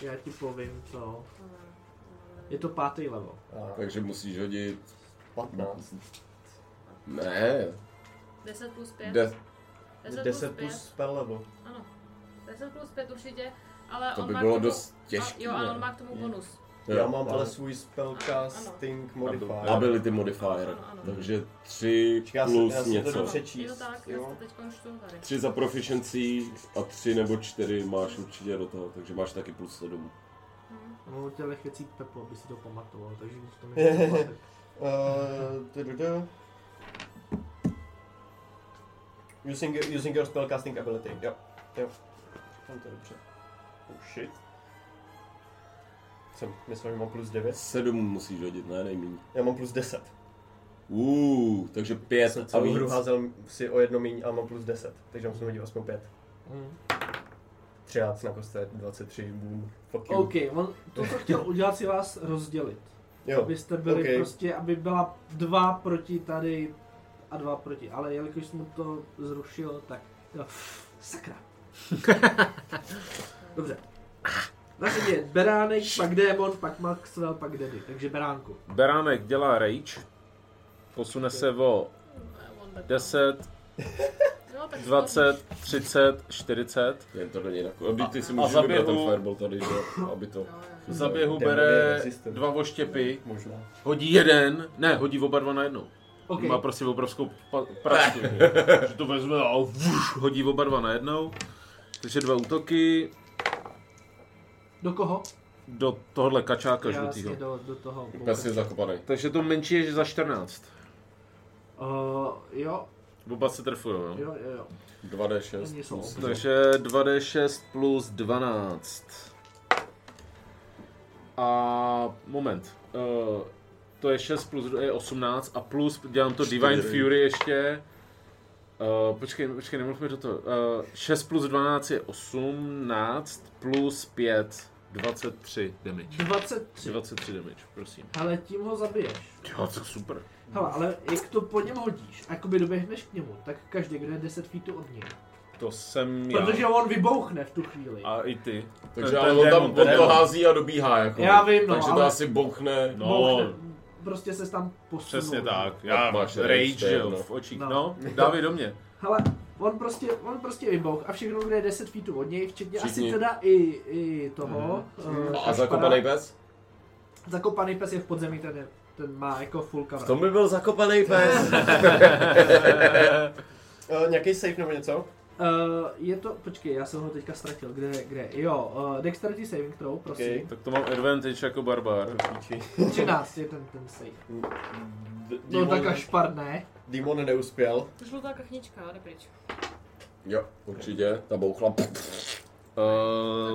[SPEAKER 1] Já ti povím to.
[SPEAKER 2] To ne.
[SPEAKER 1] Je to pátý level.
[SPEAKER 5] A
[SPEAKER 4] takže musíš hodit,
[SPEAKER 5] 15.
[SPEAKER 4] ne,
[SPEAKER 2] 10 plus 5.
[SPEAKER 4] de,
[SPEAKER 2] 10,
[SPEAKER 5] 10
[SPEAKER 2] plus 5.
[SPEAKER 5] plus spell level.
[SPEAKER 2] Ano. 10 plus 5 určitě, ale
[SPEAKER 4] to
[SPEAKER 2] on
[SPEAKER 4] by
[SPEAKER 2] má
[SPEAKER 4] bylo
[SPEAKER 2] k tomu,
[SPEAKER 4] dost
[SPEAKER 2] A,
[SPEAKER 4] těžké.
[SPEAKER 2] jo, ale on má k tomu bonus.
[SPEAKER 5] Já mám
[SPEAKER 4] Jo.
[SPEAKER 5] ale svůj spellcasting modifier.
[SPEAKER 4] Ability modifier,
[SPEAKER 2] Ano, ano.
[SPEAKER 4] takže 3
[SPEAKER 5] Čekaj, já si- já
[SPEAKER 4] plus
[SPEAKER 5] si to
[SPEAKER 4] něco.
[SPEAKER 5] jdu
[SPEAKER 2] Ano,
[SPEAKER 5] přečíst,
[SPEAKER 2] Je to tak,
[SPEAKER 5] jo.
[SPEAKER 2] já to teď už tu tady.
[SPEAKER 4] 3 za proficiency a 3 nebo 4 máš určitě do toho, takže máš taky plus 7.
[SPEAKER 2] Hm.
[SPEAKER 1] A mám těle věcí Pepo, aby si to pamatoval, takže když to nechci
[SPEAKER 5] Uh, tududu. Using, using your spellcasting ability, jo. Jo. Tam to je dobře. Oh shit. Jsem myslel, že mám plus 9.
[SPEAKER 4] 7 musíš hodit, ne nejméně.
[SPEAKER 5] Já mám plus 10.
[SPEAKER 4] Uuu, takže 5
[SPEAKER 5] Jsem
[SPEAKER 4] a
[SPEAKER 5] celou hru
[SPEAKER 4] víc.
[SPEAKER 5] házel si o jedno míň a mám plus 10, takže musím hodit aspoň 5. 13 na koste, 23, boom, fuck you.
[SPEAKER 1] OK, on to, co chtěl udělat, si vás rozdělit.
[SPEAKER 5] Jo,
[SPEAKER 1] Abyste byli
[SPEAKER 5] ok.
[SPEAKER 1] prostě, aby byla dva proti tady a dva proti, ale jelikož jsme to zrušil, tak jo, sakra. Dobře. Na řadě je Beránek, pak Démon, pak Maxwell, pak Dedy, takže Beránku.
[SPEAKER 3] Beránek dělá rage. Posune se o
[SPEAKER 2] On jde tam.
[SPEAKER 3] 10,
[SPEAKER 2] No, tak
[SPEAKER 3] 20, 30, 40.
[SPEAKER 4] Jen to není na Když ty si
[SPEAKER 3] a
[SPEAKER 4] můžeš
[SPEAKER 3] zaběhu-
[SPEAKER 4] vybrat ten fireball tady, že? jo, aby to...
[SPEAKER 2] Jo, jo.
[SPEAKER 3] Zaběhu
[SPEAKER 5] Demon je
[SPEAKER 3] bere
[SPEAKER 5] resistant.
[SPEAKER 3] dva voštěpy,
[SPEAKER 5] možná.
[SPEAKER 3] hodí jeden, ne, hodí oba dva na jednou.
[SPEAKER 1] OK,
[SPEAKER 3] Okay. Má prostě obrovskou pa- pračku. že? že to vezme a vůš, hodí oba dva najednou. Takže dva útoky
[SPEAKER 1] do koho?
[SPEAKER 3] do tohohle kačáka
[SPEAKER 1] Jasně,
[SPEAKER 3] žlutýho.
[SPEAKER 1] do, do toho.
[SPEAKER 4] Pes je zakopaný.
[SPEAKER 3] Takže to menší je že za 14.
[SPEAKER 1] Uh, jo,
[SPEAKER 3] Oba se no. trefujou, jo?
[SPEAKER 1] jo, jo, jo.
[SPEAKER 4] 2d6
[SPEAKER 1] Oni jsou
[SPEAKER 4] plus
[SPEAKER 1] obrovský.
[SPEAKER 3] Takže 2d6 plus 12. A moment. Uh, to je 6 plus je 18 a plus dělám to Divine
[SPEAKER 4] Čtyři.
[SPEAKER 3] Fury ještě. Uh, počkej, počkej, nemluv mi do toho. Uh, 6 plus 12 je 18 plus 5. 23 damage.
[SPEAKER 1] 23.
[SPEAKER 3] 23 damage, prosím.
[SPEAKER 1] Hele, tím ho zabiješ.
[SPEAKER 3] Jo, to super.
[SPEAKER 1] Hele, ale jak to po něm hodíš, a jakoby doběhneš k němu, tak každý, kdo je 10 feetů od něj.
[SPEAKER 3] To jsem já.
[SPEAKER 1] Protože on vybouchne v tu chvíli.
[SPEAKER 3] A i ty.
[SPEAKER 4] Takže
[SPEAKER 3] Ten-
[SPEAKER 4] ale
[SPEAKER 3] ten
[SPEAKER 4] on tam
[SPEAKER 3] démon, ten
[SPEAKER 4] on to
[SPEAKER 3] démon.
[SPEAKER 4] hází a dobíhá jako.
[SPEAKER 1] Já vím, no,
[SPEAKER 4] Takže to
[SPEAKER 1] ale-
[SPEAKER 4] asi bouchne.
[SPEAKER 3] No.
[SPEAKER 1] Bouchne, prostě se tam posunul.
[SPEAKER 3] Přesně tak. Já
[SPEAKER 4] Tak
[SPEAKER 3] máš
[SPEAKER 4] máš rage,
[SPEAKER 3] rage, že jo,
[SPEAKER 4] no.
[SPEAKER 3] v očích.
[SPEAKER 1] No.
[SPEAKER 3] No, dávej do mě.
[SPEAKER 1] Hele, on prostě, on prostě vybouch a všechno, kde je 10 feetů od něj, včetně
[SPEAKER 4] Všichni.
[SPEAKER 1] asi teda i, i toho.
[SPEAKER 3] Mhm.
[SPEAKER 1] eh,
[SPEAKER 4] A
[SPEAKER 1] Kašpara.
[SPEAKER 4] zakopaný pes?
[SPEAKER 1] Zakopaný pes je v podzemí, ten, je, ten má jako full cover.
[SPEAKER 4] by byl zakopaný pes.
[SPEAKER 5] Uh, nějaký save nebo něco?
[SPEAKER 1] Eh, je to, počkej, já jsem ho teďka ztratil, kde, je- kde, je? jo, uh, Dexterity Saving Throw, prosím.
[SPEAKER 3] Tak to mám advantage jako barbar.
[SPEAKER 5] Píči.
[SPEAKER 1] 13 je ten, ten save.
[SPEAKER 5] D-
[SPEAKER 1] No
[SPEAKER 5] Demon,
[SPEAKER 1] tak až padne.
[SPEAKER 5] Demon neuspěl.
[SPEAKER 2] Žlutá kachnička, jde pryč.
[SPEAKER 4] Jo, určitě. Ta bouchla.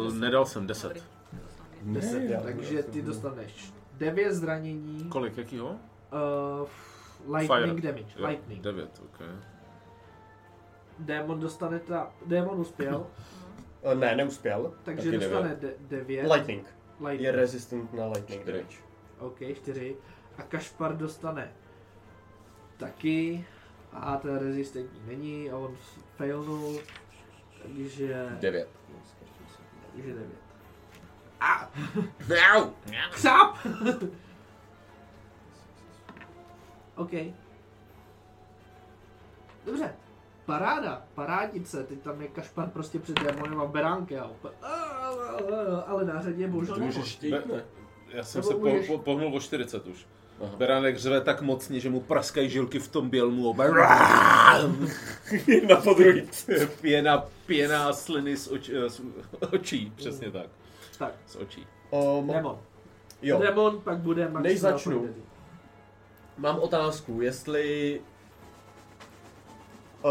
[SPEAKER 3] Uh, nedal jsem 10.
[SPEAKER 2] Dobrý.
[SPEAKER 1] 10,
[SPEAKER 5] já-
[SPEAKER 1] takže ty dostaneš 9 zranění.
[SPEAKER 3] Kolik, jakýho?
[SPEAKER 1] Uh, lightning damage.
[SPEAKER 3] Jo,
[SPEAKER 1] Lightning.
[SPEAKER 3] 9, ok.
[SPEAKER 1] Démon dostane ta... Démon uspěl,
[SPEAKER 5] Eh, Ne, neuspěl.
[SPEAKER 1] takže
[SPEAKER 4] Taky
[SPEAKER 1] dostane 9.
[SPEAKER 5] Lightning. Je
[SPEAKER 1] Lightning.
[SPEAKER 5] resistant na lightning
[SPEAKER 4] Čtyři.
[SPEAKER 5] damage.
[SPEAKER 1] OK, 4. A Kašpar dostane taky. A ten rezistentní není a on failnul. Takže...
[SPEAKER 4] 9.
[SPEAKER 1] Takže 9.
[SPEAKER 4] Au!
[SPEAKER 1] Ksap! OK. Dobře. Paráda, parádnice, teď tam je Kašpar prostě před démonem a beránky a úplně, "A, a, a, a", ale na řadě je bohužel
[SPEAKER 4] To můžeš
[SPEAKER 1] nemůžeš.
[SPEAKER 4] štít, ne?
[SPEAKER 3] Já jsem
[SPEAKER 1] Nebo
[SPEAKER 3] se po,
[SPEAKER 1] můžeš-
[SPEAKER 3] po, pohnul o 40 už.
[SPEAKER 4] Aha.
[SPEAKER 3] Beránek řve tak mocně, že mu praskají žilky v tom bělmu. Oba...
[SPEAKER 4] Na podruhý.
[SPEAKER 3] Pěna, pěna a sliny z, oč, eh, z očí. Přesně tak.
[SPEAKER 1] Tak.
[SPEAKER 3] Z očí.
[SPEAKER 5] Um,
[SPEAKER 1] Demon.
[SPEAKER 5] jo.
[SPEAKER 1] Demon pak bude max
[SPEAKER 5] Než
[SPEAKER 1] na
[SPEAKER 5] začnu.
[SPEAKER 1] Pointed.
[SPEAKER 5] Mám otázku, jestli... Uh,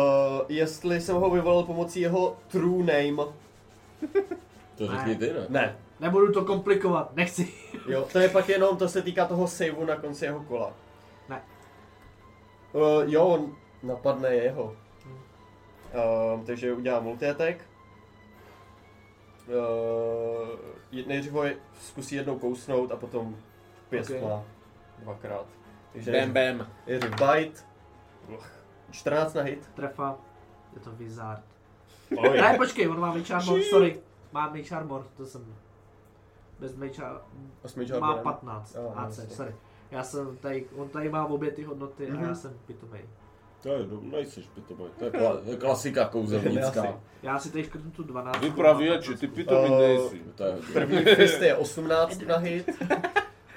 [SPEAKER 5] jestli jsem ho vyvolal pomocí jeho true name.
[SPEAKER 4] To řekni ty, ne?
[SPEAKER 5] Ne.
[SPEAKER 1] Nebudu to komplikovat, nechci.
[SPEAKER 5] Jo, to je pak jenom, to se týká toho saveu na konci jeho kola.
[SPEAKER 1] Ne.
[SPEAKER 5] Uh, jo, on napadne jeho. Uh, takže Eh, udělám multiatek. Uh, nejdřív ho je- zkusí jednou kousnout a potom pěstma
[SPEAKER 1] Ok.
[SPEAKER 5] dvakrát. Takže
[SPEAKER 3] Bam, bam.
[SPEAKER 5] nejdřív bite. Uch, 14 na hit.
[SPEAKER 1] Trefa, je to wizard. Ne, počkej, on má mage armor, sorry. Má mage armor, to jsem... Bez mage ar-
[SPEAKER 5] Osmička
[SPEAKER 1] má
[SPEAKER 5] odběrem.
[SPEAKER 1] 15
[SPEAKER 5] Jo,
[SPEAKER 1] AC,
[SPEAKER 5] jasně.
[SPEAKER 1] sorry. Já jsem tady, on tady má obě ty hodnoty a
[SPEAKER 5] Mhm.
[SPEAKER 1] já jsem pitomej.
[SPEAKER 4] To je dobrý, nejseš pitomaj. To je kla- to je klasika kouzelnická.
[SPEAKER 1] Já si tady škrtnu tu 12.
[SPEAKER 3] Vypravěče, ty pitomí
[SPEAKER 5] Eh,
[SPEAKER 3] nejsi.
[SPEAKER 4] To je dobrý.
[SPEAKER 5] První fist je 18 na hit.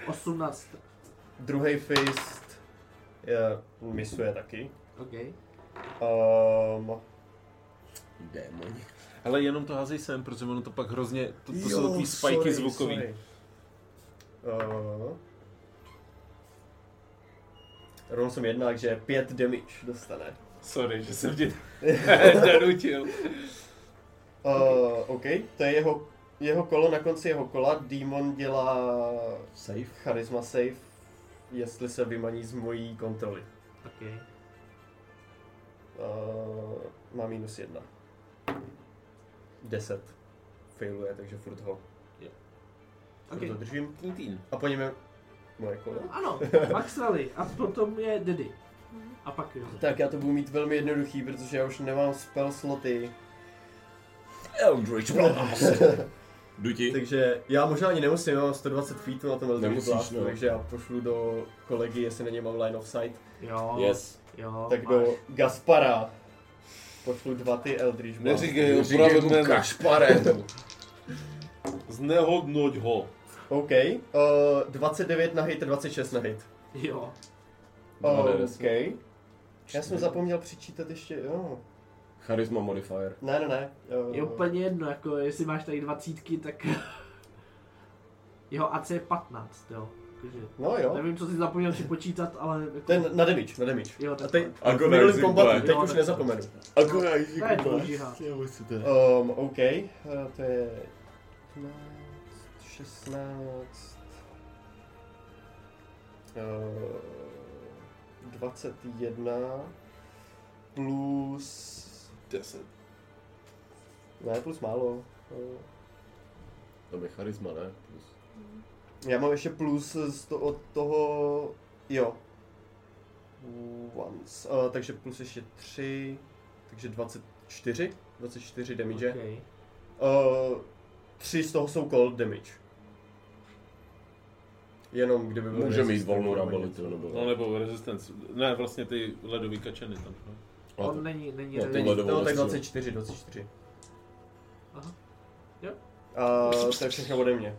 [SPEAKER 1] 18,
[SPEAKER 5] Druhý fist je, misuje taky.
[SPEAKER 1] ok.
[SPEAKER 5] Um,
[SPEAKER 4] démoni.
[SPEAKER 3] Ale jenom to házej sem, protože ono to pak hrozně... To, to
[SPEAKER 5] jo,
[SPEAKER 3] jsou takový spajky
[SPEAKER 5] sorry,
[SPEAKER 3] zvukový.
[SPEAKER 5] sorry. Uh, Rovnou jsem jedná, že 5 damage dostane.
[SPEAKER 3] Sorry, že jsem tě donutil.
[SPEAKER 5] Uh, OK, to je jeho, jeho kolo, na konci jeho kola. Demon dělá
[SPEAKER 4] Safe.
[SPEAKER 5] charisma save, jestli se vymaní z mojí kontroly.
[SPEAKER 1] Ok.
[SPEAKER 5] Uh, má minus jedna. Deset. Failuje, takže furt ho. Furt ho
[SPEAKER 1] Ok.
[SPEAKER 5] držím.
[SPEAKER 3] Tintín.
[SPEAKER 5] A po něm je moje kolo.
[SPEAKER 1] Ano, Max Rally a potom je Dedy. A pak jo.
[SPEAKER 5] Tak já to budu mít velmi jednoduchý, protože já už nemám spell sloty.
[SPEAKER 4] Eldritch Blast. Jdu ti?
[SPEAKER 5] Takže já možná ani nemusím, já mám 120 feetů na tom Eldritch
[SPEAKER 4] Nemusíš,
[SPEAKER 5] Blastu,
[SPEAKER 4] no.
[SPEAKER 5] takže já pošlu do kolegy, jestli na něj mám line of sight.
[SPEAKER 1] Jo,
[SPEAKER 4] Yes.
[SPEAKER 1] jo,
[SPEAKER 5] tak
[SPEAKER 1] máš.
[SPEAKER 5] do Gaspara. Pošlu dva ty Eldritch Blast.
[SPEAKER 3] Neříkej,
[SPEAKER 4] Říkej mu
[SPEAKER 3] opravdu ne.
[SPEAKER 4] kašpare.
[SPEAKER 3] Znehodnoť ho.
[SPEAKER 5] OK. Uh, 29 na hit, 26 na hit.
[SPEAKER 1] Jo.
[SPEAKER 4] No, ne,
[SPEAKER 5] OK. Já jsem zapomněl přičítat ještě, jo.
[SPEAKER 4] Charisma modifier.
[SPEAKER 5] Ne, ne, ne. Uh,
[SPEAKER 1] Je úplně jedno, jako jestli máš tady dvacítky, tak... Jeho AC je 15, jo. Takže,
[SPEAKER 5] No jo.
[SPEAKER 1] nevím, co jsi zapomněl připočítat, ale... Jako,
[SPEAKER 5] Ten na damage, na damage.
[SPEAKER 1] Jo,
[SPEAKER 5] A
[SPEAKER 1] tak
[SPEAKER 5] teď,
[SPEAKER 4] A jako
[SPEAKER 5] v
[SPEAKER 4] go
[SPEAKER 5] minulém
[SPEAKER 4] rising
[SPEAKER 5] kombatu,
[SPEAKER 4] black.
[SPEAKER 5] teď
[SPEAKER 1] Jo,
[SPEAKER 5] už
[SPEAKER 1] tak-
[SPEAKER 5] nezapomenu.
[SPEAKER 4] Akorát jsi
[SPEAKER 1] To je dvožíha.
[SPEAKER 5] Um, OK, eh, to je 15, 16, eh, 21 plus,
[SPEAKER 4] 10.
[SPEAKER 5] ne, plus málo. eh,
[SPEAKER 4] To je charisma, ne? Plus.
[SPEAKER 5] Já mám ještě plus z to, od toho, jo. Once, eh, takže plus ještě 3, takže 24, 24 damage.
[SPEAKER 1] Okay.
[SPEAKER 5] Uh, tři z toho jsou cold damage. Jenom kdyby byl
[SPEAKER 4] Můžeme jít
[SPEAKER 5] resistant nebo
[SPEAKER 4] vulnerability,
[SPEAKER 5] něco.
[SPEAKER 4] nebo...
[SPEAKER 3] No nebo resistance. Ne, vlastně ty ledový kačeny tam. No.
[SPEAKER 4] A
[SPEAKER 1] On
[SPEAKER 4] to-
[SPEAKER 1] není, není...
[SPEAKER 4] No,
[SPEAKER 1] není
[SPEAKER 5] Není,
[SPEAKER 4] Tohle
[SPEAKER 5] no, tak
[SPEAKER 4] dovolil
[SPEAKER 5] 24, 24.
[SPEAKER 1] Aha. Jo.
[SPEAKER 5] A Eh, to je všechno ode mě.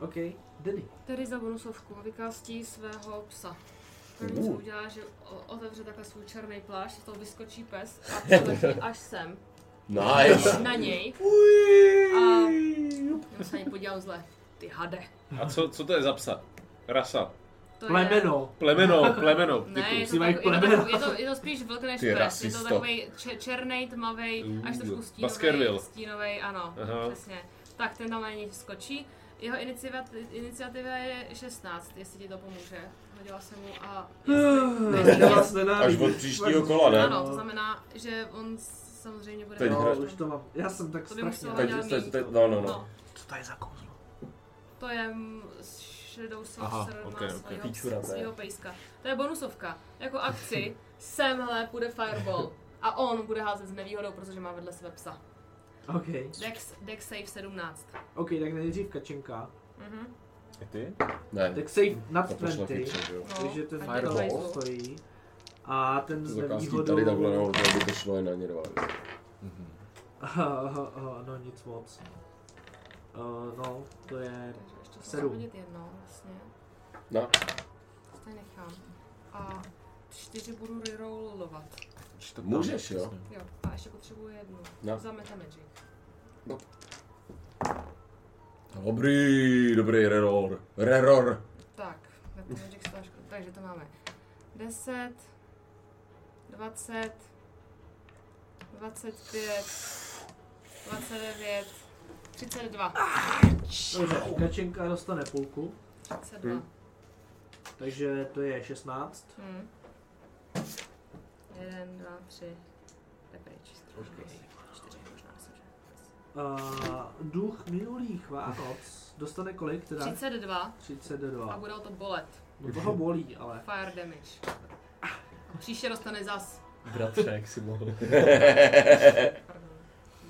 [SPEAKER 1] OK, Dedy.
[SPEAKER 2] Tedy za bonusovku vykastí svého psa. První, co udělá, že o- otevře takhle svůj černý plášť, z toho vyskočí pes a přiletí až sem.
[SPEAKER 4] Nice.
[SPEAKER 2] Na něj. A já se na něj podíval zle. Ty hade.
[SPEAKER 3] A co, co to je za psa? Rasa.
[SPEAKER 2] To
[SPEAKER 1] Plemeno.
[SPEAKER 3] Plemeno, plemeno. ty
[SPEAKER 2] Je... Ne, je
[SPEAKER 3] kus.
[SPEAKER 2] to,
[SPEAKER 1] Si mají
[SPEAKER 2] tak, je, to,
[SPEAKER 1] plemena.
[SPEAKER 2] je, to, je to spíš vlk než pes.
[SPEAKER 4] Ty
[SPEAKER 2] Je to
[SPEAKER 4] rasisto.
[SPEAKER 2] takový če- černej, tmavej, až
[SPEAKER 3] Uh,
[SPEAKER 2] trošku stínovej.
[SPEAKER 3] Baskerville.
[SPEAKER 2] Stínovej, ano,
[SPEAKER 3] Aha.
[SPEAKER 2] přesně. Tak ten tam na něj skočí. Jeho iniciativa, iniciativa je 16, jestli ti to pomůže. Hodila jsem mu a... jestli-
[SPEAKER 1] Vás
[SPEAKER 4] Až
[SPEAKER 1] nenávidí.
[SPEAKER 4] od příštího kola, ne?
[SPEAKER 2] Ano, to znamená, že on s- samozřejmě bude...
[SPEAKER 4] Teď
[SPEAKER 1] No,
[SPEAKER 4] hraje.
[SPEAKER 1] už to mám. Já jsem tak
[SPEAKER 2] To by muselo
[SPEAKER 1] strašně...
[SPEAKER 4] Teď, teď, teď, no, no, no.
[SPEAKER 2] No,
[SPEAKER 1] Co to je za kouzlo?
[SPEAKER 2] to je mm, s Shadow
[SPEAKER 3] Aha,
[SPEAKER 2] Sorcerer má
[SPEAKER 3] okej, okej.
[SPEAKER 2] svýho,
[SPEAKER 5] Píčura, ne?
[SPEAKER 2] svýho pejska. To je bonusovka. Jako akci, semhle půjde Fireball. A on bude házet s nevýhodou, protože má vedle sebe psa.
[SPEAKER 1] OK.
[SPEAKER 2] Dex, Dex save 17.
[SPEAKER 1] OK, tak nejdřív kačenka.
[SPEAKER 2] Mhm.
[SPEAKER 3] Ty?
[SPEAKER 4] Ne,
[SPEAKER 1] Tak save
[SPEAKER 4] to
[SPEAKER 1] nad
[SPEAKER 4] pošlo
[SPEAKER 1] 20.
[SPEAKER 4] chytře, že jo.
[SPEAKER 2] No,
[SPEAKER 1] Takže ten
[SPEAKER 2] a
[SPEAKER 1] fireball
[SPEAKER 2] to je
[SPEAKER 1] to
[SPEAKER 2] to.
[SPEAKER 1] stojí. A ten
[SPEAKER 4] To
[SPEAKER 1] s
[SPEAKER 4] zakázky
[SPEAKER 1] nevýhodou...
[SPEAKER 4] tady takhle, no, to by to šlo jen na ně dva.
[SPEAKER 1] Aha, aha, aha, no nic moc. Uh, no, to je...
[SPEAKER 2] Takže ještě se
[SPEAKER 1] Sedm.
[SPEAKER 2] hodit jednou, vlastně.
[SPEAKER 4] No,
[SPEAKER 2] To tady nechám. A čtyři budu rerollovat.
[SPEAKER 4] můžeš, jo?
[SPEAKER 2] Jo, a ještě potřebuji jednu.
[SPEAKER 4] No.
[SPEAKER 2] Za Meta Magic.
[SPEAKER 4] Dobrý, dobrý reror. Reror.
[SPEAKER 2] Tak, Meta Magic stážku. Takže to máme 10, 20, 25, 29, 32,
[SPEAKER 1] Dobře, kačenka dostane půlku,
[SPEAKER 2] 32. Hmm.
[SPEAKER 1] takže to je 16.
[SPEAKER 2] Hmm. 1, 2, 3, jde pryč. Okay. 4, možná myslím, že.
[SPEAKER 1] Uh, duch minulých Vánoc dostane kolik teda?
[SPEAKER 2] 32 a
[SPEAKER 1] 32.
[SPEAKER 2] budou to bolet.
[SPEAKER 1] No toho bolí, ale.
[SPEAKER 2] Fire damage. A příště dostane zas.
[SPEAKER 5] Bratře, jak si mohl.
[SPEAKER 2] Pardon.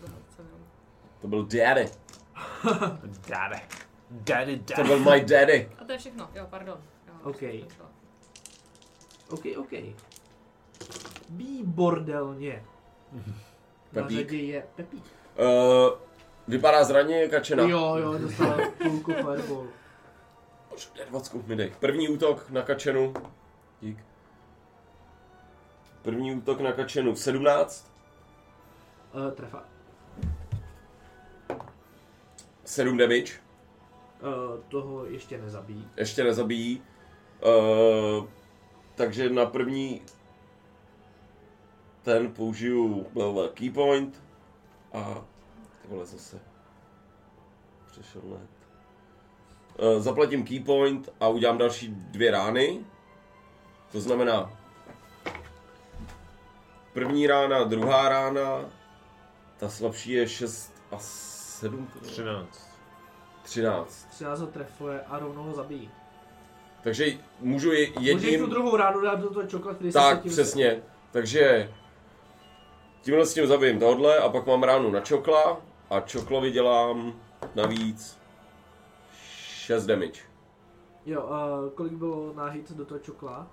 [SPEAKER 2] Bylo to jenom-
[SPEAKER 4] To byl daddy.
[SPEAKER 3] Daddy. Daddy,
[SPEAKER 4] To byl my daddy.
[SPEAKER 2] A to je všechno, jo, pardon. Jo,
[SPEAKER 1] OK.
[SPEAKER 2] to šlo.
[SPEAKER 1] OK, OK. Bí bordelně. Na
[SPEAKER 4] Pepík.
[SPEAKER 1] řadě je Pepík.
[SPEAKER 4] Uh, vypadá zraně kačena.
[SPEAKER 1] Jo, jo, dostal půlku fireball.
[SPEAKER 4] Počkej, dvacku mi dej. První útok na kačenu. Dík. První útok na kačenu 17.
[SPEAKER 1] Uh, trefa.
[SPEAKER 4] 7 damage.
[SPEAKER 1] Uh, toho ještě nezabíjí.
[SPEAKER 4] Ještě nezabijí. Uh, takže na první ten použiju uh, key point. A ty vole zase. Přešel net. Uh, zaplatím key point a udělám další dvě rány. To znamená první rána, druhá rána. Ta slabší je 6 a 7.
[SPEAKER 3] 13.
[SPEAKER 4] 13.
[SPEAKER 1] 13 ho trefuje a rovnou ho zabíjí.
[SPEAKER 4] Takže můžu je-
[SPEAKER 1] Můžeš
[SPEAKER 4] jedním...
[SPEAKER 1] tu druhou ránu dát do toho čokla, který se
[SPEAKER 4] Tak,
[SPEAKER 1] tím-
[SPEAKER 4] přesně. Takže tímhle s tím zabijím tohle a pak mám ránu na čokla a čoklovi dělám navíc 6 damage.
[SPEAKER 1] Jo, uh, kolik bylo na hit do toho čokla?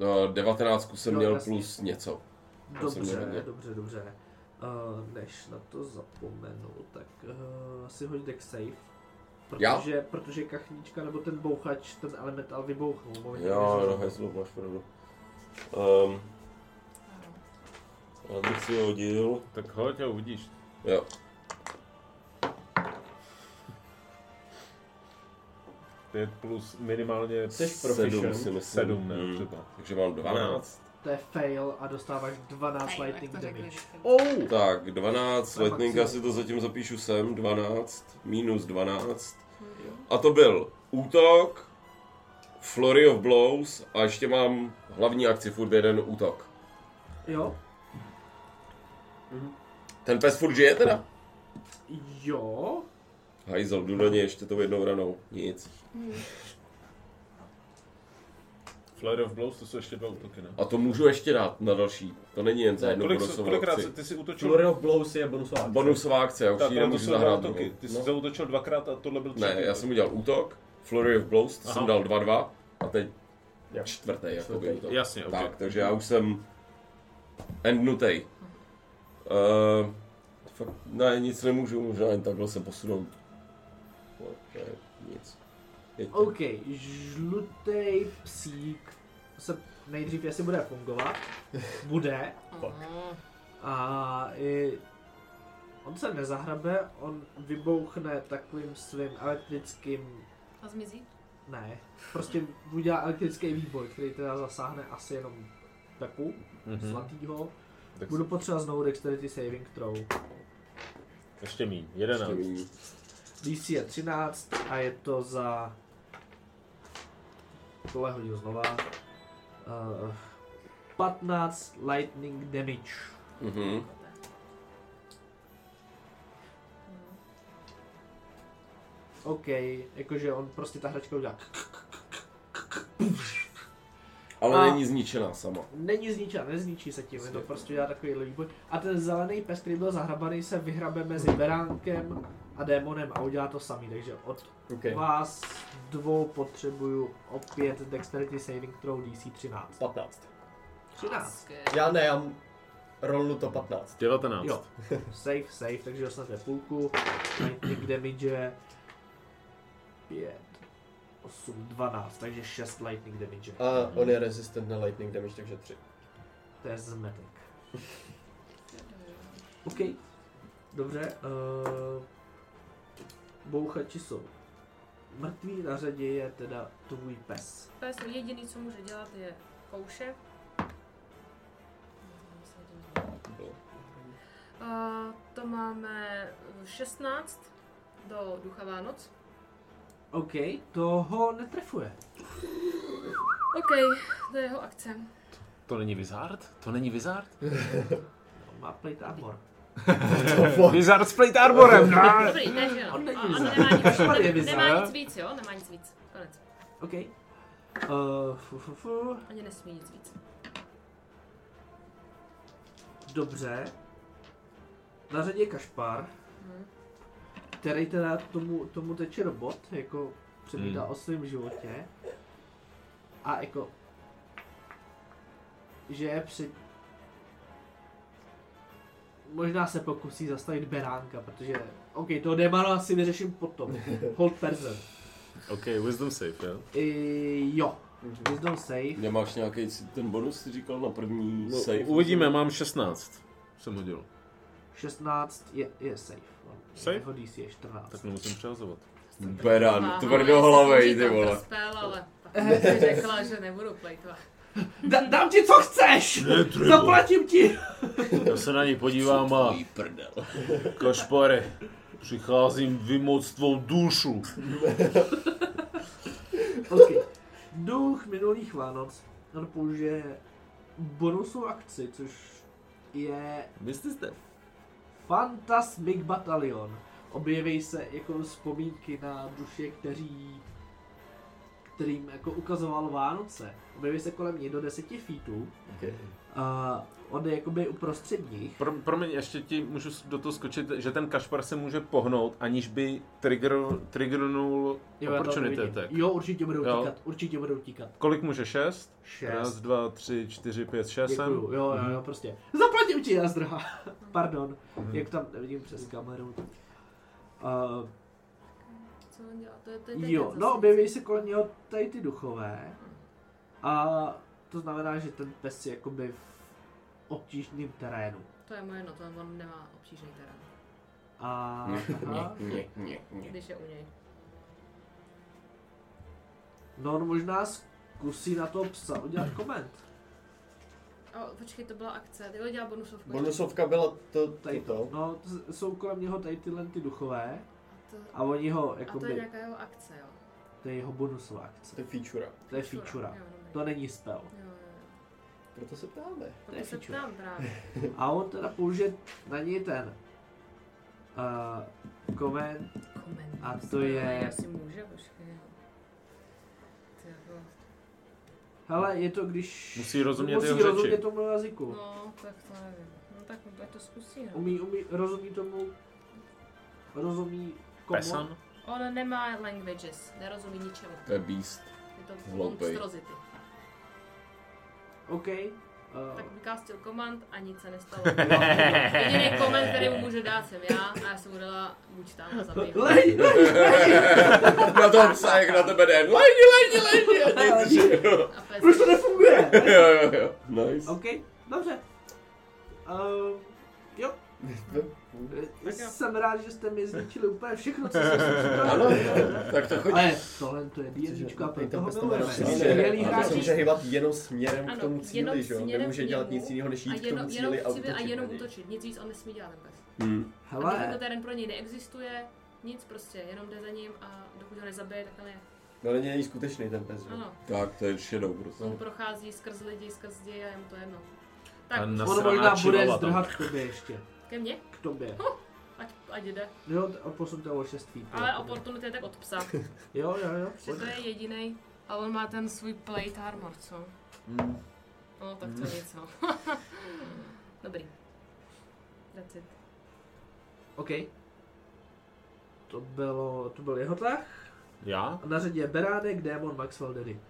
[SPEAKER 4] No, 19 jsem
[SPEAKER 1] Jo,
[SPEAKER 4] měl
[SPEAKER 1] jasně.
[SPEAKER 4] plus něco. jsem měl
[SPEAKER 1] Dobře,
[SPEAKER 4] hodně.
[SPEAKER 1] dobře, dobře. Uh, než na to zapomenu, tak uh, si hoď deck save.
[SPEAKER 4] Já?
[SPEAKER 1] Protože, protože kachnička nebo ten bouchač, ten elemental vybouchnul. momentálně
[SPEAKER 4] Jo,
[SPEAKER 1] zažil.
[SPEAKER 4] no, hezlo, máš pravdu. Um, já bych si ho hodil.
[SPEAKER 3] Tak hoď a uvidíš.
[SPEAKER 4] Jo.
[SPEAKER 3] Pět plus minimálně
[SPEAKER 5] Jseš
[SPEAKER 4] Sedm
[SPEAKER 5] proficient.
[SPEAKER 4] si myslím.
[SPEAKER 3] sedm, ne,
[SPEAKER 4] Mm.
[SPEAKER 3] třeba.
[SPEAKER 4] Takže mám 12.
[SPEAKER 1] To je fail a dostáváš 12
[SPEAKER 2] Tak, jak
[SPEAKER 1] lightning
[SPEAKER 2] to řekli,
[SPEAKER 1] damage.
[SPEAKER 2] řekli.
[SPEAKER 4] Oh. Tak, 12,
[SPEAKER 1] Na
[SPEAKER 4] lightning, já
[SPEAKER 1] maximum.
[SPEAKER 4] si to zatím zapíšu sem, 12, minus 12. A to byl útok, Flurry of Blows a ještě mám hlavní akci, furt jeden útok.
[SPEAKER 1] Jo,
[SPEAKER 4] Ten pes furt žije teda?
[SPEAKER 1] jo.
[SPEAKER 4] Hajzel, jdu na ně ještě tou jednou ranou. Nic.
[SPEAKER 3] Flare of Blows, to jsou ještě dva útoky, ne?
[SPEAKER 4] A to můžu ještě dát na další. To není jen za jednu
[SPEAKER 3] Kolik,
[SPEAKER 4] bonusovou
[SPEAKER 3] kolikrát
[SPEAKER 4] akci.
[SPEAKER 3] se, ty si útočil?
[SPEAKER 5] Flurry of Blows je bonusová. akce.
[SPEAKER 4] Bonusová akce, já už
[SPEAKER 3] Tak,
[SPEAKER 4] ji
[SPEAKER 3] ale to
[SPEAKER 4] nemůžu
[SPEAKER 3] jsou dva
[SPEAKER 4] zahrát.
[SPEAKER 3] útoky.
[SPEAKER 4] druhou.
[SPEAKER 3] Ty jsi
[SPEAKER 4] No.
[SPEAKER 3] zautočil dvakrát a tohle byl třetí.
[SPEAKER 4] Ne, já
[SPEAKER 3] útok.
[SPEAKER 4] jsem udělal útok, Flurry of Blows, to
[SPEAKER 3] Aha.
[SPEAKER 4] jsem dal 2-2 a teď
[SPEAKER 5] Jo.
[SPEAKER 4] čtvrtý jakoby
[SPEAKER 5] Čtvrtý.
[SPEAKER 4] útok.
[SPEAKER 3] Jasně, ok.
[SPEAKER 4] Tak, takže já už jsem endnutej. Uh, fakt, ne, nic nemůžu, možná jen takhle se posunout. No, ne, nic. Je to-
[SPEAKER 1] OK, žlutý psík se nejdřív jestli bude fungovat. Bude.
[SPEAKER 2] Aha.
[SPEAKER 1] A i on se nezahrabe, on vybouchne takovým svým elektrickým,
[SPEAKER 2] A zmizí?
[SPEAKER 1] ne, prostě udělá elektrický výboj, který teda zasáhne asi jenom Pepu, mm-hmm. svatýho.
[SPEAKER 3] Tak
[SPEAKER 1] Budu potřebovat znovu dexterity saving throw.
[SPEAKER 3] ještě míň,
[SPEAKER 4] ještě
[SPEAKER 3] jedenáct.
[SPEAKER 4] míň.
[SPEAKER 1] DC je 13 a je to za... Tohle hodil znova. Uh, 15 lightning damage.
[SPEAKER 4] Mhm.
[SPEAKER 1] OK, jakože on prostě ta hračka udělá.
[SPEAKER 4] Ale
[SPEAKER 1] A-
[SPEAKER 4] není zničená sama.
[SPEAKER 1] Není zničena, nezničí se tím, je to prostě dělá takový výboj. A ten zelený pes, který byl zahrabaný, se vyhrabe mezi beránkem a démonem a udělá to samý, takže od
[SPEAKER 5] Okay.
[SPEAKER 1] vás dvou potřebuju opět Dexterity Saving Throw DC 13.
[SPEAKER 5] 15.
[SPEAKER 1] 13.
[SPEAKER 5] Já ne, já m- rolnu to 15.
[SPEAKER 3] 19.
[SPEAKER 1] Jo, safe, safe, takže dostanete půlku. Lightning damage 5, 8, 12, takže 6 lightning damage.
[SPEAKER 5] A
[SPEAKER 4] Mhm.
[SPEAKER 5] on je resistent na lightning damage, takže 3.
[SPEAKER 1] To je zmetek. OK, dobře. Uh, bouchači jsou mrtví, na řadě je teda tvůj pes.
[SPEAKER 2] Pes jediný, co může dělat, je kouše. A to máme 16 do Ducha Vánoc.
[SPEAKER 1] OK, toho netrefuje.
[SPEAKER 2] OK, to je jeho akce.
[SPEAKER 3] To není Wizard? To není Wizard?
[SPEAKER 1] Má plate armor.
[SPEAKER 3] Wizard s Plate Arborem!
[SPEAKER 2] Dobrý, takže jo.
[SPEAKER 1] On není
[SPEAKER 2] A- a
[SPEAKER 1] bizar.
[SPEAKER 2] nemá nic-
[SPEAKER 1] Špatně
[SPEAKER 2] ne-
[SPEAKER 1] bizar,
[SPEAKER 2] Nemá
[SPEAKER 3] jo?
[SPEAKER 2] nic víc, jo? Nemá nic víc. Konec.
[SPEAKER 1] OK. Uh, fu, fu, fu.
[SPEAKER 2] Ani nesmí nic víc.
[SPEAKER 1] Dobře. Na řadě je Kašpar, který teda tomu, tomu teče robot, jako přemýšlá
[SPEAKER 3] Hmm.
[SPEAKER 1] o svém životě. A jako, že je před... Možná se pokusí zastavit Beránka, protože, OK, toho demana asi vyřeším potom. Hold person.
[SPEAKER 3] OK, Wisdom Safe, jo?
[SPEAKER 1] I, jo, wisdom save.
[SPEAKER 4] Nemáš nějaký ten bonus, jsi říkal na první
[SPEAKER 3] No,
[SPEAKER 4] save?
[SPEAKER 3] uvidíme, mám 16. Jsem hodil.
[SPEAKER 1] 16 je, je safe.
[SPEAKER 3] Safe?
[SPEAKER 1] Jeho DC je 14.
[SPEAKER 3] Tak nemusím přehazovat.
[SPEAKER 4] Beran,
[SPEAKER 2] Tvrdohlavej,
[SPEAKER 4] tvrdohlavej, ty
[SPEAKER 1] prostě
[SPEAKER 4] vole.
[SPEAKER 2] Spell, ale tak jsem si řekla, že nebudu plejtovat.
[SPEAKER 1] Da, dám ti, co chceš! Zaplatím ti!
[SPEAKER 3] Já se na něj podívám a...
[SPEAKER 4] Tvůj prdel.
[SPEAKER 3] Kašpare, přicházím vymoc tvou dušu.
[SPEAKER 1] Ok. Duch minulých Vánoc. On použije bonusovou akci, což je
[SPEAKER 3] Myslíte jste?
[SPEAKER 1] Fantasmic Battalion. Objeví se jako vzpomínky na duše, kteří kterým jako ukazoval Vánoce. Objeví se kolem něj do 10 feetů.
[SPEAKER 5] Okay.
[SPEAKER 1] A on je jakoby uprostřed nich.
[SPEAKER 3] Pro, promiň, ještě ti můžu s- do toho skočit, že ten Kašpar se může pohnout, aniž by trigger, triggernul
[SPEAKER 1] Jo, já to
[SPEAKER 3] opportunity
[SPEAKER 1] vidím.
[SPEAKER 3] attack.
[SPEAKER 1] jo, určitě budou
[SPEAKER 3] Jo.
[SPEAKER 1] tíkat, určitě budou tíkat.
[SPEAKER 3] Kolik může? Šest?
[SPEAKER 1] Šest.
[SPEAKER 3] Raz, dva, tři, čtyři, pět, šest
[SPEAKER 1] Děkuju, jo, jo,
[SPEAKER 3] Mhm.
[SPEAKER 1] jo, prostě. Zaplatím ti, já zdrha. Pardon, jak tam nevidím přes kameru. Uh,
[SPEAKER 2] Co on dělá? To je, to je ten
[SPEAKER 1] jo,
[SPEAKER 2] zase.
[SPEAKER 1] no objeví se kolem něho tady ty duchové. A to znamená, že ten pes je jakoby v obtížném terénu.
[SPEAKER 2] To je moje, no to on nemá obtížný terén,
[SPEAKER 1] A
[SPEAKER 3] Mhm.
[SPEAKER 1] aha,
[SPEAKER 2] když je u něj.
[SPEAKER 1] no on možná zkusí na toho psa udělat koment.
[SPEAKER 2] O, počkej, to byla akce, ty dělá bonusovku.
[SPEAKER 5] Bonusovka byla to,
[SPEAKER 1] Tady
[SPEAKER 5] tady
[SPEAKER 1] to.
[SPEAKER 5] to.
[SPEAKER 1] No, to s- jsou kolem něho tady tyhle ty duchové
[SPEAKER 2] To,
[SPEAKER 1] a oni ho,
[SPEAKER 2] a to je
[SPEAKER 1] jakoby,
[SPEAKER 2] nějaká jeho akce, jo.
[SPEAKER 1] to je jeho bonusová akce.
[SPEAKER 5] To je feature.
[SPEAKER 1] To je feature.
[SPEAKER 2] Jo, dobrý.
[SPEAKER 1] To není spell.
[SPEAKER 2] Jo, jo, jo.
[SPEAKER 5] Proto se ptáme.
[SPEAKER 1] je
[SPEAKER 2] Proto se
[SPEAKER 1] feature.
[SPEAKER 2] ptám právě.
[SPEAKER 1] A on teda použije na něj ten uh, koment
[SPEAKER 2] Koment.
[SPEAKER 1] a to je...
[SPEAKER 2] Asi může, počkej. Ty jako...
[SPEAKER 1] Hele, je to když...
[SPEAKER 3] Musí rozumět
[SPEAKER 1] musí
[SPEAKER 3] jeho řeči.
[SPEAKER 1] rozumět tomu jazyku.
[SPEAKER 2] No, tak to nevím. No tak ať to zkusí, no.
[SPEAKER 1] Umí, umí, rozumí tomu... Rozumí komu?
[SPEAKER 3] Pesan?
[SPEAKER 2] On nemá languages, nerozumí ničemu.
[SPEAKER 4] To je beast.
[SPEAKER 2] Je to
[SPEAKER 4] Hloupej.
[SPEAKER 2] monstrozity.
[SPEAKER 1] OK.
[SPEAKER 2] Tak
[SPEAKER 1] Uh,
[SPEAKER 2] vykástil komand a nic se nestalo. Jediný komand, který mu může dát, jsem já a já jsem mu dala buď tam a zabiju.
[SPEAKER 1] lej, lej,
[SPEAKER 4] Na toho psa, jak na tebe jde. No, Lejdi, lejdi, lejdi. a děj to, že jo.
[SPEAKER 2] A pes.
[SPEAKER 1] proč to nefunguje?
[SPEAKER 4] Jo, jo, jo. Nice.
[SPEAKER 1] OK, dobře. Uh, jo. Eh, Jsem rád, že jste mi zničili úplně všechno, co jsem si připravil.
[SPEAKER 4] Ano, tak to chodí.
[SPEAKER 1] Ale tohle to je D&Dčka, pro toho milujeme. Skvělý
[SPEAKER 4] ne,
[SPEAKER 5] To se
[SPEAKER 1] hráči.
[SPEAKER 5] může hýbat jenom směrem k
[SPEAKER 2] Ano,
[SPEAKER 5] tomu
[SPEAKER 2] jenom
[SPEAKER 5] cíli, že jo?
[SPEAKER 2] směrem
[SPEAKER 5] Nemůže
[SPEAKER 2] k
[SPEAKER 5] dělat
[SPEAKER 2] němu
[SPEAKER 5] nic jiného, než
[SPEAKER 2] A
[SPEAKER 5] jít k
[SPEAKER 2] jenom,
[SPEAKER 5] tomu
[SPEAKER 2] jenom,
[SPEAKER 5] cíli a
[SPEAKER 2] cíli a
[SPEAKER 5] útočit.
[SPEAKER 2] jenom
[SPEAKER 5] na něj.
[SPEAKER 2] útočit, nic víc on nesmí dělat ten pes.
[SPEAKER 4] Hm.
[SPEAKER 2] A dokud
[SPEAKER 1] Hele,
[SPEAKER 2] ten pro něj neexistuje, Nic prostě, jenom jde za ním a dokud ho nezabije, tak ale je.
[SPEAKER 5] No není ani skutečný ten pes, že?
[SPEAKER 2] Ano,
[SPEAKER 4] Tak, to je Shadow prostě.
[SPEAKER 2] on prochází skrz lidi, skrz zdi a je mu to jedno. Tak,
[SPEAKER 6] A
[SPEAKER 1] On
[SPEAKER 6] nasraná
[SPEAKER 1] možná bude
[SPEAKER 6] čivava tam.
[SPEAKER 1] zdrhat k tobě ještě.
[SPEAKER 2] ke mně,
[SPEAKER 1] K tobě.
[SPEAKER 2] ať, ať jde.
[SPEAKER 1] Jo, t- posunte o 6 feet.
[SPEAKER 2] Ale oportunity je tak od psa.
[SPEAKER 1] Jo, jo, jo.
[SPEAKER 2] Že to je jediný. A on má ten svůj plate armor, co?
[SPEAKER 5] Hmm.
[SPEAKER 2] No, tak to nic, no. Dobrý. That's it.
[SPEAKER 1] OK. To, bylo, to byl jeho tah.
[SPEAKER 3] Já?
[SPEAKER 1] A na řadě je Beránek, Démon, Maxwell, Daddy.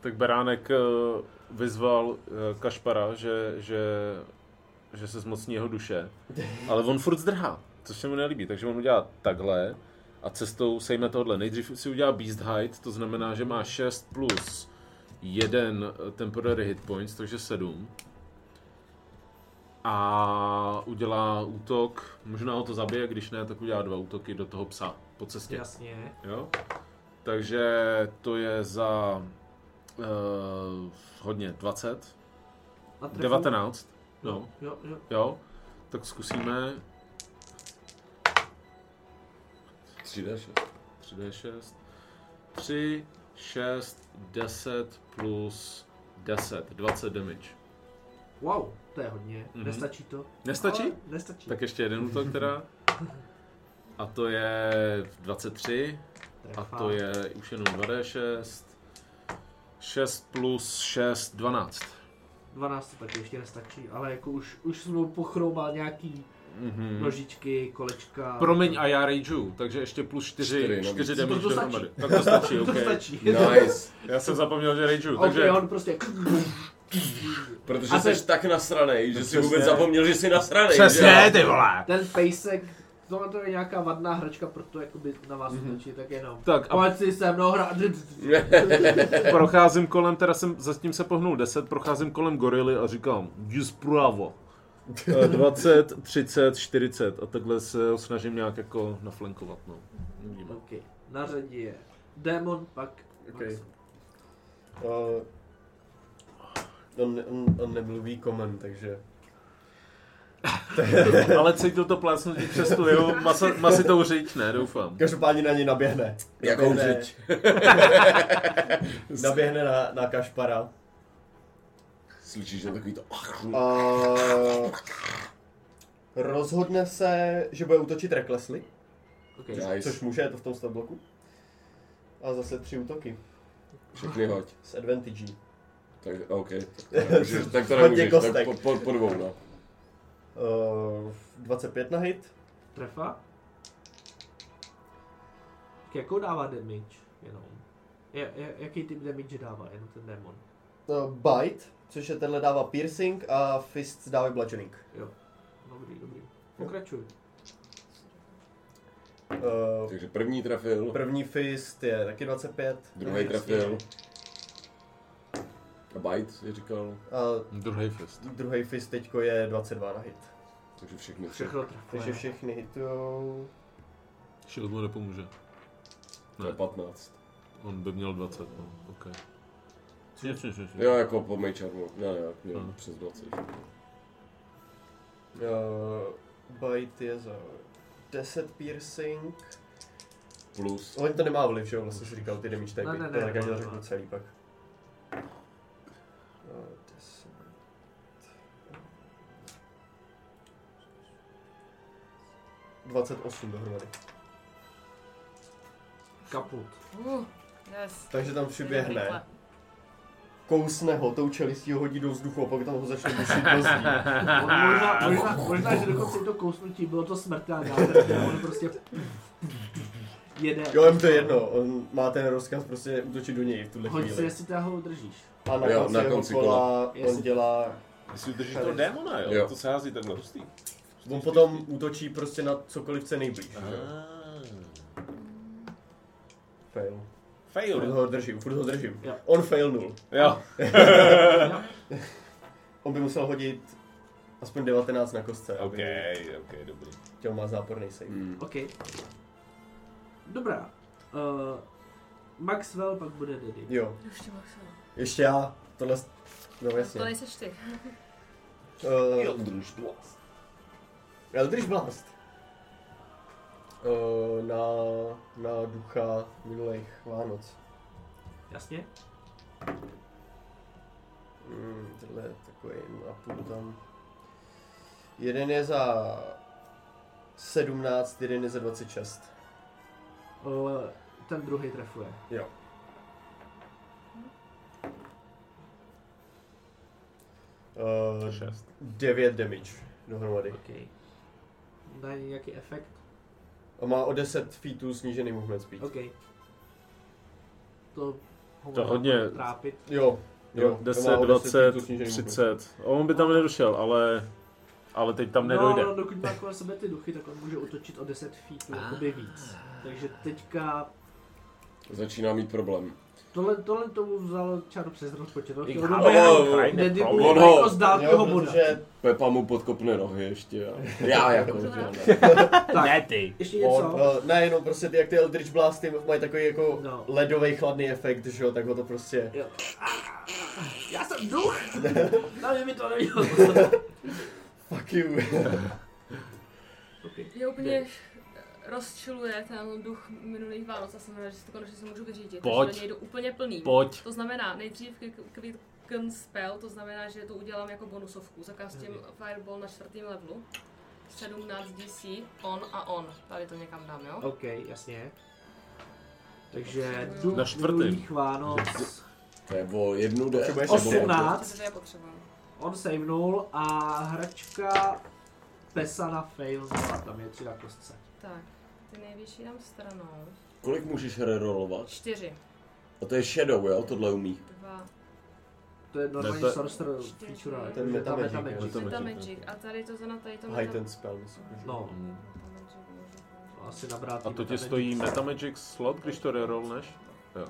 [SPEAKER 3] Tak Beránek eh, vyzval eh, Kašpara, že, že, že se zmocní jeho duše, ale on furt zdrhá, což se mu nelíbí, takže on udělá takhle a cestou sejme tohle. Nejdřív si udělá Beast Height, to znamená, že má 6 plus 1 temporary hit points, takže 7. A udělá útok, možná ho to zabije, když ne, tak udělá dva útoky do toho psa po cestě.
[SPEAKER 1] Jasně.
[SPEAKER 3] Jo? Takže to je za uh, hodně 20,
[SPEAKER 1] A trefu-
[SPEAKER 3] 19, no,
[SPEAKER 1] Jo, jo.
[SPEAKER 3] jo, tak zkusíme
[SPEAKER 4] 3D6.
[SPEAKER 3] 3D6, 3, 6, 10 plus 10, 20 damage.
[SPEAKER 1] Wow, to je hodně.
[SPEAKER 3] Mhm.
[SPEAKER 1] Nestačí to?
[SPEAKER 3] Nestačí?
[SPEAKER 1] Ale nestačí.
[SPEAKER 3] Tak ještě jeden útok teda. A to je 23, a
[SPEAKER 1] Trefa.
[SPEAKER 3] to je už jenom 2D6, 6 plus 6, 12.
[SPEAKER 1] 12 to taky ještě nestačí, ale jako už, už jsem mu pochroumal nějaký
[SPEAKER 3] Mhm.
[SPEAKER 1] nožičky, kolečka.
[SPEAKER 3] Promiň, a já rageu, takže ještě plus 4,
[SPEAKER 4] Čtyři no,
[SPEAKER 3] 4,
[SPEAKER 4] navíc.
[SPEAKER 1] To-
[SPEAKER 3] 4
[SPEAKER 1] to
[SPEAKER 3] damage
[SPEAKER 1] stačí.
[SPEAKER 3] dohromady. Tak to stačí,
[SPEAKER 1] To
[SPEAKER 3] ok.
[SPEAKER 1] stačí.
[SPEAKER 4] Nice.
[SPEAKER 3] Já jsem zapomněl, že rageu,
[SPEAKER 1] A
[SPEAKER 3] takže...
[SPEAKER 1] okay, on prostě...
[SPEAKER 4] Protože
[SPEAKER 1] A
[SPEAKER 4] jsi
[SPEAKER 1] to-
[SPEAKER 4] tak nasranej, že jsi
[SPEAKER 3] Přesně.
[SPEAKER 4] vůbec zapomněl, že jsi nasranej.
[SPEAKER 3] Přesně,
[SPEAKER 4] že?
[SPEAKER 3] ty vole!
[SPEAKER 1] Ten pejsek, tohle to je nějaká vadná hračka, proto jakoby na vás útočí, tak jenom.
[SPEAKER 3] Tak a
[SPEAKER 1] Pojď si se mnou hrát.
[SPEAKER 3] procházím kolem, teda jsem zatím se pohnul 10, procházím kolem gorily a říkám, jdi zpravo. Eh, 20, 30, 40 a takhle se ho snažím nějak jako naflankovat, no. Uvidíme.
[SPEAKER 1] OK, na řadě je démon, pak
[SPEAKER 5] OK. Uh, on, on, on nemluví komen, takže...
[SPEAKER 3] Ale cítil to plácnutí přes tu jeho masa- masitou řič, ne, doufám.
[SPEAKER 5] Každopádně na ně naběhne.
[SPEAKER 4] Jakou
[SPEAKER 5] Naběhne-
[SPEAKER 4] řeč?
[SPEAKER 5] Naběhne na, na Kašpara.
[SPEAKER 4] Slyšíš jen takový to...
[SPEAKER 5] A... Eh, Rozhodne se, že bude útočit recklessly,
[SPEAKER 1] OK.
[SPEAKER 4] Nice.
[SPEAKER 5] což může, je to v tom stabloku. A zase tři útoky
[SPEAKER 4] Všechny hoď.
[SPEAKER 5] s advantage.
[SPEAKER 4] Tak, OK. Tak, nemůžeš, tak to
[SPEAKER 5] Hodně
[SPEAKER 4] nemůžeš, tak
[SPEAKER 5] kostek.
[SPEAKER 4] po, po, po dvou, no.
[SPEAKER 5] Uh, 25 na hit,
[SPEAKER 1] Trefa. Tak jakou dává damage? Jenom. Je, je, jaký typ damage dává jenom ten démon?
[SPEAKER 5] uh, bite, což je tenhle dává piercing a fist dává bludgeoning.
[SPEAKER 1] Jo. Dobrý, dobrý. Pokračuj.
[SPEAKER 5] Uh,
[SPEAKER 4] Takže první trefil,
[SPEAKER 5] první fist je taky 25.
[SPEAKER 4] druhý trefil. A bite, je říkal.
[SPEAKER 5] A
[SPEAKER 3] Druhý fest.
[SPEAKER 5] druhý fist teďko je 22 na hit.
[SPEAKER 4] Takže všechny tři.
[SPEAKER 1] Všechno
[SPEAKER 5] Takže
[SPEAKER 1] trefuje.
[SPEAKER 5] všechny hitujou.
[SPEAKER 3] Shield mu nepomůže.
[SPEAKER 4] To je 15.
[SPEAKER 3] On by měl 20, no, ok. Jasně, jasně, jasně.
[SPEAKER 4] Jo, jako po mage armor. Ne, ne, měl
[SPEAKER 3] Mhm.
[SPEAKER 4] přes 20.
[SPEAKER 5] Uh, bite je za 10 piercing.
[SPEAKER 4] Plus.
[SPEAKER 5] Oni to nemá vliv, že jo? Vlastně si říkal ty damage typy.
[SPEAKER 1] Ne, ne,
[SPEAKER 5] to
[SPEAKER 1] ne,
[SPEAKER 5] já každý
[SPEAKER 1] ne, ne.
[SPEAKER 5] řeknu celý pak. Uh, 10. ...28 dohromady.
[SPEAKER 1] Kaput.
[SPEAKER 2] Uh, yes.
[SPEAKER 5] Takže tam
[SPEAKER 2] Rychle.
[SPEAKER 5] přiběhne, kousne ho, tou čelistí ho hodí do vzduchu a pak tam ho začne dušit do zdí.
[SPEAKER 1] Možná, možná, možná, že dokonce i to kousnutí bylo to smrtelné. On prostě jede.
[SPEAKER 5] Jo, jim to je jedno, on má ten rozkaz prostě útočit do něj v tuhle
[SPEAKER 1] Hoď se,
[SPEAKER 5] chvíli.
[SPEAKER 1] jestli teda ho udržíš.
[SPEAKER 5] A na
[SPEAKER 4] Jo,
[SPEAKER 5] konci,
[SPEAKER 4] na
[SPEAKER 5] jeho
[SPEAKER 4] konci kola.
[SPEAKER 5] kola,
[SPEAKER 1] Jestli-
[SPEAKER 5] on dělá
[SPEAKER 3] Jestli udržíš
[SPEAKER 5] toho
[SPEAKER 3] toho démona, jo?
[SPEAKER 4] Jo.
[SPEAKER 3] To se hází takhle hustý.
[SPEAKER 5] On potom útočí prostě na cokoliv, co je nejblíž. že jo?
[SPEAKER 3] Ah,
[SPEAKER 5] Fail. Furt
[SPEAKER 3] Fail.
[SPEAKER 5] ho držím, furt ho držím.
[SPEAKER 1] Jo.
[SPEAKER 5] On failnul.
[SPEAKER 3] Jo.
[SPEAKER 5] On by musel hodit aspoň 19 na kostce.
[SPEAKER 3] OK,
[SPEAKER 5] aby
[SPEAKER 3] OK, dobrý.
[SPEAKER 5] Těl má záporný save.
[SPEAKER 4] Mm.
[SPEAKER 1] OK. Dobrá. Uh, Maxwell pak bude Daddy.
[SPEAKER 5] Jo,
[SPEAKER 2] Už tě maxilo.
[SPEAKER 5] ještě já, tohle... s- No
[SPEAKER 2] To
[SPEAKER 5] jasně.
[SPEAKER 2] nejseš ty.
[SPEAKER 5] Uh,
[SPEAKER 4] Eldritch Blast.
[SPEAKER 5] Eldritch Blast. eh, na, na ducha minulých Vánoc.
[SPEAKER 1] Jasně?
[SPEAKER 5] Mm, tohle je takový a půl tam. Jeden je za 17, jeden je za 26.
[SPEAKER 1] Eh, Ten druhý trefuje.
[SPEAKER 5] Jo. Uh,
[SPEAKER 3] 6.
[SPEAKER 5] 9 damage dohromady.
[SPEAKER 1] OK. Dají nějaký efekt?
[SPEAKER 5] A má o 10 feetů snížený movement speed.
[SPEAKER 1] OK. To ho
[SPEAKER 3] To
[SPEAKER 1] možná
[SPEAKER 3] hodně-
[SPEAKER 1] bude trápit.
[SPEAKER 5] Jo, jo.
[SPEAKER 3] Jo,
[SPEAKER 5] to má
[SPEAKER 3] 10,
[SPEAKER 5] o
[SPEAKER 3] 20,
[SPEAKER 5] feetů snížený movement
[SPEAKER 3] 30. A On by tam nedošel, ale, ale teď tam nedojde.
[SPEAKER 1] No, no, dokud má kolem sebe ty duchy, tak on může otočit o 10
[SPEAKER 5] Ah.
[SPEAKER 1] feetů, jakoby víc. Takže teďka...
[SPEAKER 4] Začíná mít problém.
[SPEAKER 1] Tohle, tohle tomu vzalo čaru přes rozpočet. To chtělo
[SPEAKER 4] chápu, ale-
[SPEAKER 1] doběhnout,
[SPEAKER 4] ono-
[SPEAKER 1] nedibuje jako z
[SPEAKER 5] speed.
[SPEAKER 1] dálkového
[SPEAKER 5] Jo,
[SPEAKER 1] boda.
[SPEAKER 5] protože
[SPEAKER 4] Pepa mu podkopne nohy ještě. A... Já jako. že ne.
[SPEAKER 1] Tak.
[SPEAKER 3] Ne ty.
[SPEAKER 1] Ještě
[SPEAKER 5] on,
[SPEAKER 1] něco?
[SPEAKER 5] eh, ne, jenom prostě ty, jak ty Eldritch Blasty mají takový jako
[SPEAKER 1] No.
[SPEAKER 5] ledový chladný efekt, že jo, tak ho to prostě...
[SPEAKER 1] Jo. Ah, Já jsem duch! Na mě by to nemělo.
[SPEAKER 5] Fuck you.
[SPEAKER 1] okay.
[SPEAKER 2] Je úplně rozčiluje ten duch minulých Vánoc a jsem ráda, že si to konečně se můžu vyřídit.
[SPEAKER 3] Pojď.
[SPEAKER 2] Takže na něj jdu úplně plný.
[SPEAKER 3] Pojď.
[SPEAKER 2] To znamená, nejdřív k- k- Quicken Spell, to znamená, že to udělám jako bonusovku. Zakastím Fireball na čtvrtém levelu. 17 DC, on a on. Tady to někam dám, jo?
[SPEAKER 1] OK, jasně. Takže duch
[SPEAKER 3] Na čtvrtý.
[SPEAKER 1] minulých Vánoc.
[SPEAKER 4] To je o jednu D.
[SPEAKER 5] Potřebuješ
[SPEAKER 4] nebo
[SPEAKER 5] osm.
[SPEAKER 4] ne.
[SPEAKER 1] 18.
[SPEAKER 2] Protože já potřebuji.
[SPEAKER 1] On savenul a hračka Pesa na fail, no tam je tři na kostce.
[SPEAKER 2] Tak, ty nejvyšší dám stranou.
[SPEAKER 4] Kolik můžeš rerolovat?
[SPEAKER 2] 4,
[SPEAKER 4] A to je Shadow, jo? Tohle umí.
[SPEAKER 2] 2,
[SPEAKER 1] To je
[SPEAKER 3] Ne,
[SPEAKER 1] normální
[SPEAKER 3] to je-
[SPEAKER 1] sorcerer feature, ale
[SPEAKER 5] Ten
[SPEAKER 1] je tam
[SPEAKER 5] metamagic,
[SPEAKER 1] metamagic.
[SPEAKER 5] jo.
[SPEAKER 2] Meta
[SPEAKER 4] Automatic,
[SPEAKER 2] Magic. A tady to znamená, tady to
[SPEAKER 5] High ten spell, myslím, že...
[SPEAKER 1] No,
[SPEAKER 2] Metamagic můžu
[SPEAKER 1] to asi nabrát.
[SPEAKER 3] A to tě stojí Metamagic slot, když to rerollneš? Jo.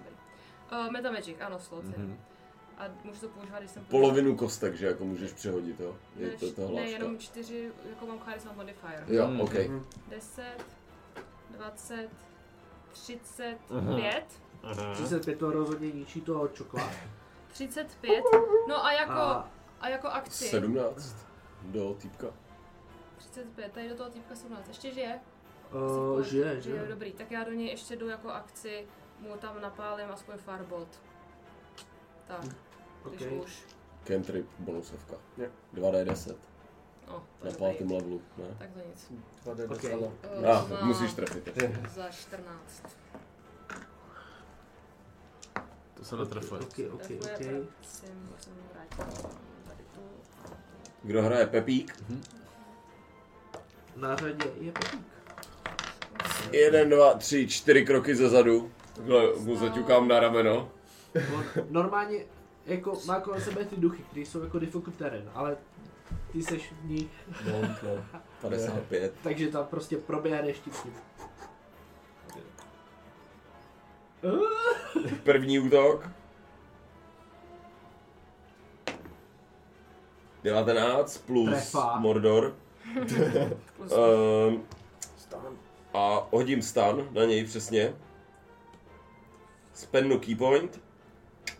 [SPEAKER 2] Uh, Metamagic, ano, slot. Mm-hmm.
[SPEAKER 3] Mhm.
[SPEAKER 2] A můžu to používat, když jsem...
[SPEAKER 4] Polovinu kostek, že jako můžeš přehodit, jo? Je
[SPEAKER 2] Ne,
[SPEAKER 4] to ta
[SPEAKER 2] ne,
[SPEAKER 4] hláška.
[SPEAKER 2] jenom čtyři, jako mám charisma modifier.
[SPEAKER 4] Jo,
[SPEAKER 3] Mm.
[SPEAKER 4] ok.
[SPEAKER 5] hmm. Hm,
[SPEAKER 2] 10, 20, 35,
[SPEAKER 3] Aha.
[SPEAKER 1] 35 to rozhodně ničí toho čokla.
[SPEAKER 2] 35, no a jako, a,
[SPEAKER 1] A
[SPEAKER 2] jako akci.
[SPEAKER 4] 17 do týpka.
[SPEAKER 2] 35, tady do toho týpka 17, ještě žije?
[SPEAKER 1] uh, žije,
[SPEAKER 2] žije.
[SPEAKER 1] žije.
[SPEAKER 2] Dobrý, tak já do něj ještě jdu jako akci, mu tam napálím aspoň firebolt. Tak, když
[SPEAKER 1] Okay.
[SPEAKER 2] už.
[SPEAKER 4] Cantrip, bonusovka.
[SPEAKER 5] Jo.
[SPEAKER 4] 2D10
[SPEAKER 2] No, to
[SPEAKER 4] na
[SPEAKER 2] je dobrý.
[SPEAKER 4] pátém levelu, ne?
[SPEAKER 2] Tak to nic.
[SPEAKER 5] Dva D10,
[SPEAKER 1] Okej.
[SPEAKER 5] ano.
[SPEAKER 2] Eh,
[SPEAKER 4] A,
[SPEAKER 2] to
[SPEAKER 4] ah,
[SPEAKER 2] má
[SPEAKER 4] musíš trefit.
[SPEAKER 2] Za 14.
[SPEAKER 3] To se netrefuje.
[SPEAKER 1] Ok, ok, ok.
[SPEAKER 2] Trefuje, prosím, jsem mu vrátila tady tu.
[SPEAKER 4] Kdo hraje Pepík?
[SPEAKER 1] Na řadě je Pepík.
[SPEAKER 4] Jeden, dva, tři, čtyři kroky zezadu. Takhle mu zaťukám na rameno.
[SPEAKER 1] On normálně jako, má kolem sebe ty duchy, které jsou jako difficult terén, ale ty seš v nich,
[SPEAKER 4] No, no. 55.
[SPEAKER 1] takže tam prostě proběhneš tím s ním.
[SPEAKER 4] První útok. 19 plus
[SPEAKER 1] Trefa.
[SPEAKER 4] Mordor.
[SPEAKER 2] Plus
[SPEAKER 4] Ehm, a hodím stan na něj přesně. Spennu keypoint.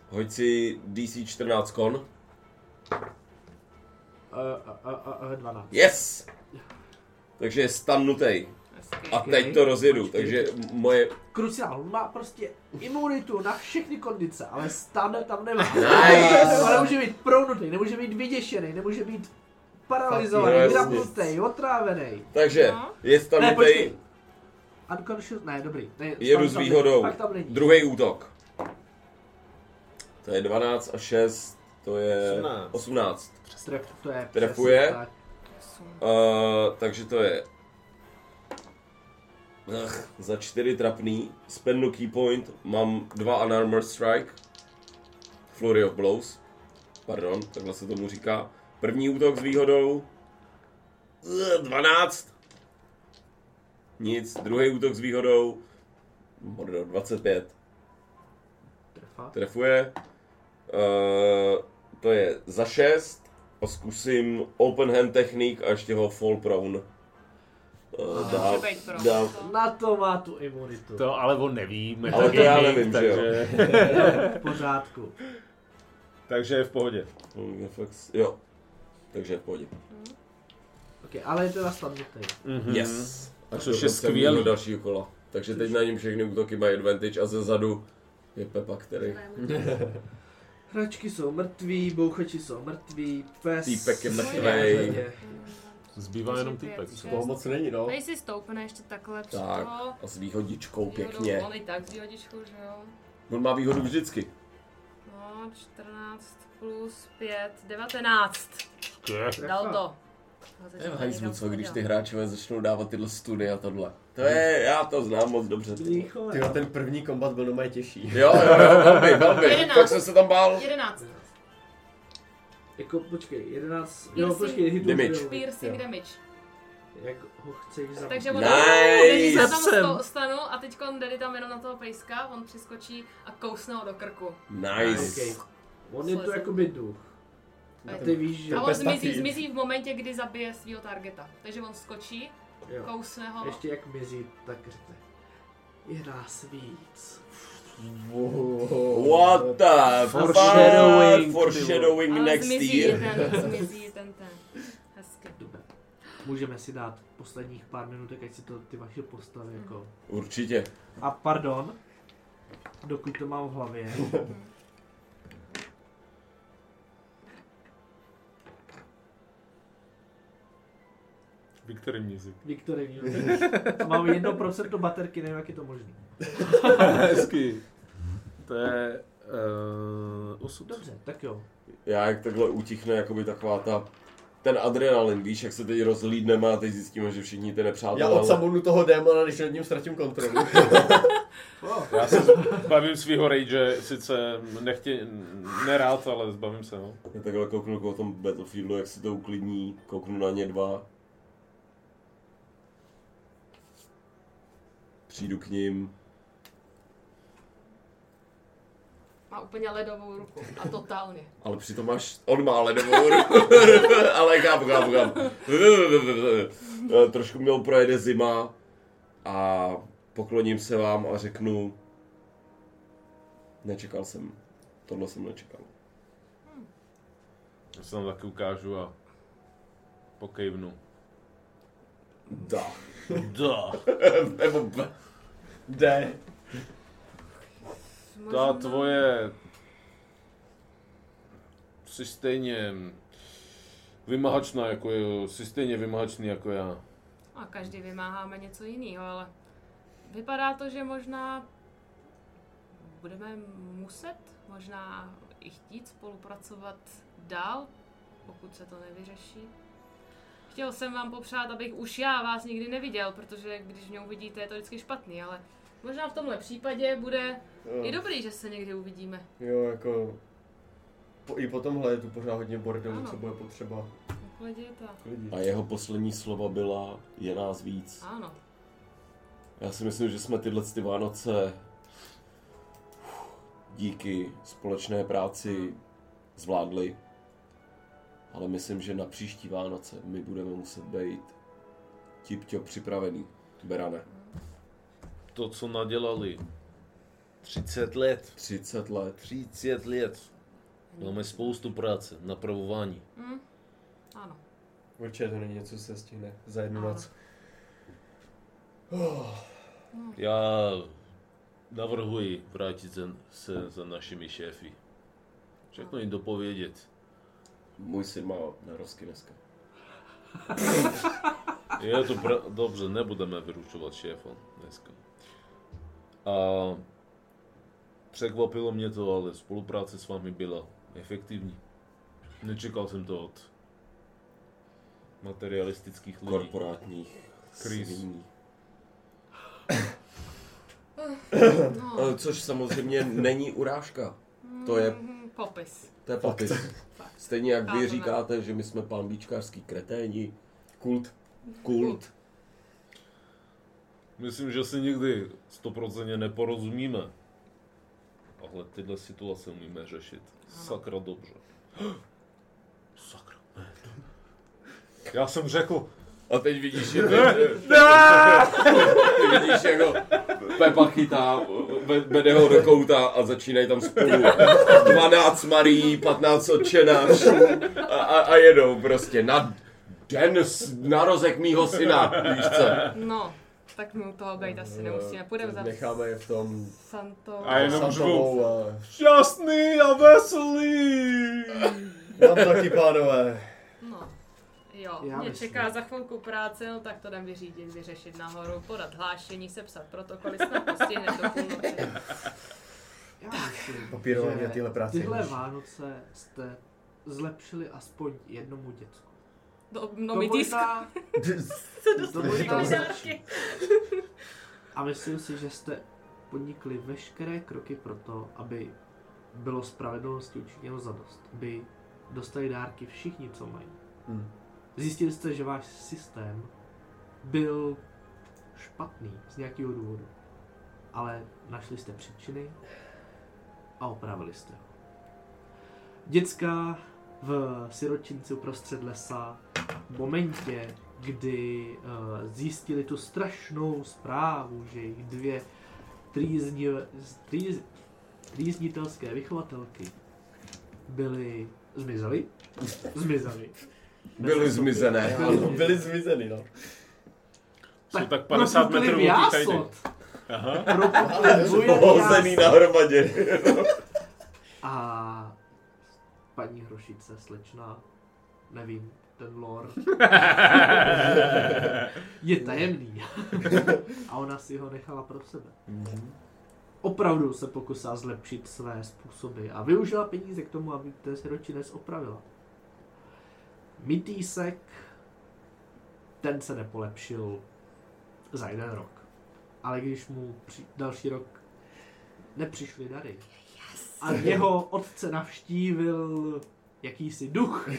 [SPEAKER 4] Hoď si DC 14 kon.
[SPEAKER 1] Uh, uh, uh, uh, 12.
[SPEAKER 4] Yes! Takže je stannutej.
[SPEAKER 2] hezky.
[SPEAKER 4] A teď to rozjedu, takže moje...
[SPEAKER 1] Kruciál, on má prostě imunitu na všechny kondice, ale stane tam nemá.
[SPEAKER 4] Nice.
[SPEAKER 1] Ale nemůže být proudnutý, nemůže být vyděšený, nemůže být paralizovaný,
[SPEAKER 4] Jasně.
[SPEAKER 1] vydrapnutý, otrávený.
[SPEAKER 4] Takže
[SPEAKER 2] No.
[SPEAKER 4] je
[SPEAKER 1] Ne,
[SPEAKER 4] stannutej,
[SPEAKER 1] počkej. Unconscious, ne, dobrý. Ne,
[SPEAKER 4] jedu
[SPEAKER 1] tam-
[SPEAKER 4] s
[SPEAKER 1] tam
[SPEAKER 4] výhodou.
[SPEAKER 1] není, Fakt tam není.
[SPEAKER 4] Druhý útok. To je 12 a 6, to je
[SPEAKER 3] 18.
[SPEAKER 4] 18.
[SPEAKER 1] Tref, to je
[SPEAKER 4] Trefuje.
[SPEAKER 1] přesně tak.
[SPEAKER 2] Osm.
[SPEAKER 4] Uh, takže to je... Ach, za čtyři trapný, spendu key point, mám dva unarmored strike, flurry of blows, pardon, takhle se tomu říká. První útok s výhodou, eh, 12, nic, druhý útok s výhodou, Mordor 25,
[SPEAKER 1] Trefa.
[SPEAKER 4] trefuje, uh, to je za 6 a zkusím open hand technik a ještě ho fall prone. Uh, dá,
[SPEAKER 2] Může být pro.
[SPEAKER 4] dá,
[SPEAKER 1] Na to má tu imunitu.
[SPEAKER 3] To ale on neví,
[SPEAKER 4] ale to já
[SPEAKER 3] metagaming,
[SPEAKER 4] nevím, že jo.
[SPEAKER 3] takže,
[SPEAKER 1] V pořádku.
[SPEAKER 3] takže je v pohodě.
[SPEAKER 4] Hmm, Reflex, jo. Takže pojď.
[SPEAKER 1] Okay, ale je teda slavnutý.
[SPEAKER 3] Mhm.
[SPEAKER 4] Mm-hmm. Yes. A
[SPEAKER 3] Což je
[SPEAKER 4] dokonce
[SPEAKER 3] skvělý.
[SPEAKER 4] do dalšího kola. Takže teď na něm všechny útoky mají advantage a ze zadu je Pepa, který
[SPEAKER 1] Hračky jsou mrtví, bouchači jsou mrtví, pes...
[SPEAKER 4] Týpek je mrtvej.
[SPEAKER 1] mrtvej.
[SPEAKER 3] Zbývá jenom týpek.
[SPEAKER 5] Toho moc není, no.
[SPEAKER 2] Tady si stoupne ještě takhle přes
[SPEAKER 4] Tak.
[SPEAKER 2] to.
[SPEAKER 4] a s výhodičkou
[SPEAKER 2] Výhodou-
[SPEAKER 4] pěkně.
[SPEAKER 2] On i tak s výhodičkou, že jo?
[SPEAKER 4] On má výhodu vždycky.
[SPEAKER 2] No, 14 plus 5, 19.
[SPEAKER 3] Ke?
[SPEAKER 2] Dal to.
[SPEAKER 4] To je v hajzlu, co když ty hráči začnou dávat tyhle study a tohle. To je, já to znám moc dobře. ty.
[SPEAKER 1] Líchové.
[SPEAKER 5] Tyjo, ten první kombat byl doma těžší.
[SPEAKER 4] Jo, jo, jo, velmi, velmi.
[SPEAKER 2] Jedenáct.
[SPEAKER 4] Tak jsem se tam bál.
[SPEAKER 2] 11.
[SPEAKER 1] Jako, počkej, 11...
[SPEAKER 2] Jestli-
[SPEAKER 1] Jo, počkej, hitu
[SPEAKER 4] Damage.
[SPEAKER 2] Piercing
[SPEAKER 5] Jo.
[SPEAKER 2] damage.
[SPEAKER 1] Jak ho chceš zabít?
[SPEAKER 2] Takže on
[SPEAKER 4] Nice.
[SPEAKER 2] nice. se tam
[SPEAKER 3] Jsem.
[SPEAKER 2] sto, stanu a teď jde tam jenom na toho pejska, on přeskočí a kousne ho do krku.
[SPEAKER 4] Nice.
[SPEAKER 1] Okay. On je to
[SPEAKER 2] Slezem.
[SPEAKER 1] jakoby duch.
[SPEAKER 2] A,
[SPEAKER 1] A
[SPEAKER 2] je
[SPEAKER 1] ty víš, že...
[SPEAKER 2] a on
[SPEAKER 5] pes
[SPEAKER 2] zmizí,
[SPEAKER 5] taky.
[SPEAKER 2] zmizí v momentě, kdy zabije svého targeta. Takže on skočí,
[SPEAKER 1] Jo.
[SPEAKER 2] kousne ho.
[SPEAKER 1] Ještě jak mizí, tak řekne. Je nás víc.
[SPEAKER 5] Wow.
[SPEAKER 4] What the
[SPEAKER 3] Foreshadowing,
[SPEAKER 4] fuck?
[SPEAKER 3] ty
[SPEAKER 4] Foreshadowing
[SPEAKER 2] ale
[SPEAKER 4] next
[SPEAKER 2] zmizí
[SPEAKER 4] year.
[SPEAKER 2] ten, zmizí ten ten. Hezky.
[SPEAKER 1] Můžeme si dát posledních pár minutek, ať si to ty vaše postavy jako...
[SPEAKER 4] Určitě.
[SPEAKER 1] A pardon, dokud to mám v hlavě.
[SPEAKER 3] Viktorin Mizik.
[SPEAKER 1] Viktory, mám jedno procento baterky, nevím, jak je to možné.
[SPEAKER 3] Hezky. To je... Uh, osud.
[SPEAKER 1] Dobře, tak jo.
[SPEAKER 4] Já jak takhle utichne jakoby taková ta ten adrenalin, víš, jak se teď rozlídneme a teď zjistíme, že všichni ty nepřátelé.
[SPEAKER 5] Já odsamunu toho démona, když nad ním ztratím kontrolu.
[SPEAKER 3] Já se zbavím svého rage, sice nechtě, nerád, ale zbavím se, no.
[SPEAKER 4] Já takhle kouknu jako o tom Battlefieldu, jak se to uklidní, kouknu na ně dva. Přijdu k ním.
[SPEAKER 2] Má úplně ledovou ruku. A totálně.
[SPEAKER 4] Ale přitom máš, on má ledovou ruku, ale chápu, chápu, chápu. Eh, Trošku mě projede zima a pokloním se vám a řeknu, nečekal jsem, tohle jsem nečekal.
[SPEAKER 3] Já se tam taky ukážu a pokejvnu.
[SPEAKER 4] Da.
[SPEAKER 3] Da.
[SPEAKER 4] Nebo b-
[SPEAKER 5] Jde.
[SPEAKER 3] Ta tvoje... Jsi stejně vymahačná jako je, jsi stejně vymahačný jako já.
[SPEAKER 2] A každý vymáháme něco jiného, ale vypadá to, že možná budeme muset, možná i chtít spolupracovat dál, pokud se to nevyřeší. Chtěl jsem vám popřát, abych už já vás nikdy neviděl, protože když mě uvidíte, je to vždycky špatný, ale možná v tomhle případě bude i
[SPEAKER 5] Jo,
[SPEAKER 2] dobrý, že se někdy uvidíme.
[SPEAKER 5] jo jako... Po, I po tomhle je tu pořád hodně bordelu,
[SPEAKER 2] Ano.
[SPEAKER 5] co bude potřeba.
[SPEAKER 2] Takhle děta.
[SPEAKER 5] Lidi.
[SPEAKER 4] A jeho poslední slova byla, je nás víc.
[SPEAKER 2] Ano,
[SPEAKER 4] Já si myslím, že jsme tyhle ty Vánoce díky společné práci zvládli. Ale myslím, že na příští Vánoce my budeme muset být tip připravený. Berane,
[SPEAKER 3] To, co nadělali 30 let.
[SPEAKER 4] 30 let.
[SPEAKER 3] 30 let. Máme spoustu práce, napravování.
[SPEAKER 2] ano.
[SPEAKER 5] Určitě to není něco, co se stihne za jednu noc.
[SPEAKER 3] Já navrhuji vrátit se, se za našimi šéfy. Všechno jim dopovědět.
[SPEAKER 4] Můj syn má narozky dneska.
[SPEAKER 3] Je to pra... dobře, nebudeme vyrušovat šéfa dneska. A překvapilo mě to, ale spolupráce s vámi byla efektivní. Nečekal jsem to od materialistických lidí.
[SPEAKER 4] Korporátních
[SPEAKER 3] Krýs.
[SPEAKER 4] sviní.
[SPEAKER 2] No,
[SPEAKER 4] Eh, Což samozřejmě není urážka. To je,
[SPEAKER 2] mhm, popis.
[SPEAKER 4] to je papis. Stejně jak vy
[SPEAKER 2] Chápeme.
[SPEAKER 4] říkáte, že my jsme pánbíčkářský kreténi,
[SPEAKER 5] Kult.
[SPEAKER 4] kult,
[SPEAKER 3] Myslím, že si nikdy stoprocentně neporozumíme. Ale tyhle situace umíme řešit. Sakra dobře. Sakra, ne. Já jsem řekl,
[SPEAKER 4] A teď vidíš, že ten, ty vidíš, jak ho Pepa chytá, ve- vede ho do kouta a začínají tam spolu 12 Marí, 15 odčenářů a, a, a jedou prostě na den s- narozek mýho syna, víš co?
[SPEAKER 2] No, tak no to obejít asi nemusíme. Půjdeme za
[SPEAKER 5] Necháme je v tom
[SPEAKER 2] Santo.
[SPEAKER 3] A jenom řvu.
[SPEAKER 5] Santovou a...
[SPEAKER 3] Šťastný a veselý!
[SPEAKER 5] Mám taky, pánové.
[SPEAKER 2] No. Jo,
[SPEAKER 1] Já
[SPEAKER 2] Já mě
[SPEAKER 1] myslím.
[SPEAKER 2] čeká za chvilku práce, no tak to jdem vyřídit, vyřešit nahoru, podat hlášení, sepsat protokoly, snad to stihne do půlnoci.
[SPEAKER 1] Já myslím,
[SPEAKER 5] Papírování
[SPEAKER 1] že
[SPEAKER 5] a tyhle práce je
[SPEAKER 1] Tyhle
[SPEAKER 5] horší.
[SPEAKER 1] Vánoce jste zlepšili aspoň jednomu děcku.
[SPEAKER 2] Do, no
[SPEAKER 1] To
[SPEAKER 2] mi tisku
[SPEAKER 1] možná- to možná
[SPEAKER 5] Ty
[SPEAKER 2] dárky.
[SPEAKER 1] A myslím si, že jste podnikli veškeré kroky pro to, aby bylo spravedlnosti učiněno zadost. Aby dostali dárky všichni, co mají.
[SPEAKER 5] Hmm.
[SPEAKER 1] Zjistili jste, že váš systém byl špatný z nějakého důvodu. Ale našli jste příčiny a opravili jste ho. Děcka v siročinci uprostřed lesa v momentě, kdy eh, zjistili tu strašnou zprávu, že jejich dvě trýzni, trýz, trýznitelské vychovatelky byly zmizely. Zmizely.
[SPEAKER 4] Byly zmizené.
[SPEAKER 5] Ano, Byli zmizeny, no.
[SPEAKER 3] Jsou tak 50
[SPEAKER 1] propukli
[SPEAKER 3] metrů
[SPEAKER 1] v
[SPEAKER 3] od té tajdy.
[SPEAKER 1] jásot. Propukli
[SPEAKER 4] Pohozený
[SPEAKER 1] bujený jásot.
[SPEAKER 4] nahromadě.
[SPEAKER 1] A paní Hrošice, slečna, nevím, ten lore, je tajemný. A ona si ho nechala pro sebe. Opravdu se pokusila zlepšit své způsoby a využila peníze k tomu, aby ten siročinec opravila. Mytýsek, ten se nepolepšil za jeden rok. Ale když mu při, další rok nepřišly dary, a jeho otce navštívil jakýsi duch,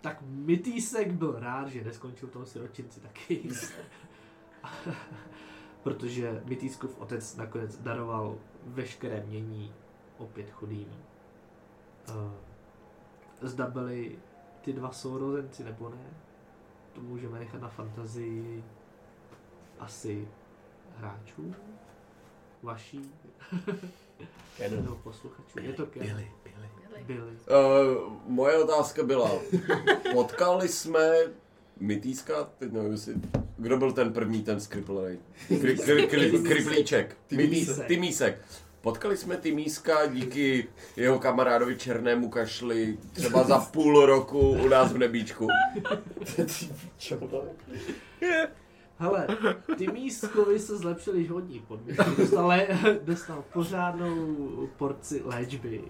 [SPEAKER 1] tak Mytýsek byl rád, že neskončil v tom siročinci taky. Protože Mytýskův otec nakonec daroval veškeré mění opět chudým. Eh, Zda byli ty dva sourozenci nebo ne, to můžeme nechat na fantazii asi hráčů, vaší nebo posluchačů. Je to Ken? Byli. Byli.
[SPEAKER 4] Uh, moje otázka byla, potkali jsme Mytýska, teď nevím, jestli, kdo byl ten první, ten skriplej, kri, kri, kri, kriplíček,
[SPEAKER 1] Tymísek.
[SPEAKER 4] Mytýs- Tymísek. Potkali jsme Tymíska díky jeho kamarádovi Černému kašli třeba za půl roku u nás v Nebíčku.
[SPEAKER 1] Hele, ty mískovi se zlepšili životní podmínky. Dostal, lé- dostal pořádnou porci léčby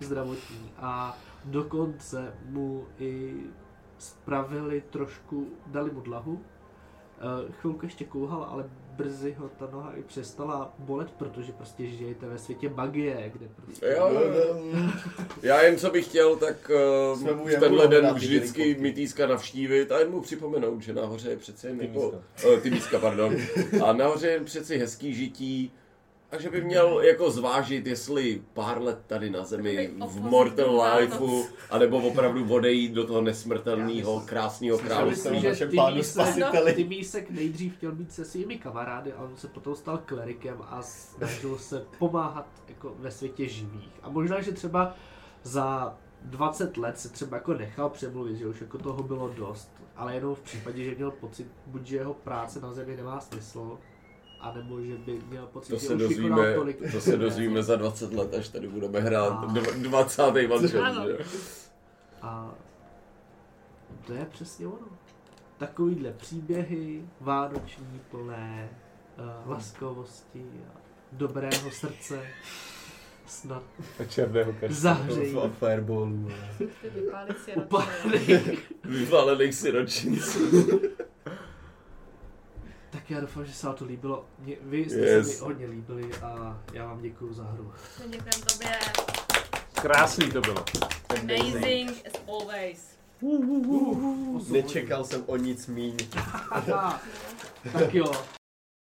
[SPEAKER 1] zdravotní a dokonce mu i spravili trošku, dali mu dlahu. Eh, Chvilku ještě kouhal, ale brzy ho ta noha i přestala bolet, protože prostě žijete ve světě magie, kde prostě...
[SPEAKER 4] Jo, jo, jo. Já jen co bych chtěl, tak uh,
[SPEAKER 5] Jsme mu
[SPEAKER 4] v
[SPEAKER 5] jemu
[SPEAKER 4] tenhle den
[SPEAKER 5] dát
[SPEAKER 4] vždycky
[SPEAKER 5] jedinkou.
[SPEAKER 4] Mytýska navštívit a jen mu připomenout, že nahoře je přece jen jako... eh, Tymíska, pardon. A nahoře je přeci hezký žití a že by měl jako zvážit, jestli pár let tady na zemi
[SPEAKER 2] Takový
[SPEAKER 4] v
[SPEAKER 2] opozitní
[SPEAKER 4] Mortal
[SPEAKER 2] Vánoc.
[SPEAKER 4] Lifeu, anebo opravdu odejít do toho nesmrtelného, krásného
[SPEAKER 1] Já
[SPEAKER 5] Myslím,
[SPEAKER 4] království.
[SPEAKER 1] myslím,
[SPEAKER 5] že
[SPEAKER 1] že No,
[SPEAKER 5] našem pánu spasiteli.
[SPEAKER 1] Tymísek, Tymísek nejdřív chtěl být se svými kamarády, ale on se potom stal klerikem a snažil se pomáhat jako ve světě živých. A možná, že třeba za 20 let se třeba jako nechal přemluvit, že už jako toho bylo dost, ale jenom v případě, že měl pocit, buď že jeho práce na zemi nemá smysl, anebo že by měl pocit,
[SPEAKER 4] To
[SPEAKER 1] že
[SPEAKER 4] se,
[SPEAKER 1] už
[SPEAKER 4] dozvíme,
[SPEAKER 1] vykonal tolik. Ah.
[SPEAKER 4] to se dozvíme za 20 let, až tady budeme hrát
[SPEAKER 1] A.
[SPEAKER 4] dv- 20. manžel.
[SPEAKER 2] Ano.
[SPEAKER 1] A to je přesně ono. Takovýhle příběhy, vánoční, plné uh, laskovosti a dobrého srdce, snad
[SPEAKER 6] A černého kašlu.
[SPEAKER 1] zahřejí
[SPEAKER 5] Fireballu.
[SPEAKER 2] Ty vypálit si
[SPEAKER 1] upálený.
[SPEAKER 4] Vyvalených siročinců.
[SPEAKER 1] tak já doufám, že se vám to líbilo. Mě, vy jste
[SPEAKER 4] Yes.
[SPEAKER 1] se mi hodně líbili a já vám děkuji za hru.
[SPEAKER 2] Děkujeme tobě.
[SPEAKER 3] Krásný to bylo.
[SPEAKER 2] Amazing as always.
[SPEAKER 1] Uh, uh, uh,
[SPEAKER 5] Nečekal jsem o nic míň.
[SPEAKER 1] tak jo,